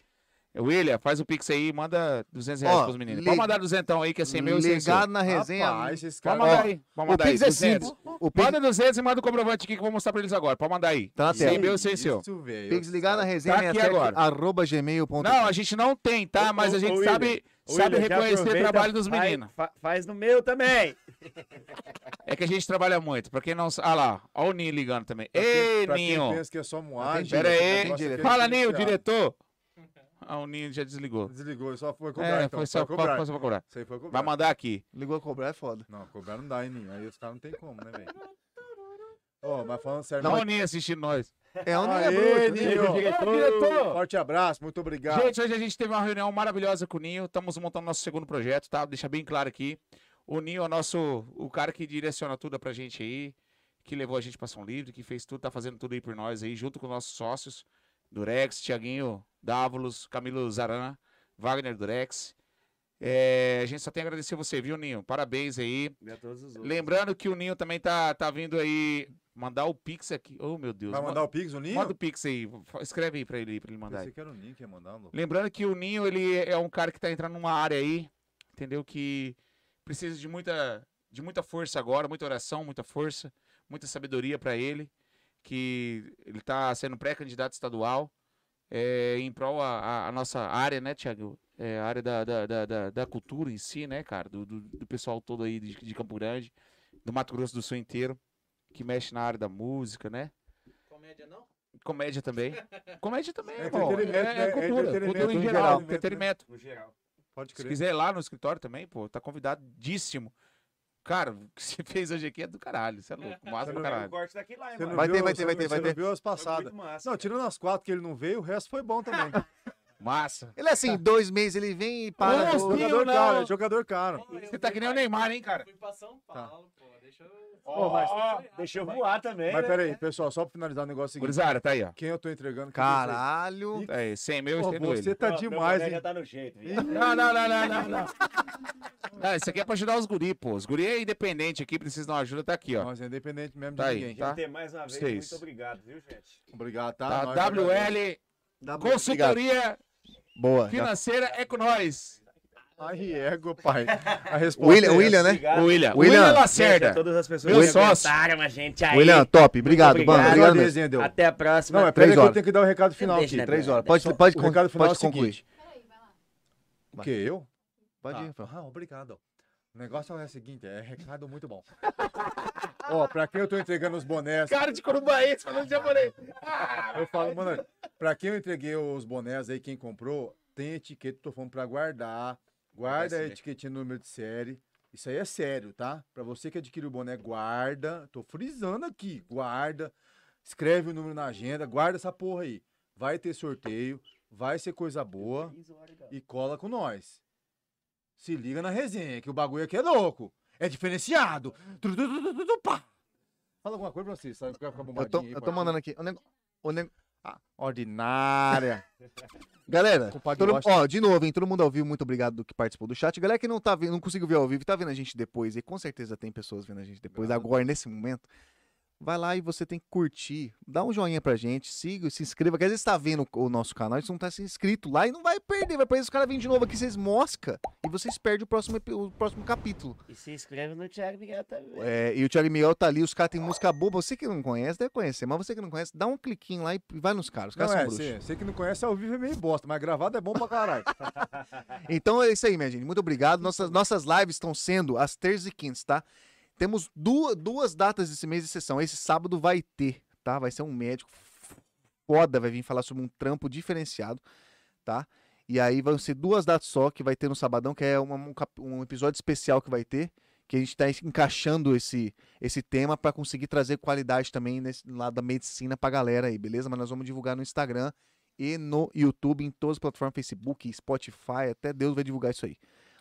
William, faz o pix aí e manda 200 reais
Ó,
pros meninos.
le-
Pode mandar 200 aí, que é 100 mil e 100 seu.
Legado na resenha.
Rapaz, esses
Pode
caras.
mandar
Ó,
aí. Pode
o
mandar aí.
Pix é
200.
simples. O Pix,
Manda 200 e manda o comprovante aqui que eu vou mostrar pra eles agora. Pode mandar aí.
Tá na
Sem
tela.
meu, sem seu.
Isso, velho.
Pix ligar na resenha
Tá aqui
67,
agora.
arroba gmail.com.
Não, a gente não tem, tá?
Ô,
Mas a
ô,
gente
ô,
sabe,
Ô,
sabe
William, já
reconhecer o
aproveita,
trabalho dos
faz-
meninos.
fa- faz no meu também.
É que a gente trabalha muito. Pra quem não sabe. Ah lá, ó o Ninho ligando também. Ei,
pra quem
Ninho!
pensa que é só moagem.
Pera
esse
aí.
negócio aqui é
Fala, Ninho,
diferenciado.
diretor! Ah, o Ninho já desligou.
Desligou, só foi cobrar.
É,
então,
foi só
foi cobrar.
foi só pra cobrar.
Isso aí foi cobrar.
Vai mandar aqui.
Ligou a cobrar é foda.
Não, cobrar não dá, hein, Ninho? Aí os caras não tem como, né, velho? Ô, mas falando sério.
Não, o
mas-
Ninho assistindo nós.
É um
Aê,
bruxo, né?
Ninho!
diretor!
Ô, diretor! Forte abraço, muito obrigado.
Gente, hoje a gente teve uma reunião maravilhosa com o Ninho. Estamos montando nosso segundo projeto, tá? Deixa bem claro aqui. O Ninho é o nosso, o cara que direciona tudo pra gente aí, que levou a gente pra São Livre, que fez tudo, tá fazendo tudo aí por nós aí, junto com nossos sócios, Durex, Tiaguinho, Dávulos, Camilo Zarana, Wagner Durex. É, a gente só tem a agradecer você, viu, Ninho? Parabéns aí.
E a é todos os outros.
Lembrando que o Ninho também tá, tá vindo aí mandar o Pix aqui. Oh, meu Deus.
Vai mandar o Pix, o Ninho?
Manda o Pix aí. Escreve aí pra ele, pra ele mandar aí.
Pensei que era o Ninho que ia mandar, louco.
Lembrando que o Ninho, ele é um cara que tá entrando numa área aí, entendeu? Que precisa de muita, de muita força agora, muita oração, muita força, muita sabedoria para ele. Que ele tá sendo pré-candidato estadual é, em prol a, a- a nossa área, né, Tiago? É, a área da, da, da, da- da cultura em si, né, cara? Do, do, do pessoal todo aí de, de Campo Grande, do Mato Grosso do Sul inteiro, que mexe na área da música, né?
Comédia não?
Comédia também. Comédia também,
É
irmão. É,
entretenimento, né?
é
É
cultura.
entretenimento
Cultura em
em
geral.
geral.
Entretenimento.
No geral.
Pode
Se
crer.
quiser ir lá no escritório também, pô, tá convidadíssimo. Cara, o que você fez hoje aqui é do caralho. Você é louco. Massa do
não-
O
caralho.
corte daqui lá, hein,
Você não
mano?
Vai
viu-
ter, vai ter,
você
vai
não-
ter, vai
Você não
ter.
viu as
Foi muito
passadas.
massa,
Não,
cara.
tirando as quatro que ele não veio, o resto foi bom também.
Massa.
Ele é assim, dois meses ele vem e
Ah,
para.
Nossa,
o-
Ninho,
jogador
não.
caro, é jogador caro.
Você tá que nem o Neymar, hein, cara?
Fui pra São Paulo, pô. Deixa eu.
Pô, mas deixa eu voar também,
Mas
né?
peraí, pessoal, só pra finalizar o negócio seguinte.
Gurizada, tá aí, ó.
Quem eu tô entregando? quem
Caralho.
Tá aí, 100 mil,
eu tô
estendo
entregando. Pô,
ele.
Você tá
Meu- meu
demais,
boné
hein?
já tá no jeito, viu?
Não, não, não, não, não, não. Não, isso aqui é pra ajudar os guri, pô. Os guri é independente aqui, precisa de uma ajuda, tá aqui, ó.
Nós é independente mesmo
Tá
de
aí,
ninguém.
tá?
Tem mais uma vez,
Vocês.
muito obrigado, viu, gente?
Obrigado, tá?
Tá,
Nós que agradecemos.
WL
Dá bom, obrigado.
Consultoria
Boa. já-
financeira é com nós.
Ai, é ego, pai. A resposta
William,
é
William, né?
Obrigado.
William.
William.
William
Gente, a
Lacerda.
todas as pessoas
Meu
que
sócio.
aguentaram a gente aí.
William, top. Obrigado,
Muito
mano.
obrigado.
Obrigado mesmo.
Desenho deu.
Até a próxima.
Não, é
né? Três
peraí que
horas.
eu tenho que dar o recado final
Deixa,
aqui.
né,
Três
Bruno?
horas.
Pode,
Só-
pode,
o recado final é o
pode concluir.
seguinte. O quê? Eu?
Pode ir,
Ah, obrigado. O negócio é o seguinte, é recado muito bom. Ó, pra quem eu tô entregando os bonés,
Cara de Corumbaense falando japonês.
eu falo, mano, pra quem eu entreguei os bonés aí, quem comprou, tem etiqueta, tô falando pra guardar. Guarda a
Vai ser.
etiquetinha no número de série. Isso aí é sério, tá? Pra você que adquiriu o boné, guarda. Tô frisando aqui, guarda. Escreve o número na agenda, guarda essa porra aí. Vai ter sorteio, vai ser coisa boa e cola com nós. Se liga na resenha, que o bagulho aqui é louco. É diferenciado. Tru, tru, tru, tru, tru, tru, pá. Fala alguma coisa pra vocês, sabe? Fica com a
Eu tô,
bombadinha aí,
eu tô
pá.
mandando aqui. O nego- o nego-
Ordinária.
Galera,
Compadre
todo-
Washington.
ó, de novo, hein? Todo mundo ao vivo, muito obrigado do que participou do chat. Galera que não tá vendo, não conseguiu ver ao vivo, e tá vendo a gente depois, e com certeza tem pessoas vendo a gente depois, agora, nesse momento. Vai lá e você tem que curtir, dá um joinha pra gente, siga, se inscreva, que às vezes tá vendo o nosso canal, e você não tá se inscrito lá e não vai perder, vai perder, os caras vêm de novo aqui, vocês mosca, e vocês perdem o próximo, epi- o próximo capítulo.
E se inscreve no Thiago Miguel também.
É, e o Thiago Miguel tá ali, os caras têm música boba, você que não conhece, deve conhecer, mas você que não conhece, dá um cliquinho lá e vai nos caras, os caras
Não,
são
é,
bruxos.
você que não conhece ao vivo é meio bosta, mas gravado é bom pra caralho.
Então é isso aí, minha gente. Muito obrigado. Nossas, nossas lives estão sendo às terças e quintas, tá? Temos duas, duas datas desse mês de sessão. Esse sábado vai ter, tá? Vai ser um médico foda, vai vir falar sobre um trampo diferenciado, tá? E aí vão ser duas datas só que vai ter no sabadão, que é uma- um, cap- um episódio especial que vai ter, que a gente tá encaixando esse, esse tema pra conseguir trazer qualidade também nesse lado da medicina pra galera aí, beleza? Mas nós vamos divulgar no Instagram e no YouTube, em todas as plataformas, Facebook, Spotify, até Deus vai divulgar isso aí.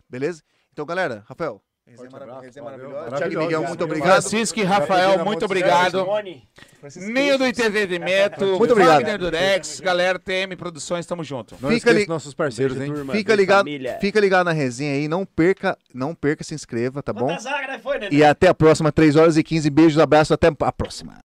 Beleza? Então, galera, Rafael.
Forte abraço,
resenha é
valeu,
maravilhosa.
maravilhoso,
Thiago Miguel, muito
obrigado.
obrigado.
Francisco e Rafael, muito obrigado.
Simone. Francisco
Ninho do Entretenimento.
Muito obrigado.
Wagner Durex, galera TM Produções, tamo junto.
Não
Fica
esqueça
ali-
nossos parceiros, hein?
Fica ligado,
família.
fica ligado na resenha aí, não perca, não perca, se inscreva, tá bom?
Quantas horas, Um né, foi, Nenê?
E até a próxima, 3 horas e 15. Beijos, abraço, até a próxima.